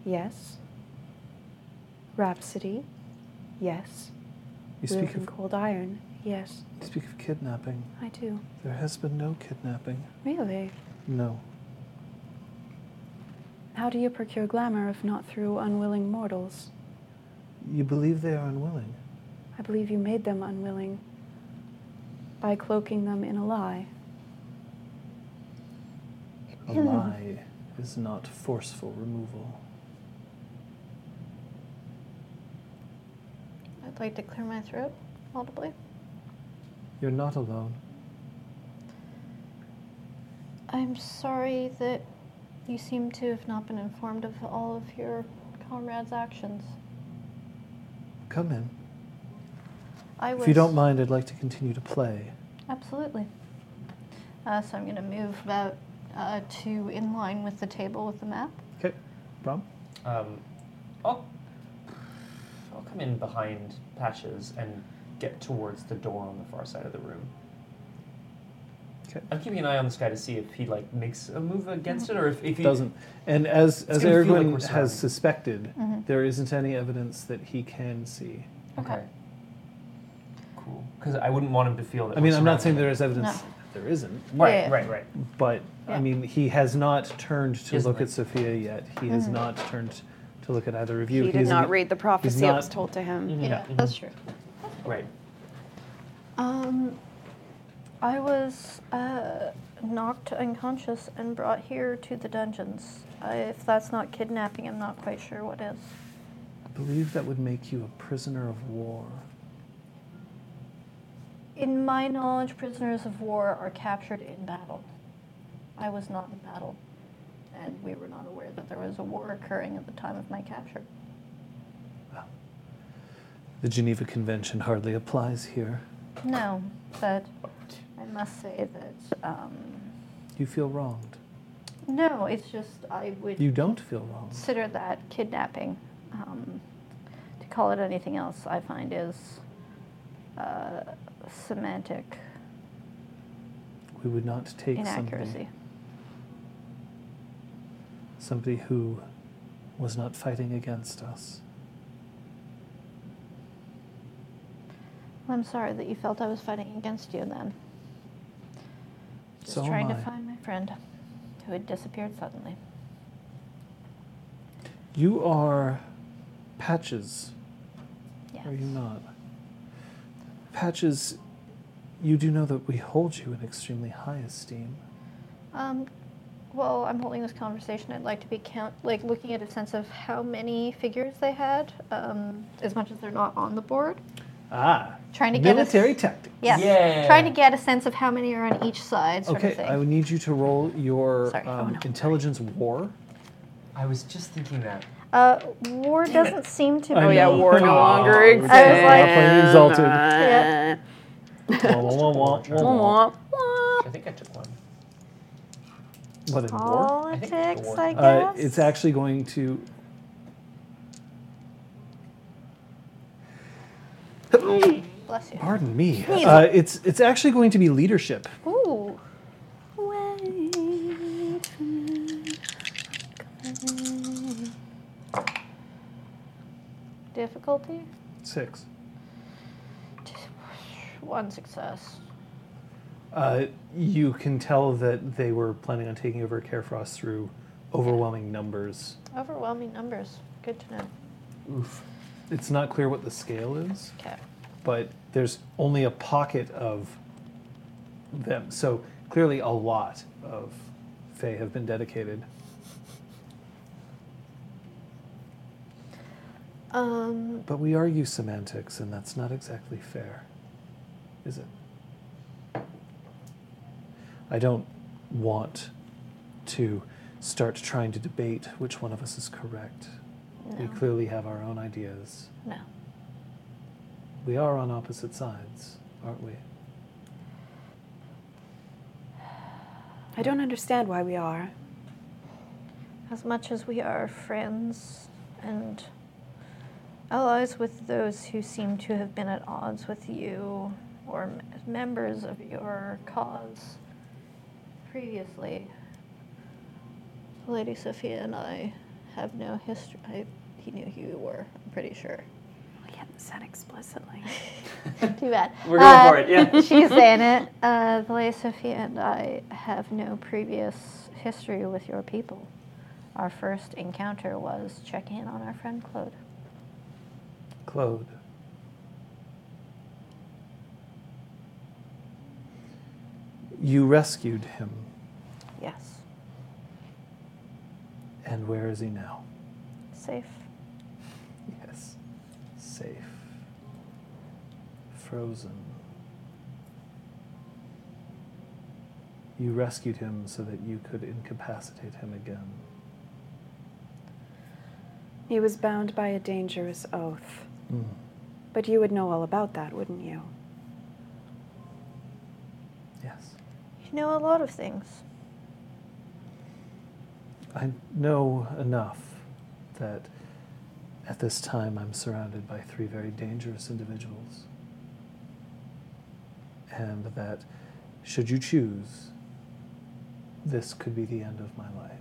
[SPEAKER 8] Yes. Rhapsody? Yes.
[SPEAKER 5] You
[SPEAKER 8] Will
[SPEAKER 5] speak
[SPEAKER 8] in
[SPEAKER 5] of
[SPEAKER 8] cold iron? Yes,
[SPEAKER 5] You speak of kidnapping.
[SPEAKER 8] I do.
[SPEAKER 5] There has been no kidnapping.
[SPEAKER 8] Really?
[SPEAKER 5] No.
[SPEAKER 8] How do you procure glamour if not through unwilling mortals?
[SPEAKER 5] You believe they are unwilling.
[SPEAKER 8] I believe you made them unwilling by cloaking them in a lie.
[SPEAKER 5] A lie is not forceful removal.
[SPEAKER 3] I'd like to clear my throat audibly.
[SPEAKER 5] You're not alone.
[SPEAKER 3] I'm sorry that you seem to have not been informed of all of your comrades' actions.
[SPEAKER 5] Come in.
[SPEAKER 3] I was
[SPEAKER 5] If you don't mind, I'd like to continue to play.
[SPEAKER 3] absolutely. Uh, so I'm going to move about uh, to in line with the table with the map.
[SPEAKER 5] Okay. Brom?
[SPEAKER 1] Um, I'll, I'll come in behind Pasha's and get towards the door on the far side of the room.
[SPEAKER 5] 'Kay.
[SPEAKER 1] I'm keeping an eye on this guy to see if he like makes a move
[SPEAKER 3] Mm-hmm.
[SPEAKER 1] against it or if, if he
[SPEAKER 5] Doesn't. And as, as
[SPEAKER 1] gonna feel like
[SPEAKER 5] Aragorn
[SPEAKER 1] we're surrounded.
[SPEAKER 5] has suspected,
[SPEAKER 3] Mm-hmm.
[SPEAKER 5] there isn't any evidence that he can see.
[SPEAKER 1] Okay. Cool. Because I wouldn't want him to feel that.
[SPEAKER 5] I
[SPEAKER 1] we're
[SPEAKER 5] mean, I'm not saying
[SPEAKER 1] surrounded.
[SPEAKER 5] there is evidence
[SPEAKER 3] No.
[SPEAKER 5] that there isn't,
[SPEAKER 1] Right,
[SPEAKER 3] Yeah, yeah.
[SPEAKER 1] right, right.
[SPEAKER 5] but
[SPEAKER 3] Yeah.
[SPEAKER 5] I mean, he has not turned to
[SPEAKER 1] Isn't
[SPEAKER 5] look
[SPEAKER 1] it?
[SPEAKER 5] at Sophia yet. He has not turned to look at either of you.
[SPEAKER 11] He did
[SPEAKER 5] is-
[SPEAKER 11] not read the prophecy that
[SPEAKER 5] not-
[SPEAKER 11] was told to him.
[SPEAKER 5] Mm-hmm.
[SPEAKER 3] Yeah,
[SPEAKER 1] mm-hmm.
[SPEAKER 3] that's true.
[SPEAKER 1] Right.
[SPEAKER 3] Um, I was uh, knocked unconscious and brought here to the dungeons. I, if that's not kidnapping, I'm not quite sure what is.
[SPEAKER 5] I believe that would make you a prisoner of war.
[SPEAKER 3] In my knowledge, prisoners of war are captured in battle. I was not in battle, and we were not aware that there was a war occurring at the time of my capture.
[SPEAKER 5] The Geneva Convention hardly applies here.
[SPEAKER 3] No, but I must say that um,
[SPEAKER 5] You feel wronged.
[SPEAKER 3] no, it's just I would
[SPEAKER 5] You don't feel wronged.
[SPEAKER 3] consider that kidnapping. Um, to call it anything else, I find is uh, semantic
[SPEAKER 5] We would not take somebody,
[SPEAKER 3] inaccuracy.
[SPEAKER 5] somebody who was not fighting against us.
[SPEAKER 3] I'm sorry that you felt I was fighting against you then. Just
[SPEAKER 5] So am
[SPEAKER 3] trying
[SPEAKER 5] I.
[SPEAKER 3] to find my friend who had disappeared suddenly.
[SPEAKER 5] You are patches,
[SPEAKER 3] Yes.
[SPEAKER 5] are you not? Patches, you do know that we hold you in extremely high esteem.
[SPEAKER 3] Um, well, I'm holding this conversation. I'd like to be count, like looking at a sense of how many figures they had, um, as much as they're not on the board.
[SPEAKER 5] Ah,
[SPEAKER 3] Trying to get a s-
[SPEAKER 5] military tactic.
[SPEAKER 3] Yes.
[SPEAKER 1] Yeah.
[SPEAKER 3] Trying to get a sense of how many are on each side, sort of
[SPEAKER 5] Okay,
[SPEAKER 3] thing.
[SPEAKER 5] I would need you to roll your
[SPEAKER 3] Sorry.
[SPEAKER 5] um, intelligence war.
[SPEAKER 1] I was just thinking that.
[SPEAKER 3] uh, war doesn't seem to be.
[SPEAKER 11] Oh yeah, war no longer
[SPEAKER 5] I was
[SPEAKER 11] exists.
[SPEAKER 5] like- Halfling exalted.
[SPEAKER 11] Yeah.
[SPEAKER 5] Wah, wah, wah, wah, wah, wah.
[SPEAKER 11] Womp
[SPEAKER 1] I think I took one.
[SPEAKER 5] What in war?
[SPEAKER 3] Politics,
[SPEAKER 1] I
[SPEAKER 3] I,
[SPEAKER 1] think it's war.
[SPEAKER 3] guess.
[SPEAKER 5] Uh, it's actually going to.
[SPEAKER 3] Bless you.
[SPEAKER 5] Pardon me. Uh, it's it's actually going to be leadership.
[SPEAKER 3] Ooh. Difficulty?
[SPEAKER 5] Six.
[SPEAKER 3] One success.
[SPEAKER 5] Uh, you can tell that they were planning on taking over Carefrost through overwhelming numbers.
[SPEAKER 3] Overwhelming numbers. Good to know.
[SPEAKER 5] Oof. It's not clear what the scale is,
[SPEAKER 3] Okay.
[SPEAKER 5] but there's only a pocket of them. So clearly, a lot of Fae have been dedicated.
[SPEAKER 3] Um,
[SPEAKER 5] But we argue semantics, and that's not exactly fair, is it? I don't want to start trying to debate which one of us is correct. We
[SPEAKER 3] No.
[SPEAKER 5] clearly have our own ideas.
[SPEAKER 3] no.
[SPEAKER 5] We are on opposite sides, aren't we?
[SPEAKER 11] I don't understand why we are.
[SPEAKER 3] As much as we are friends and allies with those who seem to have been at odds with you or m- members of your cause previously, Lady Sophia and I have no history. I, he knew who you were, I'm pretty sure.
[SPEAKER 8] Well, yet said explicitly.
[SPEAKER 3] Too bad.
[SPEAKER 1] We're going for it, yeah. *laughs*
[SPEAKER 3] she's in it. Uh, Valea Sophia and I have no previous history with your people. Our first encounter was check in on our friend Claude.
[SPEAKER 1] Claude.
[SPEAKER 5] You rescued him,
[SPEAKER 3] Yes.
[SPEAKER 5] and where is he now?
[SPEAKER 3] Safe.
[SPEAKER 5] Yes. Safe. Frozen. You rescued him so that you could incapacitate him again.
[SPEAKER 8] He was bound by a dangerous oath. But you would know all about that, wouldn't you?
[SPEAKER 5] Yes.
[SPEAKER 3] You know a lot of things.
[SPEAKER 5] I know enough that at this time I'm surrounded by three very dangerous individuals. And that should you choose, this could be the end of my life.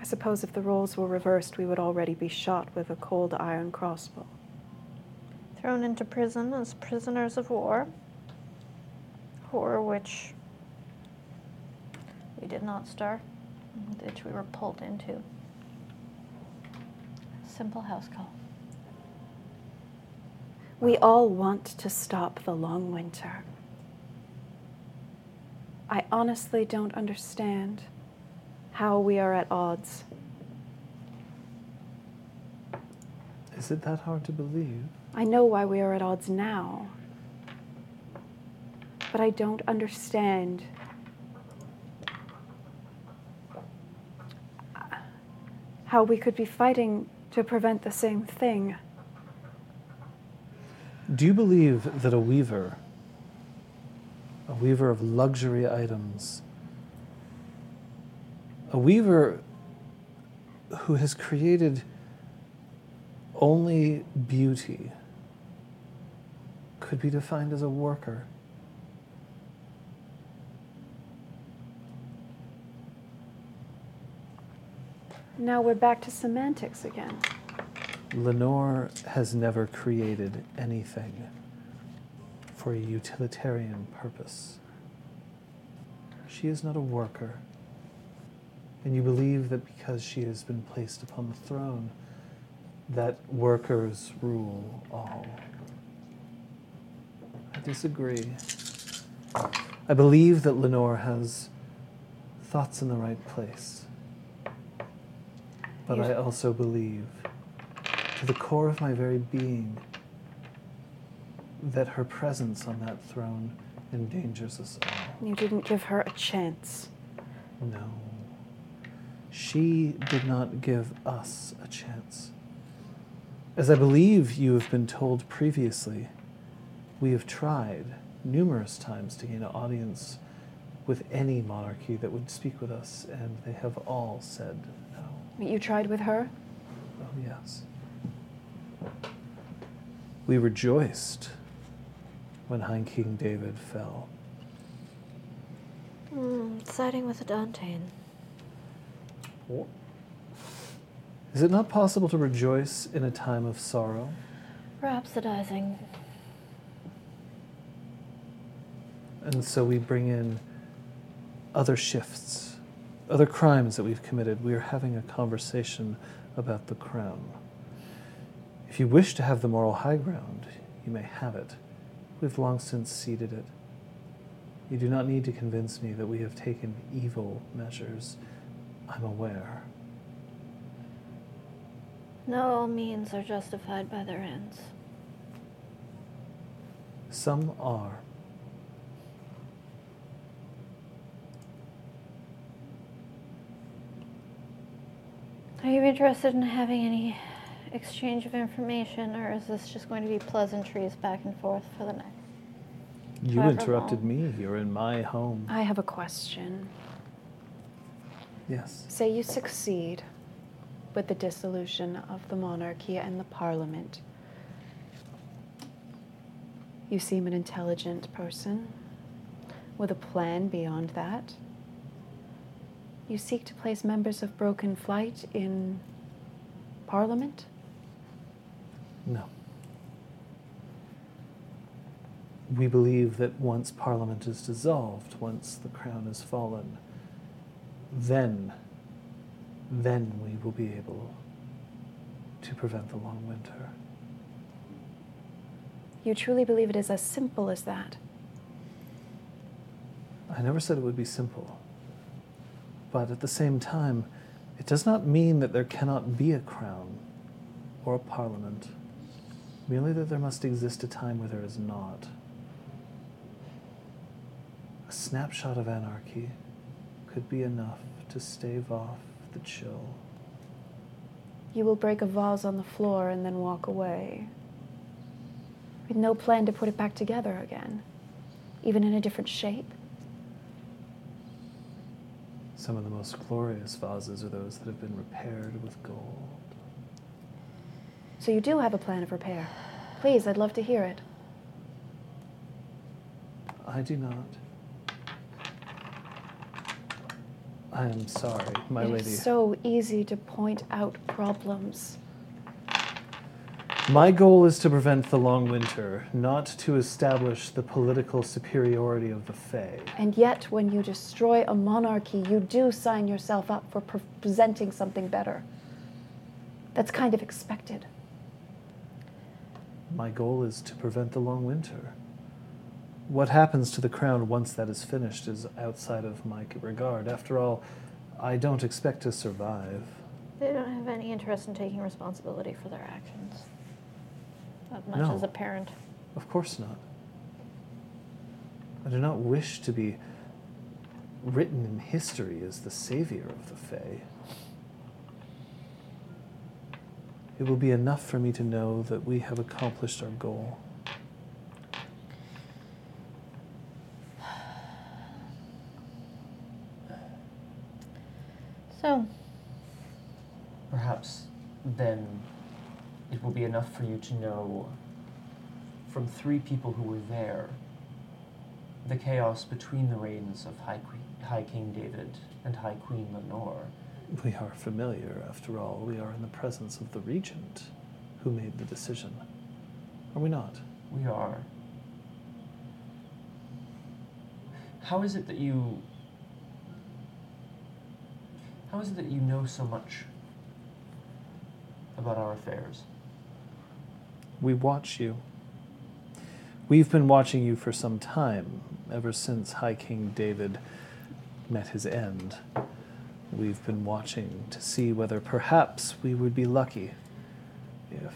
[SPEAKER 8] I suppose if the roles were reversed, we would already be shot with a cold iron crossbow.
[SPEAKER 3] Thrown into prison as prisoners of war. Horror which we did not start, which we were pulled into. Simple house call.
[SPEAKER 8] We all want to stop the long winter. I honestly don't understand how we are at odds.
[SPEAKER 5] Is it that hard to believe?
[SPEAKER 8] I know why we are at odds now. But I don't understand. How we could be fighting to prevent the same thing.
[SPEAKER 5] Do you believe that a weaver, a weaver of luxury items, a weaver who has created only beauty, could be defined as a worker?
[SPEAKER 8] Now we're back to semantics again.
[SPEAKER 5] Lenore has never created anything for a utilitarian purpose. She is not a worker. And you believe that because she has been placed upon the throne, that workers rule all. I disagree. I believe that Lenore has thoughts in the right place. But I also believe, to the core of my very being, that her presence on that throne endangers us all.
[SPEAKER 8] You didn't give her a chance.
[SPEAKER 5] No. She did not give us a chance. As I believe you have been told previously, we have tried numerous times to gain an audience with any monarchy that would speak with us, and they have all said no.
[SPEAKER 8] You tried with her?
[SPEAKER 5] Oh, yes. We rejoiced when High King David fell.
[SPEAKER 3] Mm, siding with the Dantean.
[SPEAKER 5] Is it not possible to rejoice in a time of sorrow?
[SPEAKER 3] Rhapsodizing.
[SPEAKER 5] And so we bring in other shifts, other crimes that we've committed. We are having a conversation about the crown. If you wish to have the moral high ground, you may have it. We've long since ceded it. You do not need to convince me that we have taken evil measures. I'm aware.
[SPEAKER 3] No all means are justified by their ends.
[SPEAKER 5] Some are.
[SPEAKER 3] Are you interested in having any exchange of information, or is this just going to be pleasantries back and forth for the night?
[SPEAKER 5] You
[SPEAKER 3] However
[SPEAKER 5] interrupted
[SPEAKER 3] long.
[SPEAKER 5] me. You're in my home.
[SPEAKER 8] I have a question.
[SPEAKER 5] Yes.
[SPEAKER 8] Say you succeed with the dissolution of the monarchy and the parliament. You seem an intelligent person with a plan beyond that. You seek to place members of Broken Flight in parliament?
[SPEAKER 5] No. We believe that once Parliament is dissolved, once the crown is fallen, then, then we will be able to prevent the long winter.
[SPEAKER 11] You truly believe it is as simple as that?
[SPEAKER 5] I never said it would be simple. But at the same time, it does not mean that there cannot be a crown or a parliament, merely that there must exist a time where there is not. A snapshot of anarchy could be enough to stave off the chill.
[SPEAKER 11] You will break a vase on the floor and then walk away. With no plan to put it back together again, even in a different shape.
[SPEAKER 5] Some of the most glorious vases are those that have been repaired with gold.
[SPEAKER 11] So you do have a plan of repair. Please, I'd love to hear it.
[SPEAKER 5] I do not. I am sorry, my
[SPEAKER 11] It is
[SPEAKER 5] lady.
[SPEAKER 11] so easy to point out problems.
[SPEAKER 5] My goal is to prevent the long winter, not to establish the political superiority of the Fae.
[SPEAKER 11] And yet, when you destroy a monarchy, you do sign yourself up for pre- presenting something better. That's kind of expected.
[SPEAKER 5] My goal is to prevent the long winter. What happens to the crown once that is finished is outside of my regard. After all, I don't expect to survive.
[SPEAKER 3] They don't have any interest in taking responsibility for their actions. Not much
[SPEAKER 5] No.
[SPEAKER 3] as a parent.
[SPEAKER 5] Of course not. I do not wish to be written in history as the savior of the Fae. It will be enough for me to know that we have accomplished our goal.
[SPEAKER 3] So,
[SPEAKER 1] Perhaps then it will be enough for you to know from three people who were there the chaos between the reigns of High, que- High King David and High Queen Lenore.
[SPEAKER 5] We are familiar, after all. We are in the presence of the regent who made the decision. Are we not?
[SPEAKER 1] We are. How is it that you. How is it that you know so much about our affairs?
[SPEAKER 5] We watch you. We've been watching you for some time, ever since High King David met his end. We've been watching to see whether perhaps we would be lucky if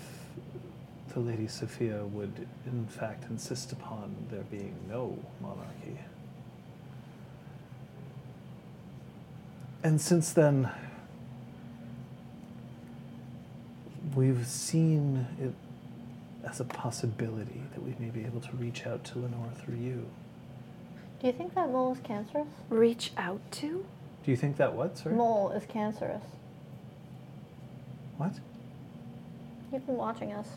[SPEAKER 5] the Lady Sophia would, in fact, insist upon there being no monarchy. And since then, we've seen it as a possibility that we may be able to reach out to Lenore through you.
[SPEAKER 3] do you think that mole is cancerous?
[SPEAKER 11] Reach out to?
[SPEAKER 5] Do you think that what, sir?
[SPEAKER 3] Mole is cancerous.
[SPEAKER 5] What?
[SPEAKER 3] You've been watching us.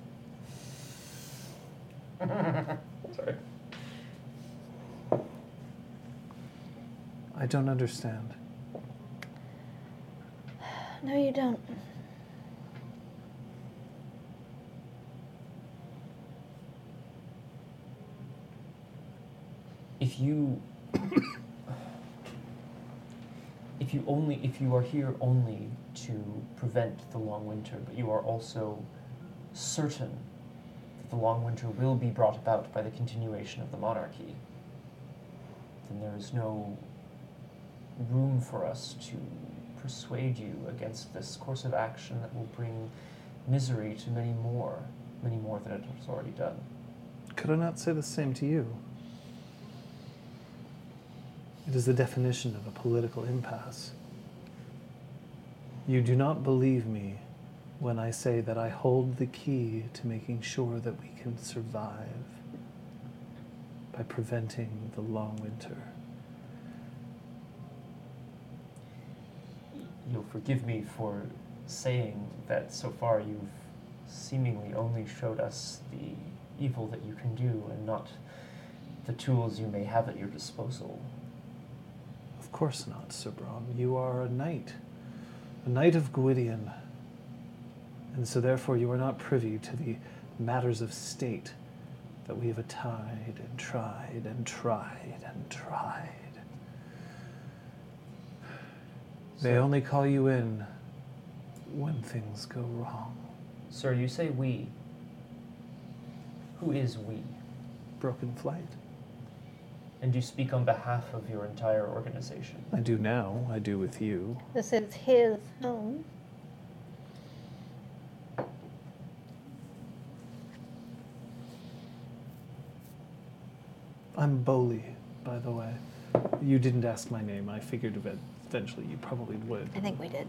[SPEAKER 1] Sorry.
[SPEAKER 5] I don't understand.
[SPEAKER 3] No, you don't.
[SPEAKER 1] if you if you only if you are here only to prevent the long winter but you are also certain that the long winter will be brought about by the continuation of the monarchy then there is no room for us to persuade you against this course of action that will bring misery to many more many more than it has already done
[SPEAKER 5] Could I not say the same to you? It is the definition of a political impasse. You do not believe me when I say that I hold the key to making sure that we can survive by preventing the long winter.
[SPEAKER 1] You'll forgive me for saying that so far you've seemingly only showed us the evil that you can do and not the tools you may have at your disposal.
[SPEAKER 5] Of course not, Sir Brom. You are a knight, a knight of Gwydion. And so, therefore, you are not privy to the matters of state that we have tried and tried and tried and tried. They only call you in when things go wrong.
[SPEAKER 1] Sir, you say we. Who is we?
[SPEAKER 5] Broken flight.
[SPEAKER 1] And you speak on behalf of your entire organization.
[SPEAKER 5] I do now. I do with you.
[SPEAKER 3] This is his home.
[SPEAKER 5] I'm Boli, by the way. You didn't ask my name. I figured ev- eventually you probably would.
[SPEAKER 3] I think we did.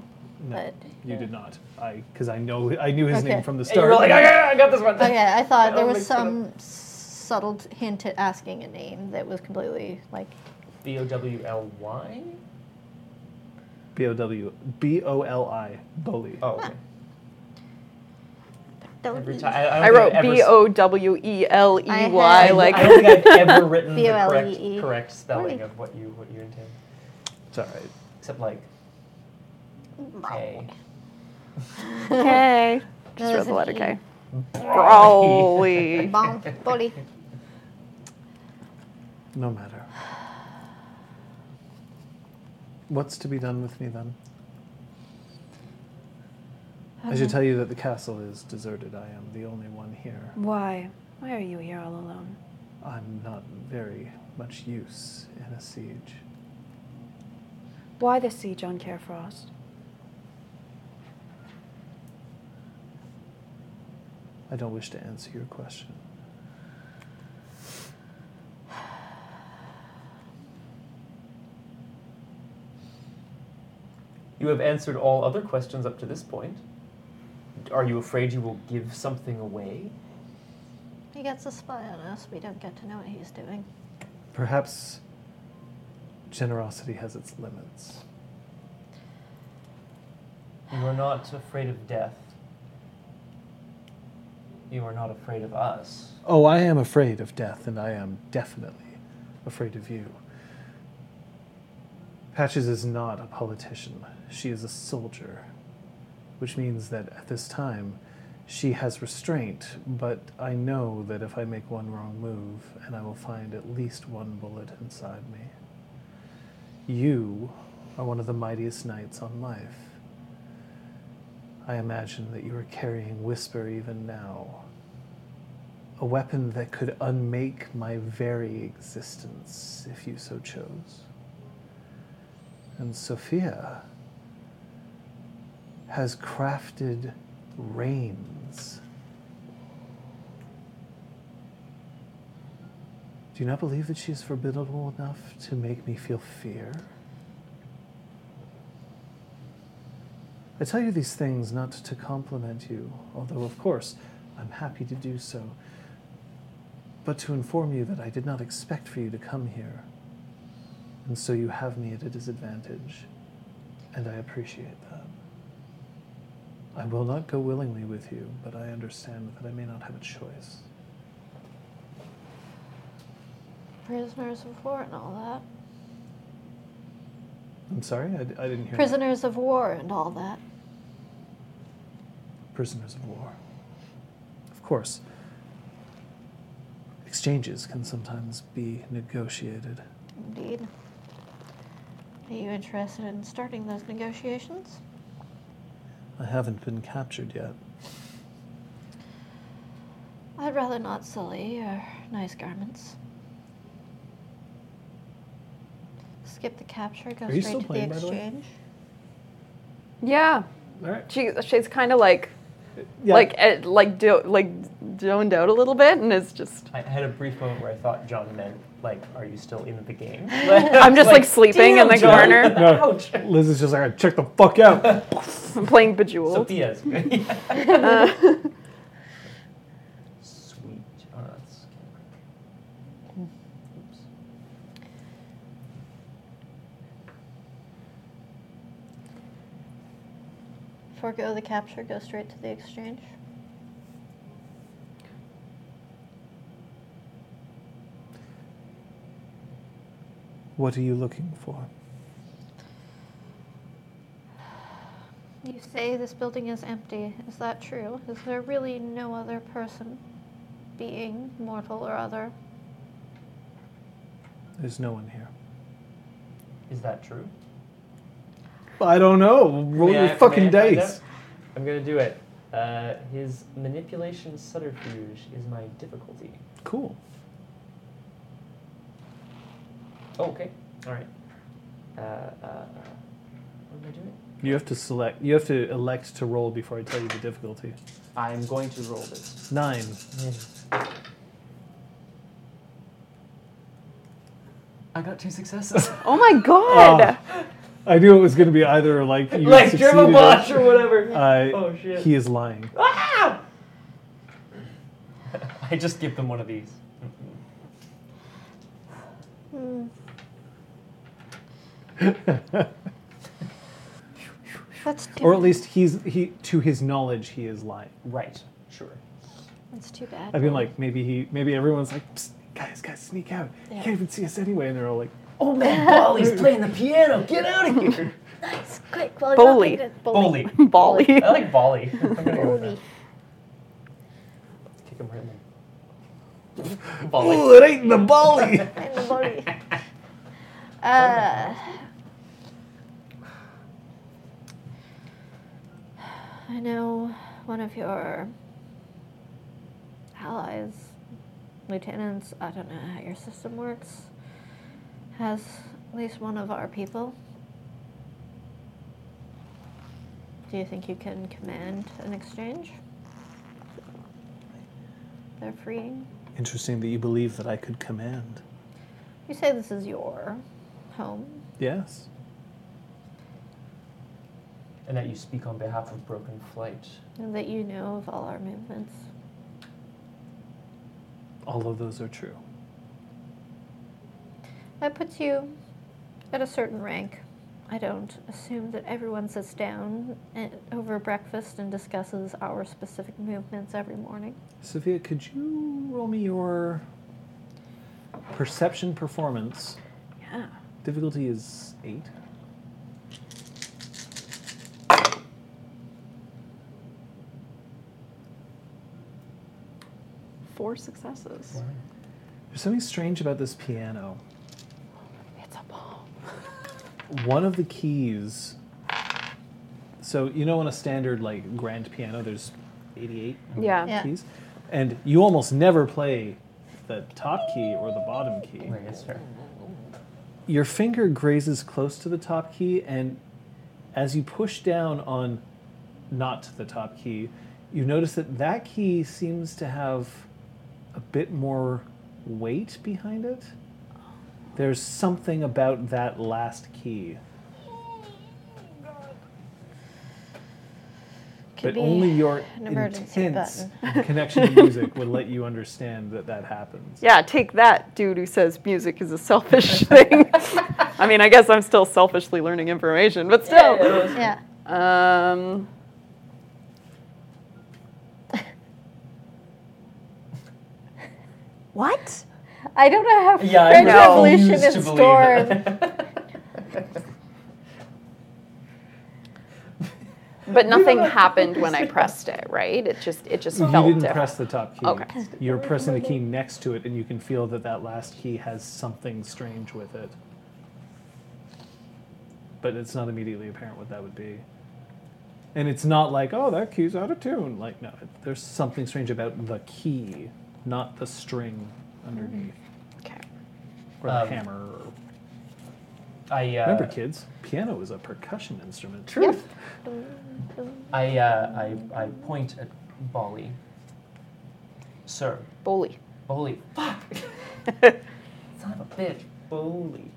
[SPEAKER 5] No,
[SPEAKER 3] but-
[SPEAKER 5] you did not. I because I know I knew his name
[SPEAKER 3] Okay.
[SPEAKER 5] from the
[SPEAKER 1] And you
[SPEAKER 5] start.
[SPEAKER 1] were like, "Ah, yeah, I got this one.
[SPEAKER 3] Okay,
[SPEAKER 5] *laughs*
[SPEAKER 3] I thought there
[SPEAKER 1] I'll
[SPEAKER 3] was
[SPEAKER 1] make sure
[SPEAKER 3] some subtle t- hint at asking a name that was completely like
[SPEAKER 1] B O W L Y?
[SPEAKER 5] B O W B O L I Boli.
[SPEAKER 1] Oh, okay.
[SPEAKER 3] don't
[SPEAKER 1] Every
[SPEAKER 3] eat.
[SPEAKER 1] time, I, I don't
[SPEAKER 6] I
[SPEAKER 1] think
[SPEAKER 6] wrote
[SPEAKER 1] I've ever
[SPEAKER 6] B O W E L
[SPEAKER 3] I
[SPEAKER 6] E
[SPEAKER 3] had-
[SPEAKER 6] Y.
[SPEAKER 3] I-
[SPEAKER 6] Like
[SPEAKER 1] I don't think I've
[SPEAKER 6] *laughs*
[SPEAKER 1] ever written the
[SPEAKER 3] B-O-L-E-E.
[SPEAKER 1] correct, correct spelling
[SPEAKER 3] Right.
[SPEAKER 1] of what you what you intend,
[SPEAKER 5] It's all right.
[SPEAKER 1] except like K.
[SPEAKER 8] *laughs*
[SPEAKER 6] K.
[SPEAKER 3] No,
[SPEAKER 6] Just wrote
[SPEAKER 3] there's
[SPEAKER 6] the
[SPEAKER 3] an
[SPEAKER 6] letter
[SPEAKER 3] E.
[SPEAKER 6] K.
[SPEAKER 3] *laughs*
[SPEAKER 6] Broly.
[SPEAKER 3] Bomb,
[SPEAKER 5] *laughs*
[SPEAKER 3] bully.
[SPEAKER 5] No matter. What's to be done with me then? I should tell you that the castle is deserted. I am the only one here.
[SPEAKER 8] *laughs* Why? Why are you here all alone?
[SPEAKER 5] I'm not very much use in a siege.
[SPEAKER 8] Why the siege on Carefrost?
[SPEAKER 5] I don't wish to answer your question.
[SPEAKER 1] You have answered all other questions up to this point. Are you afraid you will give something away?
[SPEAKER 3] He gets a spy on us. We don't get to know what he's doing.
[SPEAKER 5] Perhaps generosity has its limits.
[SPEAKER 1] You are not afraid of death. You are not afraid of us.
[SPEAKER 5] Oh, I am afraid of death, and I am definitely afraid of you. Patches is not a politician, she is a soldier, which means that at this time she has restraint, but I know that if I make one wrong move, and I will find at least one bullet inside me. You are one of the mightiest knights on life. I imagine that you are carrying Whisper even now, a weapon that could unmake my very existence if you so chose. And Sophia has crafted reins. Do you not believe that she is formidable enough to make me feel fear? I tell you these things not to compliment you, although, of course, I'm happy to do so but to inform you that I did not expect for you to come here. And so you have me at a disadvantage, and I appreciate that. I will not go willingly with you, but I understand that I may not have a choice.
[SPEAKER 3] Prisoners of war and all
[SPEAKER 5] I'm sorry, I, I didn't
[SPEAKER 3] that.
[SPEAKER 5] hear.
[SPEAKER 3] Prisoners of war and all that.
[SPEAKER 5] that. Prisoners of war. Of course, exchanges can sometimes be negotiated.
[SPEAKER 3] Indeed. Are you interested in starting those negotiations?
[SPEAKER 5] I haven't been captured yet.
[SPEAKER 3] I'd rather not sully your nice garments. Skip the capture, go
[SPEAKER 5] Are you
[SPEAKER 3] straight
[SPEAKER 5] still
[SPEAKER 3] to
[SPEAKER 5] playing,
[SPEAKER 3] the
[SPEAKER 5] by the way?
[SPEAKER 3] exchange.
[SPEAKER 6] Yeah.
[SPEAKER 5] All right.
[SPEAKER 6] She, she's kind of like like eh, like do, like zoned out a little bit, and it's just *laughs*
[SPEAKER 1] I had a brief moment where I thought John meant, like, are you still in the
[SPEAKER 6] *laughs*
[SPEAKER 1] game?
[SPEAKER 6] I'm just like, sleeping in the
[SPEAKER 1] John. *laughs*
[SPEAKER 6] corner.
[SPEAKER 5] No,
[SPEAKER 1] Ouch.
[SPEAKER 5] Liz is just like, check the fuck *laughs* out.
[SPEAKER 6] I'm playing Bejeweled. *laughs*
[SPEAKER 1] Sophia's.
[SPEAKER 6] Uh,
[SPEAKER 1] Sweet. Oh, no, that's
[SPEAKER 6] Hmm.
[SPEAKER 1] Oops.
[SPEAKER 3] Forgo the capture, go straight to the exchange.
[SPEAKER 5] What are you looking for?
[SPEAKER 3] You say this building is empty. Is that true? Is there really no other person? being, mortal or other.
[SPEAKER 5] There's no one here.
[SPEAKER 1] Is that true?
[SPEAKER 5] I don't know. Roll
[SPEAKER 12] May I-
[SPEAKER 5] your
[SPEAKER 12] may
[SPEAKER 5] fucking
[SPEAKER 12] I find
[SPEAKER 5] dice.
[SPEAKER 12] out? I'm gonna do it. Uh, his manipulation subterfuge is my difficulty.
[SPEAKER 5] Cool.
[SPEAKER 12] Oh, okay. All right. Uh, uh, uh, what am I doing?
[SPEAKER 5] You have to select. You have to elect to roll before I tell you the difficulty.
[SPEAKER 12] I'm going to roll this.
[SPEAKER 5] Nine.
[SPEAKER 1] I got
[SPEAKER 12] *laughs*
[SPEAKER 1] two successes.
[SPEAKER 6] Oh my
[SPEAKER 5] Oh,
[SPEAKER 8] Ah.
[SPEAKER 6] *laughs*
[SPEAKER 5] I knew it was going to be either like *laughs* you
[SPEAKER 12] Like
[SPEAKER 5] succeeded
[SPEAKER 12] German Bosch or whatever.
[SPEAKER 5] *laughs* Uh,
[SPEAKER 12] *laughs* Oh, shit.
[SPEAKER 5] He
[SPEAKER 12] *laughs*
[SPEAKER 5] is lying.
[SPEAKER 12] Ah!
[SPEAKER 1] I just give them one of these.
[SPEAKER 3] Hmm.
[SPEAKER 13] That's
[SPEAKER 5] or at least he's he to his knowledge he is lying.
[SPEAKER 1] Right. Sure.
[SPEAKER 3] That's too bad.
[SPEAKER 5] I've been like maybe he maybe everyone's like Psst, guys guys sneak out. You
[SPEAKER 3] Yeah.
[SPEAKER 5] can't even see us anyway, and they're all like
[SPEAKER 12] Oh man, Bolly's *laughs* playing the piano. Get out of here.
[SPEAKER 3] Nice, quick, well,
[SPEAKER 6] Bully.
[SPEAKER 3] nothing to-
[SPEAKER 1] Bolly.
[SPEAKER 6] Bolly.
[SPEAKER 1] I like Bolly. *laughs* I'm gonna go with
[SPEAKER 3] Bully.
[SPEAKER 1] that. Kick him right in the
[SPEAKER 5] "Ooh,
[SPEAKER 1] Bolly.
[SPEAKER 5] it
[SPEAKER 12] *laughs*
[SPEAKER 5] ain't the Bolly.
[SPEAKER 3] I'm a bully. Uh, I know one of your allies, lieutenants, I don't know how your system works, has at least one of our people. Do you think you can command an exchange? They're freeing.
[SPEAKER 5] Interesting that you believe that I could command.
[SPEAKER 3] You say this is your home.
[SPEAKER 5] Yes.
[SPEAKER 1] And that you speak on behalf of Broken Flight.
[SPEAKER 3] And that you know of all our movements.
[SPEAKER 5] All of those are true.
[SPEAKER 3] That puts you at a certain rank. I don't assume that everyone sits down and, over breakfast and discusses our specific movements every morning.
[SPEAKER 5] Sophia, could you roll me your perception performance?
[SPEAKER 3] Yeah.
[SPEAKER 5] Difficulty is eight.
[SPEAKER 6] *laughs* Four successes.
[SPEAKER 5] There's something strange about this piano.
[SPEAKER 6] It's a bomb. *laughs*
[SPEAKER 5] One of the keys. So you know, on a standard like grand piano, there's 88
[SPEAKER 6] Yeah.
[SPEAKER 3] Yeah.
[SPEAKER 5] keys, and you almost never play the top key or the bottom key.
[SPEAKER 1] Right, yes, sir.
[SPEAKER 5] your finger grazes close to the top key, and as you push down on not the top key, you notice that that key seems to have a bit more weight behind it. There's something about that last key, but
[SPEAKER 3] Could be
[SPEAKER 5] only your
[SPEAKER 3] an emergency
[SPEAKER 5] intense
[SPEAKER 3] button.
[SPEAKER 5] connection to music would let you understand that that happens.
[SPEAKER 6] Yeah, take that, dude who says music is a selfish *laughs*
[SPEAKER 8] *laughs*
[SPEAKER 6] thing. I mean, I guess I'm still selfishly learning information, but still.
[SPEAKER 3] yeah.
[SPEAKER 6] Um,
[SPEAKER 13] What?
[SPEAKER 3] I don't know how
[SPEAKER 1] Yeah,
[SPEAKER 3] French
[SPEAKER 1] I'm
[SPEAKER 3] Revolution
[SPEAKER 1] refuse to
[SPEAKER 3] is
[SPEAKER 1] believe
[SPEAKER 3] *laughs* storm.
[SPEAKER 1] it.
[SPEAKER 12] We
[SPEAKER 6] but
[SPEAKER 12] don't
[SPEAKER 6] nothing
[SPEAKER 12] know.
[SPEAKER 6] happened when I pressed it, right? It just it just
[SPEAKER 5] You
[SPEAKER 6] felt
[SPEAKER 5] didn't
[SPEAKER 6] different.
[SPEAKER 5] press the top key.
[SPEAKER 6] Okay.
[SPEAKER 5] You're pressing the key next to it, and you can feel that that last key has something strange with it. But it's not immediately apparent what that would be. And it's not like, oh, that key's out of tune. Like, no, it- there's something strange about the key, not the string underneath,
[SPEAKER 6] Mm-hmm. okay.
[SPEAKER 5] or the
[SPEAKER 1] Um,
[SPEAKER 5] hammer. Or...
[SPEAKER 1] *laughs* I uh,
[SPEAKER 5] Remember, kids, piano is a percussion instrument.
[SPEAKER 1] Truth. I, uh, I I point at Bolly. Sir,
[SPEAKER 6] Bully.
[SPEAKER 1] Bolly. Fuck. Son of a bitch, Bolly.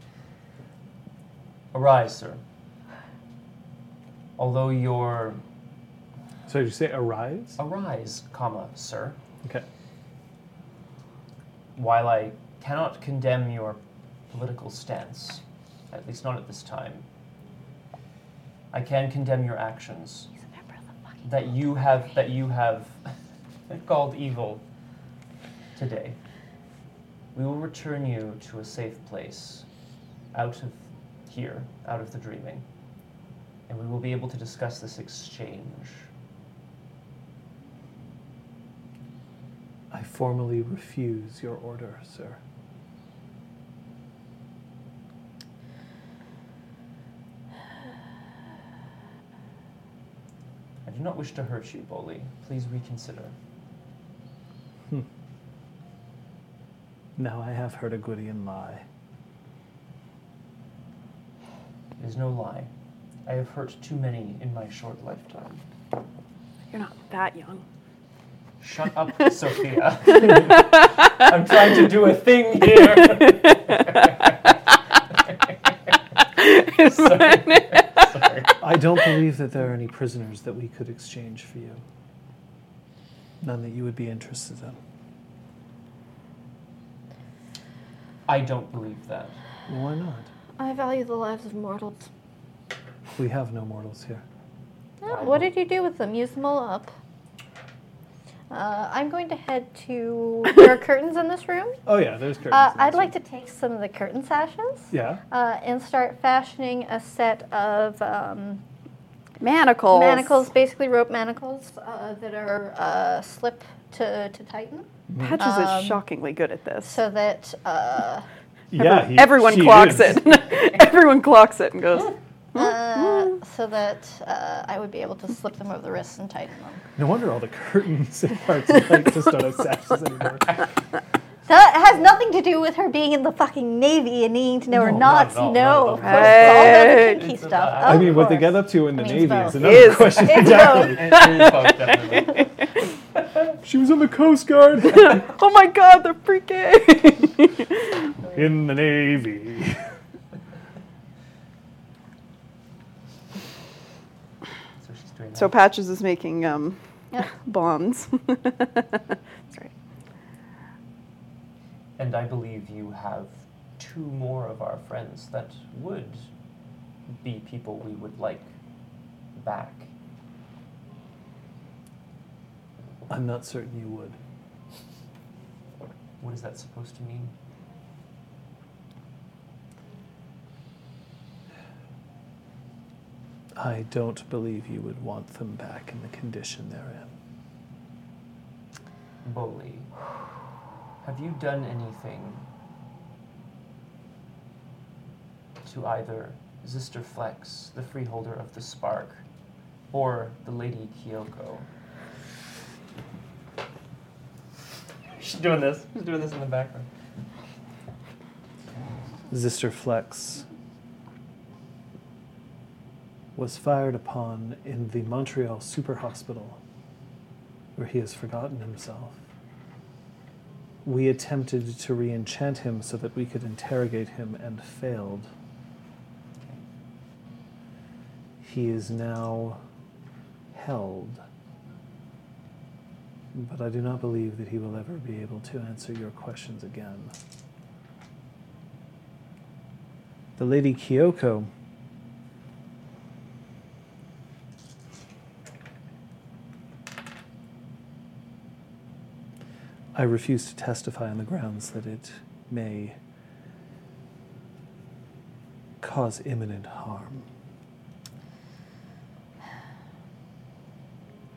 [SPEAKER 1] Arise, sir. Although your
[SPEAKER 5] So did you say arise?
[SPEAKER 1] Oh. arise, comma, sir.
[SPEAKER 5] Okay.
[SPEAKER 1] While I cannot condemn your political stance, at least not at this time, I can condemn your actions
[SPEAKER 3] He's a member of the fucking
[SPEAKER 1] that you have that you have *laughs* called evil today. We will return you to a safe place, out of here, out of the dreaming, and we will be able to discuss this exchange.
[SPEAKER 5] I formally refuse your order, sir.
[SPEAKER 1] I do not wish to hurt you, Boli. Please reconsider.
[SPEAKER 5] Now I have heard a Gwydion lie.
[SPEAKER 1] It is no lie. I have hurt too many in my short lifetime.
[SPEAKER 14] You're not that
[SPEAKER 6] *laughs*
[SPEAKER 14] young.
[SPEAKER 1] Shut up, *laughs* Sophia. I'm trying to do a *laughs* thing here. *laughs* Sorry.
[SPEAKER 5] I don't believe that there are any prisoners that we could exchange for you. None that you would be interested in.
[SPEAKER 1] I don't believe that.
[SPEAKER 5] Why not?
[SPEAKER 15] I value the lives of mortals.
[SPEAKER 5] We have no mortals here.
[SPEAKER 3] Oh, what did you do with them? Use them all up. Uh, I'm going to head to. There are curtains in this room.
[SPEAKER 5] Oh yeah, there's curtains.
[SPEAKER 3] Uh, I'd like to take some of the curtain sashes
[SPEAKER 5] Yeah.
[SPEAKER 3] uh, and start fashioning a set of um,
[SPEAKER 14] Manacles.
[SPEAKER 3] manacles, basically rope manacles uh, that are uh, slip to, to tighten.
[SPEAKER 6] Patches
[SPEAKER 3] Um,
[SPEAKER 6] is shockingly good at this.
[SPEAKER 3] So that uh,
[SPEAKER 6] Every- everyone clocks it. *laughs* everyone clocks it and goes.
[SPEAKER 3] uh, so that uh, I would be able to slip them over the wrists and tighten them.
[SPEAKER 5] No wonder all the curtains and parts of like just don't have sashes anymore.
[SPEAKER 3] That has nothing to do with her being in the fucking navy and needing to know her knots.
[SPEAKER 5] all,
[SPEAKER 3] no,
[SPEAKER 5] not
[SPEAKER 3] of
[SPEAKER 5] at
[SPEAKER 3] course,
[SPEAKER 5] all.
[SPEAKER 3] it's all about the
[SPEAKER 5] Hey.
[SPEAKER 3] kinky
[SPEAKER 5] It's
[SPEAKER 3] stuff.
[SPEAKER 5] I
[SPEAKER 3] Of
[SPEAKER 5] mean, what they
[SPEAKER 3] course.
[SPEAKER 5] get up to in the
[SPEAKER 3] I mean,
[SPEAKER 5] navy
[SPEAKER 3] it's
[SPEAKER 5] is
[SPEAKER 3] both.
[SPEAKER 5] another
[SPEAKER 3] It's
[SPEAKER 5] question.
[SPEAKER 3] both.
[SPEAKER 5] exactly.
[SPEAKER 6] *laughs*
[SPEAKER 5] she was on the Coast Guard. *laughs*
[SPEAKER 14] *laughs* oh my god, they're freaking.
[SPEAKER 5] in the
[SPEAKER 3] *laughs*
[SPEAKER 5] navy.
[SPEAKER 1] So she's doing
[SPEAKER 6] *laughs* So Patches is making um,
[SPEAKER 3] Yeah.
[SPEAKER 6] *laughs* bombs. Sorry.
[SPEAKER 1] And I believe you have two more of our friends that would be people we would like back.
[SPEAKER 5] I'm not certain you would.
[SPEAKER 1] What is that supposed to mean?
[SPEAKER 5] I don't believe you would want them back in the condition they're in.
[SPEAKER 1] Bully, have you done anything to either Zister Flex, the freeholder of the Spark, or the Lady Kyoko? She's doing this. She's doing this in the background.
[SPEAKER 5] Zister Flex was fired upon in the Montreal Super Hospital, where he has forgotten himself. We attempted to re enchant him so that we could interrogate him and failed. He is now held, but I do not believe that he will ever be able to answer your questions again. The Lady Kyoko. I refuse to testify on the grounds that it may cause imminent harm.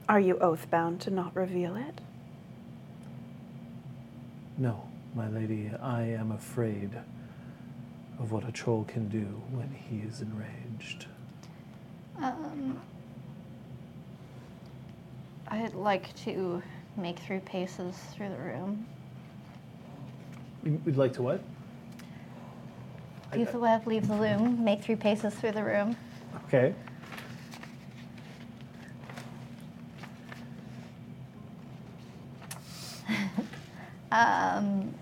[SPEAKER 14] Are you oath bound to not reveal it?
[SPEAKER 5] No, my lady, I am afraid of what a troll can do when he is enraged.
[SPEAKER 3] Um, I'd like to make three paces through the room.
[SPEAKER 5] You'd like to what?
[SPEAKER 3] Leave the web, leave the loom, make three paces through the room.
[SPEAKER 5] Okay.
[SPEAKER 3] Um,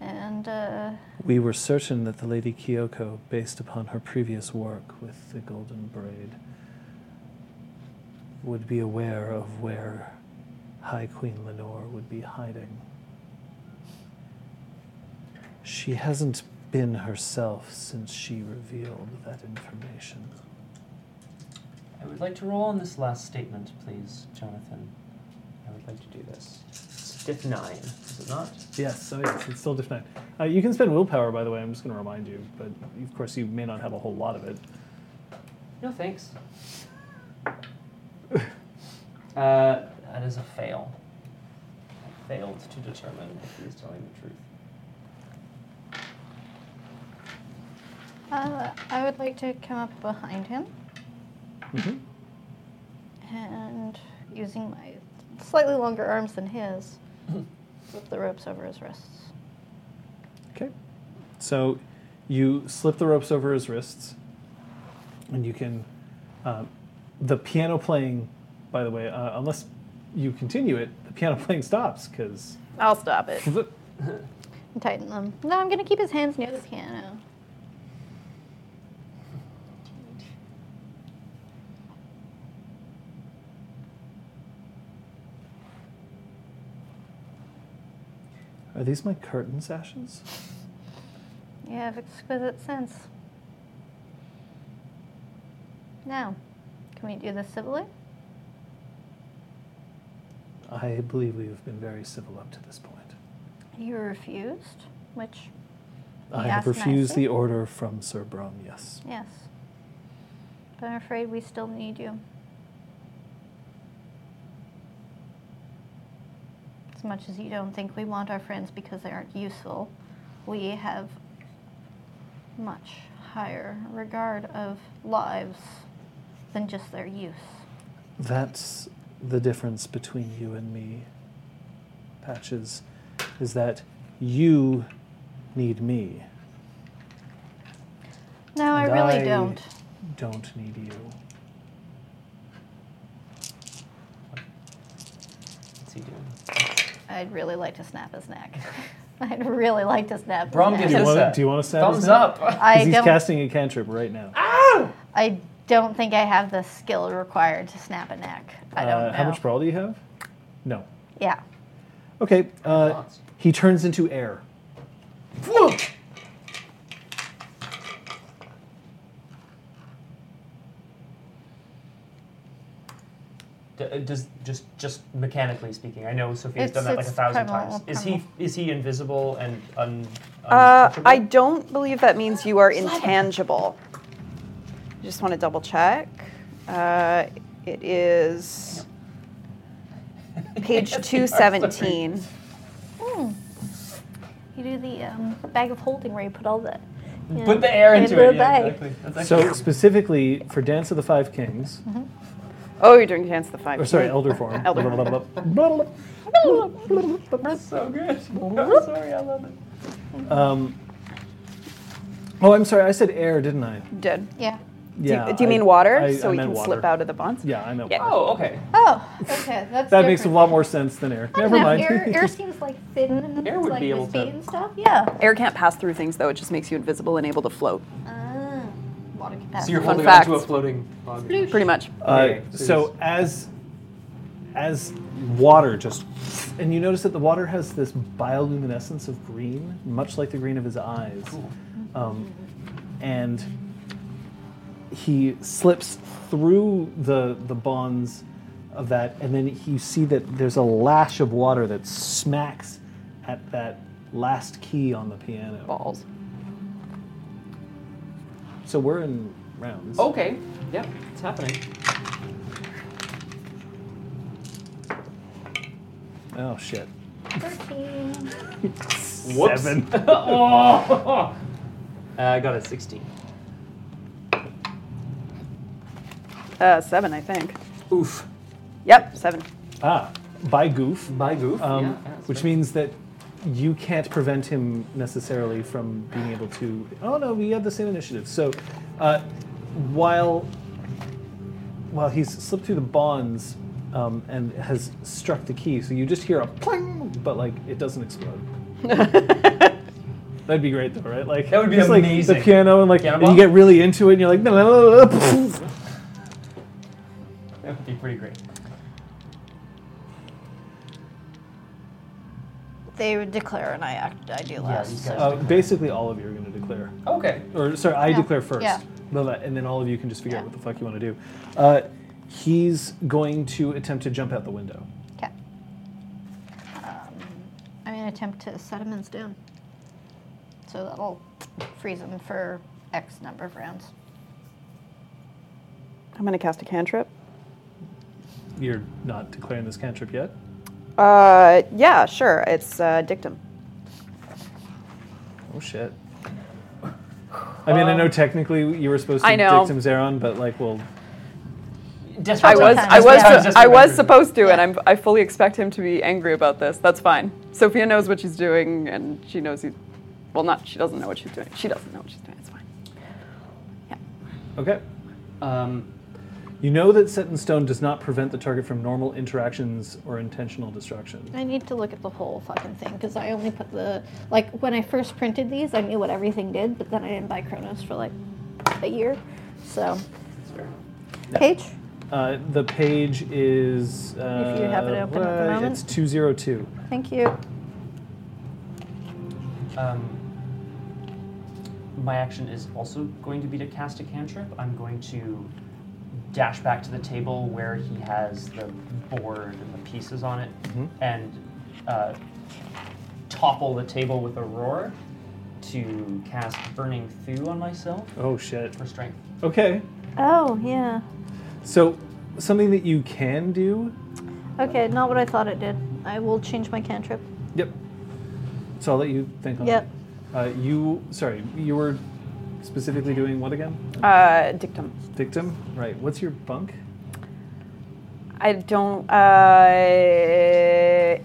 [SPEAKER 3] and uh,
[SPEAKER 5] We were certain that the Lady Kyoko, based upon her previous work with the Golden Braid, would be aware of where High Queen Lenore would be hiding. She hasn't been herself since she revealed that information.
[SPEAKER 1] I would like to roll on this last statement, please, Jonathan. I would like to do this. Stiff nine, is it not?
[SPEAKER 5] Yes, so yes, it's still diff nine. Uh, you can spend willpower, by the way. I'm just going to remind you, but of course you may not have a whole lot of it.
[SPEAKER 1] No, thanks. Uh, That is a fail. I failed to determine if he is telling the truth.
[SPEAKER 3] Uh, I would like to come up behind him
[SPEAKER 5] Mm-hmm.
[SPEAKER 3] and using my slightly longer arms than his, with the ropes over his wrists.
[SPEAKER 5] Okay. So you slip the ropes over his wrists, and you can. Um, the piano playing, by the way, uh, unless you continue it, the piano *laughs* playing stops because.
[SPEAKER 16] I'll stop it.
[SPEAKER 5] okay.
[SPEAKER 3] And tighten them. No, I'm gonna keep his hands near the piano.
[SPEAKER 5] Are these my curtain sashes?
[SPEAKER 3] You have exquisite sense. Now, can we do this civilly?
[SPEAKER 5] I believe we have been very civil up to this point.
[SPEAKER 3] You refused, which he
[SPEAKER 5] I have
[SPEAKER 3] asked
[SPEAKER 5] refused
[SPEAKER 3] nicely.
[SPEAKER 5] the order from Sir Brom, yes.
[SPEAKER 3] Yes. But I'm afraid we still need you. As much as you don't think we want our friends because they aren't useful, we have much higher regard of lives than just their use.
[SPEAKER 5] That's the difference between you and me, Patches, is that you need me.
[SPEAKER 3] No, I
[SPEAKER 5] and
[SPEAKER 3] really don't.
[SPEAKER 5] Don't need you.
[SPEAKER 1] What's he doing?
[SPEAKER 3] I'd really like to snap his neck. *laughs* I'd really like to snap
[SPEAKER 5] Brom gives Do
[SPEAKER 3] his
[SPEAKER 5] you
[SPEAKER 3] neck.
[SPEAKER 5] us wanna- a do you wanna snap his thumbs neck? up. 'Cause
[SPEAKER 3] *laughs* I
[SPEAKER 5] he's
[SPEAKER 3] don't,
[SPEAKER 5] casting a cantrip right now.
[SPEAKER 3] I don't think I have the skill required to snap a neck. I don't
[SPEAKER 5] uh,
[SPEAKER 3] know.
[SPEAKER 5] How much brawl do you have? No.
[SPEAKER 3] Yeah.
[SPEAKER 5] Okay. Uh, he turns into air.
[SPEAKER 1] D- uh, does just just mechanically speaking? I know Sophia's
[SPEAKER 17] It's-
[SPEAKER 1] done that like a
[SPEAKER 17] it's
[SPEAKER 1] thousand
[SPEAKER 17] primal,
[SPEAKER 1] times. Is he is he invisible and un?
[SPEAKER 6] Uh, I don't believe that means you are intangible. I just want to double check. Uh, it
[SPEAKER 16] *laughs*
[SPEAKER 6] is page 217.
[SPEAKER 3] Hmm. You do the um, bag of holding where you put all the. you know,
[SPEAKER 1] Put the air into
[SPEAKER 3] the
[SPEAKER 1] it. Yeah,
[SPEAKER 3] bag.
[SPEAKER 1] exactly. That's
[SPEAKER 5] So
[SPEAKER 1] actually-
[SPEAKER 5] specifically for Dance of the Five Kings,
[SPEAKER 6] Oh, you're doing Dance of the Five.
[SPEAKER 5] or sorry, Elder Form.
[SPEAKER 6] Mm-hmm. *laughs* Elder
[SPEAKER 5] blah, blah, blah, blah.
[SPEAKER 1] so good. I'm sorry, I love it.
[SPEAKER 5] Um, oh, I'm sorry. I said air, didn't I?
[SPEAKER 6] Did.
[SPEAKER 3] Yeah.
[SPEAKER 6] Do you-
[SPEAKER 5] Yeah,
[SPEAKER 6] do you
[SPEAKER 5] I-
[SPEAKER 6] mean water?
[SPEAKER 5] I-
[SPEAKER 6] so
[SPEAKER 5] I
[SPEAKER 6] we
[SPEAKER 5] meant
[SPEAKER 6] can
[SPEAKER 5] water.
[SPEAKER 6] slip out of the bonds?
[SPEAKER 5] Yeah, I know.
[SPEAKER 6] Yeah.
[SPEAKER 5] water.
[SPEAKER 1] okay.
[SPEAKER 3] Oh, okay. That's
[SPEAKER 5] That makes a
[SPEAKER 3] different.
[SPEAKER 5] lot more sense than air.
[SPEAKER 3] I don't
[SPEAKER 5] Never
[SPEAKER 3] know,
[SPEAKER 5] mind.
[SPEAKER 3] Air, air seems like thin and
[SPEAKER 6] Air
[SPEAKER 3] it's
[SPEAKER 6] would
[SPEAKER 3] like
[SPEAKER 6] be able
[SPEAKER 3] this speed
[SPEAKER 6] to-
[SPEAKER 3] and stuff. Yeah.
[SPEAKER 6] Air can't pass through things, though. It just makes you invisible and able to float.
[SPEAKER 3] Ah, water capacity.
[SPEAKER 1] So you're
[SPEAKER 6] Fun
[SPEAKER 1] holding on to a
[SPEAKER 6] fact.
[SPEAKER 1] floating log.
[SPEAKER 6] Pretty much.
[SPEAKER 5] Uh, so as as water just and you notice that the water has this bioluminescence of green much like the green of his eyes um, and he slips through the the bonds of that and then you see that there's a lash of water that smacks at that last key on the piano
[SPEAKER 6] balls
[SPEAKER 5] so we're in rounds
[SPEAKER 1] Okay. Yep. It's happening.
[SPEAKER 5] oh shit
[SPEAKER 3] Thirteen.
[SPEAKER 1] Whoops.
[SPEAKER 5] Seven.
[SPEAKER 1] Oh. Uh, I got a 16.
[SPEAKER 6] Uh, seven, I think.
[SPEAKER 1] *laughs* Oof.
[SPEAKER 6] Yep, *laughs* seven.
[SPEAKER 5] Ah, by goof.
[SPEAKER 1] By goof.
[SPEAKER 5] Um,
[SPEAKER 1] yeah,
[SPEAKER 5] which means that you can't prevent him necessarily from being able to. Oh no, we have the same initiative. So, uh, while while he's slipped through the bonds um, and has struck the key, so you just hear a pling, but like it doesn't explode. That'd be great though, right? Like
[SPEAKER 1] That would be
[SPEAKER 5] just,
[SPEAKER 1] amazing.
[SPEAKER 5] Like, the piano and like
[SPEAKER 1] Piano
[SPEAKER 5] and you
[SPEAKER 1] bomb?
[SPEAKER 5] get really into it, and you're like, *laughs*
[SPEAKER 1] That would be pretty great.
[SPEAKER 3] They would declare and I act. I do last.
[SPEAKER 5] Uh, basically, all of you are going to declare.
[SPEAKER 1] Okay.
[SPEAKER 5] Or sorry, I
[SPEAKER 3] Yeah.
[SPEAKER 5] declare first.
[SPEAKER 3] Yeah.
[SPEAKER 5] Blah, blah, and then all of you can just figure out what the fuck you want to do. Uh, he's going to attempt to jump out the window.
[SPEAKER 3] Um, I'm gonna attempt to set him in stone. So that'll freeze him for X number of rounds.
[SPEAKER 6] I'm going to cast a cantrip.
[SPEAKER 5] You're not declaring this cantrip yet.
[SPEAKER 6] Uh, yeah, sure. It's uh, dictum.
[SPEAKER 5] Oh shit. I mean, I know technically you were supposed to
[SPEAKER 18] I know.
[SPEAKER 5] dictum Zeron, but like, well,
[SPEAKER 18] I was, I was,
[SPEAKER 5] Desperate
[SPEAKER 18] I was
[SPEAKER 5] times.
[SPEAKER 18] supposed to, and I'm, I fully expect him to be angry about this. That's fine. Sophia knows what she's doing, and she knows he. Well, not she doesn't know what she's doing. She doesn't know what she's doing. It's fine.
[SPEAKER 5] Okay. Um, you know that set in stone does not prevent the target from normal interactions or intentional destruction.
[SPEAKER 3] I need to look at the whole fucking thing because I only put the like when I first printed these, I knew what everything did, but then I didn't buy Chronos for like a year. So, page
[SPEAKER 5] Uh, the page is. Uh,
[SPEAKER 3] If you have it open at the
[SPEAKER 5] uh,
[SPEAKER 3] moment.
[SPEAKER 5] It's 202.
[SPEAKER 3] Thank you.
[SPEAKER 1] Um, my action is also going to be to cast a cantrip. I'm going to dash back to the table where he has the board and the pieces on it
[SPEAKER 5] Mhm.
[SPEAKER 1] and uh, topple the table with a roar to cast Burning Thu on myself
[SPEAKER 5] Oh, shit.
[SPEAKER 1] for strength.
[SPEAKER 5] Okay.
[SPEAKER 3] Oh yeah.
[SPEAKER 5] So, something that you can do.
[SPEAKER 3] Okay, not what I thought it did. I will change my cantrip.
[SPEAKER 5] Yep. So, I'll let you think on
[SPEAKER 3] Yep.
[SPEAKER 5] that. Uh, you. Sorry, you were specifically doing what again?
[SPEAKER 6] Uh, dictum.
[SPEAKER 5] Dictum? Right. What's your bunk?
[SPEAKER 6] I don't. Uh,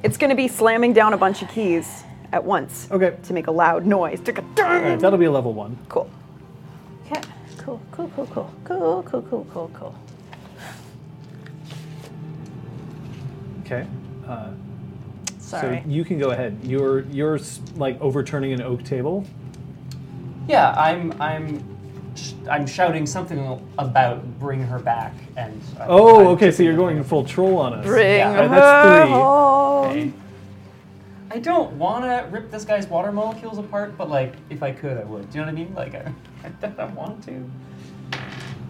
[SPEAKER 6] it's going to be slamming down a bunch of keys at once.
[SPEAKER 5] Okay.
[SPEAKER 6] To make a loud noise.
[SPEAKER 5] All right, that'll be a level one.
[SPEAKER 6] Cool.
[SPEAKER 3] Okay. Cool. Cool. Cool. Cool. Cool. Cool. Cool. Cool. Cool.
[SPEAKER 5] Okay. Uh,
[SPEAKER 1] Sorry.
[SPEAKER 5] So you can go ahead. You're you're s- like overturning an oak table.
[SPEAKER 1] Yeah, I'm I'm sh- I'm shouting something about bring her back and uh, I'm,
[SPEAKER 5] Oh, okay. So you're going full troll on us.
[SPEAKER 1] Bring
[SPEAKER 5] All right,
[SPEAKER 1] her
[SPEAKER 5] that's three.
[SPEAKER 1] Okay. I don't want to rip this guy's water molecules apart, but like if I could, I would. Do you know what I mean? Like *laughs* I, I don't I want to.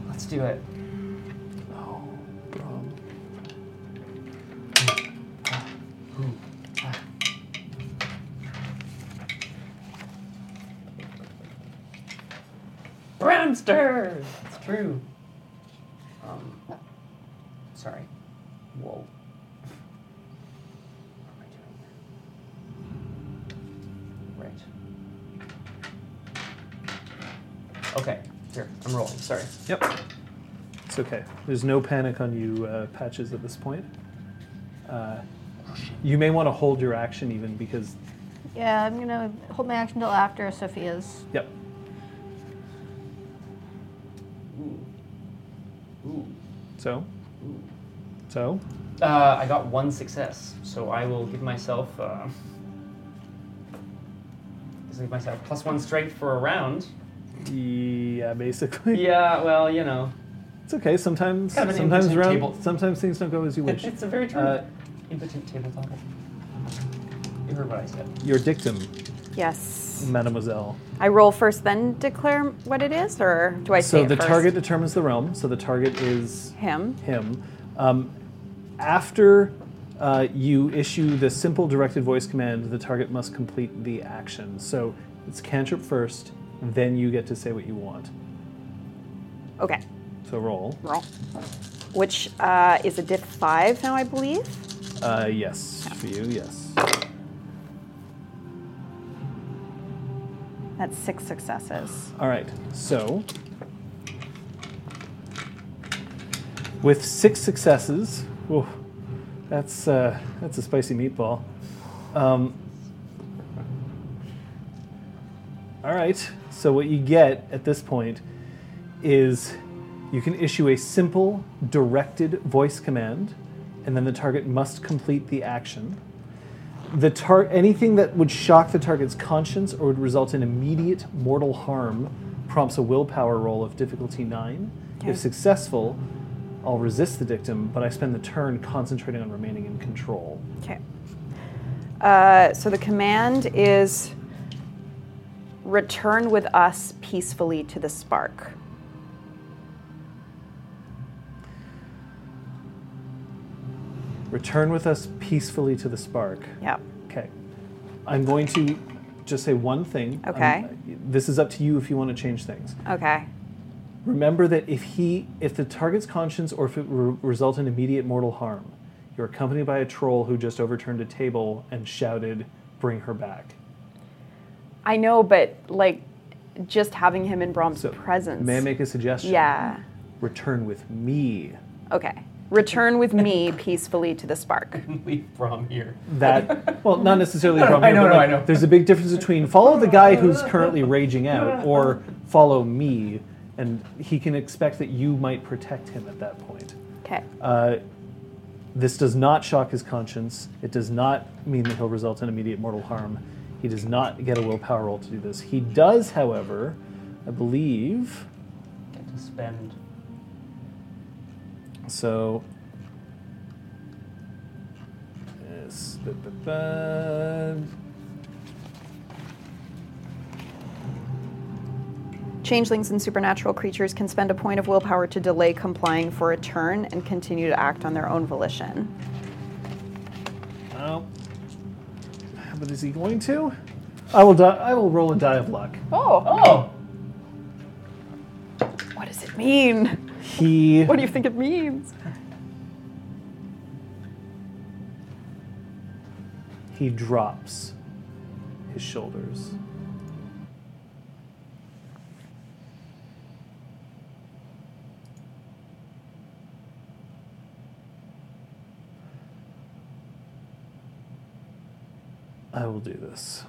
[SPEAKER 1] Let's do it. Bramster. It's true. Um, sorry. Whoa. Right. Okay, here, I'm rolling, sorry.
[SPEAKER 5] Yep. It's okay. There's no panic on you, uh, patches, at this point. Uh, you may want to hold your action even because.
[SPEAKER 3] Yeah, I'm gonna hold my action till after Sophia's.
[SPEAKER 5] Yep.
[SPEAKER 1] Ooh.
[SPEAKER 5] So. So.
[SPEAKER 1] Uh, I got one success, so I will give myself. Uh, just give myself plus one strength for a round.
[SPEAKER 5] Yeah, basically.
[SPEAKER 1] Yeah, well, you know.
[SPEAKER 5] It's okay. Sometimes,
[SPEAKER 1] Kind of an
[SPEAKER 5] sometimes
[SPEAKER 1] impotent
[SPEAKER 5] round,
[SPEAKER 1] table.
[SPEAKER 5] sometimes things don't go as
[SPEAKER 1] *laughs*
[SPEAKER 5] you wish.
[SPEAKER 1] it's a very true.
[SPEAKER 5] Uh,
[SPEAKER 1] impotent tabletop. You heard what I said. *laughs*
[SPEAKER 5] your dictum,
[SPEAKER 6] Yes.
[SPEAKER 5] Mademoiselle.
[SPEAKER 6] I roll first, then declare what it is, or do I say
[SPEAKER 5] so
[SPEAKER 6] it
[SPEAKER 5] the
[SPEAKER 6] first?
[SPEAKER 5] target determines the realm. So the target is
[SPEAKER 6] Him.
[SPEAKER 5] Him. Um, after uh, you issue the simple directed voice command, the target must complete the action. So it's cantrip first, then you get to say what you want.
[SPEAKER 6] Okay.
[SPEAKER 5] So roll.
[SPEAKER 6] Roll. Which uh, is a diff five now, I believe.
[SPEAKER 5] Uh, yes, for you. Yes.
[SPEAKER 6] That's six successes.
[SPEAKER 5] All right. So with six successes, whoa, that's uh, that's a spicy meatball. Um, all right. So what you get at this point is you can issue a simple directed voice command, and then the target must complete the action the tar- anything that would shock the target's conscience or would result in immediate mortal harm prompts a willpower roll of difficulty 9
[SPEAKER 6] Okay.
[SPEAKER 5] if successful i'll resist the dictum but i spend the turn concentrating on remaining in control
[SPEAKER 6] Okay. Uh, so the command is return with us peacefully to the spark.
[SPEAKER 5] return with us peacefully to the spark
[SPEAKER 6] Yep.
[SPEAKER 5] okay i'm going to just say one thing I'm-
[SPEAKER 6] Okay.
[SPEAKER 5] this is up to you if you want to change things
[SPEAKER 6] Okay.
[SPEAKER 5] Remember that if he, if the target's conscience or if it re- result in immediate mortal harm, you're accompanied by a troll who just overturned a table and shouted, "Bring her back."
[SPEAKER 6] I know, but like, just having him in Brom's presence.
[SPEAKER 5] May I make a suggestion?
[SPEAKER 6] Yeah.
[SPEAKER 5] Return with me.
[SPEAKER 6] Okay. Return with me peacefully to the spark.
[SPEAKER 19] Leave Brom here. *laughs*
[SPEAKER 5] That well, not necessarily
[SPEAKER 19] No, no,
[SPEAKER 5] from here,
[SPEAKER 19] I know,
[SPEAKER 5] but
[SPEAKER 19] no,
[SPEAKER 5] like,
[SPEAKER 19] I know.
[SPEAKER 5] there's a big difference between follow the guy who's currently
[SPEAKER 19] *laughs*
[SPEAKER 5] raging out or follow me, and he can expect that you might protect him at that point.
[SPEAKER 6] Okay.
[SPEAKER 5] Uh, this does not shock his conscience. It does not mean that he'll result in immediate mortal harm. He does not get a willpower roll to do this. He does, however, I believe.
[SPEAKER 19] Get to spend.
[SPEAKER 5] So. Yes. ba, ba, ba.
[SPEAKER 20] Changelings and supernatural creatures can spend a point of willpower to delay complying for a turn and continue to act on their own volition.
[SPEAKER 5] Oh. But is he going to? I will die. I will roll a die of luck.
[SPEAKER 6] Oh.
[SPEAKER 19] Oh.
[SPEAKER 6] What does it mean?
[SPEAKER 5] He.
[SPEAKER 6] What do you think it means?
[SPEAKER 5] He drops his shoulders. I will do this.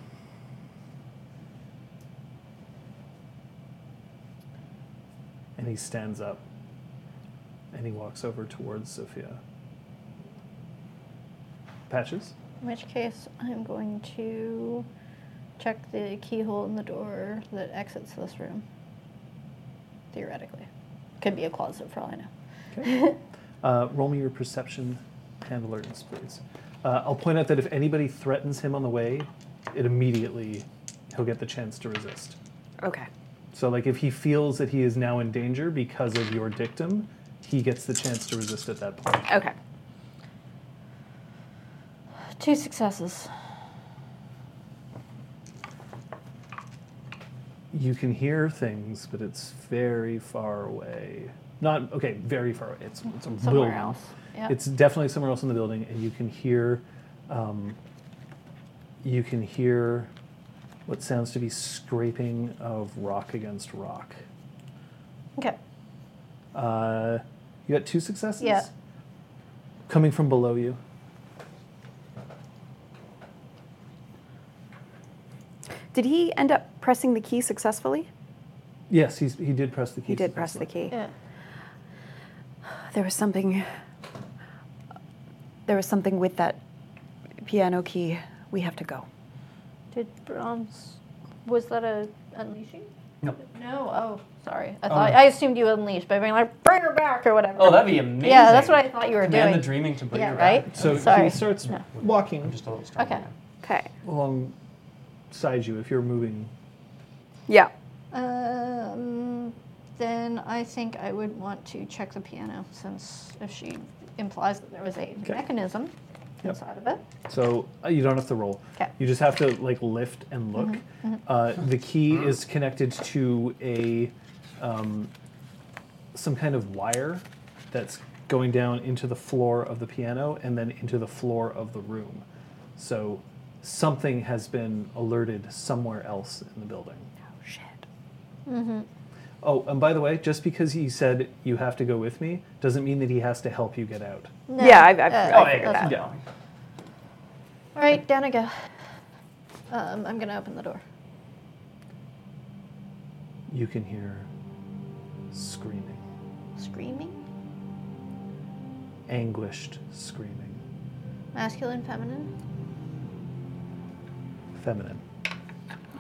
[SPEAKER 5] And he stands up and he walks over towards Sophia. Patches?
[SPEAKER 3] In which case, I'm going to check the keyhole in the door that exits this room. Theoretically, could be a closet for all I know. *laughs*
[SPEAKER 5] Okay. uh, roll me your perception and alertness, please. Uh, I'll point out that if anybody threatens him on the way, it immediately he'll get the chance to resist.
[SPEAKER 20] Okay.
[SPEAKER 5] So, like, if he feels that he is now in danger because of your dictum, he gets the chance to resist at that point.
[SPEAKER 6] Okay.
[SPEAKER 3] Two successes.
[SPEAKER 5] You can hear things, but it's very far away. Not okay, very far away. It's, it's a
[SPEAKER 3] Somewhere
[SPEAKER 5] building.
[SPEAKER 3] else, yeah.
[SPEAKER 5] It's definitely somewhere else in the building, and you can hear, um, you can hear, what sounds to be scraping of rock against rock.
[SPEAKER 3] Okay.
[SPEAKER 5] Uh, you got two successes.
[SPEAKER 3] Yeah.
[SPEAKER 5] Coming from below you.
[SPEAKER 20] Did he end up pressing the key successfully?
[SPEAKER 5] Yes, he's, he did press the key.
[SPEAKER 20] He did press the key.
[SPEAKER 8] There was something. There was something with that piano key. We have to go.
[SPEAKER 3] Did Brahms? Was that a unleashing?
[SPEAKER 19] No.
[SPEAKER 3] No. Oh, sorry. I
[SPEAKER 19] Oh,
[SPEAKER 3] thought
[SPEAKER 19] no.
[SPEAKER 3] I assumed you unleashed by being like bring her back or whatever.
[SPEAKER 19] Oh, that'd be amazing.
[SPEAKER 3] Yeah, that's what I thought you were
[SPEAKER 19] Command
[SPEAKER 3] doing.
[SPEAKER 19] the dreaming to bring
[SPEAKER 3] yeah,
[SPEAKER 19] her back.
[SPEAKER 3] right.
[SPEAKER 5] So
[SPEAKER 3] sorry.
[SPEAKER 5] he starts walking
[SPEAKER 19] Just a little strong.
[SPEAKER 3] Okay.
[SPEAKER 20] Okay.
[SPEAKER 5] alongside you if you're moving.
[SPEAKER 20] Yeah.
[SPEAKER 3] Um, then I think I would want to check the piano since if she implies that there was a
[SPEAKER 5] Okay.
[SPEAKER 3] mechanism
[SPEAKER 5] Yep.
[SPEAKER 3] inside of it.
[SPEAKER 5] So uh, you don't have to roll.
[SPEAKER 3] 'Kay.
[SPEAKER 5] You just have to like lift and look.
[SPEAKER 3] Mhm, mhm.
[SPEAKER 5] Uh, the key is connected to a um, some kind of wire that's going down into the floor of the piano and then into the floor of the room. So something has been alerted somewhere else in the building.
[SPEAKER 3] Mm-hmm.
[SPEAKER 5] Oh, and by the way, just because he said you have to go with me doesn't mean that he has to help you get out.
[SPEAKER 3] No,
[SPEAKER 20] yeah, I've, I've,
[SPEAKER 3] uh,
[SPEAKER 1] Oh,
[SPEAKER 20] I figured
[SPEAKER 3] that's
[SPEAKER 20] that.
[SPEAKER 3] fine.
[SPEAKER 5] Yeah.
[SPEAKER 3] All right, down I go. Um, I'm gonna open the door.
[SPEAKER 5] You can hear screaming.
[SPEAKER 3] Screaming,
[SPEAKER 5] anguished screaming.
[SPEAKER 3] masculine, feminine.
[SPEAKER 5] Feminine.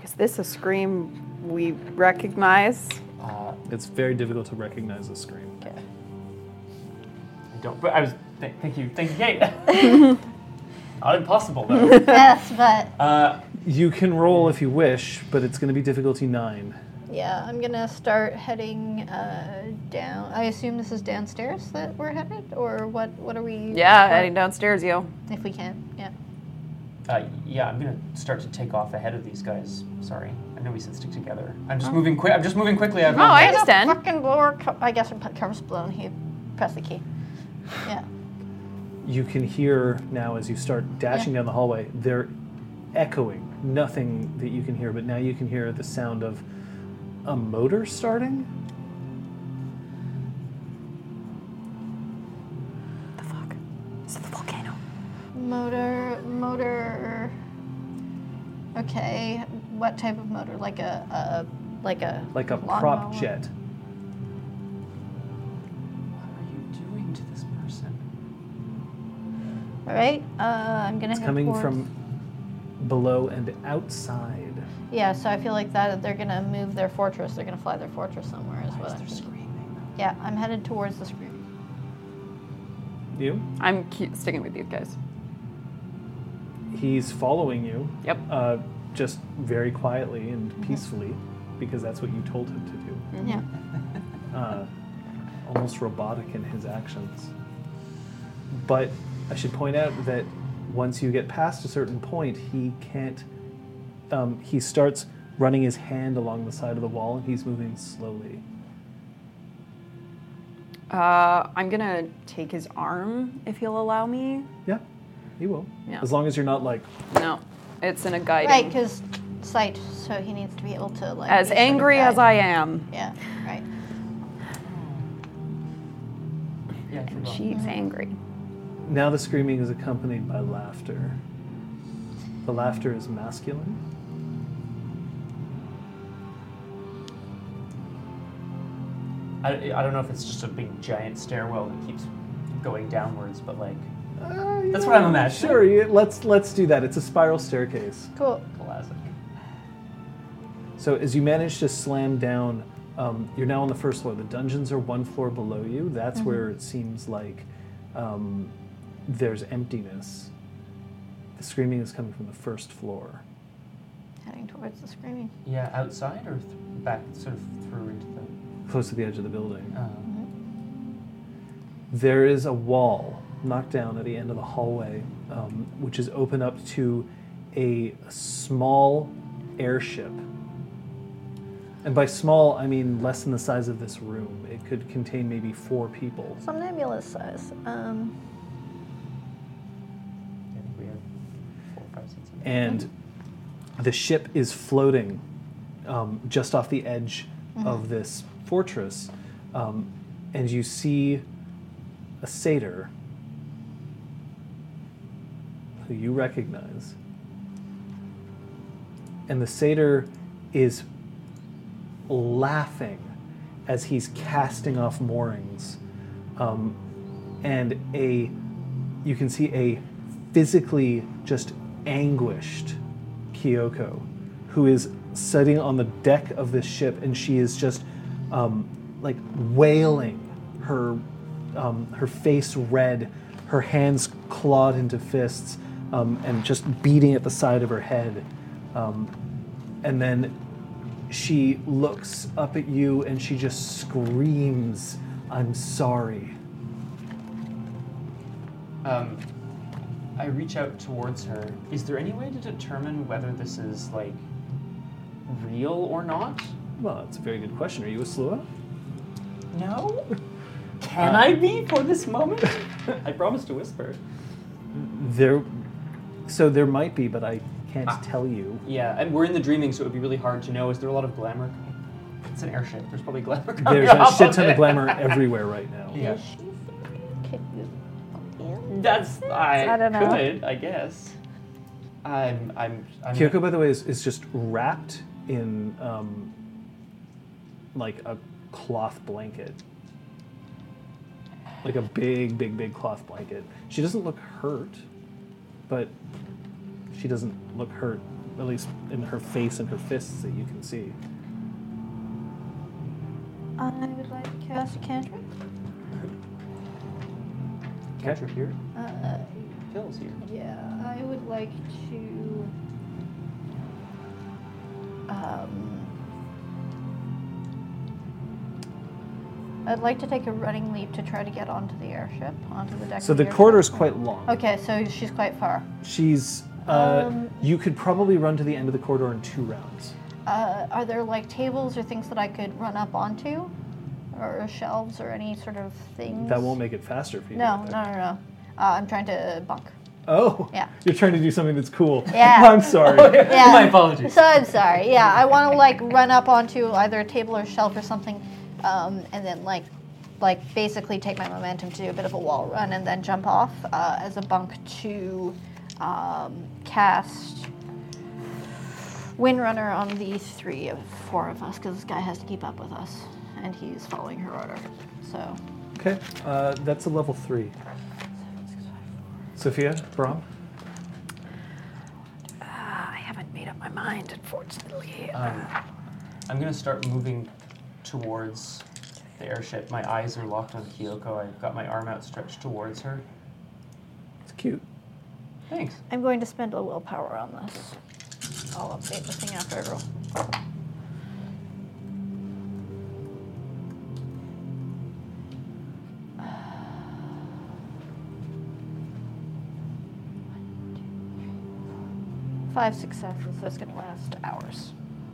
[SPEAKER 20] Is this a scream we recognize?
[SPEAKER 19] Uh,
[SPEAKER 5] It's very difficult to recognize a scream.
[SPEAKER 19] I don't. But I was. Th- thank you. Thank you,
[SPEAKER 20] *laughs*
[SPEAKER 19] Kate. Not impossible though.
[SPEAKER 3] *laughs* yes, but
[SPEAKER 19] Uh,
[SPEAKER 5] You can roll if you wish, but it's going to be difficulty nine.
[SPEAKER 3] yeah, I'm gonna start heading uh, down. I assume this is downstairs that we're headed, or what? What are we?
[SPEAKER 6] Yeah,
[SPEAKER 3] what-
[SPEAKER 6] heading downstairs, yo.
[SPEAKER 3] if we can, yeah.
[SPEAKER 1] Uh, yeah, I'm gonna start to take off ahead of these guys. Sorry, I know we said stick together. I'm just moving quick. I'm just moving quickly. I've
[SPEAKER 3] No,
[SPEAKER 1] not-
[SPEAKER 3] I understand. Fucking blower. Co- I guess when comes blown, he press the key. Yeah.
[SPEAKER 5] You can hear now as you start dashing down the hallway, they're echoing. Nothing that you can hear, but now you can hear the sound of a motor starting.
[SPEAKER 3] Is it the volcano? Motor, motor. Okay, what type of motor? Like a, a like a
[SPEAKER 5] Like a
[SPEAKER 3] lawnmower?
[SPEAKER 5] prop jet.
[SPEAKER 1] What are you doing to this person?
[SPEAKER 3] All right, uh, I'm gonna.
[SPEAKER 5] It's
[SPEAKER 3] head
[SPEAKER 5] coming
[SPEAKER 3] towards-
[SPEAKER 5] from below and outside.
[SPEAKER 3] Yeah, so I feel like that they're gonna move their fortress. They're gonna fly their fortress somewhere as well. Yeah, I'm headed towards the scream.
[SPEAKER 5] You?
[SPEAKER 6] I'm keep sticking with you guys.
[SPEAKER 5] He's following you.
[SPEAKER 6] Yep. Mm-hmm.
[SPEAKER 5] Uh, just very quietly and peacefully, because that's what you told him to do.
[SPEAKER 3] Yeah.
[SPEAKER 6] Mm-hmm.
[SPEAKER 5] uh, almost robotic in his actions. But I should point out that once you get past a certain point, he can't. Um, he starts running his hand along the side of the wall, and he's moving slowly.
[SPEAKER 6] Uh, I'm gonna take his arm if he'll allow me.
[SPEAKER 5] Yeah, he will.
[SPEAKER 6] Yeah.
[SPEAKER 5] As long as you're not like
[SPEAKER 6] No, it's in a guiding.
[SPEAKER 3] Right, because sight, so he needs to be able to like.
[SPEAKER 6] as
[SPEAKER 3] be sort of
[SPEAKER 6] angry as
[SPEAKER 3] guide.
[SPEAKER 6] I am.
[SPEAKER 3] Yeah. Right.
[SPEAKER 1] Yeah, I
[SPEAKER 6] And
[SPEAKER 1] forgot.
[SPEAKER 6] she's angry.
[SPEAKER 5] Now the screaming is accompanied by laughter. The laughter is masculine.
[SPEAKER 1] I, I don't know if it's just a big giant stairwell that keeps going downwards, but like That's what I'm imagining.
[SPEAKER 5] Uh, Sure, you, let's let's do that. It's a spiral staircase.
[SPEAKER 3] Cool.
[SPEAKER 1] classic.
[SPEAKER 5] So as you manage to slam down, um, you're now on the first floor. The dungeons are one floor below you. That's
[SPEAKER 21] Mhm.
[SPEAKER 1] Mm-hmm.
[SPEAKER 5] where it seems like um, there's emptiness. The screaming is coming from the first floor.
[SPEAKER 3] Heading towards the screaming.
[SPEAKER 1] Yeah, outside or th- back, sort of through into the.
[SPEAKER 5] close to the edge of the building.
[SPEAKER 1] Mhm.
[SPEAKER 5] There is a wall knocked down at the end of the hallway, um, which is open up to a small airship. And by small, I mean less than the size of this room. It could contain maybe four people.
[SPEAKER 3] Somnambulist says, um,
[SPEAKER 1] I think we have four, five, six, seven.
[SPEAKER 5] and the ship is floating um, just off the edge of this fortress, um, and you see a satyr who you recognize, and the satyr is laughing as he's casting off moorings, um, and a you can see a physically just anguished Kyoko, who is sitting on the deck of this ship, and she is just um, like wailing, her um, her face red, her hands clawed into fists, um, and just beating at the side of her head, um, and then she looks up at you and she just screams, "I'm sorry."
[SPEAKER 1] Um, I reach out towards her. Is there any way to determine whether this is like real or not?
[SPEAKER 5] Well, that's a very good question. Are you a Slua?
[SPEAKER 1] No. Can I be for this *laughs* moment? I promise to whisper.
[SPEAKER 5] There, so there might be, but I can't
[SPEAKER 1] Ah. *laughs*
[SPEAKER 5] tell you.
[SPEAKER 1] Yeah, and we're in the dreaming, so it would be really hard to know. Is there a lot of glamour? It's an airship. There's probably glamour. coming
[SPEAKER 5] There's a
[SPEAKER 1] off
[SPEAKER 5] shit ton
[SPEAKER 1] it.
[SPEAKER 5] of
[SPEAKER 1] *laughs*
[SPEAKER 5] glamour everywhere right now.
[SPEAKER 1] Yeah.
[SPEAKER 3] Can
[SPEAKER 1] That's I,
[SPEAKER 3] I don't know.
[SPEAKER 1] could, I guess. I'm I'm I'm
[SPEAKER 5] Kyoko, by the way, is, is just wrapped in um, like a cloth blanket, like a big, big, big cloth blanket. She doesn't look hurt, but she doesn't look hurt, at least in her face and her fists that you can see.
[SPEAKER 3] I would like to cast a cantrip.
[SPEAKER 1] Catcher here.
[SPEAKER 3] Uh,
[SPEAKER 1] Phil's here.
[SPEAKER 3] yeah, I would like to. Um, I'd like to take a running leap to try to get onto the airship, onto the deck.
[SPEAKER 5] So
[SPEAKER 3] of
[SPEAKER 5] the
[SPEAKER 3] airship.
[SPEAKER 5] corridor's quite long.
[SPEAKER 3] Okay, so she's quite far.
[SPEAKER 5] She's Uh,
[SPEAKER 3] Um,
[SPEAKER 5] you could probably run to the end of the corridor in two rounds.
[SPEAKER 3] Uh, are there like tables or things that I could run up onto, or shelves or any sort of things?
[SPEAKER 5] That won't make it faster for you.
[SPEAKER 3] No, no, no, no. Uh, I'm trying to bunk.
[SPEAKER 5] Oh.
[SPEAKER 3] Yeah.
[SPEAKER 5] *laughs* You're trying to do something that's
[SPEAKER 3] *laughs*
[SPEAKER 5] cool. *laughs*
[SPEAKER 3] Yeah. Oh,
[SPEAKER 5] I'm sorry.
[SPEAKER 3] Yeah. So I'm sorry. Yeah, I want to like run up onto either a table or shelf or something, um, and then like, like basically take my momentum to do a bit of a wall run and then jump off uh, as a bunk to um, cast Windrunner on the three of four of us because this guy has to keep up with us and he's following her order. So
[SPEAKER 5] Okay. Uh, that's a level three. Sophia, Brom.
[SPEAKER 22] I haven't made up my mind, unfortunately.
[SPEAKER 1] Um, I'm gonna start moving towards the airship. My eyes are locked on Kyoko. I've got my arm outstretched towards her.
[SPEAKER 5] It's cute.
[SPEAKER 1] Thanks.
[SPEAKER 3] I'm going to spend a willpower on this. I'll update the thing after I roll. Five successes, so it's going to last hours.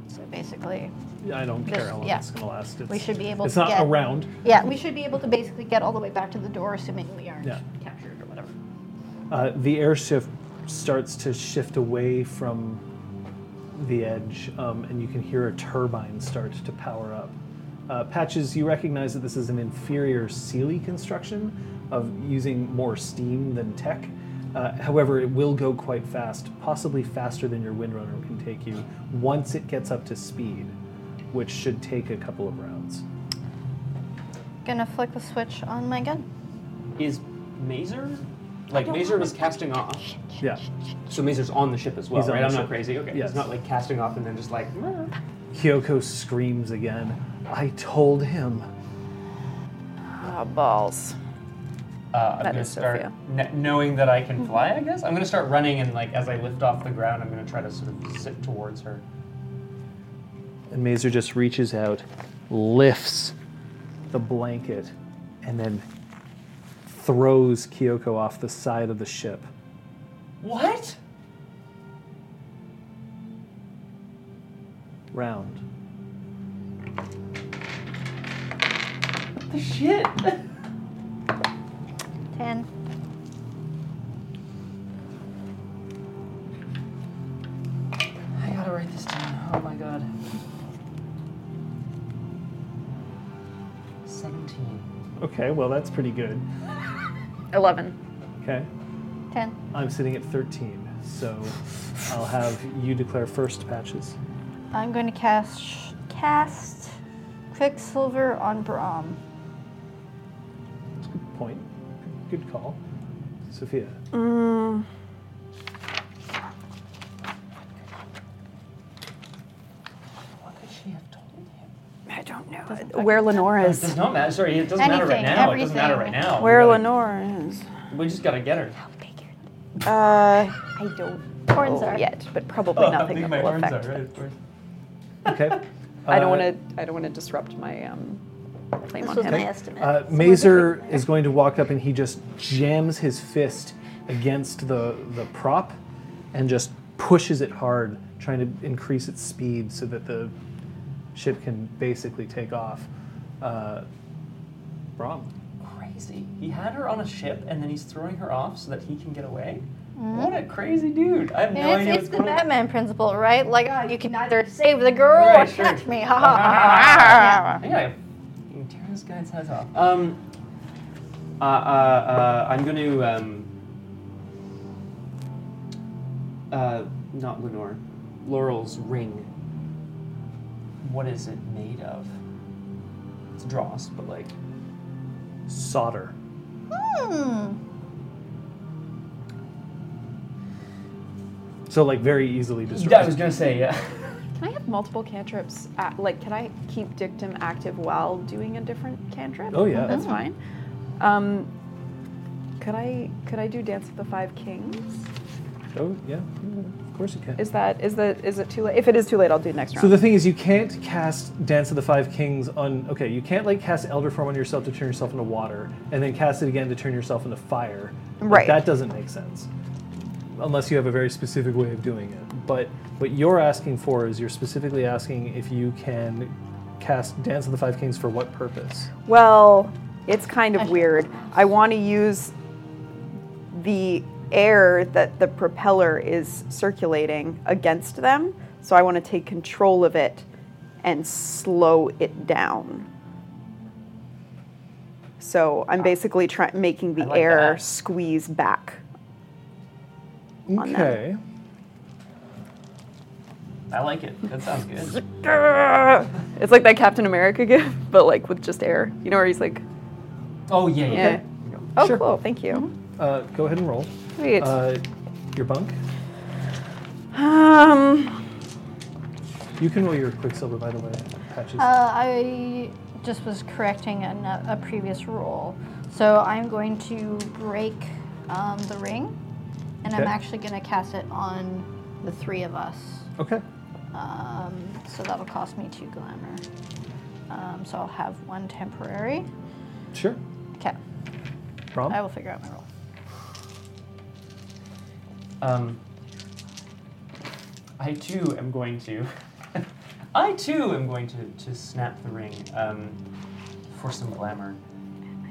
[SPEAKER 3] So basically,
[SPEAKER 5] I don't care
[SPEAKER 3] This-
[SPEAKER 5] how long
[SPEAKER 3] yeah.
[SPEAKER 5] it's gonna last. It's,
[SPEAKER 3] we should be able
[SPEAKER 5] It's
[SPEAKER 3] to
[SPEAKER 5] not
[SPEAKER 3] get,
[SPEAKER 5] a round.
[SPEAKER 3] Yeah, we should be able to basically get all the way back to the door, assuming we aren't
[SPEAKER 5] Yeah.
[SPEAKER 3] captured or whatever.
[SPEAKER 5] Uh, the airship starts to shift away from the edge, um, and you can hear a turbine start to power up. Uh, Patches, you recognize that this is an inferior Sealy construction of using more steam than tech. Uh, however, it will go quite fast, possibly faster than your Windrunner can take you once it gets up to speed, which should take a couple of rounds.
[SPEAKER 3] Gonna flick the switch on my gun.
[SPEAKER 1] Is Mazer? Like
[SPEAKER 3] I don't
[SPEAKER 1] Mazer was casting off.
[SPEAKER 5] Yeah.
[SPEAKER 1] So Mazer's on the ship Uh, as well,
[SPEAKER 5] He's on
[SPEAKER 1] right?
[SPEAKER 5] the
[SPEAKER 1] I'm
[SPEAKER 5] ship.
[SPEAKER 1] not crazy. Okay.
[SPEAKER 5] Yes.
[SPEAKER 1] It's not like casting off and then just like. "Meh."
[SPEAKER 5] Kyoko screams again. I told him.
[SPEAKER 8] Ah, balls.
[SPEAKER 1] *laughs* Uh, I'm
[SPEAKER 8] That
[SPEAKER 1] gonna
[SPEAKER 8] is
[SPEAKER 1] start
[SPEAKER 8] Sophia.
[SPEAKER 1] kn- knowing that I can fly. I guess I'm gonna start running and like as I lift off the ground, I'm gonna try to sort of zip towards her.
[SPEAKER 5] And Mazer just reaches out, lifts the blanket, and then throws Kyoko off the side of the ship.
[SPEAKER 1] What?
[SPEAKER 5] Round.
[SPEAKER 1] The shit.
[SPEAKER 3] Ten.
[SPEAKER 1] I gotta write this down. Oh my god. Seventeen.
[SPEAKER 5] Okay, well, that's pretty good.
[SPEAKER 8] 11.
[SPEAKER 5] Okay.
[SPEAKER 3] Ten.
[SPEAKER 5] I'm sitting at 13, so I'll have you declare first patches.
[SPEAKER 3] I'm going to cast cast Quicksilver on Brom.
[SPEAKER 5] Point. Good call. Sophia.
[SPEAKER 8] Mm.
[SPEAKER 1] What could she have told him?
[SPEAKER 8] I don't know.
[SPEAKER 1] Where
[SPEAKER 8] Lenora
[SPEAKER 1] It does not matter. Sorry, it doesn't matter right
[SPEAKER 8] Anything,
[SPEAKER 1] now. It doesn't matter right
[SPEAKER 8] everything.
[SPEAKER 1] now.
[SPEAKER 8] Where
[SPEAKER 1] we, gotta-
[SPEAKER 8] Lenora is.
[SPEAKER 1] we just gotta get her.
[SPEAKER 8] Uh, I don't
[SPEAKER 3] Horns
[SPEAKER 8] know
[SPEAKER 3] are.
[SPEAKER 8] yet, but probably
[SPEAKER 1] Oh, *laughs* I
[SPEAKER 8] nothing
[SPEAKER 1] think
[SPEAKER 8] that
[SPEAKER 1] my
[SPEAKER 8] will
[SPEAKER 1] horns
[SPEAKER 8] affect
[SPEAKER 1] are, right,
[SPEAKER 8] them.
[SPEAKER 1] of course.
[SPEAKER 5] Okay.
[SPEAKER 6] I don't
[SPEAKER 5] Uh,
[SPEAKER 6] want to. I don't want to disrupt my um, claim
[SPEAKER 3] This
[SPEAKER 6] on
[SPEAKER 3] was
[SPEAKER 6] him.
[SPEAKER 3] my estimate.
[SPEAKER 5] Uh, Mazer is going to walk up and he just jams his fist against the, the prop and just pushes it hard, trying to increase its speed so that the ship can basically take off. Uh, Brom.
[SPEAKER 1] Crazy. He had her on a ship and then he's throwing her off so that he can get away. What a crazy dude. I have no
[SPEAKER 3] Mm-hmm. it's
[SPEAKER 1] idea
[SPEAKER 3] it's
[SPEAKER 1] what's
[SPEAKER 3] the
[SPEAKER 1] going on.
[SPEAKER 3] Batman principle, right? Like, ah, you can either save the girl
[SPEAKER 1] Right,
[SPEAKER 3] or
[SPEAKER 1] sure.
[SPEAKER 3] *laughs*
[SPEAKER 1] *laughs*
[SPEAKER 3] catch me. Ha ha ha ha. Yeah.
[SPEAKER 1] Yeah, I'm tearing this guy's head off. Um, uh, uh, uh, I'm going to. Um, uh, not Lenore. Laurel's ring. What is it made of? It's dross, but like.
[SPEAKER 5] Solder.
[SPEAKER 3] Hmm.
[SPEAKER 5] So, like, very easily destroyed.
[SPEAKER 1] I was going to say, yeah.
[SPEAKER 6] Can I have multiple cantrips? At, like, can I keep dictum active while doing a different cantrip?
[SPEAKER 5] Oh, yeah.
[SPEAKER 6] that's
[SPEAKER 5] Mm.
[SPEAKER 6] fine. Um, could I could I do Dance of the Five Kings?
[SPEAKER 5] Oh, yeah. Of course you can.
[SPEAKER 6] Is that is that is it too late? If it is too late, I'll do it next round.
[SPEAKER 5] So the thing is, you can't cast Dance of the Five Kings on. Okay, you can't like cast Elder Form on yourself to turn yourself into water, and then cast it again to turn yourself into fire. Like,
[SPEAKER 8] Right.
[SPEAKER 5] that doesn't make sense. unless you have a very specific way of doing it. But what you're asking for is you're specifically asking if you can cast Dance of the Five Kings for what purpose?
[SPEAKER 6] Well, it's kind of weird. I want to use the air that the propeller is circulating against them, so I want to take control of it and slow it down. So I'm basically try- making the
[SPEAKER 5] like
[SPEAKER 6] air
[SPEAKER 5] that.
[SPEAKER 6] squeeze back. them.
[SPEAKER 5] Okay.
[SPEAKER 1] I like it. That sounds *laughs* good.
[SPEAKER 23] It's like that Captain
[SPEAKER 6] *laughs*
[SPEAKER 23] America gif, but like with just air. You know where he's like,
[SPEAKER 1] Oh yeah, yeah.
[SPEAKER 23] yeah. Oh,
[SPEAKER 5] Sure.
[SPEAKER 23] cool. Thank you.
[SPEAKER 5] Uh, go ahead and roll.
[SPEAKER 23] Sweet.
[SPEAKER 5] Uh, your bunk.
[SPEAKER 6] Um,
[SPEAKER 5] You can roll your quicksilver, by the way. Patches.
[SPEAKER 3] Uh, I just was correcting an, a previous rule. So I'm going to break um, the ring, and I'm
[SPEAKER 5] Okay.
[SPEAKER 3] actually going to cast it on the three of us.
[SPEAKER 5] okay.
[SPEAKER 3] Um, so that'll cost me two glamour. Um, so I'll have one temporary.
[SPEAKER 5] Sure.
[SPEAKER 3] Okay.
[SPEAKER 5] Rom?
[SPEAKER 3] I will figure out my roll.
[SPEAKER 1] Um, I too am going to. *laughs* I too am going to, to snap the ring um, for some glamour.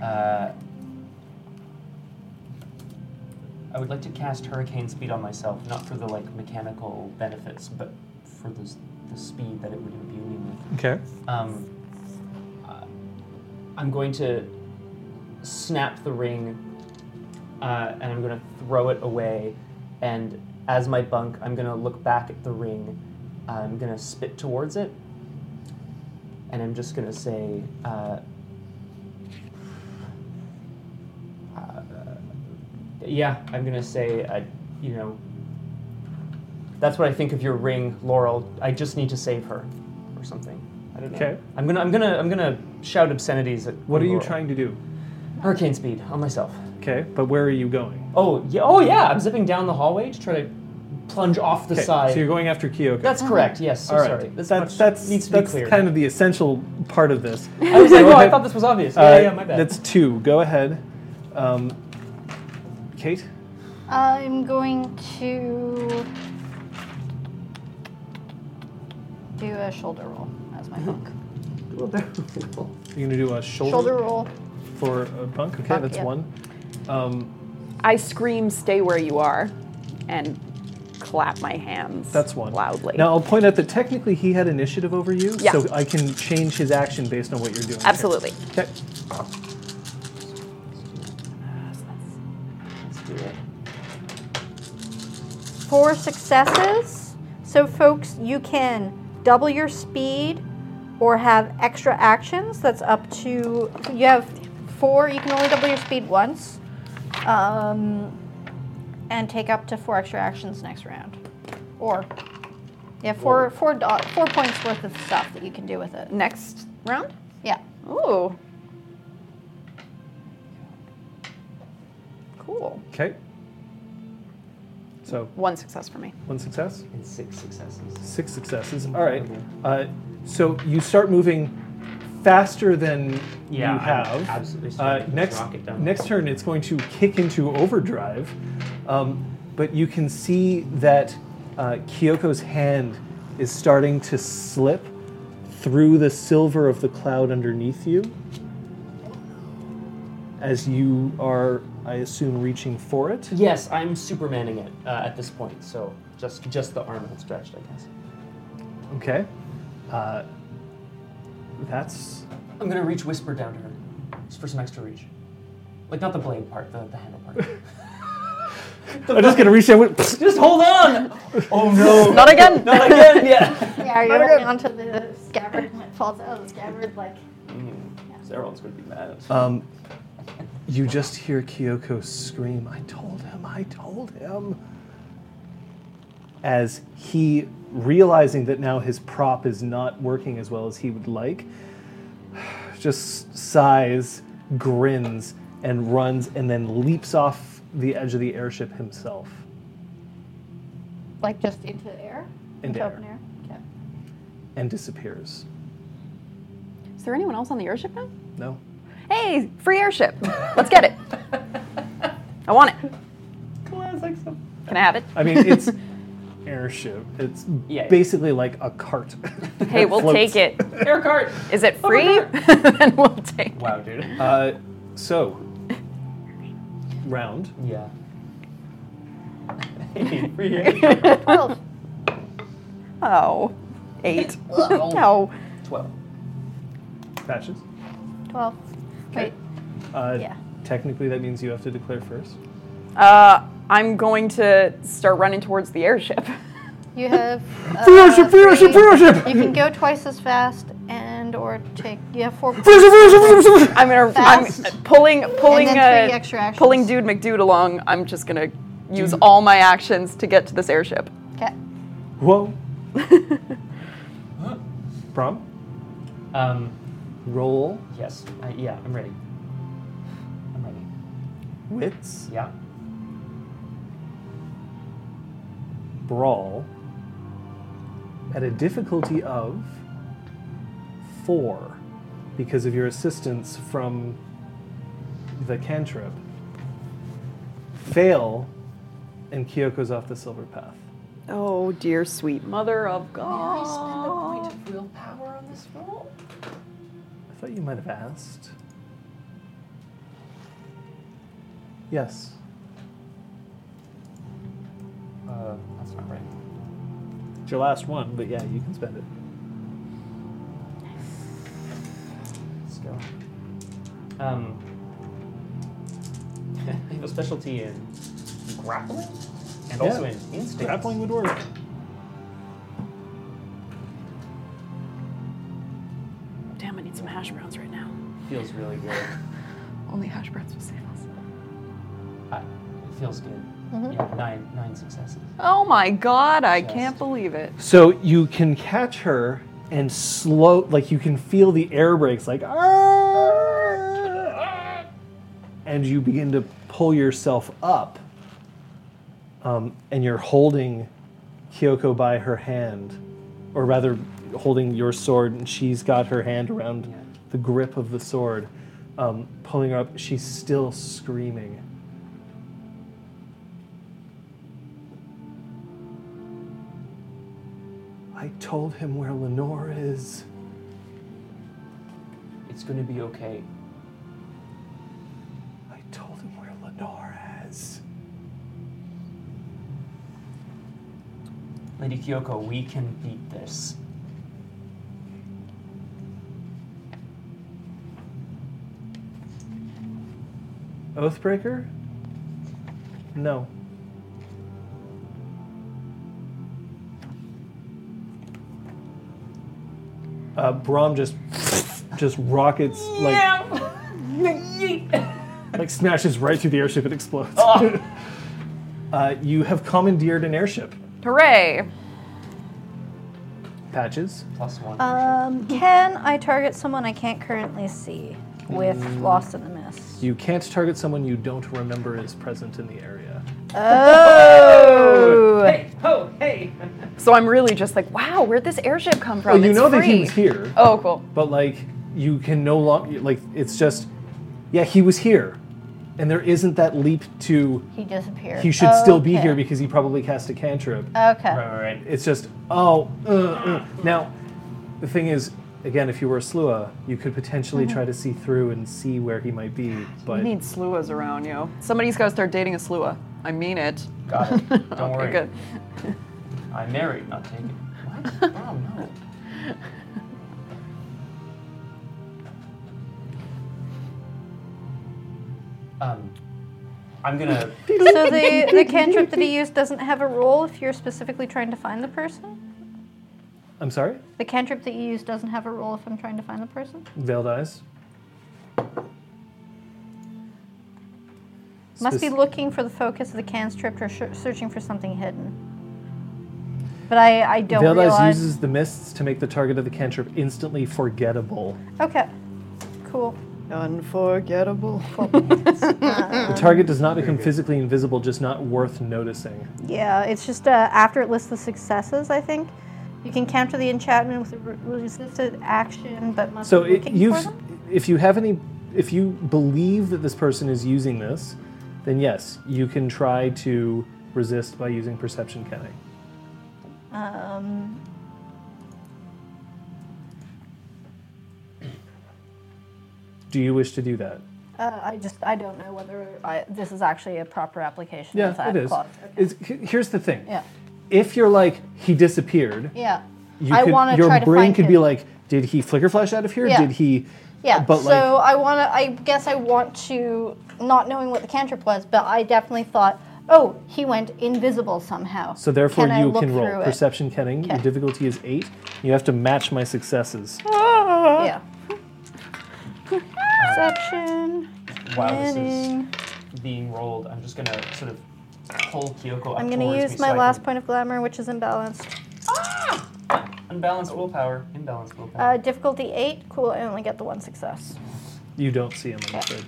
[SPEAKER 1] Uh, I would like to cast Hurricane Speed on myself, not for the like mechanical benefits, but for the, s- the speed that it would imbue me with.
[SPEAKER 5] Okay.
[SPEAKER 1] Um, uh, I'm going to snap the ring uh, and I'm going to throw it away. And as my bunk, I'm going to look back at the ring. I'm going to spit towards it. And I'm just going to say, uh, uh, yeah, I'm going to say, uh, you know, that's what I think of your ring, Laurel. I just need to save her or something. I don't know.
[SPEAKER 5] Okay.
[SPEAKER 1] I'm gonna, I'm gonna, I'm gonna shout obscenities at.
[SPEAKER 5] What are you
[SPEAKER 1] Laurel.
[SPEAKER 5] trying to do?
[SPEAKER 1] Hurricane speed on myself.
[SPEAKER 5] Okay, but where are you going?
[SPEAKER 1] Oh yeah, oh yeah. I'm zipping down the hallway to try to plunge off the
[SPEAKER 5] Okay,
[SPEAKER 1] side.
[SPEAKER 5] So you're going after Kyoko.
[SPEAKER 1] That's correct. Yes. So
[SPEAKER 5] All right.
[SPEAKER 1] Sorry. This
[SPEAKER 5] That-
[SPEAKER 1] much
[SPEAKER 5] that's
[SPEAKER 1] needs to
[SPEAKER 5] that's
[SPEAKER 1] be clear.
[SPEAKER 5] kind of the essential part of this.
[SPEAKER 1] I was like,
[SPEAKER 5] *laughs* Go
[SPEAKER 1] oh, I
[SPEAKER 5] ahead.
[SPEAKER 1] thought this was obvious. Yeah,
[SPEAKER 5] Uh,
[SPEAKER 1] yeah, yeah, my bad.
[SPEAKER 5] That's two. Go ahead. Um, Kate?
[SPEAKER 3] I'm going to do a shoulder roll as *laughs* my bunk.
[SPEAKER 5] You're going to do a shoulder,
[SPEAKER 3] Shoulder roll.
[SPEAKER 5] for a bunk? Okay,
[SPEAKER 3] Bunk,
[SPEAKER 5] that's
[SPEAKER 3] yeah.
[SPEAKER 5] one. Um,
[SPEAKER 6] I scream, "Stay where you are," and clap my hands.
[SPEAKER 5] that's one.
[SPEAKER 6] loudly.
[SPEAKER 5] Now, I'll point out that technically he had initiative over you,
[SPEAKER 6] Yeah.
[SPEAKER 5] so I can change his action based on what you're doing. here.
[SPEAKER 6] Absolutely.
[SPEAKER 5] Okay.
[SPEAKER 1] Let's do it.
[SPEAKER 3] Four successes. So, folks, you can double your speed or have extra actions. That's up to you have four. You can only double your speed once, um, and take up to four extra actions next round, or yeah, four four do- four points worth of stuff that you can do with it.
[SPEAKER 6] Next round.
[SPEAKER 3] Yeah.
[SPEAKER 6] Ooh. Cool.
[SPEAKER 5] Okay. So,
[SPEAKER 6] One success for me.
[SPEAKER 5] one success.
[SPEAKER 1] And six successes.
[SPEAKER 5] Six successes. All right. Uh, so you start moving faster than
[SPEAKER 1] Yeah,
[SPEAKER 5] you
[SPEAKER 1] I'm
[SPEAKER 5] have.
[SPEAKER 1] absolutely
[SPEAKER 5] Uh,
[SPEAKER 1] starting to
[SPEAKER 5] next
[SPEAKER 1] rocket down.
[SPEAKER 5] next turn, it's going to kick into overdrive, um, but you can see that uh, Kyoko's hand is starting to slip through the silver of the cloud underneath you. As you are, I assume, reaching for it.
[SPEAKER 1] Yes, I'm supermaning it uh, at this point. So just just the arm outstretched, I guess. Mm-hmm.
[SPEAKER 5] Okay. Uh, that's
[SPEAKER 1] I'm gonna reach whisper down to her, just for some extra reach. Like not the blade part, the, the handle
[SPEAKER 5] *laughs*
[SPEAKER 1] part.
[SPEAKER 5] I'm just gonna reach out.
[SPEAKER 1] just hold on. Oh no.
[SPEAKER 6] Not again.
[SPEAKER 1] *laughs* Not again.
[SPEAKER 5] *laughs*
[SPEAKER 1] Yeah.
[SPEAKER 3] Yeah, you're holding onto the scabbard when it falls out of the scabbard like.
[SPEAKER 1] Everyone's gonna be mad.
[SPEAKER 5] Um, you just hear Kyoko scream, I told him, I told him. As he, realizing that now his prop is not working as well as he would like, *sighs* just sighs, grins, and runs, and then leaps off the edge of the airship himself.
[SPEAKER 3] Like just into the air?
[SPEAKER 5] Into
[SPEAKER 3] open air? Okay.
[SPEAKER 5] And disappears.
[SPEAKER 23] Is there anyone else on the airship now?
[SPEAKER 5] No?
[SPEAKER 23] Hey,
[SPEAKER 5] *laughs*
[SPEAKER 23] free airship. Let's get it. I want it.
[SPEAKER 1] *laughs* Classic.
[SPEAKER 6] Can I have it?
[SPEAKER 5] I mean, it's *laughs* airship. It's
[SPEAKER 6] Yeah, yeah.
[SPEAKER 5] basically like a cart.
[SPEAKER 6] *laughs*
[SPEAKER 5] *laughs*
[SPEAKER 6] Hey, we'll take it.
[SPEAKER 1] Air cart.
[SPEAKER 6] Is it free? *laughs* then we'll take. it.
[SPEAKER 1] Wow, dude.
[SPEAKER 5] Uh, so, round.
[SPEAKER 1] Yeah.
[SPEAKER 20] Twelve.
[SPEAKER 6] Oh. Eight.
[SPEAKER 1] oh.
[SPEAKER 20] no.
[SPEAKER 1] Twelve.
[SPEAKER 5] Patches.
[SPEAKER 7] Twelve. Wait.
[SPEAKER 5] Uh,
[SPEAKER 7] Yeah.
[SPEAKER 5] Technically, that means you have to declare
[SPEAKER 6] *laughs*
[SPEAKER 5] first.
[SPEAKER 6] Uh, I'm going to start running towards the airship. *laughs*
[SPEAKER 7] You have.
[SPEAKER 5] Free
[SPEAKER 7] uh,
[SPEAKER 5] airship, free airship, free airship!
[SPEAKER 7] You can go twice as fast and or take. You have four.
[SPEAKER 5] Free airship, free airship, free airship, free airship!
[SPEAKER 6] I'm gonna.
[SPEAKER 7] Fast.
[SPEAKER 6] I'm pulling, pulling,
[SPEAKER 7] And then three
[SPEAKER 6] uh,
[SPEAKER 7] extra actions.
[SPEAKER 6] pulling dude McDude along. I'm just gonna use all my actions to get to this airship.
[SPEAKER 7] Okay.
[SPEAKER 5] Whoa. *laughs* Prom.
[SPEAKER 1] Um,
[SPEAKER 5] Roll.
[SPEAKER 1] Yes. I, yeah, I'm ready. I'm ready.
[SPEAKER 5] Wits.
[SPEAKER 1] Yeah.
[SPEAKER 5] Brawl. At a difficulty of four, because of your assistance from the cantrip. Fail, and Kyoko's off the silver path.
[SPEAKER 6] Oh dear, sweet mother of God.
[SPEAKER 4] I spend the point of willpower on this roll?
[SPEAKER 5] I thought you might have asked. Yes.
[SPEAKER 1] Uh, that's not right.
[SPEAKER 5] It's your last one, but yeah, you can spend it.
[SPEAKER 1] Let's go. Um, *laughs* I have a specialty in grappling and also in instinct.
[SPEAKER 5] Grappling would work.
[SPEAKER 8] Damn, I need some hash browns right now.
[SPEAKER 1] Feels really good.
[SPEAKER 8] Only hash browns will save us.
[SPEAKER 1] I, it feels good.
[SPEAKER 4] Mm-hmm.
[SPEAKER 1] Yeah, nine, nine successes.
[SPEAKER 6] Oh my God, I can't believe it.
[SPEAKER 5] So you can catch her and slow, like you can feel the air brakes, like, "Ah!" and you begin to pull yourself up. Um, and you're holding Kyoko by her hand, or rather, holding your sword, and she's got her hand around the grip of the sword, um, pulling her up. She's still screaming. I told him where Lenore is.
[SPEAKER 1] It's gonna be okay.
[SPEAKER 5] I told him where Lenore is.
[SPEAKER 1] Lady Kyoko, we can beat this.
[SPEAKER 5] Oathbreaker? No. Uh, Brom just just rockets like like smashes right through the airship and explodes.
[SPEAKER 6] Ah.
[SPEAKER 5] *laughs* uh, you have commandeered an airship.
[SPEAKER 6] Hooray!
[SPEAKER 5] Patches.
[SPEAKER 1] Plus one.
[SPEAKER 3] Um, can I target someone I can't currently see with Lost in the Mist?
[SPEAKER 5] You can't target someone you don't remember is present in the area.
[SPEAKER 6] Oh.
[SPEAKER 1] Hey, ho, hey.
[SPEAKER 6] So I'm really just like, wow, where'd this airship come from?
[SPEAKER 5] Well, you
[SPEAKER 6] It's
[SPEAKER 5] know that
[SPEAKER 6] free.
[SPEAKER 5] he was here.
[SPEAKER 6] Oh, cool.
[SPEAKER 5] But like, you can no longer like. It's just, yeah, he was here, and there isn't that leap to
[SPEAKER 3] He disappeared.
[SPEAKER 5] he should still be
[SPEAKER 3] Okay.
[SPEAKER 5] here because he probably cast a cantrip.
[SPEAKER 3] Okay.
[SPEAKER 1] right.
[SPEAKER 5] It's just oh. Uh, uh. Now, the thing is, again, if you were a Slua, you could potentially
[SPEAKER 3] Mm-hmm.
[SPEAKER 6] Mhm.
[SPEAKER 5] try to see through and see where he might be.
[SPEAKER 6] We
[SPEAKER 5] But
[SPEAKER 6] need sluas around, yo. Somebody's got to start dating a slua. I mean it.
[SPEAKER 20] *laughs*
[SPEAKER 1] Got
[SPEAKER 3] *laughs*
[SPEAKER 1] it. Don't
[SPEAKER 6] okay,
[SPEAKER 1] worry.
[SPEAKER 6] good.
[SPEAKER 1] I married, not taken. What? Oh, no. Um, I'm gonna.
[SPEAKER 3] So the, the cantrip that he used doesn't have a role if you're specifically trying to find the person?
[SPEAKER 5] I'm sorry,
[SPEAKER 3] The cantrip that you used doesn't have a role if I'm trying to find the person?
[SPEAKER 5] veiled eyes.
[SPEAKER 3] Must be
[SPEAKER 5] Spec-
[SPEAKER 3] looking for the focus of the cantrip or sh- searching for something hidden. But I, I don't
[SPEAKER 5] Veiled eyes
[SPEAKER 3] realize.
[SPEAKER 5] uses the mists to make the target of the cantrip instantly forgettable.
[SPEAKER 3] Okay. Cool.
[SPEAKER 6] Unforgettable.
[SPEAKER 5] The target does not become physically invisible, just not worth noticing.
[SPEAKER 3] Yeah, it's just uh, after it lists the successes, I think. You can counter the enchantment with a re- resisted action, but must
[SPEAKER 5] So
[SPEAKER 3] be
[SPEAKER 5] it,
[SPEAKER 3] looking
[SPEAKER 5] you've,
[SPEAKER 3] for them?
[SPEAKER 5] if you have any, if you believe that this person is using this, then yes, you can try to resist by using perception, can I?
[SPEAKER 3] Um,
[SPEAKER 5] Do you wish to do that?
[SPEAKER 3] uh, I just I don't know whether I, this is actually a proper application of
[SPEAKER 5] Yeah,
[SPEAKER 3] that
[SPEAKER 5] it is.
[SPEAKER 3] clause.
[SPEAKER 5] It's, he- here's the thing.
[SPEAKER 3] Yeah,
[SPEAKER 5] If you're like he disappeared,
[SPEAKER 3] yeah.
[SPEAKER 5] you
[SPEAKER 3] I
[SPEAKER 5] could,
[SPEAKER 3] want to
[SPEAKER 5] your
[SPEAKER 3] try to
[SPEAKER 5] brain
[SPEAKER 3] find
[SPEAKER 5] could
[SPEAKER 3] him.
[SPEAKER 5] be like, did he flicker flash out of here?
[SPEAKER 3] Yeah.
[SPEAKER 5] Did he? uh,
[SPEAKER 3] Yeah,
[SPEAKER 5] but,
[SPEAKER 3] so
[SPEAKER 5] like-
[SPEAKER 3] I want to. I guess I want to, not knowing what the cantrip was, but I definitely thought, oh, he went invisible somehow.
[SPEAKER 5] So therefore,
[SPEAKER 3] I
[SPEAKER 5] you
[SPEAKER 3] look
[SPEAKER 5] can
[SPEAKER 3] through
[SPEAKER 5] roll
[SPEAKER 3] it?
[SPEAKER 5] perception kenning. Your
[SPEAKER 3] Okay. Oh.
[SPEAKER 5] difficulty is eight. You have to match my successes.
[SPEAKER 3] Yeah. Perception.
[SPEAKER 19] While this
[SPEAKER 3] Kenning.
[SPEAKER 19] is being rolled, I'm just gonna sort of pull Kyoko up
[SPEAKER 3] I'm
[SPEAKER 19] going to
[SPEAKER 3] use my last point of glamour, which is imbalanced.
[SPEAKER 19] Unbalanced willpower. Imbalanced willpower.
[SPEAKER 3] Uh, difficulty eight. Cool. I only get the one success.
[SPEAKER 5] You don't see him, I'm afraid.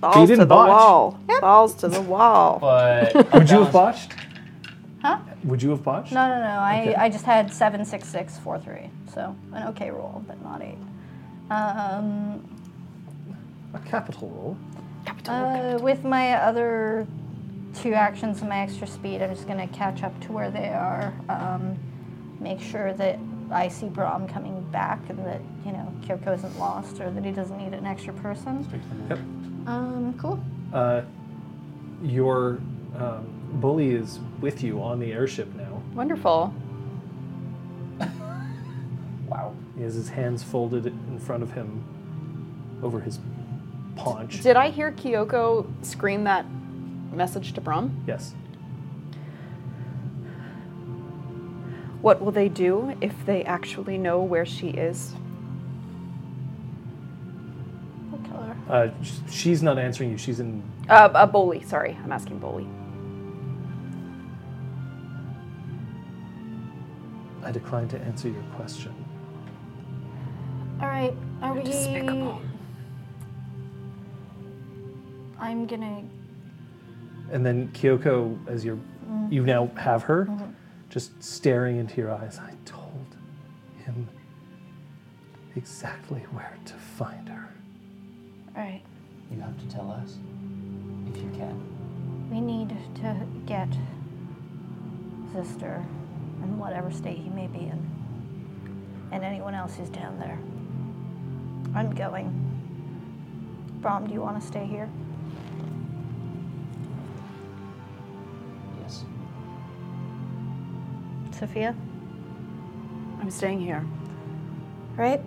[SPEAKER 20] Balls
[SPEAKER 5] They
[SPEAKER 20] to the
[SPEAKER 5] didn't botch.
[SPEAKER 20] wall. Balls to the wall.
[SPEAKER 1] *laughs*
[SPEAKER 19] But
[SPEAKER 5] *laughs* Would you have botched?
[SPEAKER 3] Huh?
[SPEAKER 5] Would you have botched?
[SPEAKER 3] No, no, no. I,
[SPEAKER 5] Okay.
[SPEAKER 3] I just had seven, six, six, four, three. So an okay roll, but not eight. Um,
[SPEAKER 5] A capital roll.
[SPEAKER 3] uh, with my other two actions and my extra speed, I'm just gonna catch up to where they are. Um, make sure that I see Brom coming back and that you know Kyoko isn't lost or that he doesn't need an extra person.
[SPEAKER 5] Yep.
[SPEAKER 3] Um, cool.
[SPEAKER 5] Uh, your um, bully is with you on the airship now.
[SPEAKER 6] Wonderful.
[SPEAKER 19] Wow.
[SPEAKER 5] He has his hands folded in front of him over his paunch.
[SPEAKER 6] Did I hear Kyoko scream that message to Brom?
[SPEAKER 5] Yes.
[SPEAKER 20] What will they do if they actually know where she is?
[SPEAKER 5] Uh, sh- she's not answering you. She's in.
[SPEAKER 20] Uh, uh Boli, sorry. I'm asking Boli.
[SPEAKER 5] I decline to answer your question.
[SPEAKER 3] All right. Are we? I'm gonna.
[SPEAKER 5] And then Kyoko, as you're,
[SPEAKER 3] Mm.
[SPEAKER 5] you now have her,
[SPEAKER 3] Mhm.
[SPEAKER 5] just staring into your eyes. I told him exactly where to find her.
[SPEAKER 3] All right.
[SPEAKER 19] You have to tell us if you can.
[SPEAKER 3] We need to get Zister in whatever state he may be in, and anyone else who's down there. I'm going. Brom, do you want to stay here?
[SPEAKER 19] Yes.
[SPEAKER 3] Sophia?
[SPEAKER 20] I'm staying here.
[SPEAKER 3] Right?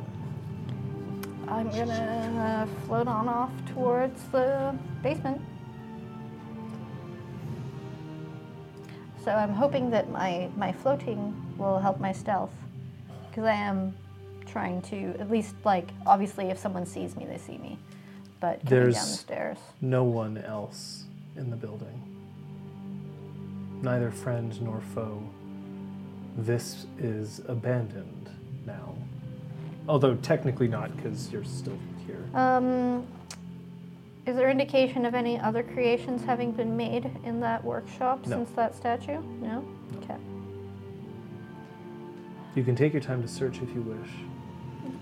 [SPEAKER 3] I'm gonna uh, float on off towards the basement. So I'm hoping that my, my floating will help my stealth. Because I am trying to, at least, like, obviously, if someone sees me, they see me. But coming down the
[SPEAKER 5] There's
[SPEAKER 3] stairs.
[SPEAKER 5] no one else in the building. Neither friend nor foe. This is abandoned now. Although technically not, because you're still here.
[SPEAKER 3] Um, is there indication of any other creations having been made in that workshop
[SPEAKER 5] No.
[SPEAKER 3] since that statue? No? Okay.
[SPEAKER 5] You can take your time to search if you wish.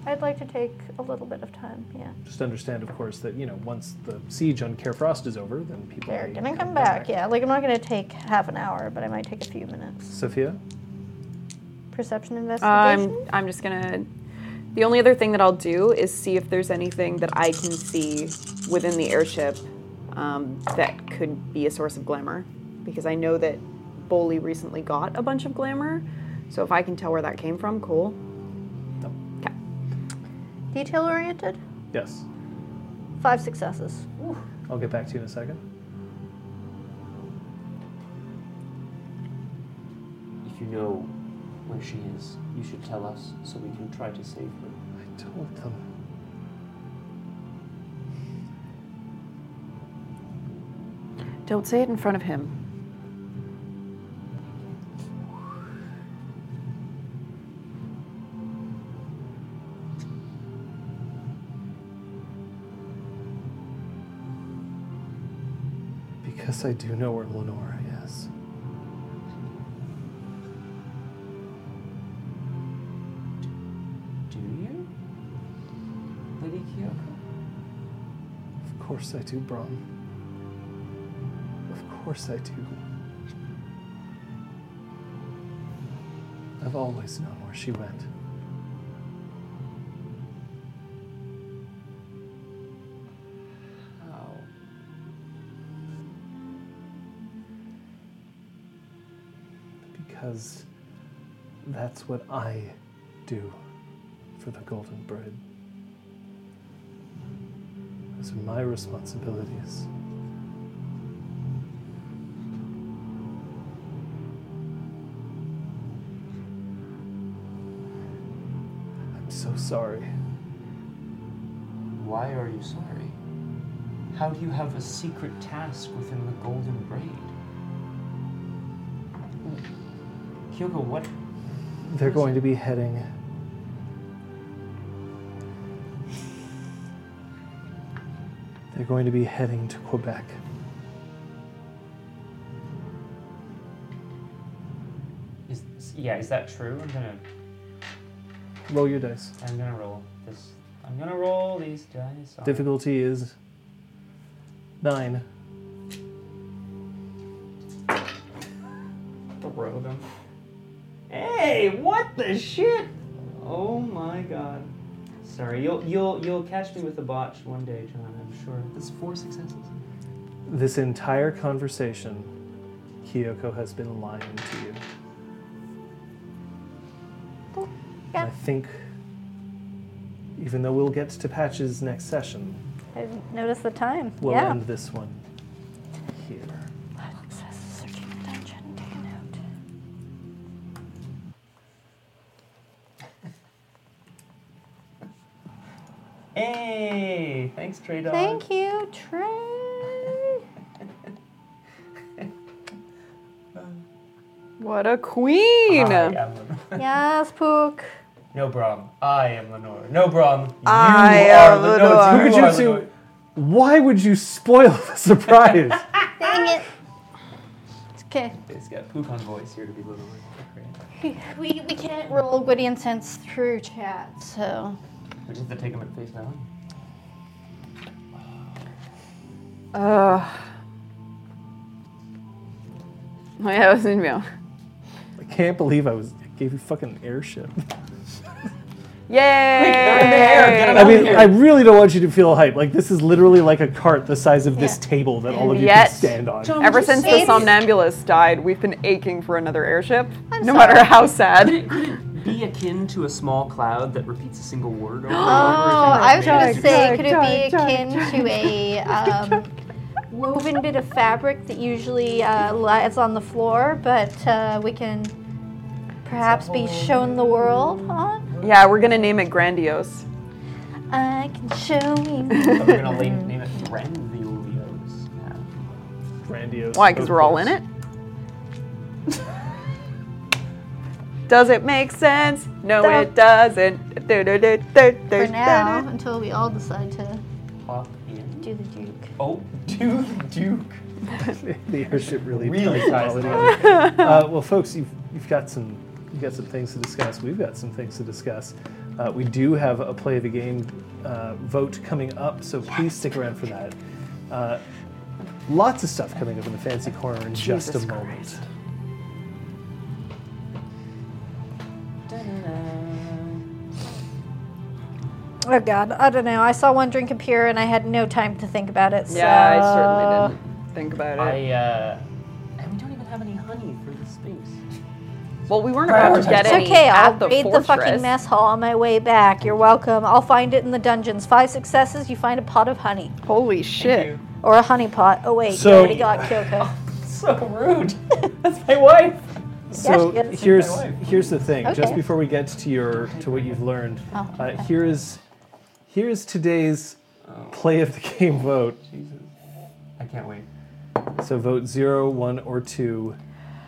[SPEAKER 3] I'd like to take a little bit of time, yeah.
[SPEAKER 5] Just understand, of course, that you know once the siege on Carefrost is over, then people
[SPEAKER 3] They're
[SPEAKER 5] may
[SPEAKER 3] gonna come back, yeah. Like, I'm not gonna take half an hour, but I might take a few minutes.
[SPEAKER 5] Sophia,
[SPEAKER 3] Perception
[SPEAKER 6] I'm,
[SPEAKER 3] investigation?
[SPEAKER 6] Um, I'm just gonna. The only other thing that I'll do is see if there's anything that I can see within the airship um, that could be a source of glamour, because I know that Boli recently got a bunch of glamour. So if I can tell where that came from, cool.
[SPEAKER 3] Detail oriented?
[SPEAKER 5] yes,
[SPEAKER 3] Five successes.
[SPEAKER 5] I'll get back to you in a second.
[SPEAKER 19] If you know where she is, you should tell us so we can try to save her.
[SPEAKER 5] I told them.
[SPEAKER 20] Don't say it in front of him.
[SPEAKER 5] Because I do know where Lenora is.
[SPEAKER 19] Do you? Lady Kyoko?
[SPEAKER 5] Of course I do, Brom. Of course I do. I've always known where she went.
[SPEAKER 1] How?
[SPEAKER 5] Because that's what I do for the Golden Bread. Those are my responsibilities. I'm so sorry.
[SPEAKER 1] Why are you sorry? How do you have a secret task within the Golden Braid? Kyoko, what?
[SPEAKER 5] They're going to be heading. They're going to be heading to Quebec.
[SPEAKER 1] Is yeah? Is that true? I'm gonna
[SPEAKER 5] Roll your dice.
[SPEAKER 1] I'm gonna roll this. I'm gonna roll these dice. on-
[SPEAKER 5] Difficulty is nine.
[SPEAKER 1] Throw them. Hey, what the shit? Oh my god. Sorry, you'll you'll you'll catch me with a botch one day, John. I'm sure. That's four successes.
[SPEAKER 5] This entire conversation, Kyoko has been lying to you. And I think, even though we'll get to Patches next session,
[SPEAKER 3] I didn't notice the time.
[SPEAKER 5] we'll
[SPEAKER 3] yeah.
[SPEAKER 5] end this one here.
[SPEAKER 1] Hey, thanks, Trey Dog.
[SPEAKER 3] Thank you, Trey.
[SPEAKER 6] What a queen!
[SPEAKER 1] Hi,
[SPEAKER 20] Uh-huh.
[SPEAKER 1] Evelyn.
[SPEAKER 3] yes, Pook.
[SPEAKER 1] No problem. I am Lenore. No problem. You
[SPEAKER 3] I
[SPEAKER 1] are
[SPEAKER 3] am
[SPEAKER 1] Lenore.
[SPEAKER 3] Lenore.
[SPEAKER 1] You
[SPEAKER 5] Look
[SPEAKER 1] are
[SPEAKER 5] at you two. Why would you spoil the *laughs* surprise?
[SPEAKER 3] Dang it. It's okay.
[SPEAKER 1] It's got Pukan voice here to be Lenore.
[SPEAKER 3] We, we can't roll Gwydion Sense through chat, so.
[SPEAKER 1] We just have to take him at face value.
[SPEAKER 6] Ugh. Oh yeah, it was in meow.
[SPEAKER 5] I can't believe I was I gave you fucking airship.
[SPEAKER 6] Yay!
[SPEAKER 5] I mean, I really don't want you to feel hype. Like this is literally like a cart the size of this table that all of you
[SPEAKER 6] Yet,
[SPEAKER 5] can stand on.
[SPEAKER 6] ever since the
[SPEAKER 1] It's-
[SPEAKER 6] somnambulist died, we've been aching for another airship.
[SPEAKER 1] I'm
[SPEAKER 6] no
[SPEAKER 1] sorry.
[SPEAKER 6] matter how sad.
[SPEAKER 1] Be akin to a small cloud that repeats a single word over and over.
[SPEAKER 3] Oh, *gasps* I was going to
[SPEAKER 1] Maybe.
[SPEAKER 3] say, could it be
[SPEAKER 24] Dark, dark,
[SPEAKER 3] akin to *laughs* a um, woven bit of fabric that usually uh, lies on the floor, but uh, we can perhaps be shown the world on?
[SPEAKER 6] Yeah, we're gonna name it grandiose. *laughs*
[SPEAKER 3] I can show *laughs*
[SPEAKER 1] We're
[SPEAKER 3] you.
[SPEAKER 1] gonna la- name it Grandiolios.
[SPEAKER 5] Grandiose.
[SPEAKER 6] Why? Because we're all in it. *laughs* Does it make sense? No,
[SPEAKER 3] Duh.
[SPEAKER 6] it doesn't. For
[SPEAKER 3] For now, until we all decide to
[SPEAKER 1] Pop in.
[SPEAKER 3] do the Duke.
[SPEAKER 1] Oh, do the Duke.
[SPEAKER 5] *laughs* the airship really
[SPEAKER 1] Really
[SPEAKER 5] ties it
[SPEAKER 1] ties
[SPEAKER 5] all
[SPEAKER 1] it
[SPEAKER 5] together.
[SPEAKER 6] *laughs*
[SPEAKER 1] all.
[SPEAKER 5] uh, well, folks, you've, you've got some you've got some things to discuss. We've got some things to discuss. Uh, we do have a play the game uh, vote coming up, so please stick around for that. Uh, lots of stuff coming up in the fancy corner in just
[SPEAKER 1] Jesus
[SPEAKER 5] a moment.
[SPEAKER 3] Oh god, I don't know. I saw one drink appear and I had no time to think about it.
[SPEAKER 6] Yeah, I
[SPEAKER 3] so-
[SPEAKER 6] certainly didn't think about
[SPEAKER 1] I,
[SPEAKER 6] it.
[SPEAKER 1] uh. And we don't even have any honey for the space.
[SPEAKER 6] Well, we weren't about to get
[SPEAKER 3] it's
[SPEAKER 6] any
[SPEAKER 3] okay.
[SPEAKER 6] at
[SPEAKER 3] I'll
[SPEAKER 6] the
[SPEAKER 3] raid
[SPEAKER 6] fortress.
[SPEAKER 3] the fucking mess hall on my way back. You're welcome. I'll find it in the dungeons. Five successes, you find a pot of honey.
[SPEAKER 6] Holy shit!
[SPEAKER 3] Or a honey pot. Oh wait,
[SPEAKER 5] So-
[SPEAKER 3] you already got Kyoko.
[SPEAKER 1] so rude. *laughs* That's my wife.
[SPEAKER 5] So
[SPEAKER 3] Yes, yes.
[SPEAKER 5] here's
[SPEAKER 3] My wife.
[SPEAKER 5] here's the thing. Just
[SPEAKER 3] Okay.
[SPEAKER 5] before we get to your to what you've learned,
[SPEAKER 3] Oh,
[SPEAKER 5] uh, here is here is today's play of the game vote.
[SPEAKER 1] Oh, Jesus, I can't wait.
[SPEAKER 5] So vote zero, one, or two.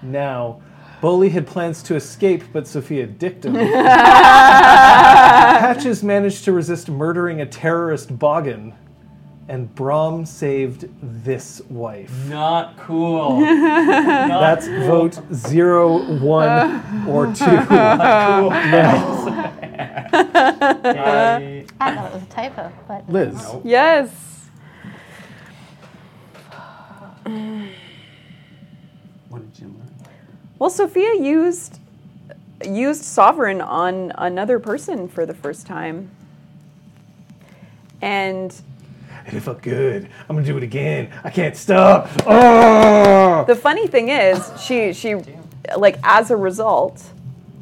[SPEAKER 5] Now, Bully had plans to escape, but Sophia dicked
[SPEAKER 3] *laughs*
[SPEAKER 5] him. Patches managed to resist murdering a terrorist Boggin, and Brom saved this wife.
[SPEAKER 1] Not cool. Not
[SPEAKER 5] That's
[SPEAKER 1] cool.
[SPEAKER 5] vote zero, one, or two.
[SPEAKER 3] *laughs*
[SPEAKER 1] Not cool. *laughs*
[SPEAKER 5] Now-
[SPEAKER 1] I-
[SPEAKER 3] *laughs* I thought it was a typo, but
[SPEAKER 5] Liz.
[SPEAKER 6] Yes.
[SPEAKER 1] What did you learn?
[SPEAKER 6] Well, Sophia used used Sovereign on another person for the first time. And
[SPEAKER 25] And it felt good. I'm gonna do it again. I can't stop.
[SPEAKER 5] Ah!
[SPEAKER 25] Oh!
[SPEAKER 6] The funny thing is, she she like as a result,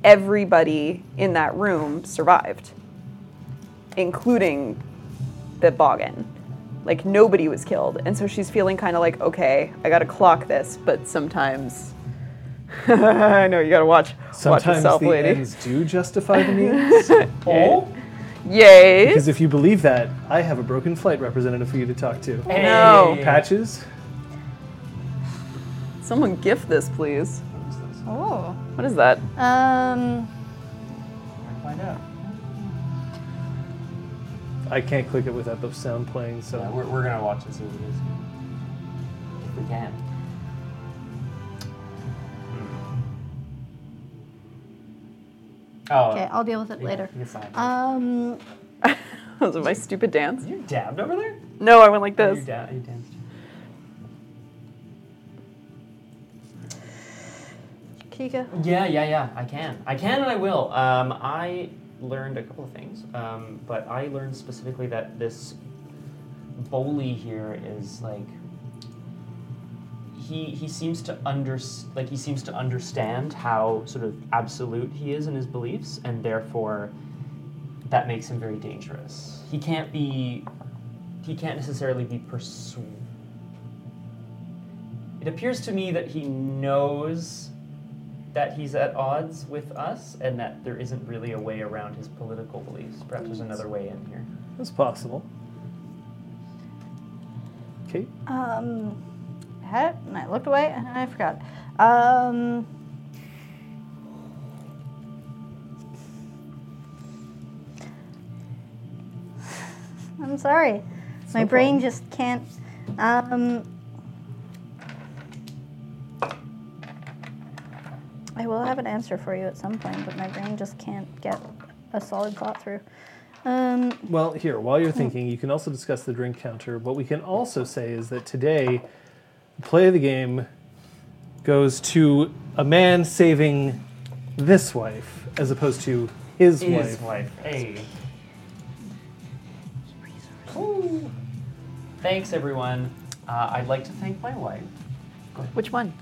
[SPEAKER 6] everybody in that room survived, including the boggin. Like nobody was killed, and so she's feeling kind of like, okay, I gotta clock this, but sometimes. *laughs* I know you gotta watch watch
[SPEAKER 5] Sometimes
[SPEAKER 6] yourself,
[SPEAKER 5] the
[SPEAKER 6] lady.
[SPEAKER 5] ends do justify the
[SPEAKER 6] *laughs*
[SPEAKER 5] means.
[SPEAKER 6] oh, yay!
[SPEAKER 5] Because if you believe that, I have a broken flight representative for you to talk to.
[SPEAKER 6] Hey. No.
[SPEAKER 5] Patches?
[SPEAKER 6] Someone gift this, please.
[SPEAKER 3] Oh.
[SPEAKER 6] What is that? *laughs*
[SPEAKER 3] Um.
[SPEAKER 26] Find out.
[SPEAKER 5] I can't click it without the sound playing, so.
[SPEAKER 26] uh, we're, we're gonna watch this as it is. If we can.
[SPEAKER 6] Oh.
[SPEAKER 3] Okay, I'll deal with it
[SPEAKER 6] Yeah,
[SPEAKER 3] later.
[SPEAKER 6] you're fine.
[SPEAKER 3] Um.
[SPEAKER 6] Those are my stupid dance. You
[SPEAKER 26] dabbed over there?
[SPEAKER 6] No, I went like
[SPEAKER 26] Oh,
[SPEAKER 6] this.
[SPEAKER 26] you da- you danced.
[SPEAKER 3] Kika.
[SPEAKER 1] Yeah, yeah, yeah. I can. I can and I will. Um, I learned a couple of things, um, but I learned specifically that this Bowley here is like he he seems to under like he seems to understand how sort of absolute he is in his beliefs, and therefore that makes him very dangerous. He can't be he can't necessarily be persuaded. It appears to me that he knows that he's at odds with us and that there isn't really a way around his political beliefs. Perhaps there's another way in here.
[SPEAKER 5] That's possible. Okay.
[SPEAKER 3] Um. I had it and I looked away and I forgot. Um. I'm sorry. My
[SPEAKER 27] no
[SPEAKER 3] brain just can't. Um. I will have an answer for you at some point, but my brain just can't get a solid thought through. Um,
[SPEAKER 5] Well, here, while you're thinking, you can also discuss the drink counter. What we can also say is that today, the play of the game goes to a man saving this wife as opposed to his,
[SPEAKER 1] His
[SPEAKER 5] wife.
[SPEAKER 1] wife. Hey. Ooh. Thanks, everyone. Uh, I'd like to thank my wife.
[SPEAKER 6] Which one?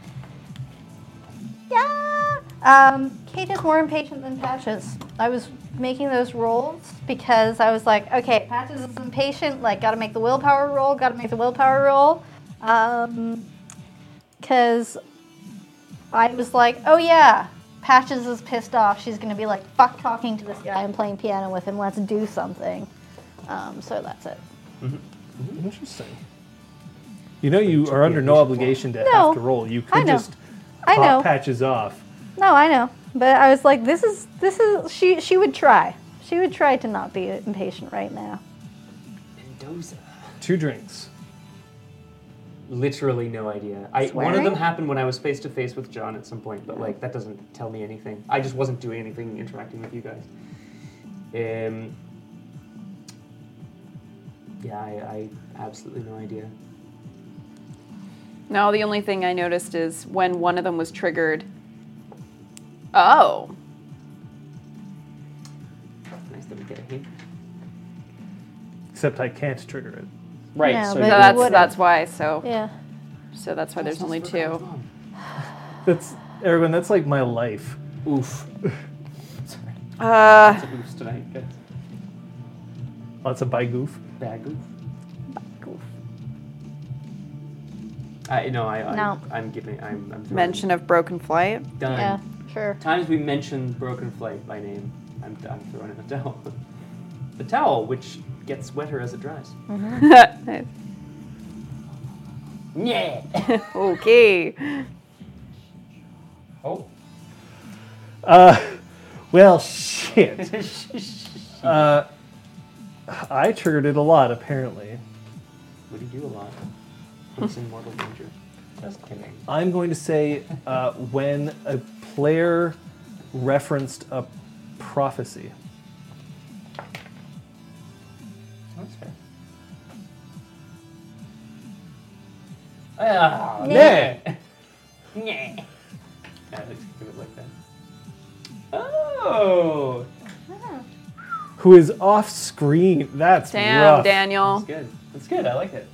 [SPEAKER 3] Yeah. Um, Kate is more impatient than Patches. I was making those rolls because I was like, okay, Patches is impatient. Like, got to make the willpower roll. Got to make the willpower roll. Um, because I was like, oh yeah, Patches is pissed off. She's gonna be like, fuck talking to this guy. I'm playing piano with him. Let's do something. Um, so that's it.
[SPEAKER 5] Hmm, Interesting. You know, you are under no obligation to
[SPEAKER 3] No,
[SPEAKER 5] have to roll. You
[SPEAKER 3] I
[SPEAKER 5] could
[SPEAKER 3] know.
[SPEAKER 5] just
[SPEAKER 3] I
[SPEAKER 5] pop
[SPEAKER 3] know.
[SPEAKER 5] patches off.
[SPEAKER 3] No, I know, but I was like, this is this is she she would try. She would try to not be impatient right now.
[SPEAKER 1] Mendoza.
[SPEAKER 5] Two drinks.
[SPEAKER 1] Literally no idea. I, one of Swearing? them happened when I was face to face with John at some point, but like that doesn't tell me anything. I just wasn't doing anything interacting with you guys. Um, yeah, I, I absolutely no idea.
[SPEAKER 6] No, the only thing I noticed is when one of them was triggered. Oh.
[SPEAKER 1] Nice that we get a hint.
[SPEAKER 5] Except I can't trigger it.
[SPEAKER 6] Right.
[SPEAKER 3] No,
[SPEAKER 6] so
[SPEAKER 3] but you
[SPEAKER 6] that's
[SPEAKER 3] wouldn't.
[SPEAKER 6] that's why. So
[SPEAKER 3] Yeah.
[SPEAKER 6] So that's why there's only two.
[SPEAKER 5] That's everyone. That's like my life.
[SPEAKER 1] *laughs* Oof.
[SPEAKER 6] Uh,
[SPEAKER 1] Lots of goofs tonight, guys.
[SPEAKER 5] Lots of by goof.
[SPEAKER 1] Bad goof. I no, Uh, I, I
[SPEAKER 6] No.
[SPEAKER 1] I'm giving I'm, I'm throwing-
[SPEAKER 6] mention of broken flight. *laughs*
[SPEAKER 1] done.
[SPEAKER 3] sure.
[SPEAKER 1] Times we mentioned broken flight by name. I'm, I'm throwing in a towel. *laughs* The towel, which gets wetter as it dries.
[SPEAKER 6] Nice.
[SPEAKER 1] Yeah.
[SPEAKER 6] okay.
[SPEAKER 1] *laughs* Oh.
[SPEAKER 5] Uh, well, shit. uh, I triggered it a lot, apparently.
[SPEAKER 1] What do you do a lot? It's in mortal danger. Just kidding.
[SPEAKER 5] I'm going to say uh, when a player referenced a prophecy.
[SPEAKER 1] That's fair. Ah, Ah,
[SPEAKER 5] Yeah.
[SPEAKER 1] *laughs* yeah. Yeah, let's give it like that. Oh.
[SPEAKER 2] Who is off screen? That's
[SPEAKER 6] Damn,
[SPEAKER 2] rough.
[SPEAKER 6] Daniel.
[SPEAKER 1] That's good. That's good. I like it.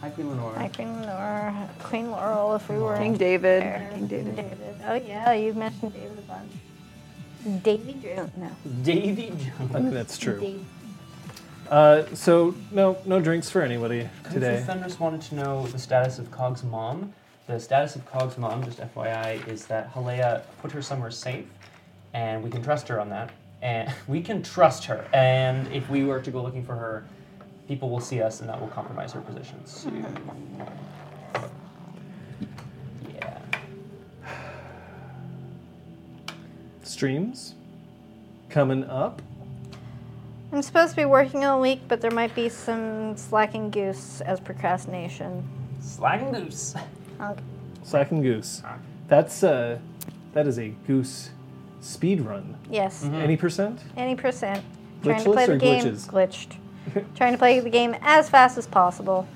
[SPEAKER 1] Hi, Queen Lenore.
[SPEAKER 3] Hi, Queen Lenore. Queen Laurel, if we were.
[SPEAKER 6] King David.
[SPEAKER 3] there.
[SPEAKER 6] King David.
[SPEAKER 3] Oh, yeah, you mentioned David a bunch. Davy Jones? No.
[SPEAKER 1] Davy Jones.
[SPEAKER 5] I think that's true.
[SPEAKER 3] Davy.
[SPEAKER 5] Uh, so no, no drinks for anybody
[SPEAKER 1] Today.
[SPEAKER 5] today.
[SPEAKER 1] Thunders wanted to know the status of Cog's mom. The status of Cog's mom, just FYI, is that Halea put her somewhere safe, and we can trust her on that. And *laughs* we can trust her. And if we were to go looking for her, people will see us, and that will compromise her position. So, yeah.
[SPEAKER 5] Streams coming up.
[SPEAKER 3] I'm supposed to be working all week, but there might be some slacking goose as procrastination.
[SPEAKER 1] Slacking goose. *laughs*
[SPEAKER 3] Honk.
[SPEAKER 5] Slack and Goose. That's uh, that is a goose speed run.
[SPEAKER 3] Yes.
[SPEAKER 6] Mm-hmm.
[SPEAKER 3] Mhm.
[SPEAKER 5] Any percent?
[SPEAKER 3] Any percent. Trying to
[SPEAKER 5] Glitchless
[SPEAKER 3] play the
[SPEAKER 5] or
[SPEAKER 3] game.
[SPEAKER 5] glitches?
[SPEAKER 6] *laughs*
[SPEAKER 3] Glitched. Trying to play the game as fast as possible.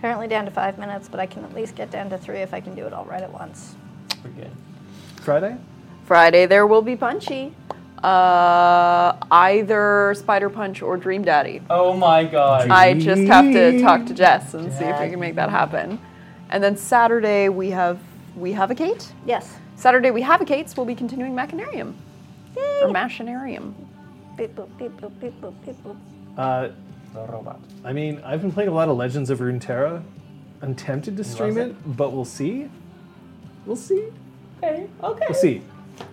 [SPEAKER 3] Currently down to five minutes, but I can at least get down to three if I can do it all right at once.
[SPEAKER 1] We're good.
[SPEAKER 5] Friday.
[SPEAKER 6] Friday there will be punchy. Uh, either Spider Punch or Dream Daddy.
[SPEAKER 1] Oh my god.
[SPEAKER 6] I just have to talk to Jess and see if we can make that happen. And then Saturday we have we have a Kate.
[SPEAKER 3] Yes.
[SPEAKER 6] Saturday we have a Kate's. We'll be continuing Machinarium or Machinarium.
[SPEAKER 3] Beep boop, beep boop, beep boop, beep boop.
[SPEAKER 5] Uh,
[SPEAKER 1] the robot.
[SPEAKER 5] I mean, I've been playing a lot of Legends of Runeterra. I'm tempted to stream it, but we'll see. We'll see.
[SPEAKER 1] Okay. Okay.
[SPEAKER 5] We'll see.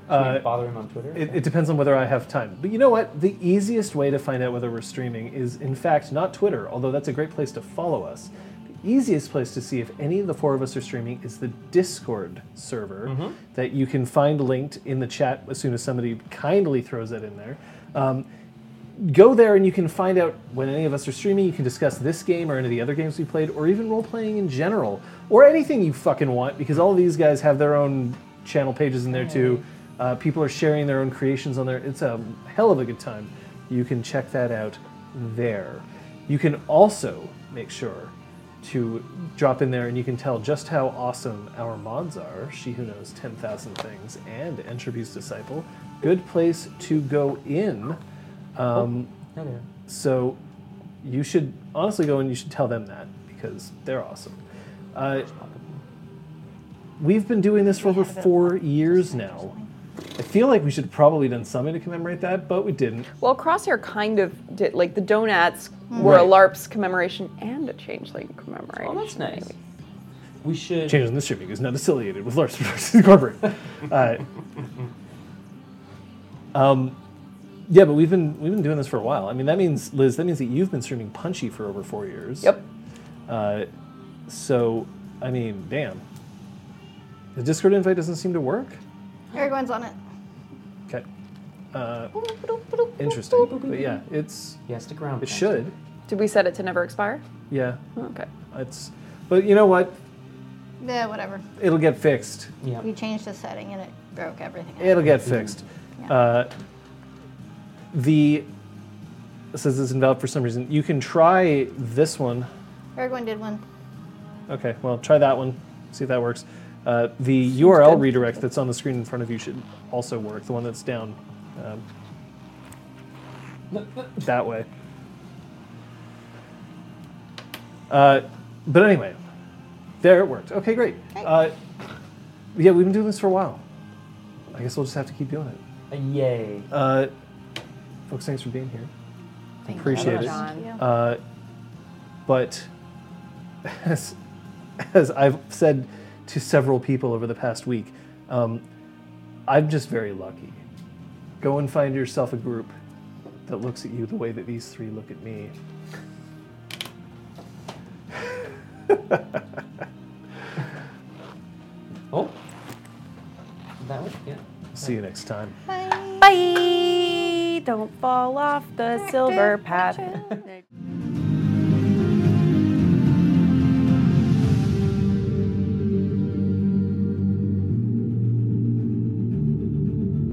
[SPEAKER 5] Uh,
[SPEAKER 1] bother him on Twitter.
[SPEAKER 5] It, it depends on whether I have time. But you know what? The easiest way to find out whether we're streaming is, in fact, not Twitter, although that's a great place to follow us. The easiest place to see if any of the four of us are streaming is the Discord server
[SPEAKER 2] Mhm.
[SPEAKER 5] that you can find linked in the chat as soon as somebody kindly throws that in there. Um, go there and you can find out when any of us are streaming. You can discuss this game or any of the other games we played, or even role playing in general, or anything you fucking want, because all of these guys have their own channel pages in there too. Uh, people are sharing their own creations on there. It's a hell of a good time. You can check that out there. You can also make sure to drop in there and you can tell just how awesome our mods are. She Who Knows 10,000 Things and Entropy's Disciple. Good place to go in. Um,
[SPEAKER 1] Oh, yeah.
[SPEAKER 5] So you should honestly go and you should tell them that because they're awesome. Uh, we've been doing this for over four years now. I feel like we should probably done something to commemorate that, but we didn't.
[SPEAKER 6] Well, Crosshair kind of did like the donuts were a LARP's commemoration and a Changeling commemoration. Mm-hmm. Oh, that's
[SPEAKER 1] nice. We should
[SPEAKER 5] Change in the streaming is not affiliated with Lars Productions Incorporated. Uh, um, yeah, but we've been we've been doing this for a while. I mean, that means Liz, that means that you've been streaming Punchy for over four years. Yep. Uh, so, I mean, damn. The Discord invite doesn't seem to work.
[SPEAKER 3] Everyone's on it.
[SPEAKER 5] Okay. Uh, interesting. But yeah, it's
[SPEAKER 1] yeah, stick around.
[SPEAKER 5] It should.
[SPEAKER 6] Did we set it to never expire?
[SPEAKER 5] Yeah.
[SPEAKER 6] Okay.
[SPEAKER 5] It's, but you know what?
[SPEAKER 3] Yeah, whatever.
[SPEAKER 5] It'll get fixed. Yeah.
[SPEAKER 3] We changed the setting and it broke everything.
[SPEAKER 5] It'll get fixed. Uh, the it says it's invalid for some reason. You can try this one.
[SPEAKER 3] Everyone did one.
[SPEAKER 5] Okay, well, try that one. See if that works. Uh, the URL redirect that's on the screen in front of you should also work. The one that's down um, that way. Uh, but anyway, there it worked. Okay, great. Uh, yeah, we've been doing this for a while. I guess we'll just have to keep doing it.
[SPEAKER 1] Uh, yay.
[SPEAKER 5] Uh, folks, thanks for being here.
[SPEAKER 1] Thank you
[SPEAKER 5] Appreciate
[SPEAKER 1] so
[SPEAKER 5] it.
[SPEAKER 1] much. Thank you.
[SPEAKER 5] Uh, but *laughs* as, as I've said to several people over the past week, um, I'm just very lucky. Go and find yourself a group that looks at you the way that these three look at me.
[SPEAKER 1] Oh. That one? Yeah.
[SPEAKER 5] See you next time.
[SPEAKER 6] Bye. Don't fall off the silver path.